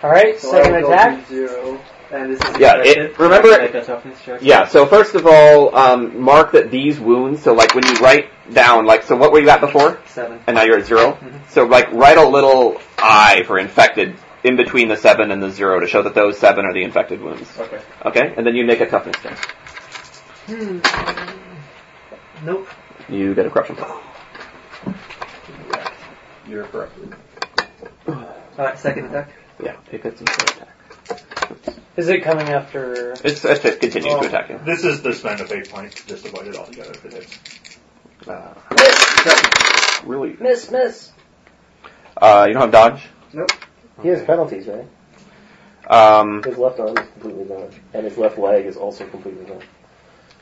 Speaker 2: All right,
Speaker 13: So
Speaker 2: second
Speaker 13: I rolled
Speaker 2: attack.
Speaker 13: Zero, and this is
Speaker 3: Yeah, it-
Speaker 13: infected.
Speaker 3: remember-
Speaker 13: Like a toughness check.
Speaker 3: Yeah. So first of all, um, mark that these wounds. So like when you write down, like so, what were you at before?
Speaker 13: Seven.
Speaker 3: And now you're at 0 So like write a little I for infected in between the seven and the zero to show that those seven are the infected wounds.
Speaker 13: Okay.
Speaker 3: Okay, and then you make a toughness check.
Speaker 13: Nope.
Speaker 3: You get a corruption.
Speaker 6: You're corrected.
Speaker 13: Alright, second attack.
Speaker 3: Yeah, it gets into attack.
Speaker 2: Is it coming after?
Speaker 3: It's, it's- it continues to attack you.
Speaker 5: This is the spend of eight points to just avoid it altogether if it hits.
Speaker 3: Uh, really?
Speaker 2: Miss, miss.
Speaker 3: Uh, you don't have dodge.
Speaker 4: he has penalties, right?
Speaker 3: Um,
Speaker 4: His left arm is completely gone, and his left leg is also completely gone.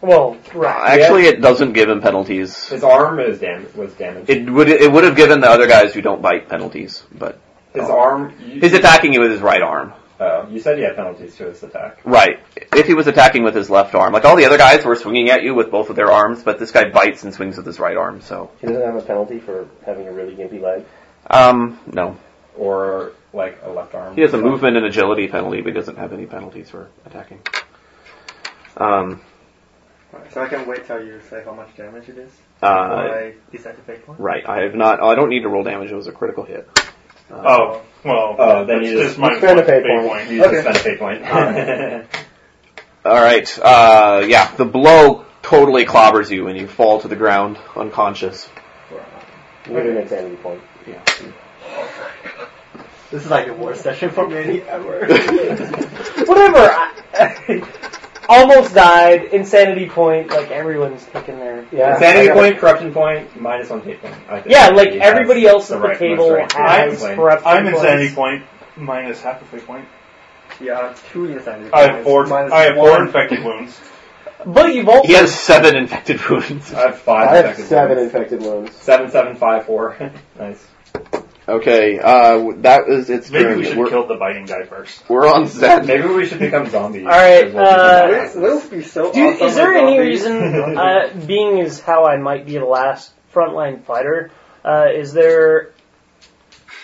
Speaker 2: Well, right.
Speaker 3: actually, it doesn't give him penalties.
Speaker 6: His arm is dam- was damaged.
Speaker 3: It would it would have given the other guys who don't bite penalties, but
Speaker 6: His arm. You,
Speaker 3: he's attacking you with his right arm.
Speaker 6: Oh, you said he had penalties to his attack.
Speaker 3: Right. If he was attacking with his left arm, like all the other guys were swinging at you with both of their arms, but this guy bites and swings with his right arm. So
Speaker 4: He doesn't have a penalty for having a really gimpy leg.
Speaker 3: Um, no.
Speaker 6: Or like a left arm.
Speaker 3: He has a movement and agility penalty, but he doesn't have any penalties for attacking. Um,
Speaker 13: Alright, so I can wait till you say how much damage it is.
Speaker 3: Uh,
Speaker 13: before I decide to pick one.
Speaker 3: right. I have not. Oh, I don't need to roll damage. It was a critical hit. Uh,
Speaker 5: Oh, well,
Speaker 6: Oh, then you
Speaker 5: that's
Speaker 6: just
Speaker 5: just my
Speaker 6: spend a
Speaker 5: fate
Speaker 6: fate point. You
Speaker 4: <laughs>
Speaker 6: just spend a fate point.
Speaker 3: <laughs> All right. Uh, yeah. The blow totally clobbers you, and you fall to the ground unconscious.
Speaker 4: With an insanity point. <laughs>
Speaker 3: Yeah.
Speaker 13: This is like the worst session for me ever.
Speaker 2: Whatever. I, <laughs> almost died. Insanity point. Like everyone's taking their
Speaker 6: Insanity point, corruption point, minus one fate point. I think
Speaker 2: Yeah, like
Speaker 6: that's
Speaker 2: everybody else
Speaker 6: the
Speaker 2: at the
Speaker 6: right-
Speaker 2: table
Speaker 6: most right.
Speaker 2: has
Speaker 6: Yeah.
Speaker 2: corruption
Speaker 5: I'm
Speaker 2: points.
Speaker 5: insanity point minus half a fate point.
Speaker 13: yeah, I have two insanity
Speaker 5: I have four.
Speaker 13: points, minus
Speaker 5: I have
Speaker 13: one.
Speaker 5: four infected wounds.
Speaker 2: But you've also
Speaker 3: He has seven infected wounds.
Speaker 6: I have five.
Speaker 4: I have
Speaker 6: infected
Speaker 4: seven
Speaker 6: wounds.
Speaker 4: infected wounds.
Speaker 6: Seven, seven, five,
Speaker 4: <laughs>
Speaker 6: four. nice.
Speaker 3: Okay. Uh, w- that is its
Speaker 5: Maybe
Speaker 3: turn.
Speaker 5: we should
Speaker 3: We're,
Speaker 5: kill the biting guy first.
Speaker 3: we're on Zen.
Speaker 6: Maybe we should become zombies.
Speaker 2: All right,
Speaker 6: Is what we should
Speaker 2: uh,
Speaker 6: do.
Speaker 13: This will be so
Speaker 2: Dude,
Speaker 13: awesome
Speaker 2: is there
Speaker 13: with
Speaker 2: any
Speaker 13: zombies. <laughs>
Speaker 2: reason, uh, being is how I might be the last frontline fighter, uh, is there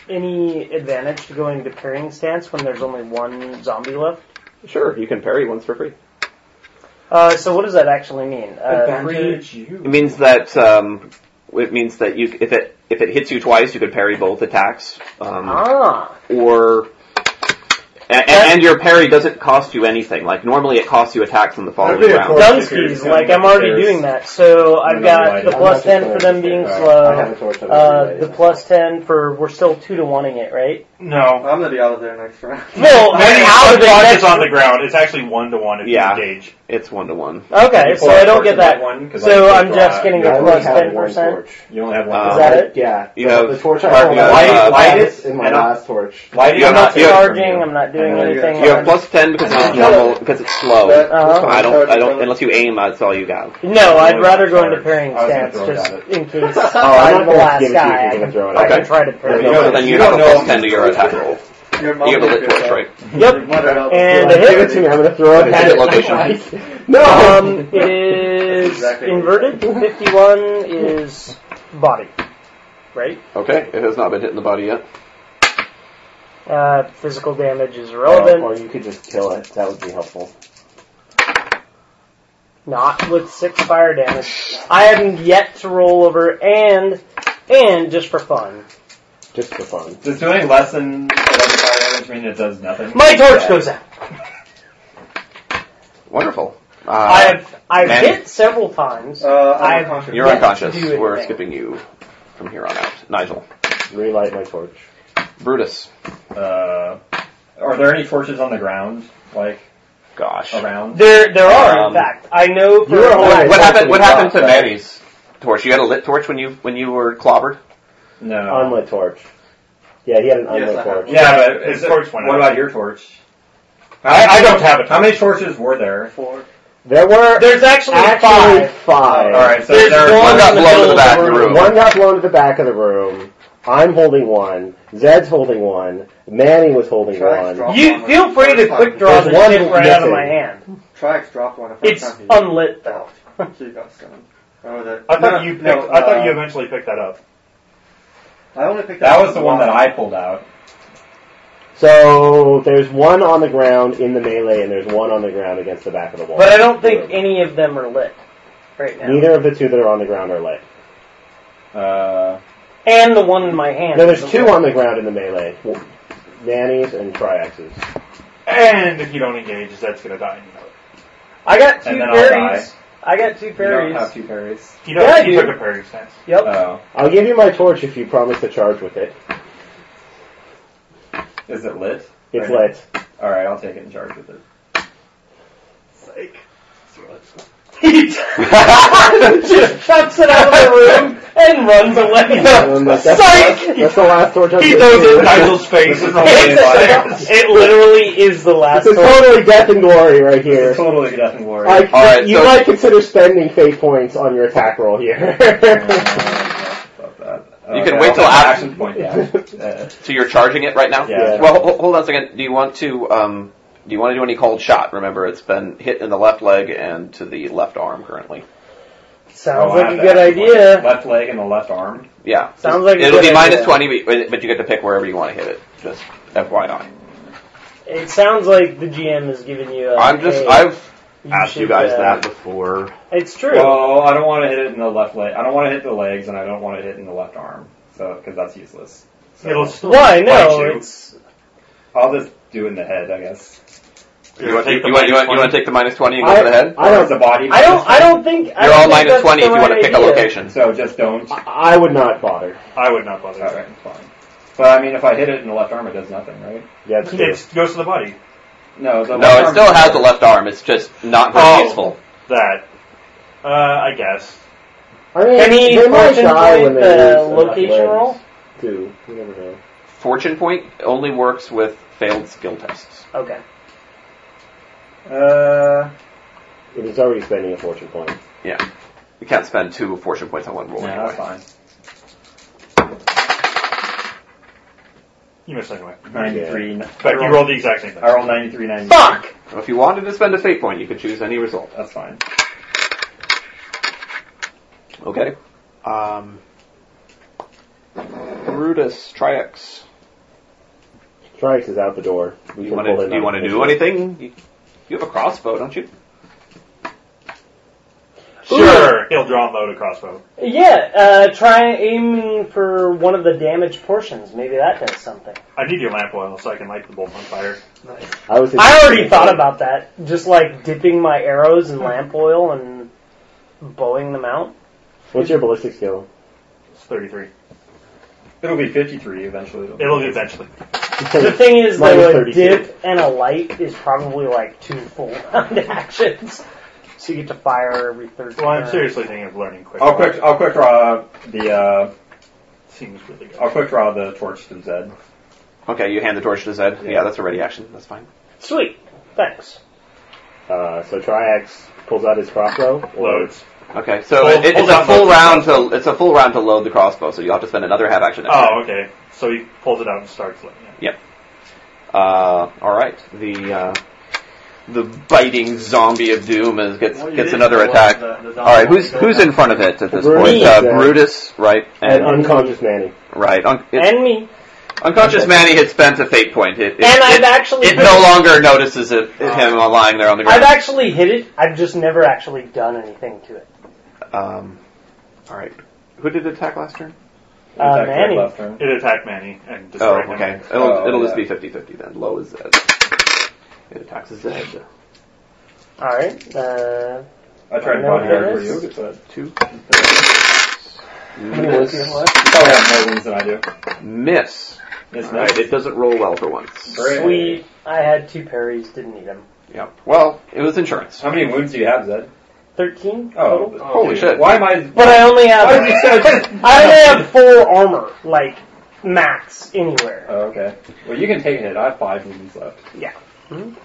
Speaker 2: any advantage to going to parrying stance when there's only one zombie left?
Speaker 3: Sure, you can parry once for free.
Speaker 2: Uh, so what does that actually mean? Uh, three,
Speaker 6: Advantage you.
Speaker 3: It means that um, it means that you if it if it hits you twice, you could parry both attacks. Um,
Speaker 2: ah,
Speaker 3: or and, and your parry doesn't cost you anything. Like normally, it costs you attacks in the following
Speaker 6: That'd be a
Speaker 3: round.
Speaker 6: course
Speaker 2: Dunskies, like I'm already doing that, so I've got the plus 10 for them being
Speaker 4: I have
Speaker 2: slow,
Speaker 4: a torch. on
Speaker 2: uh,
Speaker 4: it.
Speaker 2: the plus 10 for, we're still 2 to 1ing it, right?
Speaker 5: No.
Speaker 13: I'm gonna be out of there next round.
Speaker 2: No,
Speaker 5: When
Speaker 2: I'm out of it
Speaker 5: Sudbuck
Speaker 2: next
Speaker 5: is on the ground, it's actually one to one if
Speaker 3: Yeah.
Speaker 5: you engage.
Speaker 3: It's one to one.
Speaker 2: Okay,
Speaker 6: You
Speaker 2: so
Speaker 6: pull
Speaker 2: I
Speaker 6: out
Speaker 2: don't get
Speaker 6: torch and
Speaker 2: that.
Speaker 6: light one, 'cause
Speaker 2: So
Speaker 6: I
Speaker 2: I'm
Speaker 6: think
Speaker 2: just
Speaker 6: uh,
Speaker 2: getting
Speaker 4: I
Speaker 2: a
Speaker 4: only
Speaker 2: plus
Speaker 4: have
Speaker 2: ten
Speaker 4: one
Speaker 2: percent.
Speaker 4: torch.
Speaker 6: You only have one.
Speaker 3: Uh,
Speaker 2: Is that it?
Speaker 4: Yeah.
Speaker 3: You
Speaker 4: the,
Speaker 3: have-
Speaker 4: the torch
Speaker 3: Alright,
Speaker 4: I hold
Speaker 3: you have,
Speaker 4: up,
Speaker 3: uh,
Speaker 4: uh,
Speaker 6: lightest
Speaker 4: in my
Speaker 6: and a-
Speaker 4: last torch.
Speaker 6: Why do you
Speaker 3: You're
Speaker 2: I'm not
Speaker 6: have that torch from
Speaker 2: charging.
Speaker 6: you?
Speaker 2: I'm not doing
Speaker 13: Yeah, you
Speaker 2: anything.
Speaker 3: You have
Speaker 2: I'm-
Speaker 3: plus ten because it's normal because it's slow.
Speaker 13: uh-huh.
Speaker 3: I don't. I don't. Unless you aim, that's all you got.
Speaker 2: No, I'd rather go into
Speaker 6: Charge.
Speaker 2: parrying
Speaker 6: I was gonna
Speaker 2: stance
Speaker 6: throw it
Speaker 2: just
Speaker 6: at
Speaker 2: in case I'm the
Speaker 4: I'm not gonna give
Speaker 2: last
Speaker 4: it to you
Speaker 2: guy. I can,
Speaker 4: if you're gonna throw it
Speaker 2: I
Speaker 4: out.
Speaker 2: can try to parry.
Speaker 4: No,
Speaker 3: So then you, have a plus ten to your attack roll.
Speaker 13: Your mom
Speaker 3: You have a
Speaker 13: would
Speaker 3: lit
Speaker 13: be
Speaker 3: torch,
Speaker 13: so-
Speaker 3: right?
Speaker 2: <laughs> Yep, and a
Speaker 4: Give it to
Speaker 2: hit.
Speaker 4: me. I'm gonna throw it
Speaker 3: Hit
Speaker 4: at
Speaker 3: it
Speaker 4: it.
Speaker 3: location.
Speaker 4: No.
Speaker 2: Um, <laughs> it is
Speaker 13: Exactly.
Speaker 2: inverted. Fifty-one is body, right?
Speaker 3: Okay, it has not been hit in the body yet.
Speaker 2: Uh, physical damage is
Speaker 4: Oh,
Speaker 2: irrelevant.
Speaker 4: or you could just kill it. That would be helpful.
Speaker 2: Not with six fire damage. I haven't yet to roll over, and and just for fun,
Speaker 4: Just for fun.
Speaker 6: Does doing less than 11 fire damage mean it does nothing?
Speaker 2: my torch
Speaker 6: Yeah.
Speaker 2: goes out.
Speaker 3: Wonderful. Uh,
Speaker 2: I've I've
Speaker 3: Manny.
Speaker 2: hit several times.
Speaker 13: Uh, I'm
Speaker 2: I've-
Speaker 13: unconscious.
Speaker 3: you're
Speaker 2: Yeah,
Speaker 3: unconscious.
Speaker 2: do it.
Speaker 3: We're skipping you from here on out. Nigel,
Speaker 4: Relight my torch.
Speaker 3: Brutus.
Speaker 6: Uh, are there any torches on the ground, like
Speaker 3: Gosh.
Speaker 6: around?
Speaker 2: There there are
Speaker 3: Um,
Speaker 2: in fact. I know for
Speaker 4: you are
Speaker 2: a
Speaker 4: always-
Speaker 2: fact-
Speaker 3: What happened? What happened to
Speaker 4: Right.
Speaker 3: Manny's torch? You had a lit torch when you when you were clobbered.
Speaker 5: Uh,
Speaker 6: No.
Speaker 4: Unlit torch. Yeah, he had an
Speaker 13: Yes,
Speaker 4: unlit
Speaker 13: I have
Speaker 4: torch.
Speaker 6: yeah, but
Speaker 5: His
Speaker 6: is it-
Speaker 5: torch went
Speaker 6: what
Speaker 5: out.
Speaker 6: about your torch?
Speaker 5: I- I don't have a
Speaker 6: How many torches were there?
Speaker 13: Four.
Speaker 4: There were
Speaker 2: There's actually,
Speaker 4: actually
Speaker 2: five.
Speaker 4: five.
Speaker 6: All right, so
Speaker 2: There's
Speaker 6: there
Speaker 2: one
Speaker 3: One got
Speaker 2: in the
Speaker 3: blown to
Speaker 2: middle
Speaker 3: the
Speaker 2: of
Speaker 3: back of
Speaker 2: the
Speaker 3: the room.
Speaker 4: One got blown to the back of the room. I'm holding one. Zed's holding one. Manny was holding
Speaker 13: Try
Speaker 4: one.
Speaker 13: and drop
Speaker 2: You
Speaker 13: one
Speaker 2: feel
Speaker 13: if
Speaker 2: free to
Speaker 13: it's
Speaker 2: quick
Speaker 13: fine.
Speaker 2: draw
Speaker 4: There's
Speaker 2: the
Speaker 4: one
Speaker 2: shit right out of
Speaker 4: missing.
Speaker 2: my hand.
Speaker 13: Try and drop one if I
Speaker 2: It's
Speaker 13: can't hit
Speaker 2: unlit though.
Speaker 13: you. <laughs> So you got seven. Remember that-
Speaker 5: I thought
Speaker 13: No,
Speaker 5: you picked,
Speaker 13: no,
Speaker 5: I thought
Speaker 13: uh,
Speaker 5: you eventually picked that up.
Speaker 13: I only picked
Speaker 6: That
Speaker 13: up
Speaker 6: was the one that I pulled out.
Speaker 4: So there's one on the ground in the melee, and there's one on the ground against the back of the wall.
Speaker 2: But I don't think any of them are lit right now.
Speaker 4: Neither of the two that are on the ground are lit.
Speaker 6: Uh,
Speaker 2: And the one in my hand.
Speaker 4: No, there's
Speaker 2: is
Speaker 4: two
Speaker 2: lit.
Speaker 4: on the ground in the melee. Nannies and triaxes.
Speaker 5: And if you don't engage, that's gonna die.
Speaker 2: I got two
Speaker 6: And then I'll
Speaker 2: fairies. I got two
Speaker 6: you don't have
Speaker 2: fairies.
Speaker 6: two parries.
Speaker 5: You know,
Speaker 2: Yeah, I
Speaker 5: he
Speaker 2: do.
Speaker 5: took a parry stance.
Speaker 2: Yep.
Speaker 6: Oh,
Speaker 4: I'll give you my torch if you promise to charge with it.
Speaker 6: is it lit?
Speaker 4: It's
Speaker 6: Right. <laughs>
Speaker 4: lit.
Speaker 6: All right, I'll take it and charge with it.
Speaker 13: Psych.
Speaker 2: Just <laughs> chucks it out of the room and runs
Speaker 6: <laughs>
Speaker 4: Um,
Speaker 2: away.
Speaker 4: that's, the
Speaker 2: Psych!
Speaker 4: last- that's the last torch I'm
Speaker 5: He
Speaker 4: gonna
Speaker 5: throws it
Speaker 4: do.
Speaker 5: in Nigel's face. and
Speaker 2: It's- it literally is the last
Speaker 4: This is
Speaker 2: one.
Speaker 4: totally death and glory right here.
Speaker 6: Totally doesn't worry.
Speaker 4: I,
Speaker 3: All right,
Speaker 4: you
Speaker 3: so-
Speaker 4: might consider spending fate points on your attack roll here. <laughs>
Speaker 6: Oh,
Speaker 3: You can wait till after-
Speaker 6: action point. Yeah. Uh,
Speaker 3: So you're charging it right now.
Speaker 6: Yeah.
Speaker 3: Well, ho- hold on a second. Do you want to um, do you want to do any cold shot? Remember, it's been hit in the left leg and to the left arm currently.
Speaker 2: Sounds
Speaker 6: Oh,
Speaker 2: like
Speaker 6: I have
Speaker 2: a
Speaker 6: to
Speaker 2: good
Speaker 6: ask you
Speaker 2: idea.
Speaker 6: one. Left leg and the left arm.
Speaker 3: Yeah.
Speaker 2: Sounds like a
Speaker 3: it'll
Speaker 2: good
Speaker 3: be minus
Speaker 2: idea.
Speaker 3: 20, but but you get to pick wherever you want to hit it. Just FYI.
Speaker 2: It sounds like the GM has given you. A,
Speaker 3: I'm just
Speaker 2: hey,
Speaker 3: I've
Speaker 15: asked you
Speaker 2: should,
Speaker 15: guys
Speaker 2: uh,
Speaker 15: that before.
Speaker 2: It's true.
Speaker 6: Well, Oh, I don't want to hit it in the left leg. I don't want to hit the legs, and I don't want to hit it in the left arm. So because that's useless. So,
Speaker 18: It'll still
Speaker 2: Why? No,
Speaker 6: bite you.
Speaker 2: it's
Speaker 6: I'll just do it in the head, I guess.
Speaker 3: You want, you, you want, you, want, you want to take the minus 20 and go
Speaker 6: I-
Speaker 3: for the head?
Speaker 6: I don't. The body.
Speaker 2: I don't. I don't think. I don't
Speaker 3: You're all
Speaker 2: think
Speaker 3: minus
Speaker 2: that's
Speaker 3: 20
Speaker 2: the
Speaker 3: if you want to
Speaker 2: right
Speaker 3: pick a
Speaker 2: idea.
Speaker 3: location.
Speaker 6: So just don't.
Speaker 4: I would not bother.
Speaker 5: I would not bother.
Speaker 6: All right, fine. But I mean, if I hit it in the left arm, it does nothing, right?
Speaker 4: Yeah, it's
Speaker 5: It goes to the body.
Speaker 6: No, the
Speaker 3: No,
Speaker 6: left
Speaker 3: it
Speaker 6: arm
Speaker 3: still has the left arm. It's just not very
Speaker 5: Oh.
Speaker 3: useful.
Speaker 5: That. Uh, I guess.
Speaker 4: I mean,
Speaker 2: Can he
Speaker 4: they might
Speaker 2: fortune
Speaker 4: die when
Speaker 2: point
Speaker 4: they
Speaker 2: the
Speaker 4: lose enough
Speaker 2: location
Speaker 4: legs,
Speaker 2: roll?
Speaker 4: Too. You never know.
Speaker 3: Fortune point only works with failed skill tests.
Speaker 2: Okay.
Speaker 6: Uh,
Speaker 4: It is already spending a fortune point.
Speaker 3: Yeah. You can't spend two fortune points on one roll.
Speaker 6: no,
Speaker 3: anyway.
Speaker 6: that's fine.
Speaker 5: You missed anyway.
Speaker 6: Ninety-three.
Speaker 5: In fact, you rolled the exact same thing.
Speaker 6: I rolled ninety-three, ninety.
Speaker 2: Fuck.
Speaker 3: Well, If you wanted to spend a fate point, you could choose any result.
Speaker 6: That's fine.
Speaker 3: Okay. Um, Brutus, Triax.
Speaker 4: Strikes is out the door. We
Speaker 3: You
Speaker 4: can
Speaker 3: want
Speaker 4: pull
Speaker 3: to?
Speaker 4: in
Speaker 3: Do you
Speaker 4: on
Speaker 3: want to
Speaker 4: the
Speaker 3: do
Speaker 4: issue.
Speaker 3: anything? You, you have a crossbow, don't you?
Speaker 5: Sure, he'll draw and load a crossbow.
Speaker 2: Yeah. Uh, try aiming for one of the damaged portions. Maybe that does something.
Speaker 5: I need your lamp oil so I can light the bolt on fire.
Speaker 4: I was.
Speaker 2: I already thought about that. Just like dipping my arrows in lamp oil and bowing them out.
Speaker 4: What's your ballistic skill?
Speaker 5: It's 33.
Speaker 6: It'll be fifty-three eventually.
Speaker 5: It'll be eventually.
Speaker 4: <laughs>
Speaker 2: The thing is,
Speaker 4: Minus
Speaker 2: though, a
Speaker 4: 32.
Speaker 2: dip and a light is probably like two full <laughs> round actions. So you get to fire every third
Speaker 5: Well, I'm
Speaker 2: turn.
Speaker 5: seriously thinking of learning quick.
Speaker 2: Oh,
Speaker 6: I'll quick. I'll quick draw the. Uh,
Speaker 5: Seems really good.
Speaker 6: I'll quick draw the torch to Zed.
Speaker 3: Okay, you hand the torch to Zed. Yeah, that's a ready action. That's fine.
Speaker 2: Sweet. Thanks.
Speaker 4: Uh, so Triax pulls out his crossbow.
Speaker 5: Loads.
Speaker 3: Okay, so
Speaker 5: Hold-
Speaker 3: it, it's
Speaker 5: hold
Speaker 3: a
Speaker 5: on,
Speaker 3: full
Speaker 5: hold
Speaker 3: round to it's a full round to load the crossbow, so you will have to spend another half action. Next
Speaker 5: Oh, okay. So he pulls it out and starts looking at it.
Speaker 3: Uh, all right. The uh, the biting zombie of doom is, gets
Speaker 13: Well, you
Speaker 3: gets
Speaker 13: did
Speaker 3: another
Speaker 13: go
Speaker 3: attack.
Speaker 13: up the- the
Speaker 3: all right, who's
Speaker 13: zombie
Speaker 3: who's in front of it at this
Speaker 4: Brutus,
Speaker 3: point? Uh,
Speaker 4: yeah.
Speaker 3: Brutus, right?
Speaker 4: An
Speaker 3: And
Speaker 4: unconscious Manny.
Speaker 3: right. Un- it's-
Speaker 2: And me.
Speaker 3: unconscious Manny had spent a fate point. It, it,
Speaker 2: And I've
Speaker 3: it,
Speaker 2: actually Uh,
Speaker 3: it no longer notices it, him lying there on the
Speaker 2: I've
Speaker 3: ground.
Speaker 2: actually hit it. I've just never actually done anything to it.
Speaker 3: Um, all right. Who did it attack last turn?
Speaker 2: Uh,
Speaker 6: Attack to
Speaker 2: Manny.
Speaker 6: left turn.
Speaker 5: It attacked Manny and
Speaker 3: Oh,
Speaker 5: destroyed
Speaker 3: okay.
Speaker 5: him.
Speaker 3: It'll,
Speaker 6: Oh,
Speaker 3: it'll
Speaker 6: yeah.
Speaker 3: just be 50-50 then. Low is Zed. It attacks Zed.
Speaker 2: All right. Uh,
Speaker 6: I tried to
Speaker 2: I know
Speaker 6: find
Speaker 2: what
Speaker 6: hard
Speaker 2: it
Speaker 6: for
Speaker 2: is.
Speaker 6: you, but
Speaker 3: Two.
Speaker 4: How many wounds do you have left?
Speaker 6: you probably have more wounds than I do.
Speaker 3: Miss.
Speaker 6: It's
Speaker 3: All right,
Speaker 6: nice.
Speaker 3: it doesn't roll well for once.
Speaker 6: Great.
Speaker 2: sweet. I had two parries. Didn't need them.
Speaker 3: Yeah. Well, it was insurance.
Speaker 6: How many wounds do you have, Zed?
Speaker 2: Thirteen
Speaker 6: Oh,
Speaker 2: total.
Speaker 3: Holy shit.
Speaker 6: Why am I?
Speaker 2: But I only have
Speaker 6: Why did you
Speaker 2: <laughs>
Speaker 6: say?
Speaker 2: I only have full armor, like max anywhere.
Speaker 6: Oh, okay. Well, you can take it. I have five wounds left.
Speaker 2: Yeah.
Speaker 3: Um,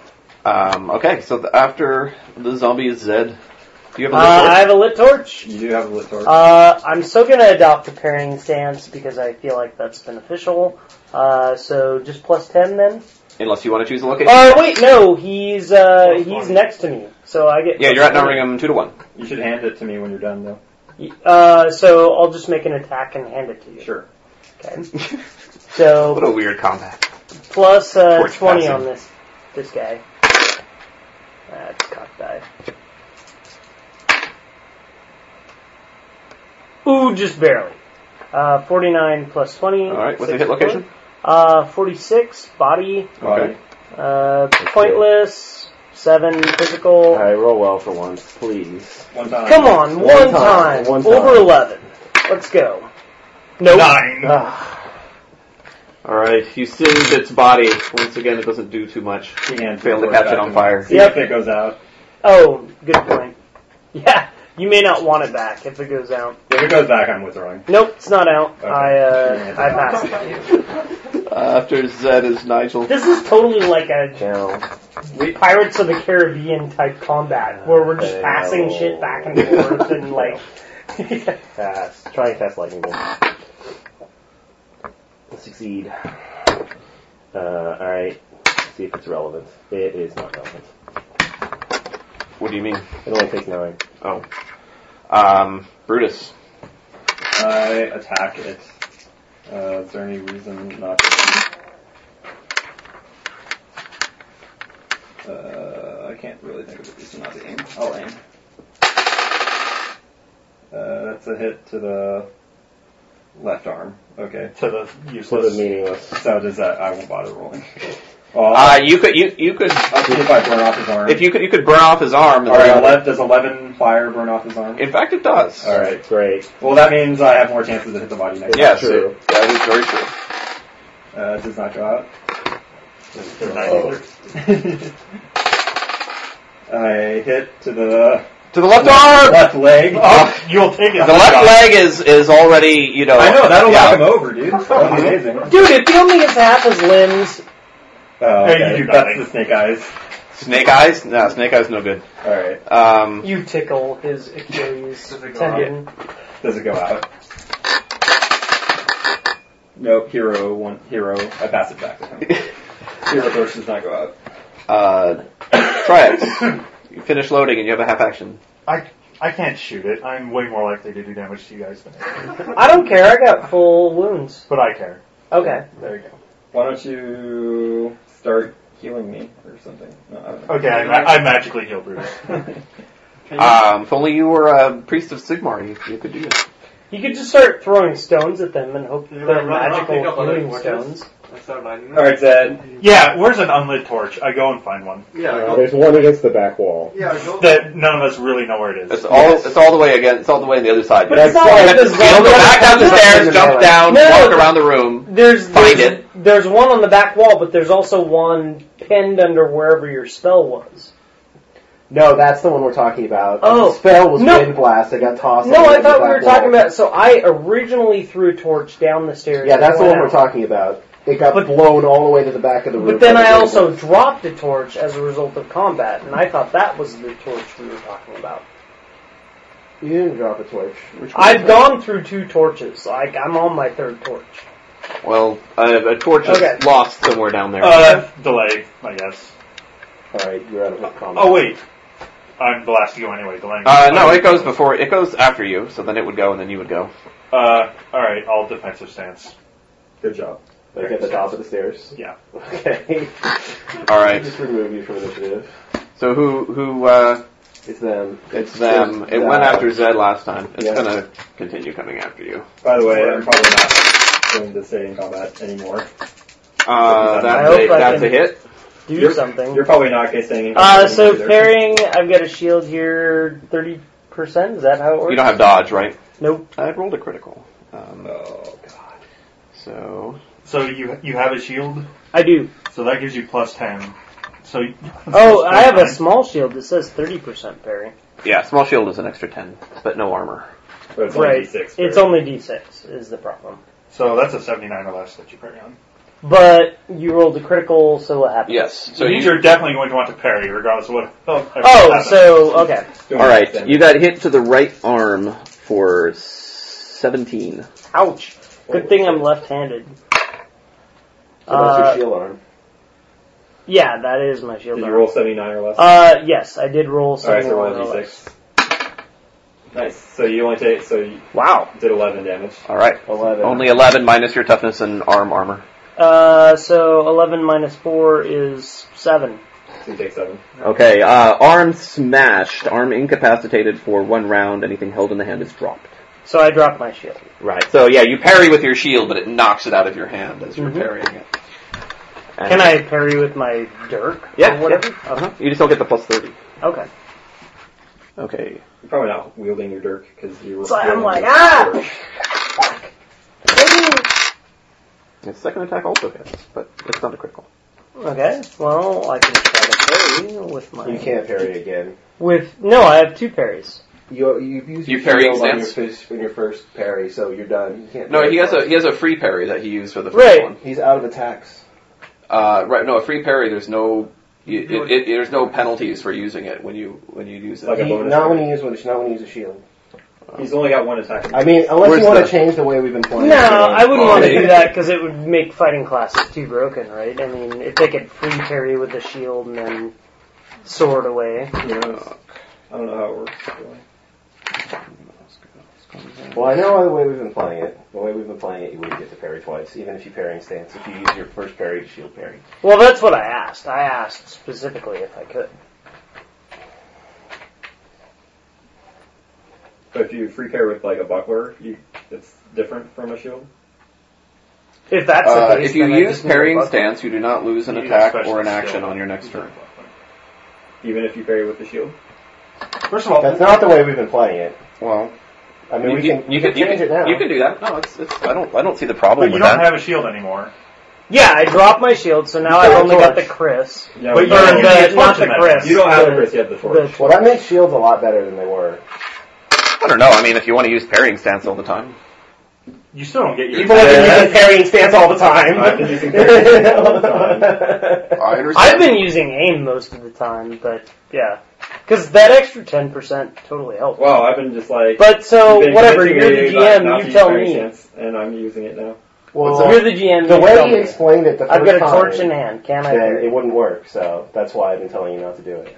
Speaker 3: okay, so the, after the zombie is Zed, do you have
Speaker 2: Uh,
Speaker 3: a little
Speaker 2: I have a lit torch.
Speaker 6: You do have a lit torch.
Speaker 2: Uh, I'm still going to adopt a parrying stance because I feel like that's beneficial. Uh, so just plus 10 then.
Speaker 3: Unless you want to choose a location.
Speaker 2: Uh, wait, no, he's, uh, he's next to me. So I get.
Speaker 3: yeah, you're outnumbering him two to one.
Speaker 6: you should hand it to me when you're done, though.
Speaker 2: Uh, so I'll just make an attack and hand it to you.
Speaker 6: Sure.
Speaker 3: <laughs>
Speaker 2: Okay.
Speaker 3: What
Speaker 2: So
Speaker 3: a weird combat.
Speaker 2: plus, uh,
Speaker 3: Torch
Speaker 2: 20
Speaker 3: passing.
Speaker 2: on this, this guy. That's cock die. Ooh, just barely. Uh, 49 plus 20.
Speaker 3: All right, what's the hit
Speaker 2: 64.
Speaker 3: location?
Speaker 2: Uh, 46, body,
Speaker 3: Okay.
Speaker 2: uh, pointless, 7, physical.
Speaker 4: All right, roll well for once, please.
Speaker 6: One time.
Speaker 2: Come on,
Speaker 4: One
Speaker 2: one,
Speaker 4: time,
Speaker 2: time,
Speaker 4: one time.
Speaker 2: over 11. Let's go. Nope.
Speaker 5: Nine.
Speaker 6: Ah,
Speaker 3: All right, you singe its body. Once again, it doesn't do too much.
Speaker 6: He hands
Speaker 3: Failed
Speaker 6: the
Speaker 3: to
Speaker 6: torch
Speaker 3: catch it
Speaker 6: back
Speaker 3: on
Speaker 6: me.
Speaker 3: fire.
Speaker 6: See
Speaker 2: Yep.
Speaker 6: if it goes out.
Speaker 2: Oh, good
Speaker 19: <laughs>
Speaker 2: point. Yeah, you may not want it back if it goes out.
Speaker 6: If it goes back, I'm withdrawing.
Speaker 2: Nope, it's not out.
Speaker 6: Okay.
Speaker 2: I, uh,
Speaker 6: Yeah.
Speaker 2: I passed it.
Speaker 3: after Zed is Nigel.
Speaker 2: This is totally like a
Speaker 4: Down.
Speaker 2: Pirates of the Caribbean type combat where we're just
Speaker 19: Uh,
Speaker 4: Okay,
Speaker 2: passing
Speaker 4: no.
Speaker 2: shit back and
Speaker 19: <laughs>
Speaker 2: forth and
Speaker 4: <laughs>
Speaker 2: like. <laughs>
Speaker 4: Fast. Try and fast lightning bolt. Succeed. Uh, alright. See if it's relevant. It is not relevant.
Speaker 3: What do you mean?
Speaker 4: It only takes nine.
Speaker 3: Oh. Um, Brutus.
Speaker 13: I attack it. Uh, is there any reason not to? Uh, I can't really think of a reason not to aim. I'll aim. Uh, that's a hit to the left arm. Okay.
Speaker 5: To the useless.
Speaker 4: To the meaningless.
Speaker 13: So does that? I won't bother rolling.
Speaker 3: Uh, you could you you could
Speaker 13: I'll see if I burn off his arm.
Speaker 3: if you could you could burn off his arm. and
Speaker 13: All right,
Speaker 3: then-
Speaker 13: ele- does 11 fire burn off his arm?
Speaker 3: In fact, it does.
Speaker 13: All right.
Speaker 4: Great.
Speaker 13: Well, that means I have more chances to hit the body next
Speaker 3: Yes,
Speaker 13: time.
Speaker 3: it- that is very true.
Speaker 13: Uh, it does not go out.
Speaker 5: Oh.
Speaker 13: <laughs> I hit to the
Speaker 3: to the left arm!
Speaker 13: left leg.
Speaker 5: Oh, you'll take it.
Speaker 3: The left leg is is already you know.
Speaker 13: I know that'll
Speaker 3: yeah.
Speaker 13: knock him over, dude. That's amazing.
Speaker 2: Dude, if he only gets half his limbs,
Speaker 13: Oh,
Speaker 5: Hey,
Speaker 13: okay.
Speaker 5: you do
Speaker 13: That's
Speaker 5: nothing.
Speaker 13: the snake eyes.
Speaker 3: Snake eyes? No, snake eyes no good.
Speaker 13: All right.
Speaker 3: Um, <laughs>
Speaker 2: you tickle his Achilles tendon.
Speaker 13: Does it go out? Nope. Hero one. Hero. I pass it back to him. hero burst does not go out.
Speaker 3: uh, try <coughs> it. You finish loading and you have a half action.
Speaker 5: I, I can't shoot it. I'm way more likely to do damage to you guys than it.
Speaker 2: I don't care. I got full wounds.
Speaker 5: But I care.
Speaker 2: Okay.
Speaker 13: There you go. Why don't you start healing me or something? No, I don't know.
Speaker 5: Okay, I, ma- I magically heal Bruce.
Speaker 6: <laughs>
Speaker 3: Um, if only you were a priest of Sigmar, you, you could do this.
Speaker 2: You could just start throwing stones at them and hope that they're
Speaker 19: Run around, pick
Speaker 2: magical
Speaker 19: up other
Speaker 2: healing
Speaker 19: torches.
Speaker 2: stones.
Speaker 19: I start lighting them.
Speaker 13: <laughs> All right, Zed.
Speaker 5: yeah, where's an unlit torch? I go and find one.
Speaker 19: Yeah, I
Speaker 4: Uh,
Speaker 19: go.
Speaker 4: there's one against the back wall.
Speaker 19: Yeah, I go.
Speaker 5: That none of us really know where it
Speaker 3: It's
Speaker 5: is.
Speaker 3: all it's all the way again. It's all the way on the other side.
Speaker 2: But it's not
Speaker 3: You
Speaker 2: like
Speaker 3: have to
Speaker 2: this
Speaker 3: you have to
Speaker 2: one-
Speaker 3: go back
Speaker 2: <laughs>
Speaker 3: down the
Speaker 2: No,
Speaker 3: stairs,
Speaker 2: no,
Speaker 3: jump
Speaker 2: no.
Speaker 3: down,
Speaker 2: No, no.
Speaker 3: walk around the room.
Speaker 2: There's
Speaker 3: Find
Speaker 2: there's,
Speaker 3: it.
Speaker 2: there's one on the back wall, but there's also one pinned under wherever your spell was.
Speaker 4: No, that's the one we're talking about.
Speaker 2: Oh.
Speaker 4: the spell was
Speaker 2: No.
Speaker 4: wind blast. It got tossed.
Speaker 2: No,
Speaker 4: all
Speaker 2: I
Speaker 4: over the
Speaker 2: thought we
Speaker 4: back
Speaker 2: were talking
Speaker 4: wall.
Speaker 2: about. So I originally threw a torch down the stairs.
Speaker 4: Yeah, that's the
Speaker 2: and
Speaker 4: one
Speaker 2: went
Speaker 4: we're
Speaker 2: out.
Speaker 4: talking about. It got
Speaker 2: But-
Speaker 4: blown all the way to the back of the room.
Speaker 2: But then
Speaker 4: by the
Speaker 2: I
Speaker 4: wind
Speaker 2: also dropped a torch as a result of combat, and I thought that was the torch we were talking about.
Speaker 4: blast. You didn't drop a torch.
Speaker 2: I've gone through two torches. Like I'm on my third torch.
Speaker 3: Well, uh, a torch is
Speaker 2: Okay.
Speaker 3: lost somewhere down there.
Speaker 5: Uh, delay, I guess.
Speaker 4: All right, you're out of combat.
Speaker 5: Oh wait, I'm the last to go anyway. Delaying.
Speaker 3: Uh, no, it goes before. It goes after you, so then it would go, and then you would go.
Speaker 5: Uh, all right, all defensive stance.
Speaker 13: Good job.
Speaker 4: Like at the top of the stairs.
Speaker 5: Yeah.
Speaker 4: Okay. <laughs>
Speaker 3: All right.
Speaker 4: Just remove you from initiative.
Speaker 3: So who who uh,
Speaker 4: It's them.
Speaker 3: it's them? It
Speaker 4: them.
Speaker 3: went after Zed last time. It's
Speaker 4: Yeah.
Speaker 3: gonna continue coming after you.
Speaker 13: By the way, I'm probably not going to stay in combat anymore.
Speaker 3: Uh,
Speaker 2: I
Speaker 3: that's
Speaker 2: hope
Speaker 3: a,
Speaker 2: I
Speaker 3: that's a
Speaker 2: can-
Speaker 3: hit.
Speaker 2: Do
Speaker 13: You're-
Speaker 2: something.
Speaker 13: You're probably not going to stay in combat.
Speaker 2: uh, so
Speaker 13: either.
Speaker 2: parrying, I've got a shield here, thirty percent. Is that how it works?
Speaker 3: You don't have dodge, right?
Speaker 2: Nope.
Speaker 3: I rolled a critical. Um,
Speaker 13: Oh god.
Speaker 3: so
Speaker 5: So you you have a shield,
Speaker 2: I do.
Speaker 5: so that gives you plus ten. So you- <laughs>
Speaker 2: Oh, I have a
Speaker 5: Nine.
Speaker 2: small shield that says thirty percent parry.
Speaker 3: yeah, small shield is an extra ten, but no armor.
Speaker 13: But it's only
Speaker 2: Right.
Speaker 13: D6.
Speaker 2: It's
Speaker 13: right?
Speaker 2: only d6 is the problem.
Speaker 5: So that's a seventy-nine or less that you parry on.
Speaker 2: But you rolled a critical, so what happened?
Speaker 3: Yes.
Speaker 5: So
Speaker 3: So
Speaker 5: these
Speaker 3: you,
Speaker 5: are definitely going to want to parry, regardless of what. <laughs> Oh,
Speaker 2: Oh, so okay.
Speaker 13: Don't
Speaker 3: all right,
Speaker 13: understand.
Speaker 3: you got hit to the right arm for seventeen.
Speaker 2: Ouch. Good thing I'm left-handed.
Speaker 4: So that's
Speaker 2: Uh,
Speaker 4: your shield arm.
Speaker 2: Yeah, that is my shield.
Speaker 13: Did you
Speaker 2: arm.
Speaker 13: roll 79 or less?
Speaker 2: Uh, yes, I did roll
Speaker 13: Alright,
Speaker 2: seven.
Speaker 13: so roll a d6. Nice. So you only take, so you
Speaker 3: Wow.
Speaker 13: did 11 damage.
Speaker 3: All right.
Speaker 4: Eleven.
Speaker 3: Only eleven minus your toughness and arm armor.
Speaker 2: Uh, so eleven minus four is seven.
Speaker 13: So you take 7.
Speaker 3: Okay, uh, arm smashed, arm incapacitated for one round, anything held in the hand is dropped.
Speaker 2: So I dropped my shield.
Speaker 3: Right. So yeah, you parry with your shield, but it knocks it out of your hand as you're
Speaker 2: Mhm.
Speaker 3: parrying it. And-
Speaker 2: Can I parry with my dirk?
Speaker 3: Yeah.
Speaker 2: Or whatever.
Speaker 3: yeah. Uh-huh. You just don't get the plus thirty.
Speaker 2: Okay.
Speaker 3: Okay.
Speaker 13: You're probably not wielding your dirk because you were.
Speaker 2: So I'm like,
Speaker 13: wielding your
Speaker 2: ah!
Speaker 13: sword.
Speaker 3: Its second attack also hits, but it's not a critical.
Speaker 2: Okay. Well, I can try to parry with my.
Speaker 4: You can't parry again.
Speaker 2: With no, I have two parries.
Speaker 4: You you use
Speaker 3: You
Speaker 4: your
Speaker 3: parrying
Speaker 4: shield on your
Speaker 3: stance?
Speaker 4: first in your first parry, so you're done. You can't.
Speaker 3: No,
Speaker 4: parry
Speaker 3: he has a
Speaker 4: twice.
Speaker 3: he has a free parry that he used for the first
Speaker 2: Right.
Speaker 3: one.
Speaker 4: He's out of attacks.
Speaker 3: Uh, right. No, a free parry. There's no. You, it, it, there's no penalties for using it when you when you use it.
Speaker 13: Like a
Speaker 4: He-
Speaker 13: bonus
Speaker 4: not when
Speaker 13: parry.
Speaker 4: you use one. Not when you use a shield.
Speaker 13: He's only got one attack.
Speaker 4: I mean, unless
Speaker 3: Where's
Speaker 4: you want
Speaker 3: the-
Speaker 4: to change the way we've been playing.
Speaker 2: No, I wouldn't want to
Speaker 3: Alright.
Speaker 2: do that because it would make fighting classes too broken, right? I mean, if they could free parry with the shield and then sword away.
Speaker 13: I don't know how it works. Really.
Speaker 4: Well, I know the way we've been playing it. The way we've been playing it, you wouldn't get to parry twice, even if you parrying stance. If you use your first parry to shield parry.
Speaker 2: Well, that's what I asked. I asked specifically if I could.
Speaker 13: But if you free pair with like a buckler, you it's different from a shield.
Speaker 2: If that's
Speaker 3: Uh,
Speaker 2: the case,
Speaker 3: if you
Speaker 2: then I
Speaker 3: use
Speaker 2: just need a
Speaker 3: parrying
Speaker 2: buckler.
Speaker 3: stance, you do not lose an
Speaker 13: You need a
Speaker 3: attack
Speaker 13: special
Speaker 3: or an
Speaker 13: skill.
Speaker 3: action on your next turn.
Speaker 13: Even if you parry with the shield.
Speaker 20: First of all,
Speaker 4: that's not the way we've been playing it.
Speaker 3: Well,
Speaker 4: I mean,
Speaker 3: you
Speaker 4: we
Speaker 3: can,
Speaker 4: can,
Speaker 3: you
Speaker 4: we
Speaker 3: can,
Speaker 4: can
Speaker 3: you
Speaker 4: change
Speaker 3: can-
Speaker 4: it now.
Speaker 3: you can do that. No, it's, it's I don't I don't see the
Speaker 5: But
Speaker 3: problem
Speaker 5: you
Speaker 3: with
Speaker 5: don't
Speaker 3: that.
Speaker 5: have a shield anymore.
Speaker 2: Yeah, I dropped my shield, so now
Speaker 4: You
Speaker 2: I've
Speaker 4: got
Speaker 2: only
Speaker 4: a
Speaker 2: got the
Speaker 4: torch.
Speaker 2: Chris.
Speaker 13: Yeah,
Speaker 2: Or
Speaker 13: but you don't
Speaker 2: the-
Speaker 13: need a
Speaker 2: not
Speaker 13: torch
Speaker 2: the
Speaker 13: in that.
Speaker 2: Chris.
Speaker 13: You don't have the
Speaker 2: the
Speaker 13: Chris, you have the torch.
Speaker 4: Well, that makes shields a lot better than they were.
Speaker 3: I don't know. I mean, if you want to use parrying stance all the time,
Speaker 5: You still don't get your.
Speaker 4: People have been using parrying stance all the
Speaker 13: I've been using
Speaker 4: time.
Speaker 21: I
Speaker 2: I've been using aim most of the time, but yeah, because that extra ten percent totally helps.
Speaker 13: Wow, I've been just like.
Speaker 2: But so
Speaker 13: you've been
Speaker 2: whatever,
Speaker 13: convincing
Speaker 2: you're the
Speaker 13: me not-
Speaker 2: GM.
Speaker 13: not to
Speaker 2: You
Speaker 13: use
Speaker 2: tell
Speaker 13: parry
Speaker 2: me.
Speaker 13: stance, and I'm using it now.
Speaker 4: <laughs> Well,
Speaker 2: You're the GM.
Speaker 4: the
Speaker 2: you
Speaker 4: way
Speaker 2: tell
Speaker 4: he
Speaker 2: me.
Speaker 4: explained it the first
Speaker 2: I've got a
Speaker 4: time,
Speaker 2: torch in hand. Can I?
Speaker 4: then it wouldn't work. So that's why I've been telling you not to do it.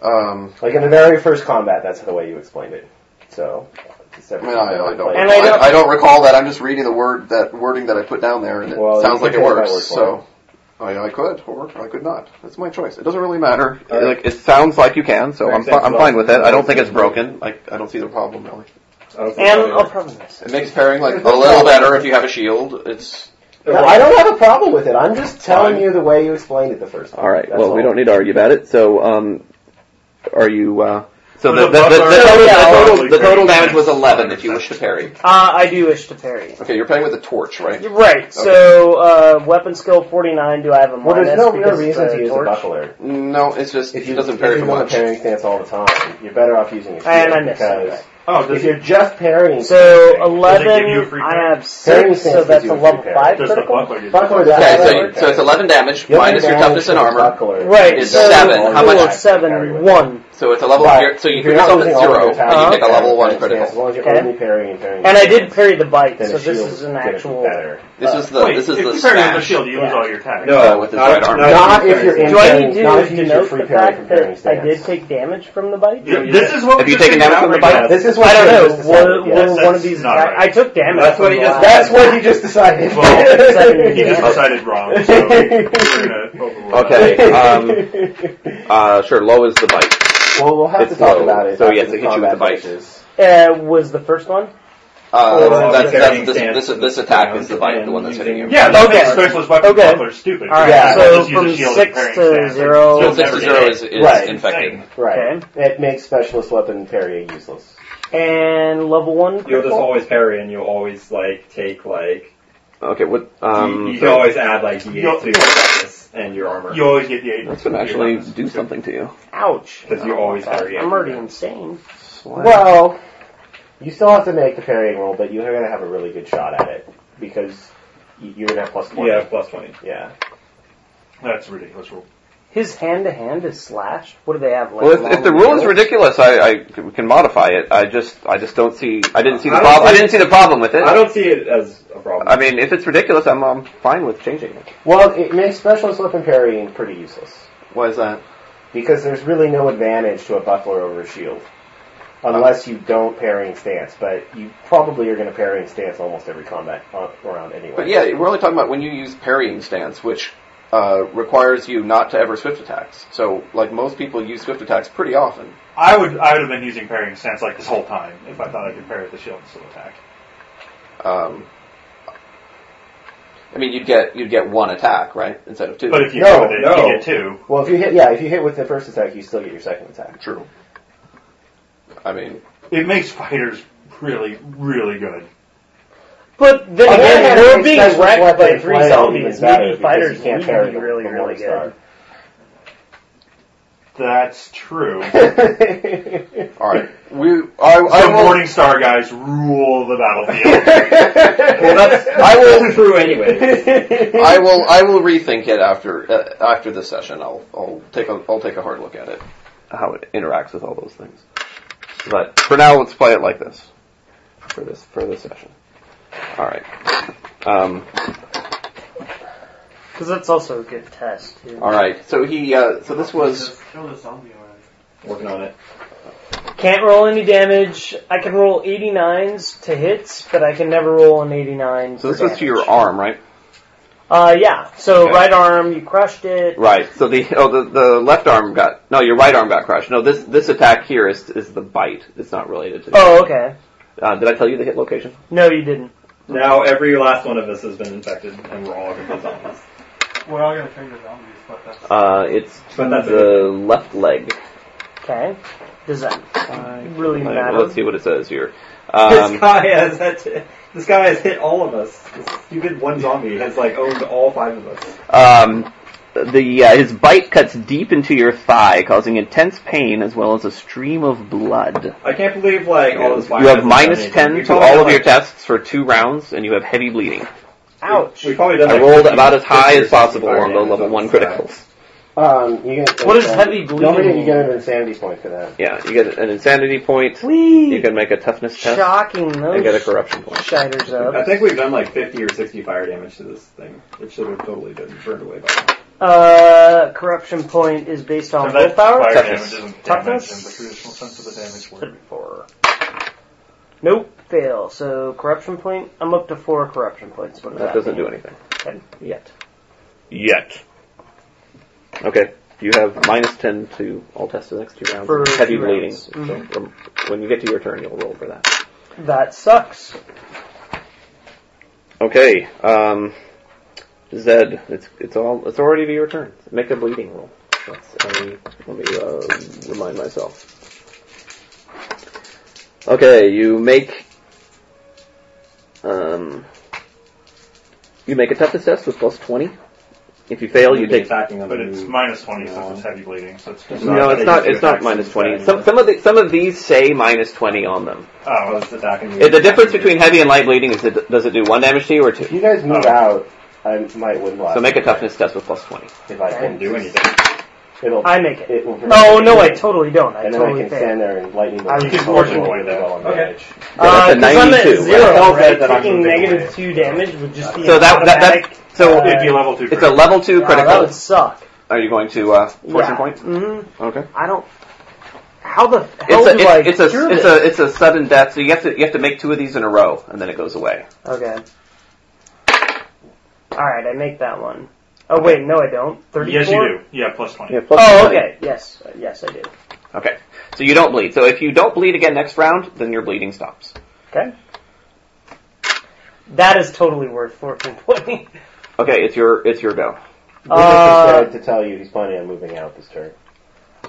Speaker 21: Um,
Speaker 4: Like in the very first combat, that's the way you explained it. So. it's
Speaker 21: I, mean, I, I don't.
Speaker 4: And
Speaker 21: recall-
Speaker 4: I
Speaker 21: I
Speaker 4: don't-
Speaker 21: I don't recall that. I'm just reading the word that wording that I put down there, and it
Speaker 4: Well, you
Speaker 21: sounds
Speaker 4: can
Speaker 21: like it
Speaker 4: take my
Speaker 21: works.
Speaker 4: word for
Speaker 21: So I, I could, or I could not. That's my choice. It doesn't really matter.
Speaker 3: All right.
Speaker 21: Like it sounds like you can, so I'm, fi- I'm fine with it. I don't think it's broken. I, I don't see the problem really.
Speaker 2: And I'll probably miss.
Speaker 21: It makes pairing like a <laughs> little better if you have a shield. It's
Speaker 4: No, I don't have a problem with it. I'm just telling you the way you explained it the first time.
Speaker 3: all right.
Speaker 4: That's
Speaker 3: well, we
Speaker 4: all.
Speaker 3: don't need to argue about it. So, um, are you? Uh, so the,
Speaker 21: the
Speaker 3: the, the,
Speaker 21: buckler-
Speaker 3: the
Speaker 21: Yeah,
Speaker 3: total, the total,
Speaker 21: probably
Speaker 3: the total
Speaker 21: parrying
Speaker 3: damage
Speaker 21: stance.
Speaker 3: was 11 if you wish to parry.
Speaker 2: Uh, I do wish to parry.
Speaker 21: okay. You're playing with a torch, right?
Speaker 2: You're Right. So uh, weapon skill forty nine. Do I have a minus?
Speaker 4: Well, there's no real
Speaker 2: because it's
Speaker 4: reason
Speaker 2: a
Speaker 4: to use
Speaker 2: torch?
Speaker 4: a buckler.
Speaker 21: No, it's just
Speaker 4: If
Speaker 21: he
Speaker 4: you,
Speaker 21: doesn't
Speaker 4: if
Speaker 21: parry
Speaker 4: you
Speaker 21: for
Speaker 4: go to
Speaker 21: much.
Speaker 4: parrying stance all the time, you're better off using a shield.
Speaker 2: And I missed
Speaker 4: because
Speaker 5: Oh, does
Speaker 4: if
Speaker 5: it-
Speaker 4: you're just parrying,
Speaker 2: So
Speaker 5: Does it give you a
Speaker 2: eleven.
Speaker 5: free
Speaker 2: I
Speaker 5: parry?
Speaker 2: have
Speaker 4: Parrying
Speaker 2: six,
Speaker 4: stance
Speaker 2: so
Speaker 4: gives
Speaker 2: that's a
Speaker 4: you a free
Speaker 2: level
Speaker 4: parry.
Speaker 2: five
Speaker 5: Does the
Speaker 2: critical.
Speaker 5: buckler get
Speaker 4: buckler does
Speaker 3: Okay, so,
Speaker 4: that
Speaker 3: you,
Speaker 4: work.
Speaker 3: so it's 11 damage
Speaker 4: You have
Speaker 3: minus your
Speaker 4: advantage
Speaker 3: toughness and
Speaker 4: with a
Speaker 3: armor.
Speaker 4: buckler.
Speaker 2: Right.
Speaker 3: It's
Speaker 2: so
Speaker 3: seven. How
Speaker 2: four,
Speaker 3: much?
Speaker 4: Parry
Speaker 2: Seven.
Speaker 4: with
Speaker 2: One.
Speaker 3: So it's a level
Speaker 4: But
Speaker 3: zero. So you
Speaker 4: if
Speaker 3: put
Speaker 4: you're not
Speaker 3: yourself
Speaker 4: using
Speaker 3: at
Speaker 4: all of
Speaker 3: zero,
Speaker 4: your
Speaker 3: and
Speaker 4: attacks,
Speaker 3: you take a
Speaker 4: you're
Speaker 3: level
Speaker 4: parrying
Speaker 3: one
Speaker 4: stance, As
Speaker 3: critical.
Speaker 4: long as you're
Speaker 2: Okay.
Speaker 4: only parrying and parrying.
Speaker 2: And I
Speaker 4: stance,
Speaker 2: did parry the bite,
Speaker 4: then
Speaker 2: so
Speaker 4: a
Speaker 2: this
Speaker 4: shield
Speaker 2: is an
Speaker 4: gonna be
Speaker 2: actual.
Speaker 4: better.
Speaker 3: This is the
Speaker 5: Wait,
Speaker 3: this is
Speaker 5: if
Speaker 3: the
Speaker 5: you parry with a
Speaker 3: smash.
Speaker 5: shield, you lose
Speaker 2: Yeah.
Speaker 5: all your attacks.
Speaker 3: uh, with his right arm.
Speaker 4: Not if you're in
Speaker 2: Do I need
Speaker 4: parrying, not if
Speaker 2: to
Speaker 4: you use your
Speaker 2: denote
Speaker 4: free
Speaker 2: the
Speaker 4: parry
Speaker 2: fact
Speaker 4: from parrying
Speaker 2: that I
Speaker 4: stance.
Speaker 2: did take damage from the bite?
Speaker 5: Th- This is what
Speaker 3: Have
Speaker 5: we're
Speaker 3: you taken damage
Speaker 5: figuring
Speaker 3: from the
Speaker 5: out
Speaker 3: bite?
Speaker 5: right now.
Speaker 4: This is what
Speaker 2: I don't
Speaker 4: you
Speaker 2: know.
Speaker 4: just decided,
Speaker 2: Will,
Speaker 4: yes.
Speaker 2: will one
Speaker 5: that's
Speaker 2: of these
Speaker 5: not
Speaker 2: attack-
Speaker 5: right.
Speaker 2: I took damage.
Speaker 13: That's what
Speaker 2: from
Speaker 13: he
Speaker 2: the
Speaker 13: just-
Speaker 2: last-
Speaker 4: That's what you just decided. <laughs>
Speaker 5: Well, he just
Speaker 2: Yeah.
Speaker 5: decided wrong. So we're gonna overrule that.
Speaker 3: <laughs> Okay. Um, uh, sure. Low is the bite.
Speaker 4: well, we'll have
Speaker 3: It's
Speaker 4: to talk
Speaker 3: low,
Speaker 4: about it.
Speaker 3: so
Speaker 4: after
Speaker 3: yes, it hits you with
Speaker 4: combat
Speaker 3: the bite.
Speaker 4: finishes.
Speaker 2: Uh, was the first one?
Speaker 3: Uh,
Speaker 2: Or-
Speaker 3: that's, that's,
Speaker 13: Carrying
Speaker 3: this,
Speaker 13: stance
Speaker 3: this, this,
Speaker 13: and
Speaker 3: attack
Speaker 13: down
Speaker 3: is the bite,
Speaker 13: and
Speaker 3: the one that's hitting you.
Speaker 5: Yeah, that
Speaker 2: Okay.
Speaker 5: makes specialist weapon
Speaker 2: Okay.
Speaker 5: buckler stupid.
Speaker 2: All right,
Speaker 4: Yeah,
Speaker 5: Just
Speaker 2: so
Speaker 5: use a
Speaker 2: from
Speaker 5: shield
Speaker 2: six
Speaker 5: and parrying
Speaker 2: to
Speaker 5: stance.
Speaker 2: zero.
Speaker 5: You'll
Speaker 3: Six
Speaker 5: never
Speaker 3: to
Speaker 5: get
Speaker 3: zero
Speaker 5: it.
Speaker 3: is, is
Speaker 4: Right.
Speaker 3: infected.
Speaker 4: Right.
Speaker 2: Okay.
Speaker 4: It makes specialist weapon parrying useless.
Speaker 2: And level one
Speaker 13: You'll just
Speaker 2: critical.
Speaker 13: always parry, and you'll always like take like
Speaker 3: Okay. What?
Speaker 13: you, you
Speaker 3: Um,
Speaker 13: can always add like d8
Speaker 5: You'll-
Speaker 13: to your weapons and your armor.
Speaker 5: You always get the eight.
Speaker 3: that's gonna actually do something to you.
Speaker 2: Ouch.
Speaker 13: Because you always parry
Speaker 2: I'm
Speaker 13: every
Speaker 2: already
Speaker 13: round.
Speaker 2: insane.
Speaker 4: Well, you still have to make the parrying roll, but you're going to have a really good shot at it because y- you're going to have plus one.
Speaker 13: You have plus twenty.
Speaker 4: Yeah.
Speaker 5: That's a ridiculous rule.
Speaker 2: His hand to hand is slashed. What do they have? Like
Speaker 3: Well, if,
Speaker 2: long
Speaker 3: if the rule
Speaker 2: nails?
Speaker 3: is ridiculous, I, I c- can modify it. I just I just don't see. I didn't see the
Speaker 13: I don't
Speaker 3: problem. I
Speaker 13: see-
Speaker 3: didn't see the problem with it.
Speaker 13: I don't see it as a problem.
Speaker 3: I mean, if it's ridiculous, I'm, um fine with changing it.
Speaker 4: Well, it makes specialist weapon parrying pretty useless
Speaker 3: Why is that?
Speaker 4: because there's really no advantage to a buckler over a shield unless you don't parrying stance, but you probably are going to parrying stance almost every combat uh, round anyway.
Speaker 3: But yeah, we're only talking about when you use parrying stance, which uh, requires you not to ever swift attacks. So, like most people use swift attacks pretty often.
Speaker 5: I would I would have been using parrying stance like this whole time if I thought I could parry with the shield and still attack.
Speaker 3: Um, I mean, you'd get you'd get one attack right instead of two.
Speaker 5: But if you
Speaker 4: No,
Speaker 5: hit with it,
Speaker 4: no.
Speaker 5: you get two.
Speaker 4: Well, if you hit, yeah, if you hit with the first attack, you still get your second attack.
Speaker 3: True. I mean,
Speaker 5: It makes fighters really, really good.
Speaker 2: But then
Speaker 4: On the other
Speaker 2: again,
Speaker 4: hand,
Speaker 2: we're being
Speaker 4: it makes sense
Speaker 2: wrecked
Speaker 4: what
Speaker 2: by
Speaker 4: they
Speaker 2: three
Speaker 4: play on even
Speaker 2: zombies.
Speaker 4: better
Speaker 2: Maybe
Speaker 4: because
Speaker 2: fighters
Speaker 4: you can't
Speaker 2: need to
Speaker 4: parry
Speaker 2: be
Speaker 4: them
Speaker 2: really,
Speaker 4: from
Speaker 2: really
Speaker 4: one star.
Speaker 2: good.
Speaker 5: That's
Speaker 6: <laughs>
Speaker 5: true.
Speaker 3: all right. We I, I
Speaker 5: So
Speaker 3: will-
Speaker 5: morning star guys rule
Speaker 6: <laughs>
Speaker 5: the battlefield.
Speaker 3: well, that's, I will
Speaker 13: true anyway.
Speaker 3: I will I will rethink it after uh, after this session. I'll I'll take a I'll take a hard look at it, how it interacts with all those things. But for now, let's play it like this for this for this session. All right. Um,
Speaker 2: Because that's also a good test. Too.
Speaker 3: all right. So he uh, so this was
Speaker 22: Kill the zombie already.
Speaker 6: Working on it.
Speaker 2: Can't roll any damage. I can roll 89s to hits, but I can never roll an 89.
Speaker 3: So this
Speaker 2: for
Speaker 3: was to
Speaker 2: damage.
Speaker 3: your arm, right?
Speaker 2: Uh, yeah. So
Speaker 3: Okay.
Speaker 2: right arm, you crushed it.
Speaker 3: Right. So the oh the, the left arm got no your right arm got crushed. No this this attack here is is the bite. It's not related to.
Speaker 2: Oh, okay.
Speaker 3: Uh, did I tell you the hit location?
Speaker 2: No, you didn't.
Speaker 6: Now every last one of us has been infected, and we're all complete zombies.
Speaker 13: We're all gonna turn to zombies, but that's
Speaker 3: Uh, it's
Speaker 6: But that's
Speaker 3: the left leg.
Speaker 2: Okay. Does that really
Speaker 3: Uh,
Speaker 2: matter?
Speaker 3: Let's see what it says here. Um,
Speaker 6: this guy has had to- this guy has hit all of us. This stupid one zombie has like owned all five of us.
Speaker 3: um, the uh, his bite cuts deep into your thigh, causing intense pain as well as a stream of blood.
Speaker 6: I can't believe like all this.
Speaker 3: You have minus ten to all of your tests for two rounds, and you have heavy bleeding.
Speaker 2: Ouch.
Speaker 6: We probably
Speaker 3: I rolled about as high as possible on the level one criticals.
Speaker 4: Um, you get
Speaker 2: What is heavy
Speaker 4: Normally
Speaker 2: bleeding?
Speaker 4: you get an insanity point for that.
Speaker 3: Yeah, you get an insanity point. You can make a toughness test
Speaker 2: Shocking those
Speaker 3: and get a corruption point.
Speaker 2: shiders
Speaker 6: I
Speaker 2: up.
Speaker 6: think we've done like fifty or sixty fire damage to this thing. It should have totally been burned away by. now.
Speaker 2: Uh, corruption point is based on
Speaker 10: that
Speaker 2: willpower.
Speaker 10: fire damage
Speaker 3: Toughness.
Speaker 10: isn't damage in the
Speaker 2: Toughness.
Speaker 10: traditional sense of the damage word before.
Speaker 2: Nope. Fail. So corruption point. I'm up to four corruption points. What does
Speaker 3: That doesn't
Speaker 2: mean?
Speaker 3: do anything
Speaker 2: Okay. Yet.
Speaker 3: yet. Okay, you have minus ten to all tests the next two rounds.
Speaker 2: For
Speaker 3: heavy
Speaker 2: two
Speaker 3: bleeding.
Speaker 2: rounds.
Speaker 3: So
Speaker 13: Mm-hmm.
Speaker 2: Mhm.
Speaker 3: um, when you get to your turn, you'll roll for that.
Speaker 2: That sucks.
Speaker 3: Okay,
Speaker 13: Uh,
Speaker 3: um, Zed, it's it's all it's already to your turn. Make a bleeding roll. That's a, let me uh, remind myself. Okay, you make um, you make a toughness test with plus twenty. If you fail, you
Speaker 6: We'll be
Speaker 3: take
Speaker 6: attacking them.
Speaker 10: But it's minus 20 since it's heavy bleeding, so it's just
Speaker 3: No, it's not. It's not
Speaker 6: attacks
Speaker 3: minus
Speaker 6: and
Speaker 3: twenty.
Speaker 6: stuff.
Speaker 3: Some some of the, some of these say minus twenty on them.
Speaker 6: Oh, it's attacking you.
Speaker 3: Uh, The difference between heavy and light bleeding is it, does it do one damage to you or
Speaker 4: If
Speaker 3: two?
Speaker 4: you guys move
Speaker 10: Oh.
Speaker 4: out, I might win last.
Speaker 3: So make a toughness test with plus twenty.
Speaker 4: if I
Speaker 6: Didn't
Speaker 4: can
Speaker 6: do anything.
Speaker 4: It'll,
Speaker 2: I make it.
Speaker 4: will
Speaker 2: Oh no, I totally don't. I
Speaker 4: And then I
Speaker 2: totally
Speaker 4: can
Speaker 2: fail.
Speaker 4: stand there and lightning
Speaker 2: I
Speaker 4: bolt.
Speaker 2: was just
Speaker 4: all
Speaker 2: watching
Speaker 4: the
Speaker 2: one
Speaker 4: way well on
Speaker 13: Okay.
Speaker 4: damage.
Speaker 3: that's a
Speaker 2: Uh, 'cause I'm at
Speaker 3: 92,
Speaker 2: zero,
Speaker 6: right?
Speaker 2: right?
Speaker 6: That I'm
Speaker 2: Taking
Speaker 6: moving
Speaker 2: negative
Speaker 6: away.
Speaker 2: two damage would just be
Speaker 3: So
Speaker 2: an
Speaker 3: that, that
Speaker 2: automatic.
Speaker 3: that so
Speaker 2: uh,
Speaker 10: If you level 2
Speaker 3: it's a level two
Speaker 2: wow, That
Speaker 3: critical.
Speaker 2: would suck.
Speaker 3: Are you going to uh, fortune point?
Speaker 2: hmm
Speaker 3: Okay.
Speaker 2: I don't. How the hell
Speaker 3: It's a
Speaker 2: do I
Speaker 3: it's, it's a
Speaker 2: cure
Speaker 3: it's
Speaker 2: this?
Speaker 3: a it's a sudden death. So you have to you have to make two of these in a row, and then it goes away.
Speaker 2: Okay. All right, I make that one. Oh wait, no, I don't. Thirty-four.
Speaker 10: Yes, you do. Yeah, plus 20.
Speaker 2: Oh, okay. Yes, yes, I do.
Speaker 3: Okay. So you don't bleed. So if you don't bleed again next round, then your bleeding stops.
Speaker 2: Okay. That is totally worth fourteen <laughs> twenty.
Speaker 3: Okay, it's your it's your go.
Speaker 4: Which is
Speaker 2: Uh,
Speaker 4: just said to tell you he's planning on moving out this turn.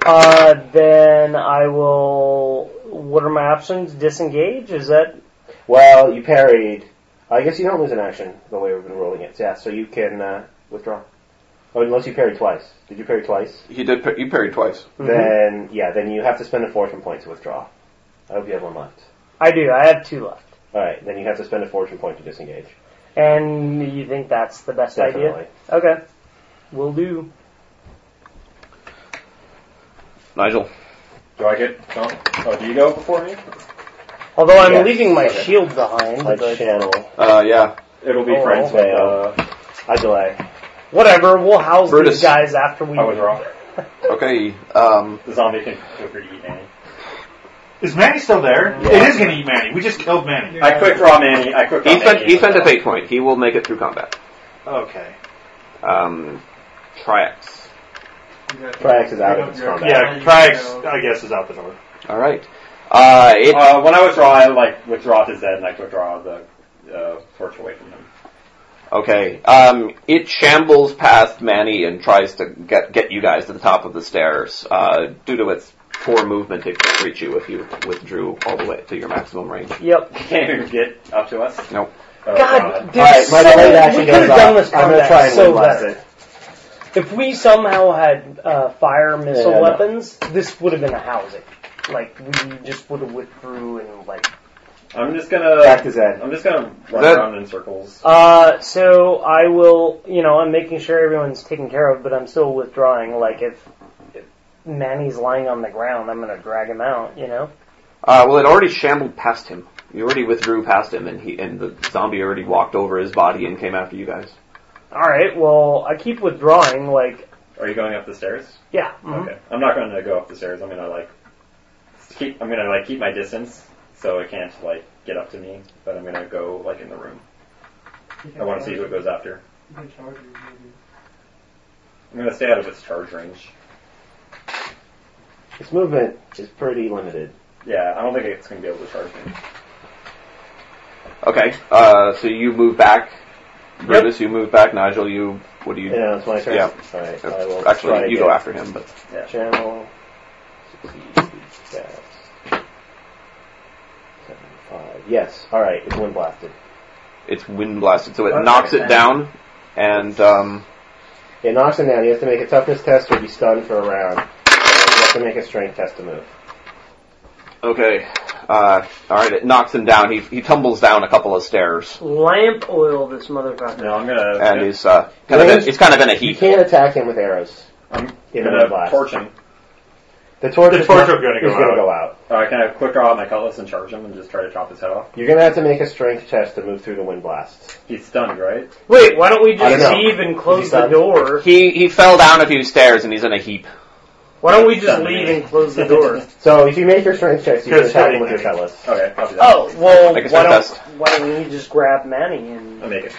Speaker 2: uh, then I will. What are my options? Disengage? Is that
Speaker 4: Well, you parried. I guess you don't lose an action the way we've been rolling it. Yeah, so you can uh, withdraw. Oh, unless you parried twice. Did you parry twice?
Speaker 15: You did. par- You parried twice.
Speaker 2: Mm-hmm.
Speaker 4: Then yeah, then you have to spend a fortune point to withdraw. I hope you have one left.
Speaker 2: I do. I have two left.
Speaker 4: All right, then you have to spend a fortune point to disengage.
Speaker 2: And you think that's the best
Speaker 4: Definitely.
Speaker 2: idea? Okay. Will do.
Speaker 3: Nigel.
Speaker 6: Do I get? Oh, oh, do you go before me?
Speaker 2: Although I'm
Speaker 4: Yes.
Speaker 2: leaving my shield behind.
Speaker 4: I
Speaker 2: but-
Speaker 4: channel.
Speaker 15: Uh, yeah.
Speaker 6: It'll be
Speaker 2: Oh,
Speaker 6: friends with.
Speaker 4: fail.
Speaker 6: Uh,
Speaker 4: I delay.
Speaker 2: Whatever, we'll house
Speaker 15: Brutus.
Speaker 2: these guys after we
Speaker 6: I was wrong.
Speaker 15: Okay. Um,
Speaker 6: The zombie can go free to eat Manny.
Speaker 10: Is Manny still there? It is going to eat Manny. We just killed Manny.
Speaker 6: I quick draw Manny. I quick draw
Speaker 3: He spent
Speaker 6: Manny.
Speaker 3: he spent a fate point. He will make it through combat.
Speaker 10: Okay.
Speaker 3: Um, Triax.
Speaker 4: Triax is out of its combat.
Speaker 10: Yeah, Triax, I guess, is out the door.
Speaker 3: All right. Uh, it,
Speaker 6: Uh, when I withdraw, I like withdraw to Zed and I withdraw the uh, torch away from him.
Speaker 3: okay. Um, it shambles past Manny and tries to get get you guys to the top of the stairs. Uh, due to its poor movement, it could reach you if you withdrew all the way to your maximum range.
Speaker 2: Yep.
Speaker 6: Can't even get up to us.
Speaker 3: Nope.
Speaker 6: Oh,
Speaker 2: God, dude,
Speaker 4: All right, my
Speaker 2: so-
Speaker 4: delayed
Speaker 2: we
Speaker 4: action
Speaker 2: could have
Speaker 4: goes
Speaker 2: done
Speaker 4: off.
Speaker 2: this
Speaker 4: I'm gonna
Speaker 2: combat
Speaker 4: try and
Speaker 2: so
Speaker 4: win last.
Speaker 2: better. If we somehow had uh, fire missile
Speaker 4: Yeah, no.
Speaker 2: weapons, this would have been a housing. Like we just would have withdrew and like.
Speaker 6: I'm just gonna.
Speaker 4: Back to Zed.
Speaker 6: I'm just gonna run
Speaker 3: Zed.
Speaker 6: around in circles.
Speaker 2: Uh, so I will, you know, I'm making sure everyone's taken care of, but I'm still withdrawing. Like if, if Manny's lying on the ground, I'm gonna drag him out. You know.
Speaker 3: Uh, well, it already shambled past him. You already withdrew past him, and he and the zombie already walked over his body and came after you guys.
Speaker 2: All right. Well, I keep withdrawing. Like
Speaker 5: Are you going up the stairs?
Speaker 2: Yeah. mhm.
Speaker 5: Okay. I'm not going to go up the stairs. I'm going to like keep. I'm going to like keep my distance so it can't like get up to me. But I'm going to go like in the room. I want to see who it goes after. I'm going to stay out of its charge range.
Speaker 4: Its movement is pretty limited.
Speaker 5: Yeah, I don't think it's going to be able to charge me.
Speaker 3: Okay, uh, so you move back. Brutus, you move back. Nigel, you. What do you?
Speaker 4: Yeah, it's my turn.
Speaker 3: Yeah.
Speaker 4: All right, I will try
Speaker 3: Actually, you go
Speaker 4: again.
Speaker 3: after him, but
Speaker 4: Channel. Yes. Seven, five. Yes. All right. It's wind blasted.
Speaker 3: it's wind blasted, so it
Speaker 4: Okay.
Speaker 3: knocks it down, and um,
Speaker 4: It knocks him down. He has to make a toughness test or be stunned for a round. He has to make a strength test to move.
Speaker 3: okay, uh, all right, it knocks him down. He he tumbles down a couple of stairs,
Speaker 2: Lamp oil this motherfucker.
Speaker 5: No, I'm gonna.
Speaker 3: and he's uh, kind of in, he's kind of in a
Speaker 4: You
Speaker 3: heap.
Speaker 4: can't attack him with arrows.
Speaker 5: I'm
Speaker 4: in
Speaker 5: gonna
Speaker 4: a wind blast.
Speaker 5: torch him.
Speaker 4: The torch
Speaker 5: The
Speaker 4: is
Speaker 5: torch
Speaker 4: not-
Speaker 5: is gonna go
Speaker 4: is gonna
Speaker 5: out.
Speaker 4: go out.
Speaker 5: Uh, can I quick draw out my cutlass and charge him and just try to chop his head off?
Speaker 4: You're gonna have to make a strength test to move through the wind blast.
Speaker 5: He's stunned, right?
Speaker 2: Wait, why don't we
Speaker 4: I don't
Speaker 2: just
Speaker 4: know.
Speaker 2: leave and close
Speaker 4: Is
Speaker 2: the
Speaker 4: that-
Speaker 2: door?
Speaker 3: He he fell down a few stairs, and he's in a heap.
Speaker 2: Why don't we just leave and close the door?
Speaker 4: So if you make your strength checks, you can attack him with your cutlass.
Speaker 5: Okay, copy
Speaker 2: <laughs>
Speaker 5: that.
Speaker 2: Oh, well,
Speaker 3: Make a
Speaker 2: why
Speaker 3: strength
Speaker 2: don't,
Speaker 3: test.
Speaker 2: why don't we just grab Manny and...
Speaker 5: I make it.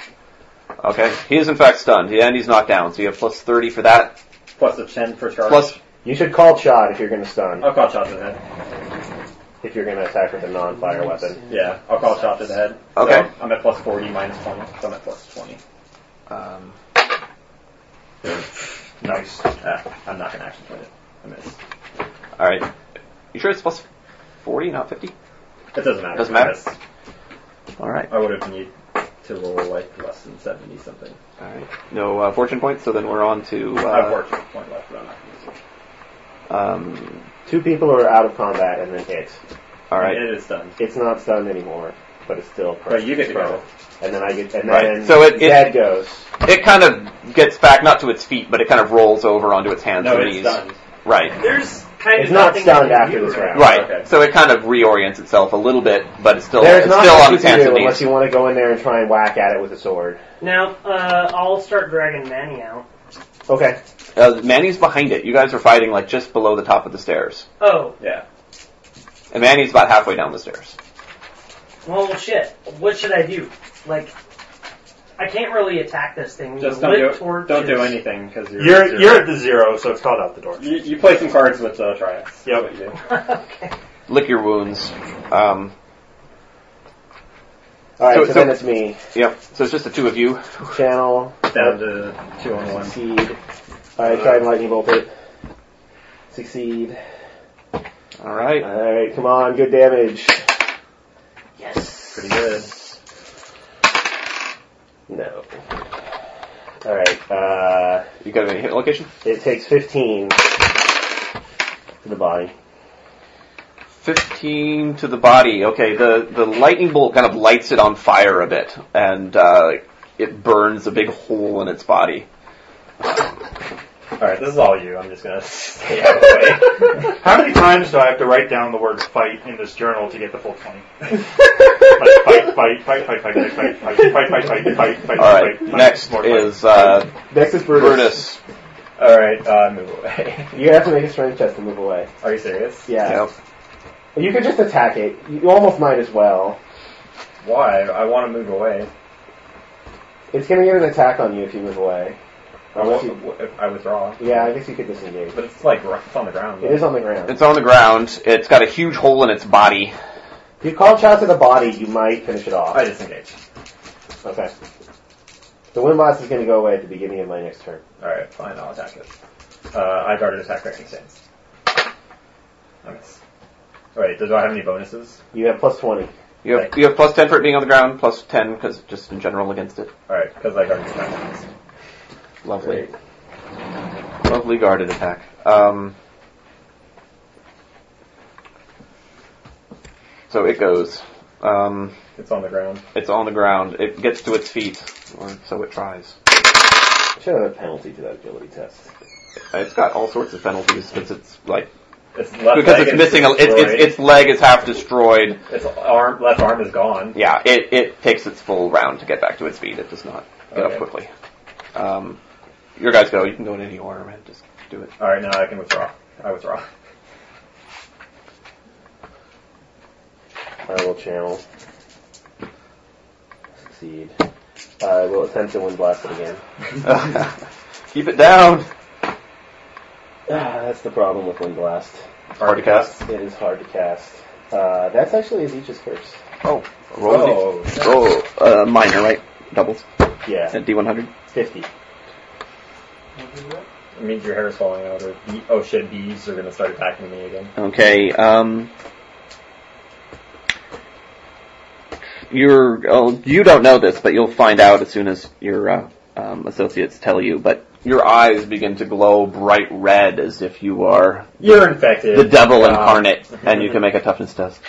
Speaker 3: Okay, he is in fact stunned, and he's knocked down. So you have plus thirty for that.
Speaker 5: Plus a 10 for charge.
Speaker 3: Plus,
Speaker 4: You should call shot if you're gonna stun.
Speaker 5: I'll call shot to the head.
Speaker 4: If you're gonna attack with a non-fire weapon.
Speaker 5: Yeah, I'll call shot to the head. So
Speaker 3: Okay.
Speaker 5: I'm at plus 40, minus 20, so I'm at plus 20.
Speaker 3: um,
Speaker 5: Nice. Uh, I'm not going to action point it. I miss.
Speaker 3: all right, you sure it's plus forty, not fifty?
Speaker 5: It doesn't matter.
Speaker 3: Doesn't matter?
Speaker 5: I missed.
Speaker 3: All right,
Speaker 5: I would have need to roll like less than 70 something.
Speaker 3: all right. No uh, fortune points. So then we're on to
Speaker 5: I have
Speaker 3: uh,
Speaker 5: fortune point left, but I'm not going to use it.
Speaker 3: um,
Speaker 4: Two people are out of combat and then hit.
Speaker 3: all right.
Speaker 5: It is done.
Speaker 4: It's not stunned anymore, but it's still.
Speaker 5: But you get to
Speaker 4: prone.
Speaker 5: go.
Speaker 4: And then I get. And
Speaker 3: Right.
Speaker 4: then
Speaker 3: So it- it-
Speaker 4: Dad goes.
Speaker 3: It kind of gets back, not to its feet, but it kind of rolls over onto its hands
Speaker 5: No,
Speaker 3: and
Speaker 5: it's
Speaker 3: knees.
Speaker 5: done.
Speaker 3: Right,
Speaker 23: There's kind
Speaker 4: It's
Speaker 23: of
Speaker 4: not
Speaker 23: nothing I
Speaker 4: stunned
Speaker 23: can
Speaker 4: after
Speaker 23: do
Speaker 4: this
Speaker 23: right
Speaker 4: round.
Speaker 3: right.
Speaker 5: Okay.
Speaker 3: So it kind of reorients itself a little bit, but it's still
Speaker 4: There's
Speaker 3: it's
Speaker 4: not
Speaker 3: still
Speaker 4: much
Speaker 3: on
Speaker 4: you
Speaker 3: its
Speaker 4: can
Speaker 3: hands
Speaker 4: do
Speaker 3: and
Speaker 4: unless
Speaker 3: knees.
Speaker 4: you want to go in there and try and whack at it with a sword.
Speaker 2: Now, uh, I'll start dragging Manny out.
Speaker 4: Okay.
Speaker 3: Uh, Manny's behind it. You guys are fighting like just below the top of the stairs,
Speaker 2: Oh,
Speaker 5: Yeah.
Speaker 3: and Manny's about halfway down the stairs.
Speaker 2: well, shit. What should I do? Like, I can't really attack this thing.
Speaker 5: Just
Speaker 2: The
Speaker 5: don't
Speaker 2: lit
Speaker 5: do,
Speaker 2: torch
Speaker 5: don't do
Speaker 2: is-
Speaker 5: anything, because you're...
Speaker 24: You're you're at the zero, so it's called out the door.
Speaker 5: You, you play some cards with uh, Triax.
Speaker 24: Yep.
Speaker 5: What you do.
Speaker 2: <laughs> okay.
Speaker 3: Lick your wounds. Um,
Speaker 4: All right.
Speaker 3: So- so-
Speaker 4: So, then it's me.
Speaker 3: yep. So it's just the two of you.
Speaker 4: Channel.
Speaker 5: Down to 2 on 1.
Speaker 4: Succeed. All right. Try and lightning bolt it. Succeed.
Speaker 3: All right.
Speaker 4: All right. Come on. Good damage.
Speaker 2: Yes.
Speaker 5: Pretty good.
Speaker 4: No. All right. Uh,
Speaker 3: You got any hit location?
Speaker 4: it takes 15 to the body.
Speaker 3: Fifteen to the body. Okay. The the lightning bolt kind of lights it on fire a bit, and uh, it burns a big hole in its body.
Speaker 5: Alright, this is all you. I'm just going to <laughs> stay out of the way.
Speaker 24: How many times do I have to write down the word fight in this journal to get the full
Speaker 5: <laughs>
Speaker 24: twenty? Fight, fight, fight, fight, fight, fight, fight, fight, fight, fight, fight, fight, fight,
Speaker 3: All right.
Speaker 24: fight, fight,
Speaker 3: Next
Speaker 24: more fight.
Speaker 3: is uh,
Speaker 4: Next is Brutus.
Speaker 3: Brutus.
Speaker 5: Alright, uh, move away. <laughs>
Speaker 4: You have to make a strength test to move away.
Speaker 5: Are you serious?
Speaker 4: Yeah.
Speaker 3: Yep.
Speaker 4: You could just attack it. You almost might as well.
Speaker 5: Why? I want to move away.
Speaker 4: It's gonna get an attack on you if you move away.
Speaker 5: I,
Speaker 4: Unless
Speaker 5: won't,
Speaker 4: you,
Speaker 5: if I withdraw.
Speaker 4: yeah, I guess you could disengage.
Speaker 5: But it's like, rough- it's on the ground.
Speaker 4: It is on the ground.
Speaker 3: It's on the ground. It's got a huge hole in its body.
Speaker 4: If you call shot to the body, you might finish it off.
Speaker 5: I disengage.
Speaker 4: Okay. The wind blast is gonna go away at the beginning of my next turn.
Speaker 5: Alright, fine, I'll attack it. Uh, I guarded attack ranking stance. I miss. Alright, do I have any bonuses?
Speaker 4: You have plus twenty.
Speaker 3: You have you have plus ten for it being on the ground, plus ten because just in general against it.
Speaker 5: Alright, because I guarded attack ranking stance.
Speaker 3: Lovely, lovely guarded attack. Um, so it goes. Um,
Speaker 5: It's on the ground.
Speaker 3: it's on the ground. It gets to its feet, or so it tries.
Speaker 4: I should have a penalty to that agility test.
Speaker 3: It's got all sorts of penalties because it's like
Speaker 5: It's left
Speaker 3: because
Speaker 5: leg
Speaker 3: it's
Speaker 5: is
Speaker 3: missing. A, it's,
Speaker 5: destroyed.
Speaker 3: it's, its leg is half destroyed.
Speaker 5: Its arm, left arm is gone.
Speaker 3: Yeah, it, it takes its full round to get back to its feet. It does not get
Speaker 5: Okay.
Speaker 3: up quickly. Um, your guys go. You can go in any order, man. Just do it.
Speaker 6: All right, now I can withdraw. I withdraw.
Speaker 4: I will channel. Succeed. I will attempt to wind blast it again.
Speaker 3: <laughs> Keep it down.
Speaker 4: Ah, <sighs> that's the problem with wind blast.
Speaker 3: Hard to cast.
Speaker 4: It is hard to cast. Uh, that's actually Azita's first.
Speaker 3: Oh, roll oh,
Speaker 4: Oh.
Speaker 3: roll uh, minor, right? Doubles.
Speaker 4: Yeah.
Speaker 3: At D100.
Speaker 4: Fifty.
Speaker 6: It means your hair is falling out, or bee- oh shit, bees are gonna start attacking me again.
Speaker 3: Okay. Um, you're oh, you don't know this, but you'll find out as soon as your uh, um, associates tell you. But your eyes begin to glow bright red as if you are
Speaker 6: You're infected.
Speaker 3: the devil
Speaker 6: Ah. <laughs>
Speaker 3: incarnate, and you can make a toughness test.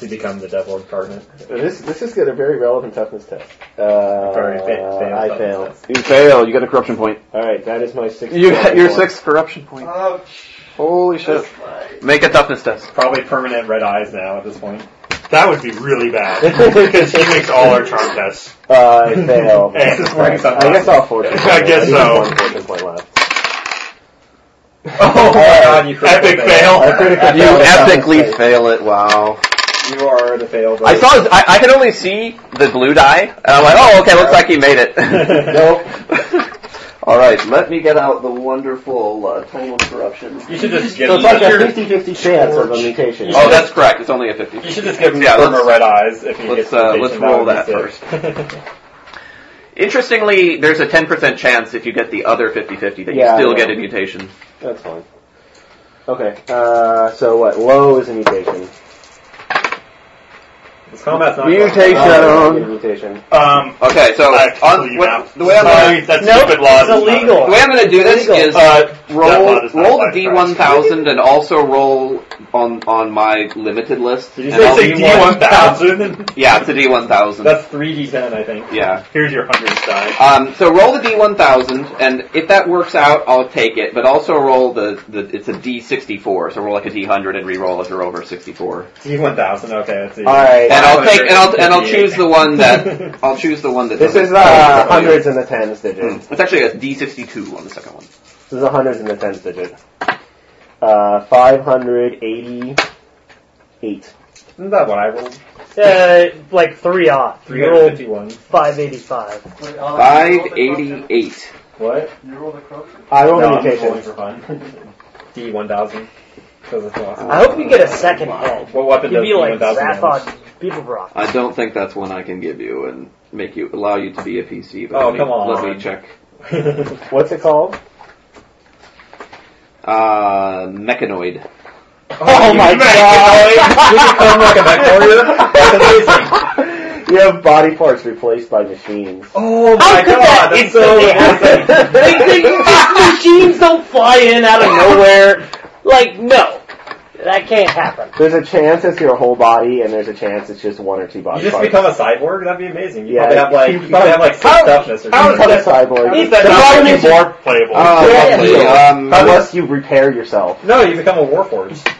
Speaker 6: to become the devil incarnate.
Speaker 4: This this is good, a very relevant toughness test. Uh,
Speaker 6: Sorry, fa- fail
Speaker 4: I
Speaker 6: toughness
Speaker 4: fail.
Speaker 3: You fail. You get a corruption point.
Speaker 4: All right, that is my sixth.
Speaker 3: You
Speaker 4: corruption
Speaker 3: your
Speaker 4: point.
Speaker 3: sixth corruption point.
Speaker 5: Oh,
Speaker 3: Holy shit! Make a toughness test.
Speaker 6: Probably permanent red eyes now at this point.
Speaker 5: That would be
Speaker 24: <laughs>
Speaker 5: really bad because he makes all our charm tests.
Speaker 4: Uh, I
Speaker 6: <laughs>
Speaker 4: fail.
Speaker 5: This is where it's
Speaker 4: I guess I'll fortune.
Speaker 5: I guess
Speaker 4: need
Speaker 5: so.
Speaker 4: One fortune point left.
Speaker 6: Oh my god, you
Speaker 5: Epic
Speaker 6: critical
Speaker 5: fail.
Speaker 4: I critical
Speaker 3: You
Speaker 4: failed that
Speaker 3: epically
Speaker 4: mistake.
Speaker 3: fail it. Wow.
Speaker 6: You are the fail.
Speaker 3: I saw. His, I, I could only see the blue die, and I'm like, oh, okay, looks like he made it.
Speaker 4: Nope.
Speaker 3: <laughs> All right, let me get out the wonderful uh, total corruption.
Speaker 6: You should just give
Speaker 4: So
Speaker 6: him.
Speaker 4: it's like
Speaker 6: the-
Speaker 4: a 50-50 chance of a mutation.
Speaker 3: Oh, that's correct. It's only a fifty.
Speaker 6: You should just give him
Speaker 3: Yeah, let's-
Speaker 6: permanent red eyes if he
Speaker 3: let's,
Speaker 6: gets
Speaker 3: uh,
Speaker 6: the
Speaker 3: let's
Speaker 6: patient,
Speaker 3: roll
Speaker 6: would be
Speaker 3: that
Speaker 6: sick.
Speaker 3: Interestingly, there's a 10% chance if you get the other 50-50 that
Speaker 4: Yeah, I
Speaker 3: you still
Speaker 4: know.
Speaker 3: get a mutation.
Speaker 4: That's fine. Okay. Uh, so what? Low is a mutation.
Speaker 6: This combat's not
Speaker 4: Oh, yeah, mutation.
Speaker 5: Um,
Speaker 3: Okay, so
Speaker 5: I have to
Speaker 3: Oh, on-
Speaker 5: pull you
Speaker 3: what-
Speaker 5: out.
Speaker 3: the way I'm
Speaker 5: Sorry,
Speaker 3: gonna-
Speaker 5: that's
Speaker 2: Nope,
Speaker 5: stupid law.
Speaker 2: it's illegal.
Speaker 3: The way I'm going to do this
Speaker 2: Illegal.
Speaker 3: is
Speaker 5: Uh, that
Speaker 3: roll
Speaker 5: lot is not
Speaker 3: roll the
Speaker 5: applied,
Speaker 3: D1000 and also roll on on my limited list.
Speaker 6: Did you
Speaker 3: And
Speaker 6: say
Speaker 3: I'll-
Speaker 5: Say D1000.
Speaker 3: yeah, it's a D1000.
Speaker 6: That's three D ten, I think.
Speaker 3: Yeah.
Speaker 5: Here's your hundred die.
Speaker 3: Um, so roll the D1000, and if that works out, I'll take it. But also roll the, the it's a D64, so roll like a D100 and re-roll if you're over 64.
Speaker 6: D one thousand. Okay, that's it.
Speaker 4: All right.
Speaker 3: And I'll take and I'll and I'll
Speaker 6: 58.
Speaker 3: choose the one that I'll choose the one that
Speaker 4: This
Speaker 3: doesn't- Mm.
Speaker 4: is uh, hundreds and the tens
Speaker 6: Hmm.
Speaker 4: digit.
Speaker 3: It's actually a D62 on the second one.
Speaker 4: This is a hundreds and the tens digit. Uh, five hundred eighty-eight.
Speaker 6: Isn't that what I rolled?
Speaker 2: Uh, like three off.
Speaker 6: Three
Speaker 2: You
Speaker 6: hundred
Speaker 2: rolled
Speaker 6: fifty one.
Speaker 2: 585.
Speaker 13: Wait,
Speaker 3: 588.
Speaker 6: What?
Speaker 13: You roll the corruption.
Speaker 4: I rolled
Speaker 6: No,
Speaker 4: a
Speaker 6: I'm just rolling
Speaker 4: mutation.
Speaker 6: for fun. <laughs> D one thousand. Because it's awesome.
Speaker 2: I hope you get a second head.
Speaker 6: What weapon
Speaker 2: You'd
Speaker 6: does
Speaker 2: be
Speaker 6: D
Speaker 2: like
Speaker 6: one thousand?
Speaker 2: Zaphod People Rock.
Speaker 3: I don't think that's one I can give you and make you allow you to be a PC. But
Speaker 6: Oh,
Speaker 3: let me,
Speaker 6: come on.
Speaker 3: Let me check.
Speaker 4: <laughs>
Speaker 6: <laughs>
Speaker 4: What's it called?
Speaker 3: Uh, mechanoid.
Speaker 4: Oh, my
Speaker 6: <laughs>
Speaker 4: god! you become like a <laughs> warrior. you have body parts replaced by machines.
Speaker 6: Oh my god, that's so
Speaker 2: <laughs>
Speaker 6: awesome.
Speaker 2: machines don't fly in out of nowhere. Like, no. That can't happen.
Speaker 4: There's a chance it's your whole body, and there's a chance it's just one or two
Speaker 6: You
Speaker 4: body
Speaker 6: just
Speaker 4: parts.
Speaker 6: become a cyborg? That'd be amazing. You
Speaker 4: Yeah,
Speaker 6: probably have like
Speaker 4: you
Speaker 6: you probably have like six
Speaker 4: how-
Speaker 6: toughness or
Speaker 4: How
Speaker 6: something.
Speaker 4: is that a cyborg?
Speaker 2: It's
Speaker 5: That
Speaker 2: the
Speaker 5: would
Speaker 2: problem
Speaker 5: be
Speaker 2: is-
Speaker 5: more playable.
Speaker 6: Oh, <laughs>
Speaker 3: Uh,
Speaker 2: Yeah,
Speaker 3: roughly,
Speaker 4: yeah.
Speaker 3: um,
Speaker 4: Unless you repair yourself.
Speaker 6: No, you become a warforged.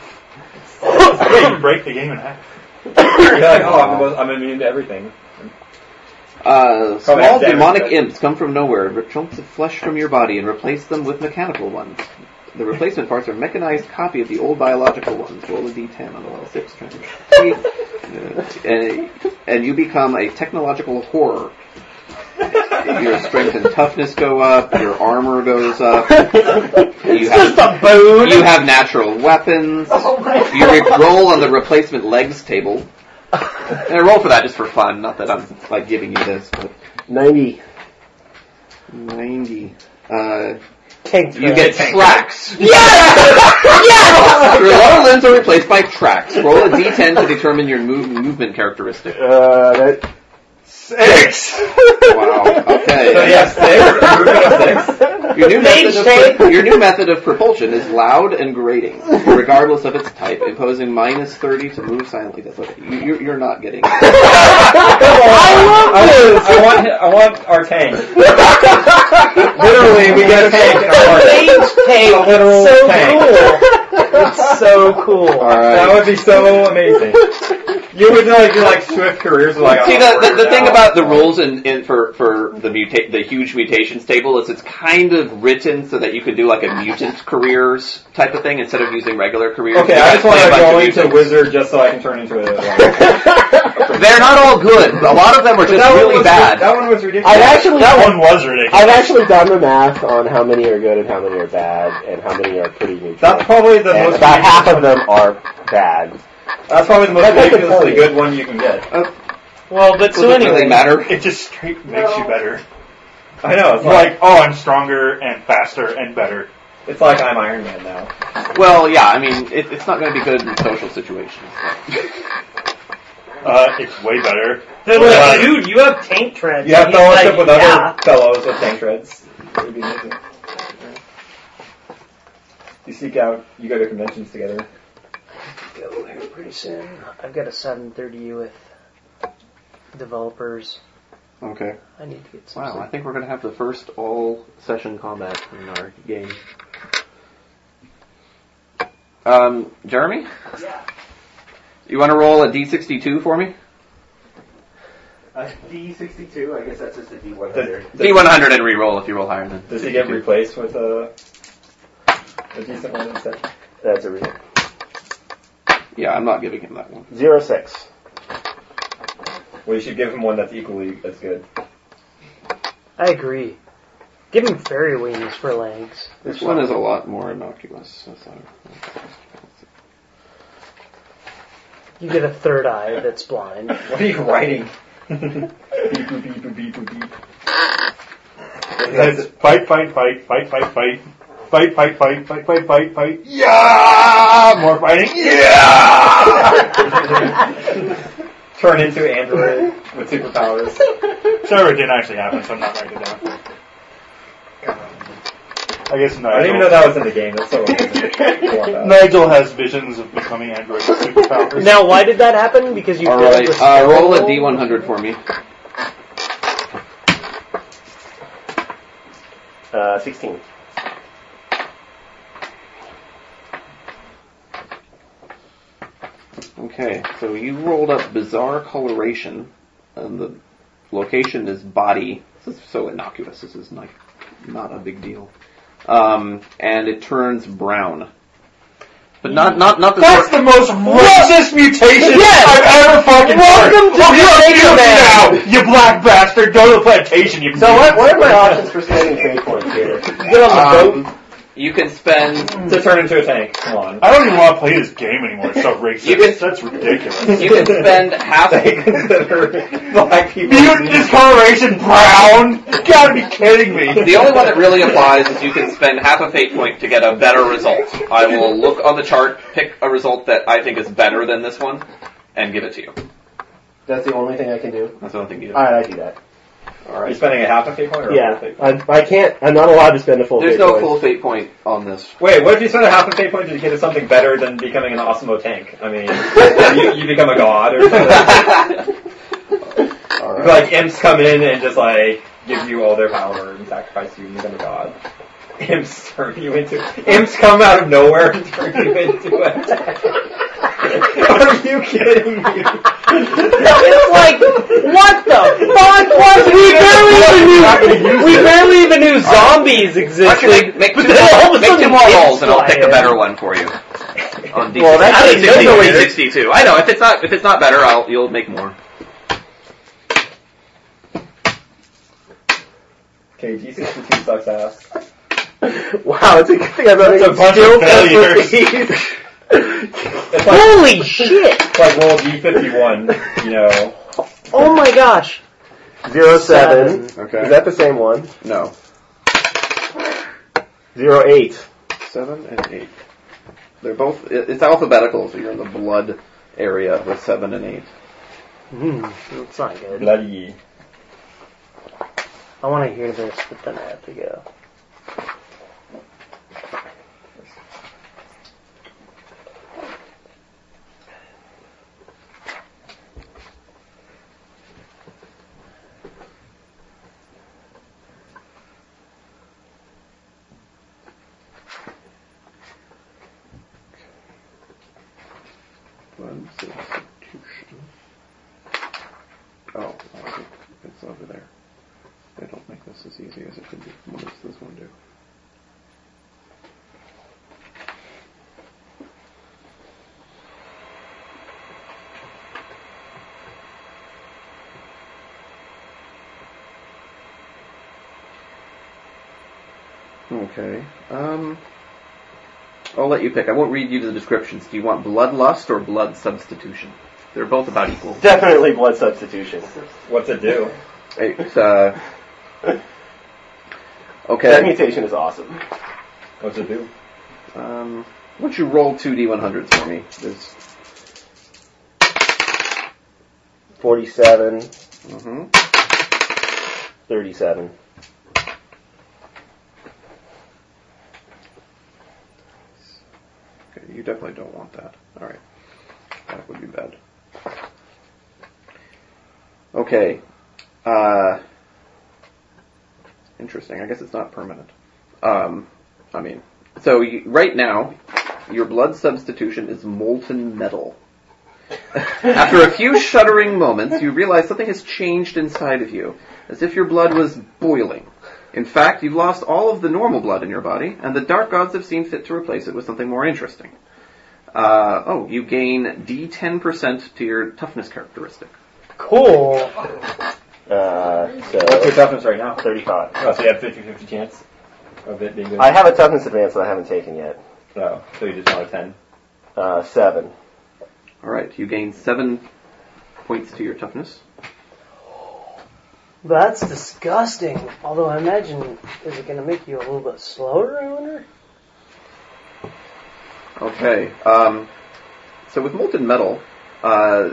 Speaker 5: Wait, you break the game in half.
Speaker 6: You're like, oh, I'm, the most, I'm immune to everything.
Speaker 3: Uh,
Speaker 6: Probably
Speaker 3: small
Speaker 6: have damage,
Speaker 3: demonic
Speaker 6: but-
Speaker 3: imps come from nowhere, rip chunks of flesh from your body, and replace them with mechanical ones. The replacement parts are mechanized copy of the old biological ones. Roll a d10 on a level 6 trying to- Uh, and, and you become a technological horror. Your strength and toughness go up, your armor goes up, you have, you have natural weapons, you re- roll on the replacement legs table. And I roll for that just for fun, not that I'm like giving you this, but
Speaker 4: 90.
Speaker 3: 90. Uh,
Speaker 2: Tank
Speaker 3: you get tracks. <laughs>
Speaker 2: yeah!
Speaker 3: Your lower limbs are replaced by tracks. Roll a d10 to determine your move, movement characteristic.
Speaker 4: <laughs> Uh, that,
Speaker 5: Six.
Speaker 3: Wow. Okay. Your new, method of
Speaker 2: Mainstay.
Speaker 3: pro- your new method of propulsion is loud and grating, regardless of its type, imposing minus 30 to move silently. That's okay. You, you're, you're not getting
Speaker 2: I love this!
Speaker 6: I want I want our tank.
Speaker 3: Literally, we get a
Speaker 6: tank in our
Speaker 2: Mage tank.
Speaker 6: literal
Speaker 2: so
Speaker 6: tank.
Speaker 2: cool. It's so cool.
Speaker 3: Alright.
Speaker 6: That would be so amazing. You would know like you're like swift careers like
Speaker 3: See
Speaker 6: I'm
Speaker 3: the,
Speaker 6: not
Speaker 3: the, the
Speaker 6: worried
Speaker 3: thing
Speaker 6: now.
Speaker 3: about the rules in, in for for the muta- the huge mutations table is it's kind of written so that you can do like a mutant careers type of thing instead of using regular careers.
Speaker 6: Okay,
Speaker 3: You
Speaker 6: I
Speaker 3: guys
Speaker 6: just
Speaker 3: play
Speaker 6: want
Speaker 3: a
Speaker 6: to
Speaker 3: bunch of
Speaker 6: go into
Speaker 3: mutants.
Speaker 6: wizard just so I can turn into a. Like,
Speaker 3: They're not all good. A lot of them are
Speaker 6: But
Speaker 3: just
Speaker 6: that one
Speaker 3: really
Speaker 6: was-
Speaker 3: bad.
Speaker 6: That one was ridiculous.
Speaker 4: I've actually
Speaker 25: was ridiculous.
Speaker 4: I've actually done the math on how many are good and how many are bad, and how many are pretty neutral.
Speaker 6: That's probably the
Speaker 4: and
Speaker 6: most
Speaker 4: About
Speaker 6: ridiculous
Speaker 4: half of them are bad.
Speaker 6: That's probably the most
Speaker 4: That's what they
Speaker 6: ridiculously
Speaker 4: tell you.
Speaker 6: good one you can get.
Speaker 26: Well, but so anyway,
Speaker 25: It just straight makes you better.
Speaker 6: I know. It's
Speaker 25: like,
Speaker 6: like,
Speaker 25: oh, I'm stronger and faster and better.
Speaker 6: it's like I'm Iron Man now.
Speaker 3: Well, yeah, I mean it, it's not going to be good in social situations.
Speaker 25: Uh, it's way better.
Speaker 26: They're
Speaker 25: Yeah.
Speaker 26: like, dude, you have tank treads.
Speaker 6: You have
Speaker 26: And he's
Speaker 6: fellowship
Speaker 26: like,
Speaker 6: with other
Speaker 26: yeah.
Speaker 6: fellows with tank treads. It would be amazing. You seek out. You go to conventions together.
Speaker 2: Go here pretty soon. I've got a 730 with developers.
Speaker 13: Okay.
Speaker 2: I need to get some.
Speaker 13: Wow, I
Speaker 2: sleep.
Speaker 13: think we're going to have the first all session combat in our game.
Speaker 3: Um, Jeremy,
Speaker 27: Yeah.
Speaker 3: you want to roll a d62 for me?
Speaker 4: A D62, I guess that's just a D100.
Speaker 6: Does,
Speaker 3: D100 and re-roll if you roll higher than.
Speaker 6: does he get replaced with a, a decent one instead?
Speaker 4: That's a real.
Speaker 3: Yeah, I'm not giving him that one.
Speaker 4: Zero six.
Speaker 6: Well, you should give him one that's equally as good. <laughs>
Speaker 2: I agree. Give him fairy wings for legs.
Speaker 3: This one is a lot more innocuous. That's not-
Speaker 2: You get a third eye that's
Speaker 3: <laughs>
Speaker 2: blind.
Speaker 6: What are you writing? beep boop beep boop beep boop beep.
Speaker 5: It's fight, fight, fight, fight, fight, fight. Fight, fight, fight, fight, fight, fight, fight.
Speaker 6: Yeah, more fighting.
Speaker 25: <laughs>
Speaker 6: Yeah. Turn into android with superpowers.
Speaker 5: Sorry, it didn't actually happen, so I'm not writing it down. I guess
Speaker 6: I didn't even know
Speaker 5: Nigel,
Speaker 6: that was in the game. That's so
Speaker 4: <laughs>
Speaker 6: amazing. Go on, that.
Speaker 5: Nigel has visions of becoming android with superpowers.
Speaker 2: Now, why did that happen? Because you
Speaker 3: All
Speaker 2: failed
Speaker 3: right,
Speaker 2: with
Speaker 3: uh, roll a
Speaker 2: several?
Speaker 3: d100 for me.
Speaker 4: Uh, 16.
Speaker 3: Okay, so you rolled up bizarre coloration, and the location is body. This is so innocuous. This is like not a big deal. Um, and it turns brown, but not not not the
Speaker 25: That's
Speaker 3: sort-
Speaker 25: the most racist
Speaker 3: <laughs>
Speaker 25: mutation
Speaker 3: Yes!
Speaker 25: I've ever fucking
Speaker 3: Welcome
Speaker 25: heard.
Speaker 3: to
Speaker 25: Fuck
Speaker 3: Mutation
Speaker 25: you you
Speaker 3: Man.
Speaker 25: now, you black bastard. Go to the plantation. You
Speaker 4: So what, what are my options for spending fate points here? Get
Speaker 5: Uh,
Speaker 4: on the boat.
Speaker 3: Um, You can spend
Speaker 6: To turn into a tank. Come on.
Speaker 5: I don't even want to play this game anymore.
Speaker 3: <laughs>
Speaker 5: It's so racist.
Speaker 3: You can-
Speaker 5: That's ridiculous.
Speaker 3: you can <laughs> spend half.
Speaker 6: They consider black people.
Speaker 5: Mutant discoloration brown? You gotta be kidding me.
Speaker 3: The only one that really applies is you can spend half a fate point to get a better result. I will look on the chart, pick a result that I think is better than this one, and give it to you.
Speaker 4: That's the only thing I can do.
Speaker 3: That's the only thing you do.
Speaker 4: Alright, I do that.
Speaker 6: Are you spending a half a fate point or a full
Speaker 4: Yeah,
Speaker 6: fate point?
Speaker 4: I, I can't, I'm not allowed to spend a full
Speaker 3: There's
Speaker 4: fate
Speaker 3: no
Speaker 4: point.
Speaker 3: full fate point on this.
Speaker 6: Wait, what if you spend a half a fate point to get to something better than becoming an Osmo tank? I mean, you, you become a god or something. Like imps come in and just like give you all their power and sacrifice you and become a god. Imps turn you into imps come out of nowhere and turn you into a. <laughs> Are you kidding
Speaker 26: <laughs>
Speaker 6: me?
Speaker 26: it's like, what the fuck was we barely even knew? We barely even knew zombies
Speaker 3: Actually,
Speaker 26: existed.
Speaker 3: make, make two,
Speaker 26: But then <laughs> all
Speaker 3: more,
Speaker 26: of a
Speaker 3: make two
Speaker 26: sudden
Speaker 3: more rolls, and I'll
Speaker 26: fly
Speaker 3: pick a
Speaker 26: in.
Speaker 3: better one for you. On D6.
Speaker 4: Well, that's
Speaker 3: I think
Speaker 4: a no
Speaker 3: 62 is
Speaker 4: brainer.
Speaker 3: 62. I know if it's not if it's not better, I'll you'll make more.
Speaker 6: Okay, G62
Speaker 26: <laughs>
Speaker 6: sucks ass.
Speaker 4: Wow, it's a good thing I'm not a bunch of
Speaker 26: <laughs>
Speaker 6: It's like,
Speaker 26: Holy shit!
Speaker 6: it's like roll G51, you know.
Speaker 26: Oh my gosh!
Speaker 4: Zero seven.
Speaker 13: Okay.
Speaker 4: Is that the same one?
Speaker 13: No.
Speaker 4: Zero eight.
Speaker 13: Seven and eight. They're both. it- It's alphabetical, so you're in the blood area with seven and eight. Hmm.
Speaker 2: Mm, that's not good.
Speaker 6: Bloody.
Speaker 2: I want to hear this, but then I have to go.
Speaker 13: Blood substitution.
Speaker 3: Oh, over there. I don't think this is easy as it could be. What does this one do? Okay. Um, I'll let you pick. I won't read you the descriptions. Do you want bloodlust or blood substitution? They're both about equal.
Speaker 13: Definitely blood substitution. What's it do?
Speaker 3: It's, <laughs> uh, okay.
Speaker 13: That mutation is awesome. What's it do?
Speaker 3: Um, why don't you roll two d100s for me? There's
Speaker 4: 47.
Speaker 3: Mm-hmm.
Speaker 4: 37.
Speaker 3: Okay, you definitely don't want that. All right, that would be bad. Okay. Uh, interesting. I guess it's not permanent. Um, I mean, so you, right now, your blood substitution is molten metal. After a few shuddering moments, you realize something has changed inside of you, as if your blood was boiling. In fact, you've lost all of the normal blood in your body, and the dark gods have seen fit to replace it with something more interesting. Uh, oh, you gain D10% to your toughness characteristic.
Speaker 2: Cool.
Speaker 13: Uh, so
Speaker 3: What's your
Speaker 13: toughness right now? Thirty-five. Oh, so you have 50-50 chance of it being good. I have a toughness advance that I haven't taken yet. Oh, so you just want a ten? Uh, seven.
Speaker 3: All right, you gain seven points to your toughness.
Speaker 2: That's disgusting. Although I imagine, is it going to make you a little bit slower? I wonder.
Speaker 3: Okay. Um, so with molten metal, uh,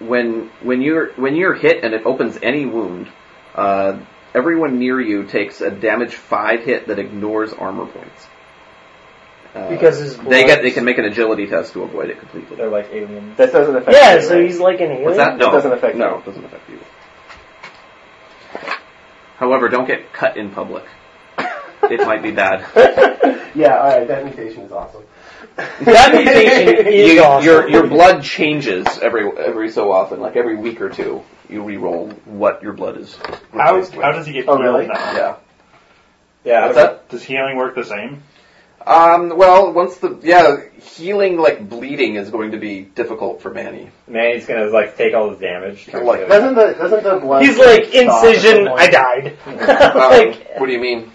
Speaker 3: when when you're when you're hit and it opens any wound, uh, everyone near you takes a damage five hit that ignores armor points. Uh,
Speaker 2: Because his
Speaker 3: they get
Speaker 2: blood-
Speaker 3: they can make an agility test to avoid it completely.
Speaker 13: They're like aliens. That doesn't affect.
Speaker 2: Yeah,
Speaker 13: you,
Speaker 2: so
Speaker 13: right?
Speaker 2: he's like an alien.
Speaker 3: What's that? No,
Speaker 13: It doesn't affect
Speaker 3: no,
Speaker 13: you.
Speaker 3: it doesn't affect you. However, don't get cut in public. it might be bad.
Speaker 13: <laughs> Yeah, all right. That mutation is <laughs> awesome.
Speaker 2: <laughs>
Speaker 3: That mutation is <laughs> you, Your your blood changes every every so often, like every week or two. You re-roll what your blood is.
Speaker 5: How,
Speaker 3: replaced with.
Speaker 5: how does he get
Speaker 3: Oh,
Speaker 5: healed
Speaker 3: really?
Speaker 5: now?
Speaker 3: Yeah. Yeah. What's that?
Speaker 5: Does healing work the same?
Speaker 3: Um, well, once the yeah healing like bleeding is going to be difficult for Manny.
Speaker 13: Manny's gonna like take all the damage.
Speaker 3: Like-
Speaker 13: <laughs> doesn't the doesn't the blood?
Speaker 2: He's like incision. I died.
Speaker 13: <laughs>
Speaker 2: like
Speaker 3: um, what do you mean?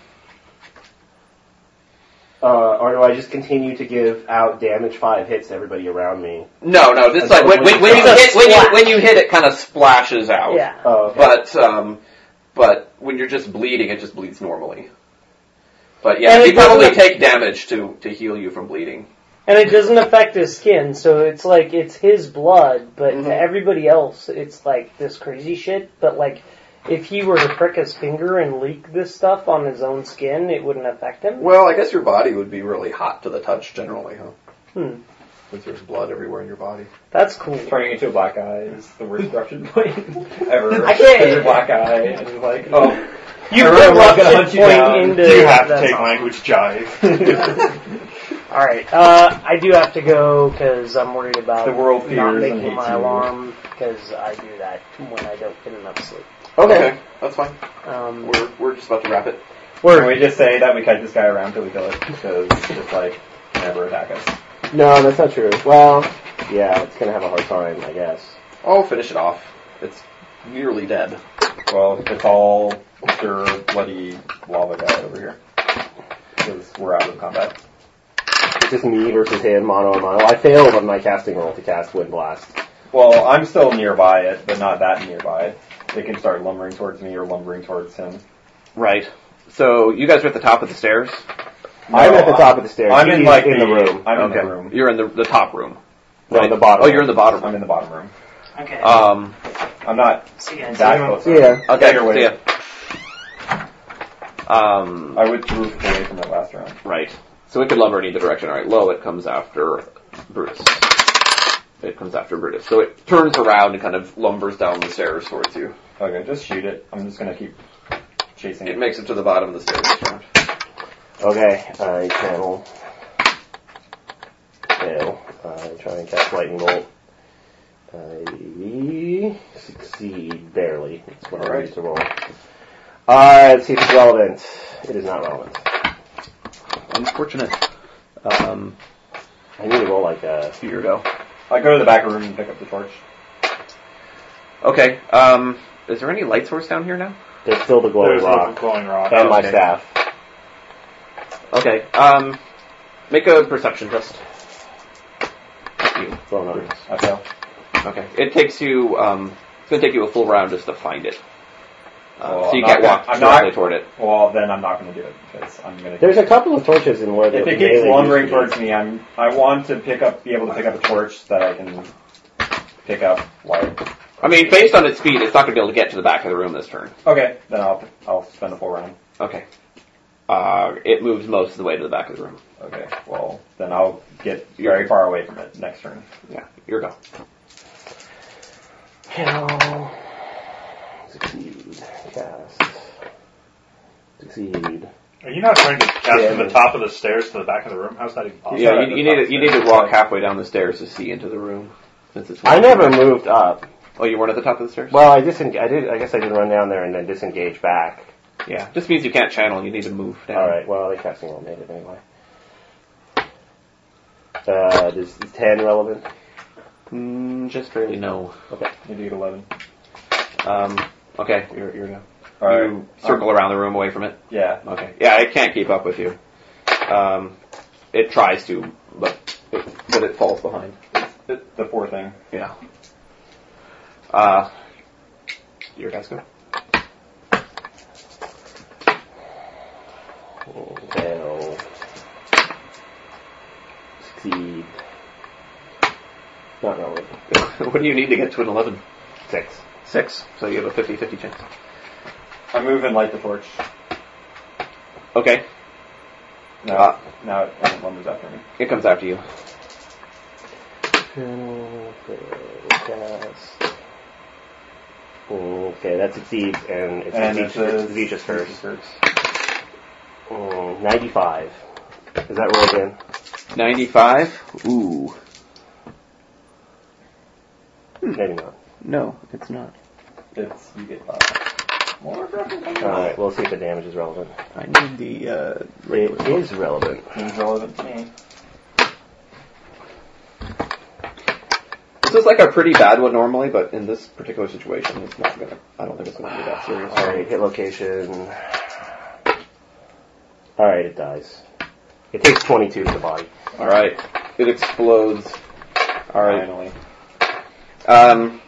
Speaker 13: Uh, or do I just continue to give out damage five hits to everybody around me?
Speaker 3: No, no. This
Speaker 13: And
Speaker 3: like
Speaker 13: so
Speaker 3: when,
Speaker 13: when
Speaker 3: when, when you
Speaker 13: it's a
Speaker 3: hit when you
Speaker 13: splash.
Speaker 3: when you hit it, kind of splashes out.
Speaker 2: Yeah.
Speaker 13: Oh, okay.
Speaker 3: But um, but when you're just bleeding, it just bleeds normally. But yeah,
Speaker 2: And
Speaker 3: you
Speaker 2: it
Speaker 3: probably
Speaker 2: doesn't-
Speaker 3: take damage to to heal you from bleeding.
Speaker 2: And it doesn't affect his skin, so it's like it's his blood, but
Speaker 13: Mm-hmm.
Speaker 2: to everybody else, it's like this crazy shit. But like, if he were to prick his finger and leak this stuff on his own skin, it wouldn't affect him.
Speaker 3: Well, I guess your body would be really hot to the touch generally, huh?
Speaker 2: Hmm.
Speaker 3: Since there's blood everywhere in your body.
Speaker 2: That's cool.
Speaker 13: Turning into a black eye is the worst corruption point ever.
Speaker 2: I can't-
Speaker 13: There's a black eye and it's like, oh,
Speaker 3: <laughs>
Speaker 2: You
Speaker 13: I
Speaker 2: put
Speaker 13: really was
Speaker 2: corruption
Speaker 13: gonna hunt you
Speaker 2: point
Speaker 13: down.
Speaker 2: into-
Speaker 5: you have to
Speaker 2: that's
Speaker 5: take
Speaker 2: awesome.
Speaker 5: language jive.
Speaker 2: All right, uh, I do have to go because I'm worried about
Speaker 13: The world
Speaker 2: not
Speaker 13: fears and
Speaker 2: making
Speaker 13: hates
Speaker 2: my
Speaker 13: you.
Speaker 2: alarm because I do that when I don't get enough sleep.
Speaker 3: Okay, that's fine.
Speaker 2: Um,
Speaker 3: We're we're just about to wrap it.
Speaker 13: Can we just say that we kite this guy around till we kill it? Because it's like never attack us.
Speaker 3: No, that's not true. Well,
Speaker 13: Yeah, it's gonna have a hard time, I guess.
Speaker 3: I'll finish it off. It's nearly dead.
Speaker 13: Well, it's all pure bloody lava guy over here. Because we're out of combat.
Speaker 3: It's just me versus him, mono and mono. I failed on my casting roll to cast Wind Blast.
Speaker 13: Well, I'm still nearby it, but not that nearby. It can start lumbering towards me or lumbering towards him.
Speaker 3: Right. So you guys are at the top of the stairs.
Speaker 13: I'm at the top of the stairs. I'm in, He's like, in the the- room. I'm in the
Speaker 3: okay.
Speaker 13: room.
Speaker 3: You're in the, the top room.
Speaker 13: No,
Speaker 3: Right.
Speaker 13: the bottom
Speaker 3: Oh,
Speaker 13: room.
Speaker 3: you're in the bottom.
Speaker 13: I'm in the bottom room.
Speaker 2: Okay.
Speaker 3: Um.
Speaker 13: I'm not
Speaker 2: See you guys.
Speaker 13: Uh, that close.
Speaker 3: Okay.
Speaker 13: You're
Speaker 3: See
Speaker 13: way-
Speaker 3: ya. Um.
Speaker 13: I withdrew away from it last round.
Speaker 3: Right. So it could lumber in either direction. All right. Low. It comes after Brutus. It comes after Brutus. So it turns around and kind of lumbers down the stairs towards you.
Speaker 13: Okay, just shoot it. I'm just gonna keep chasing
Speaker 3: It
Speaker 13: it.
Speaker 3: makes it to the bottom of the stairs. this round.
Speaker 13: Okay, I channel. Fail. I try and catch lightning bolt. I six.
Speaker 4: succeed barely. That's what I
Speaker 3: Alright.
Speaker 4: used to roll. Uh, let's see if it's relevant. It is not relevant.
Speaker 3: Unfortunate.
Speaker 4: Um, I need to roll like a
Speaker 3: year ago.
Speaker 13: I go to the back room and pick up the torch.
Speaker 3: Okay. Um, is there any light source down here now?
Speaker 4: There's still the glowing
Speaker 3: There's
Speaker 4: rock.
Speaker 3: the glowing rock.
Speaker 4: And my
Speaker 3: Okay.
Speaker 4: staff.
Speaker 3: Okay. Um, make a perception test. You.
Speaker 4: Well, no.
Speaker 3: I fail. Okay. It takes you. Um, it's gonna take you a full round just to find it. Uh,
Speaker 13: Well,
Speaker 3: so you
Speaker 13: Oh, I'm
Speaker 3: can't
Speaker 13: not
Speaker 3: walk
Speaker 13: gonna- I'm
Speaker 3: directly
Speaker 13: not-
Speaker 3: toward it.
Speaker 13: Well, then I'm not going to do it because I'm going to.
Speaker 4: There's a couple of torches in where the
Speaker 13: If it
Speaker 4: melee
Speaker 13: keeps
Speaker 4: used
Speaker 13: wandering
Speaker 4: to be.
Speaker 13: towards me, I'm. I want to pick up, be able to pick up a torch that I can pick up light.
Speaker 3: I mean, based on its speed, it's not gonna be able to get to the back of the room this turn.
Speaker 13: Okay, then I'll I'll spend the full round.
Speaker 3: Okay. Uh, it moves most of the way to the back of the room.
Speaker 13: Okay, well then I'll get very far away from it next turn.
Speaker 3: Yeah, your go.
Speaker 4: Hell. Succeed. Cast. Succeed.
Speaker 5: Are you not trying to cast
Speaker 4: Yeah,
Speaker 5: from the
Speaker 4: but-
Speaker 5: top of the stairs to the back of the room? How's that impossible?
Speaker 3: yeah, you, you need to, you need to walk halfway down the stairs to see into the room. Since it's
Speaker 4: I never moved up.
Speaker 3: Oh, you weren't at the top of the stairs.
Speaker 4: Well, I diseng- I did. I guess I did run down there and then disengage back.
Speaker 3: Yeah, just means you can't channel. You need to move down.
Speaker 4: All right. Well, the casting won't made it anyway. Uh, is, is ten relevant?
Speaker 3: Mm, just barely no.
Speaker 4: Okay.
Speaker 13: You need eleven.
Speaker 3: Um, okay, you're, you're now.
Speaker 13: All right.
Speaker 3: You circle around the room away from it. <laughs>
Speaker 13: Yeah.
Speaker 3: Okay. Yeah, it can't keep up with you. Um, it tries to, but it, but it falls behind.
Speaker 13: The, the poor thing.
Speaker 3: Yeah. Uh, your guys go.
Speaker 4: Fail. Succeed. Not relevant.
Speaker 3: what do you need to get to an eleven?
Speaker 4: Six.
Speaker 3: Six. So you have a 50-50 chance.
Speaker 13: I move and light the torch.
Speaker 3: Okay.
Speaker 13: No,
Speaker 3: Ah.
Speaker 13: now it it wanders after me.
Speaker 3: It comes after you.
Speaker 4: Cast. Okay, that succeeds, and it's
Speaker 13: And it's a-
Speaker 4: Vicious
Speaker 13: Vicious
Speaker 4: first.
Speaker 13: curse.
Speaker 4: Mm, Ninety-five. Is that roll again?
Speaker 3: 95? Ooh.
Speaker 4: Maybe not.
Speaker 3: No, it's not.
Speaker 13: It's you get five. More
Speaker 4: All right, we'll see if the damage is relevant.
Speaker 3: I need the, uh,
Speaker 4: It is relevant.
Speaker 13: Seems relevant to me.
Speaker 3: This is like a pretty bad one normally, but in this particular situation, it's not gonna, I don't think it's gonna be that serious.
Speaker 4: All right, hit location. All right, it dies. It takes twenty-two to the body.
Speaker 3: Alright. It explodes. Alright.
Speaker 13: Finally.
Speaker 3: Um,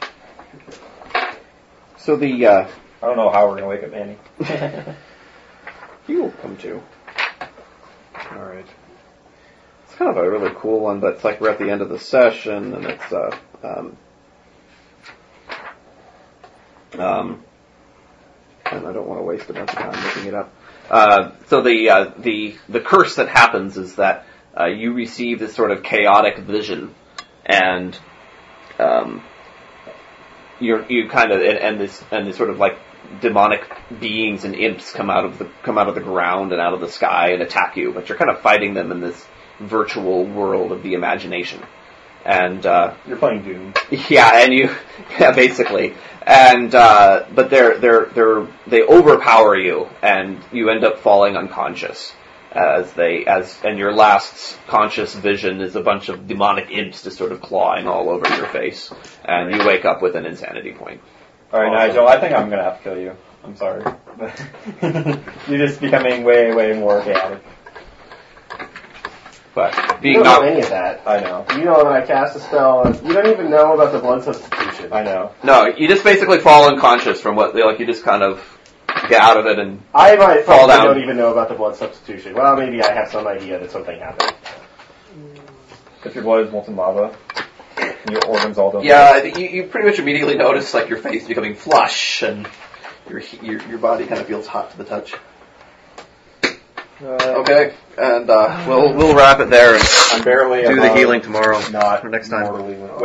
Speaker 3: so the, uh,
Speaker 13: I don't know how we're gonna wake up Annie.
Speaker 3: <laughs>
Speaker 13: <laughs>
Speaker 3: you will come to. Alright. It's kind of a really cool one, but it's like we're at the end of the session, and it's, uh, um, um, and I don't want to waste a bunch of time looking it up. Uh, so the uh, the the curse that happens is that uh, you receive this sort of chaotic vision, and um, you're you kind of and, and this and this sort of like demonic beings and imps come out of the come out of the ground and out of the sky and attack you, but you're kind of fighting them in this virtual world of the imagination, and. Uh,
Speaker 13: You're playing Doom.
Speaker 3: <laughs> yeah, and you, yeah, basically, and uh, but they're they're they're they overpower you, and you end up falling unconscious as they as and your last conscious vision is a bunch of demonic imps just sort of clawing all over your face, and you wake up with an insanity point.
Speaker 13: All right, Nigel. I think I'm gonna have to kill you. I'm sorry. <laughs> You're just becoming way, way more chaotic.
Speaker 3: But
Speaker 28: You
Speaker 3: being
Speaker 28: don't know
Speaker 3: knocked,
Speaker 28: any of that.
Speaker 13: I know.
Speaker 28: You know that I cast a spell. and You don't even know about the blood substitution.
Speaker 13: I know.
Speaker 3: no, you just basically fall unconscious from what like you just kind of get out of it and
Speaker 28: I might
Speaker 3: Fall
Speaker 28: probably
Speaker 3: down.
Speaker 28: don't even know about the blood substitution. Well, maybe I have some idea that something happened.
Speaker 13: If your blood is molten lava, and your organs all don't.
Speaker 3: Yeah, you, you pretty much immediately notice like your face becoming flush and your your, your body kind of feels hot to the touch. okay, and uh, we'll we'll wrap it there and
Speaker 13: I'm barely
Speaker 3: do the
Speaker 13: above
Speaker 3: healing tomorrow
Speaker 13: Not
Speaker 3: or next time.
Speaker 13: mortally wounded.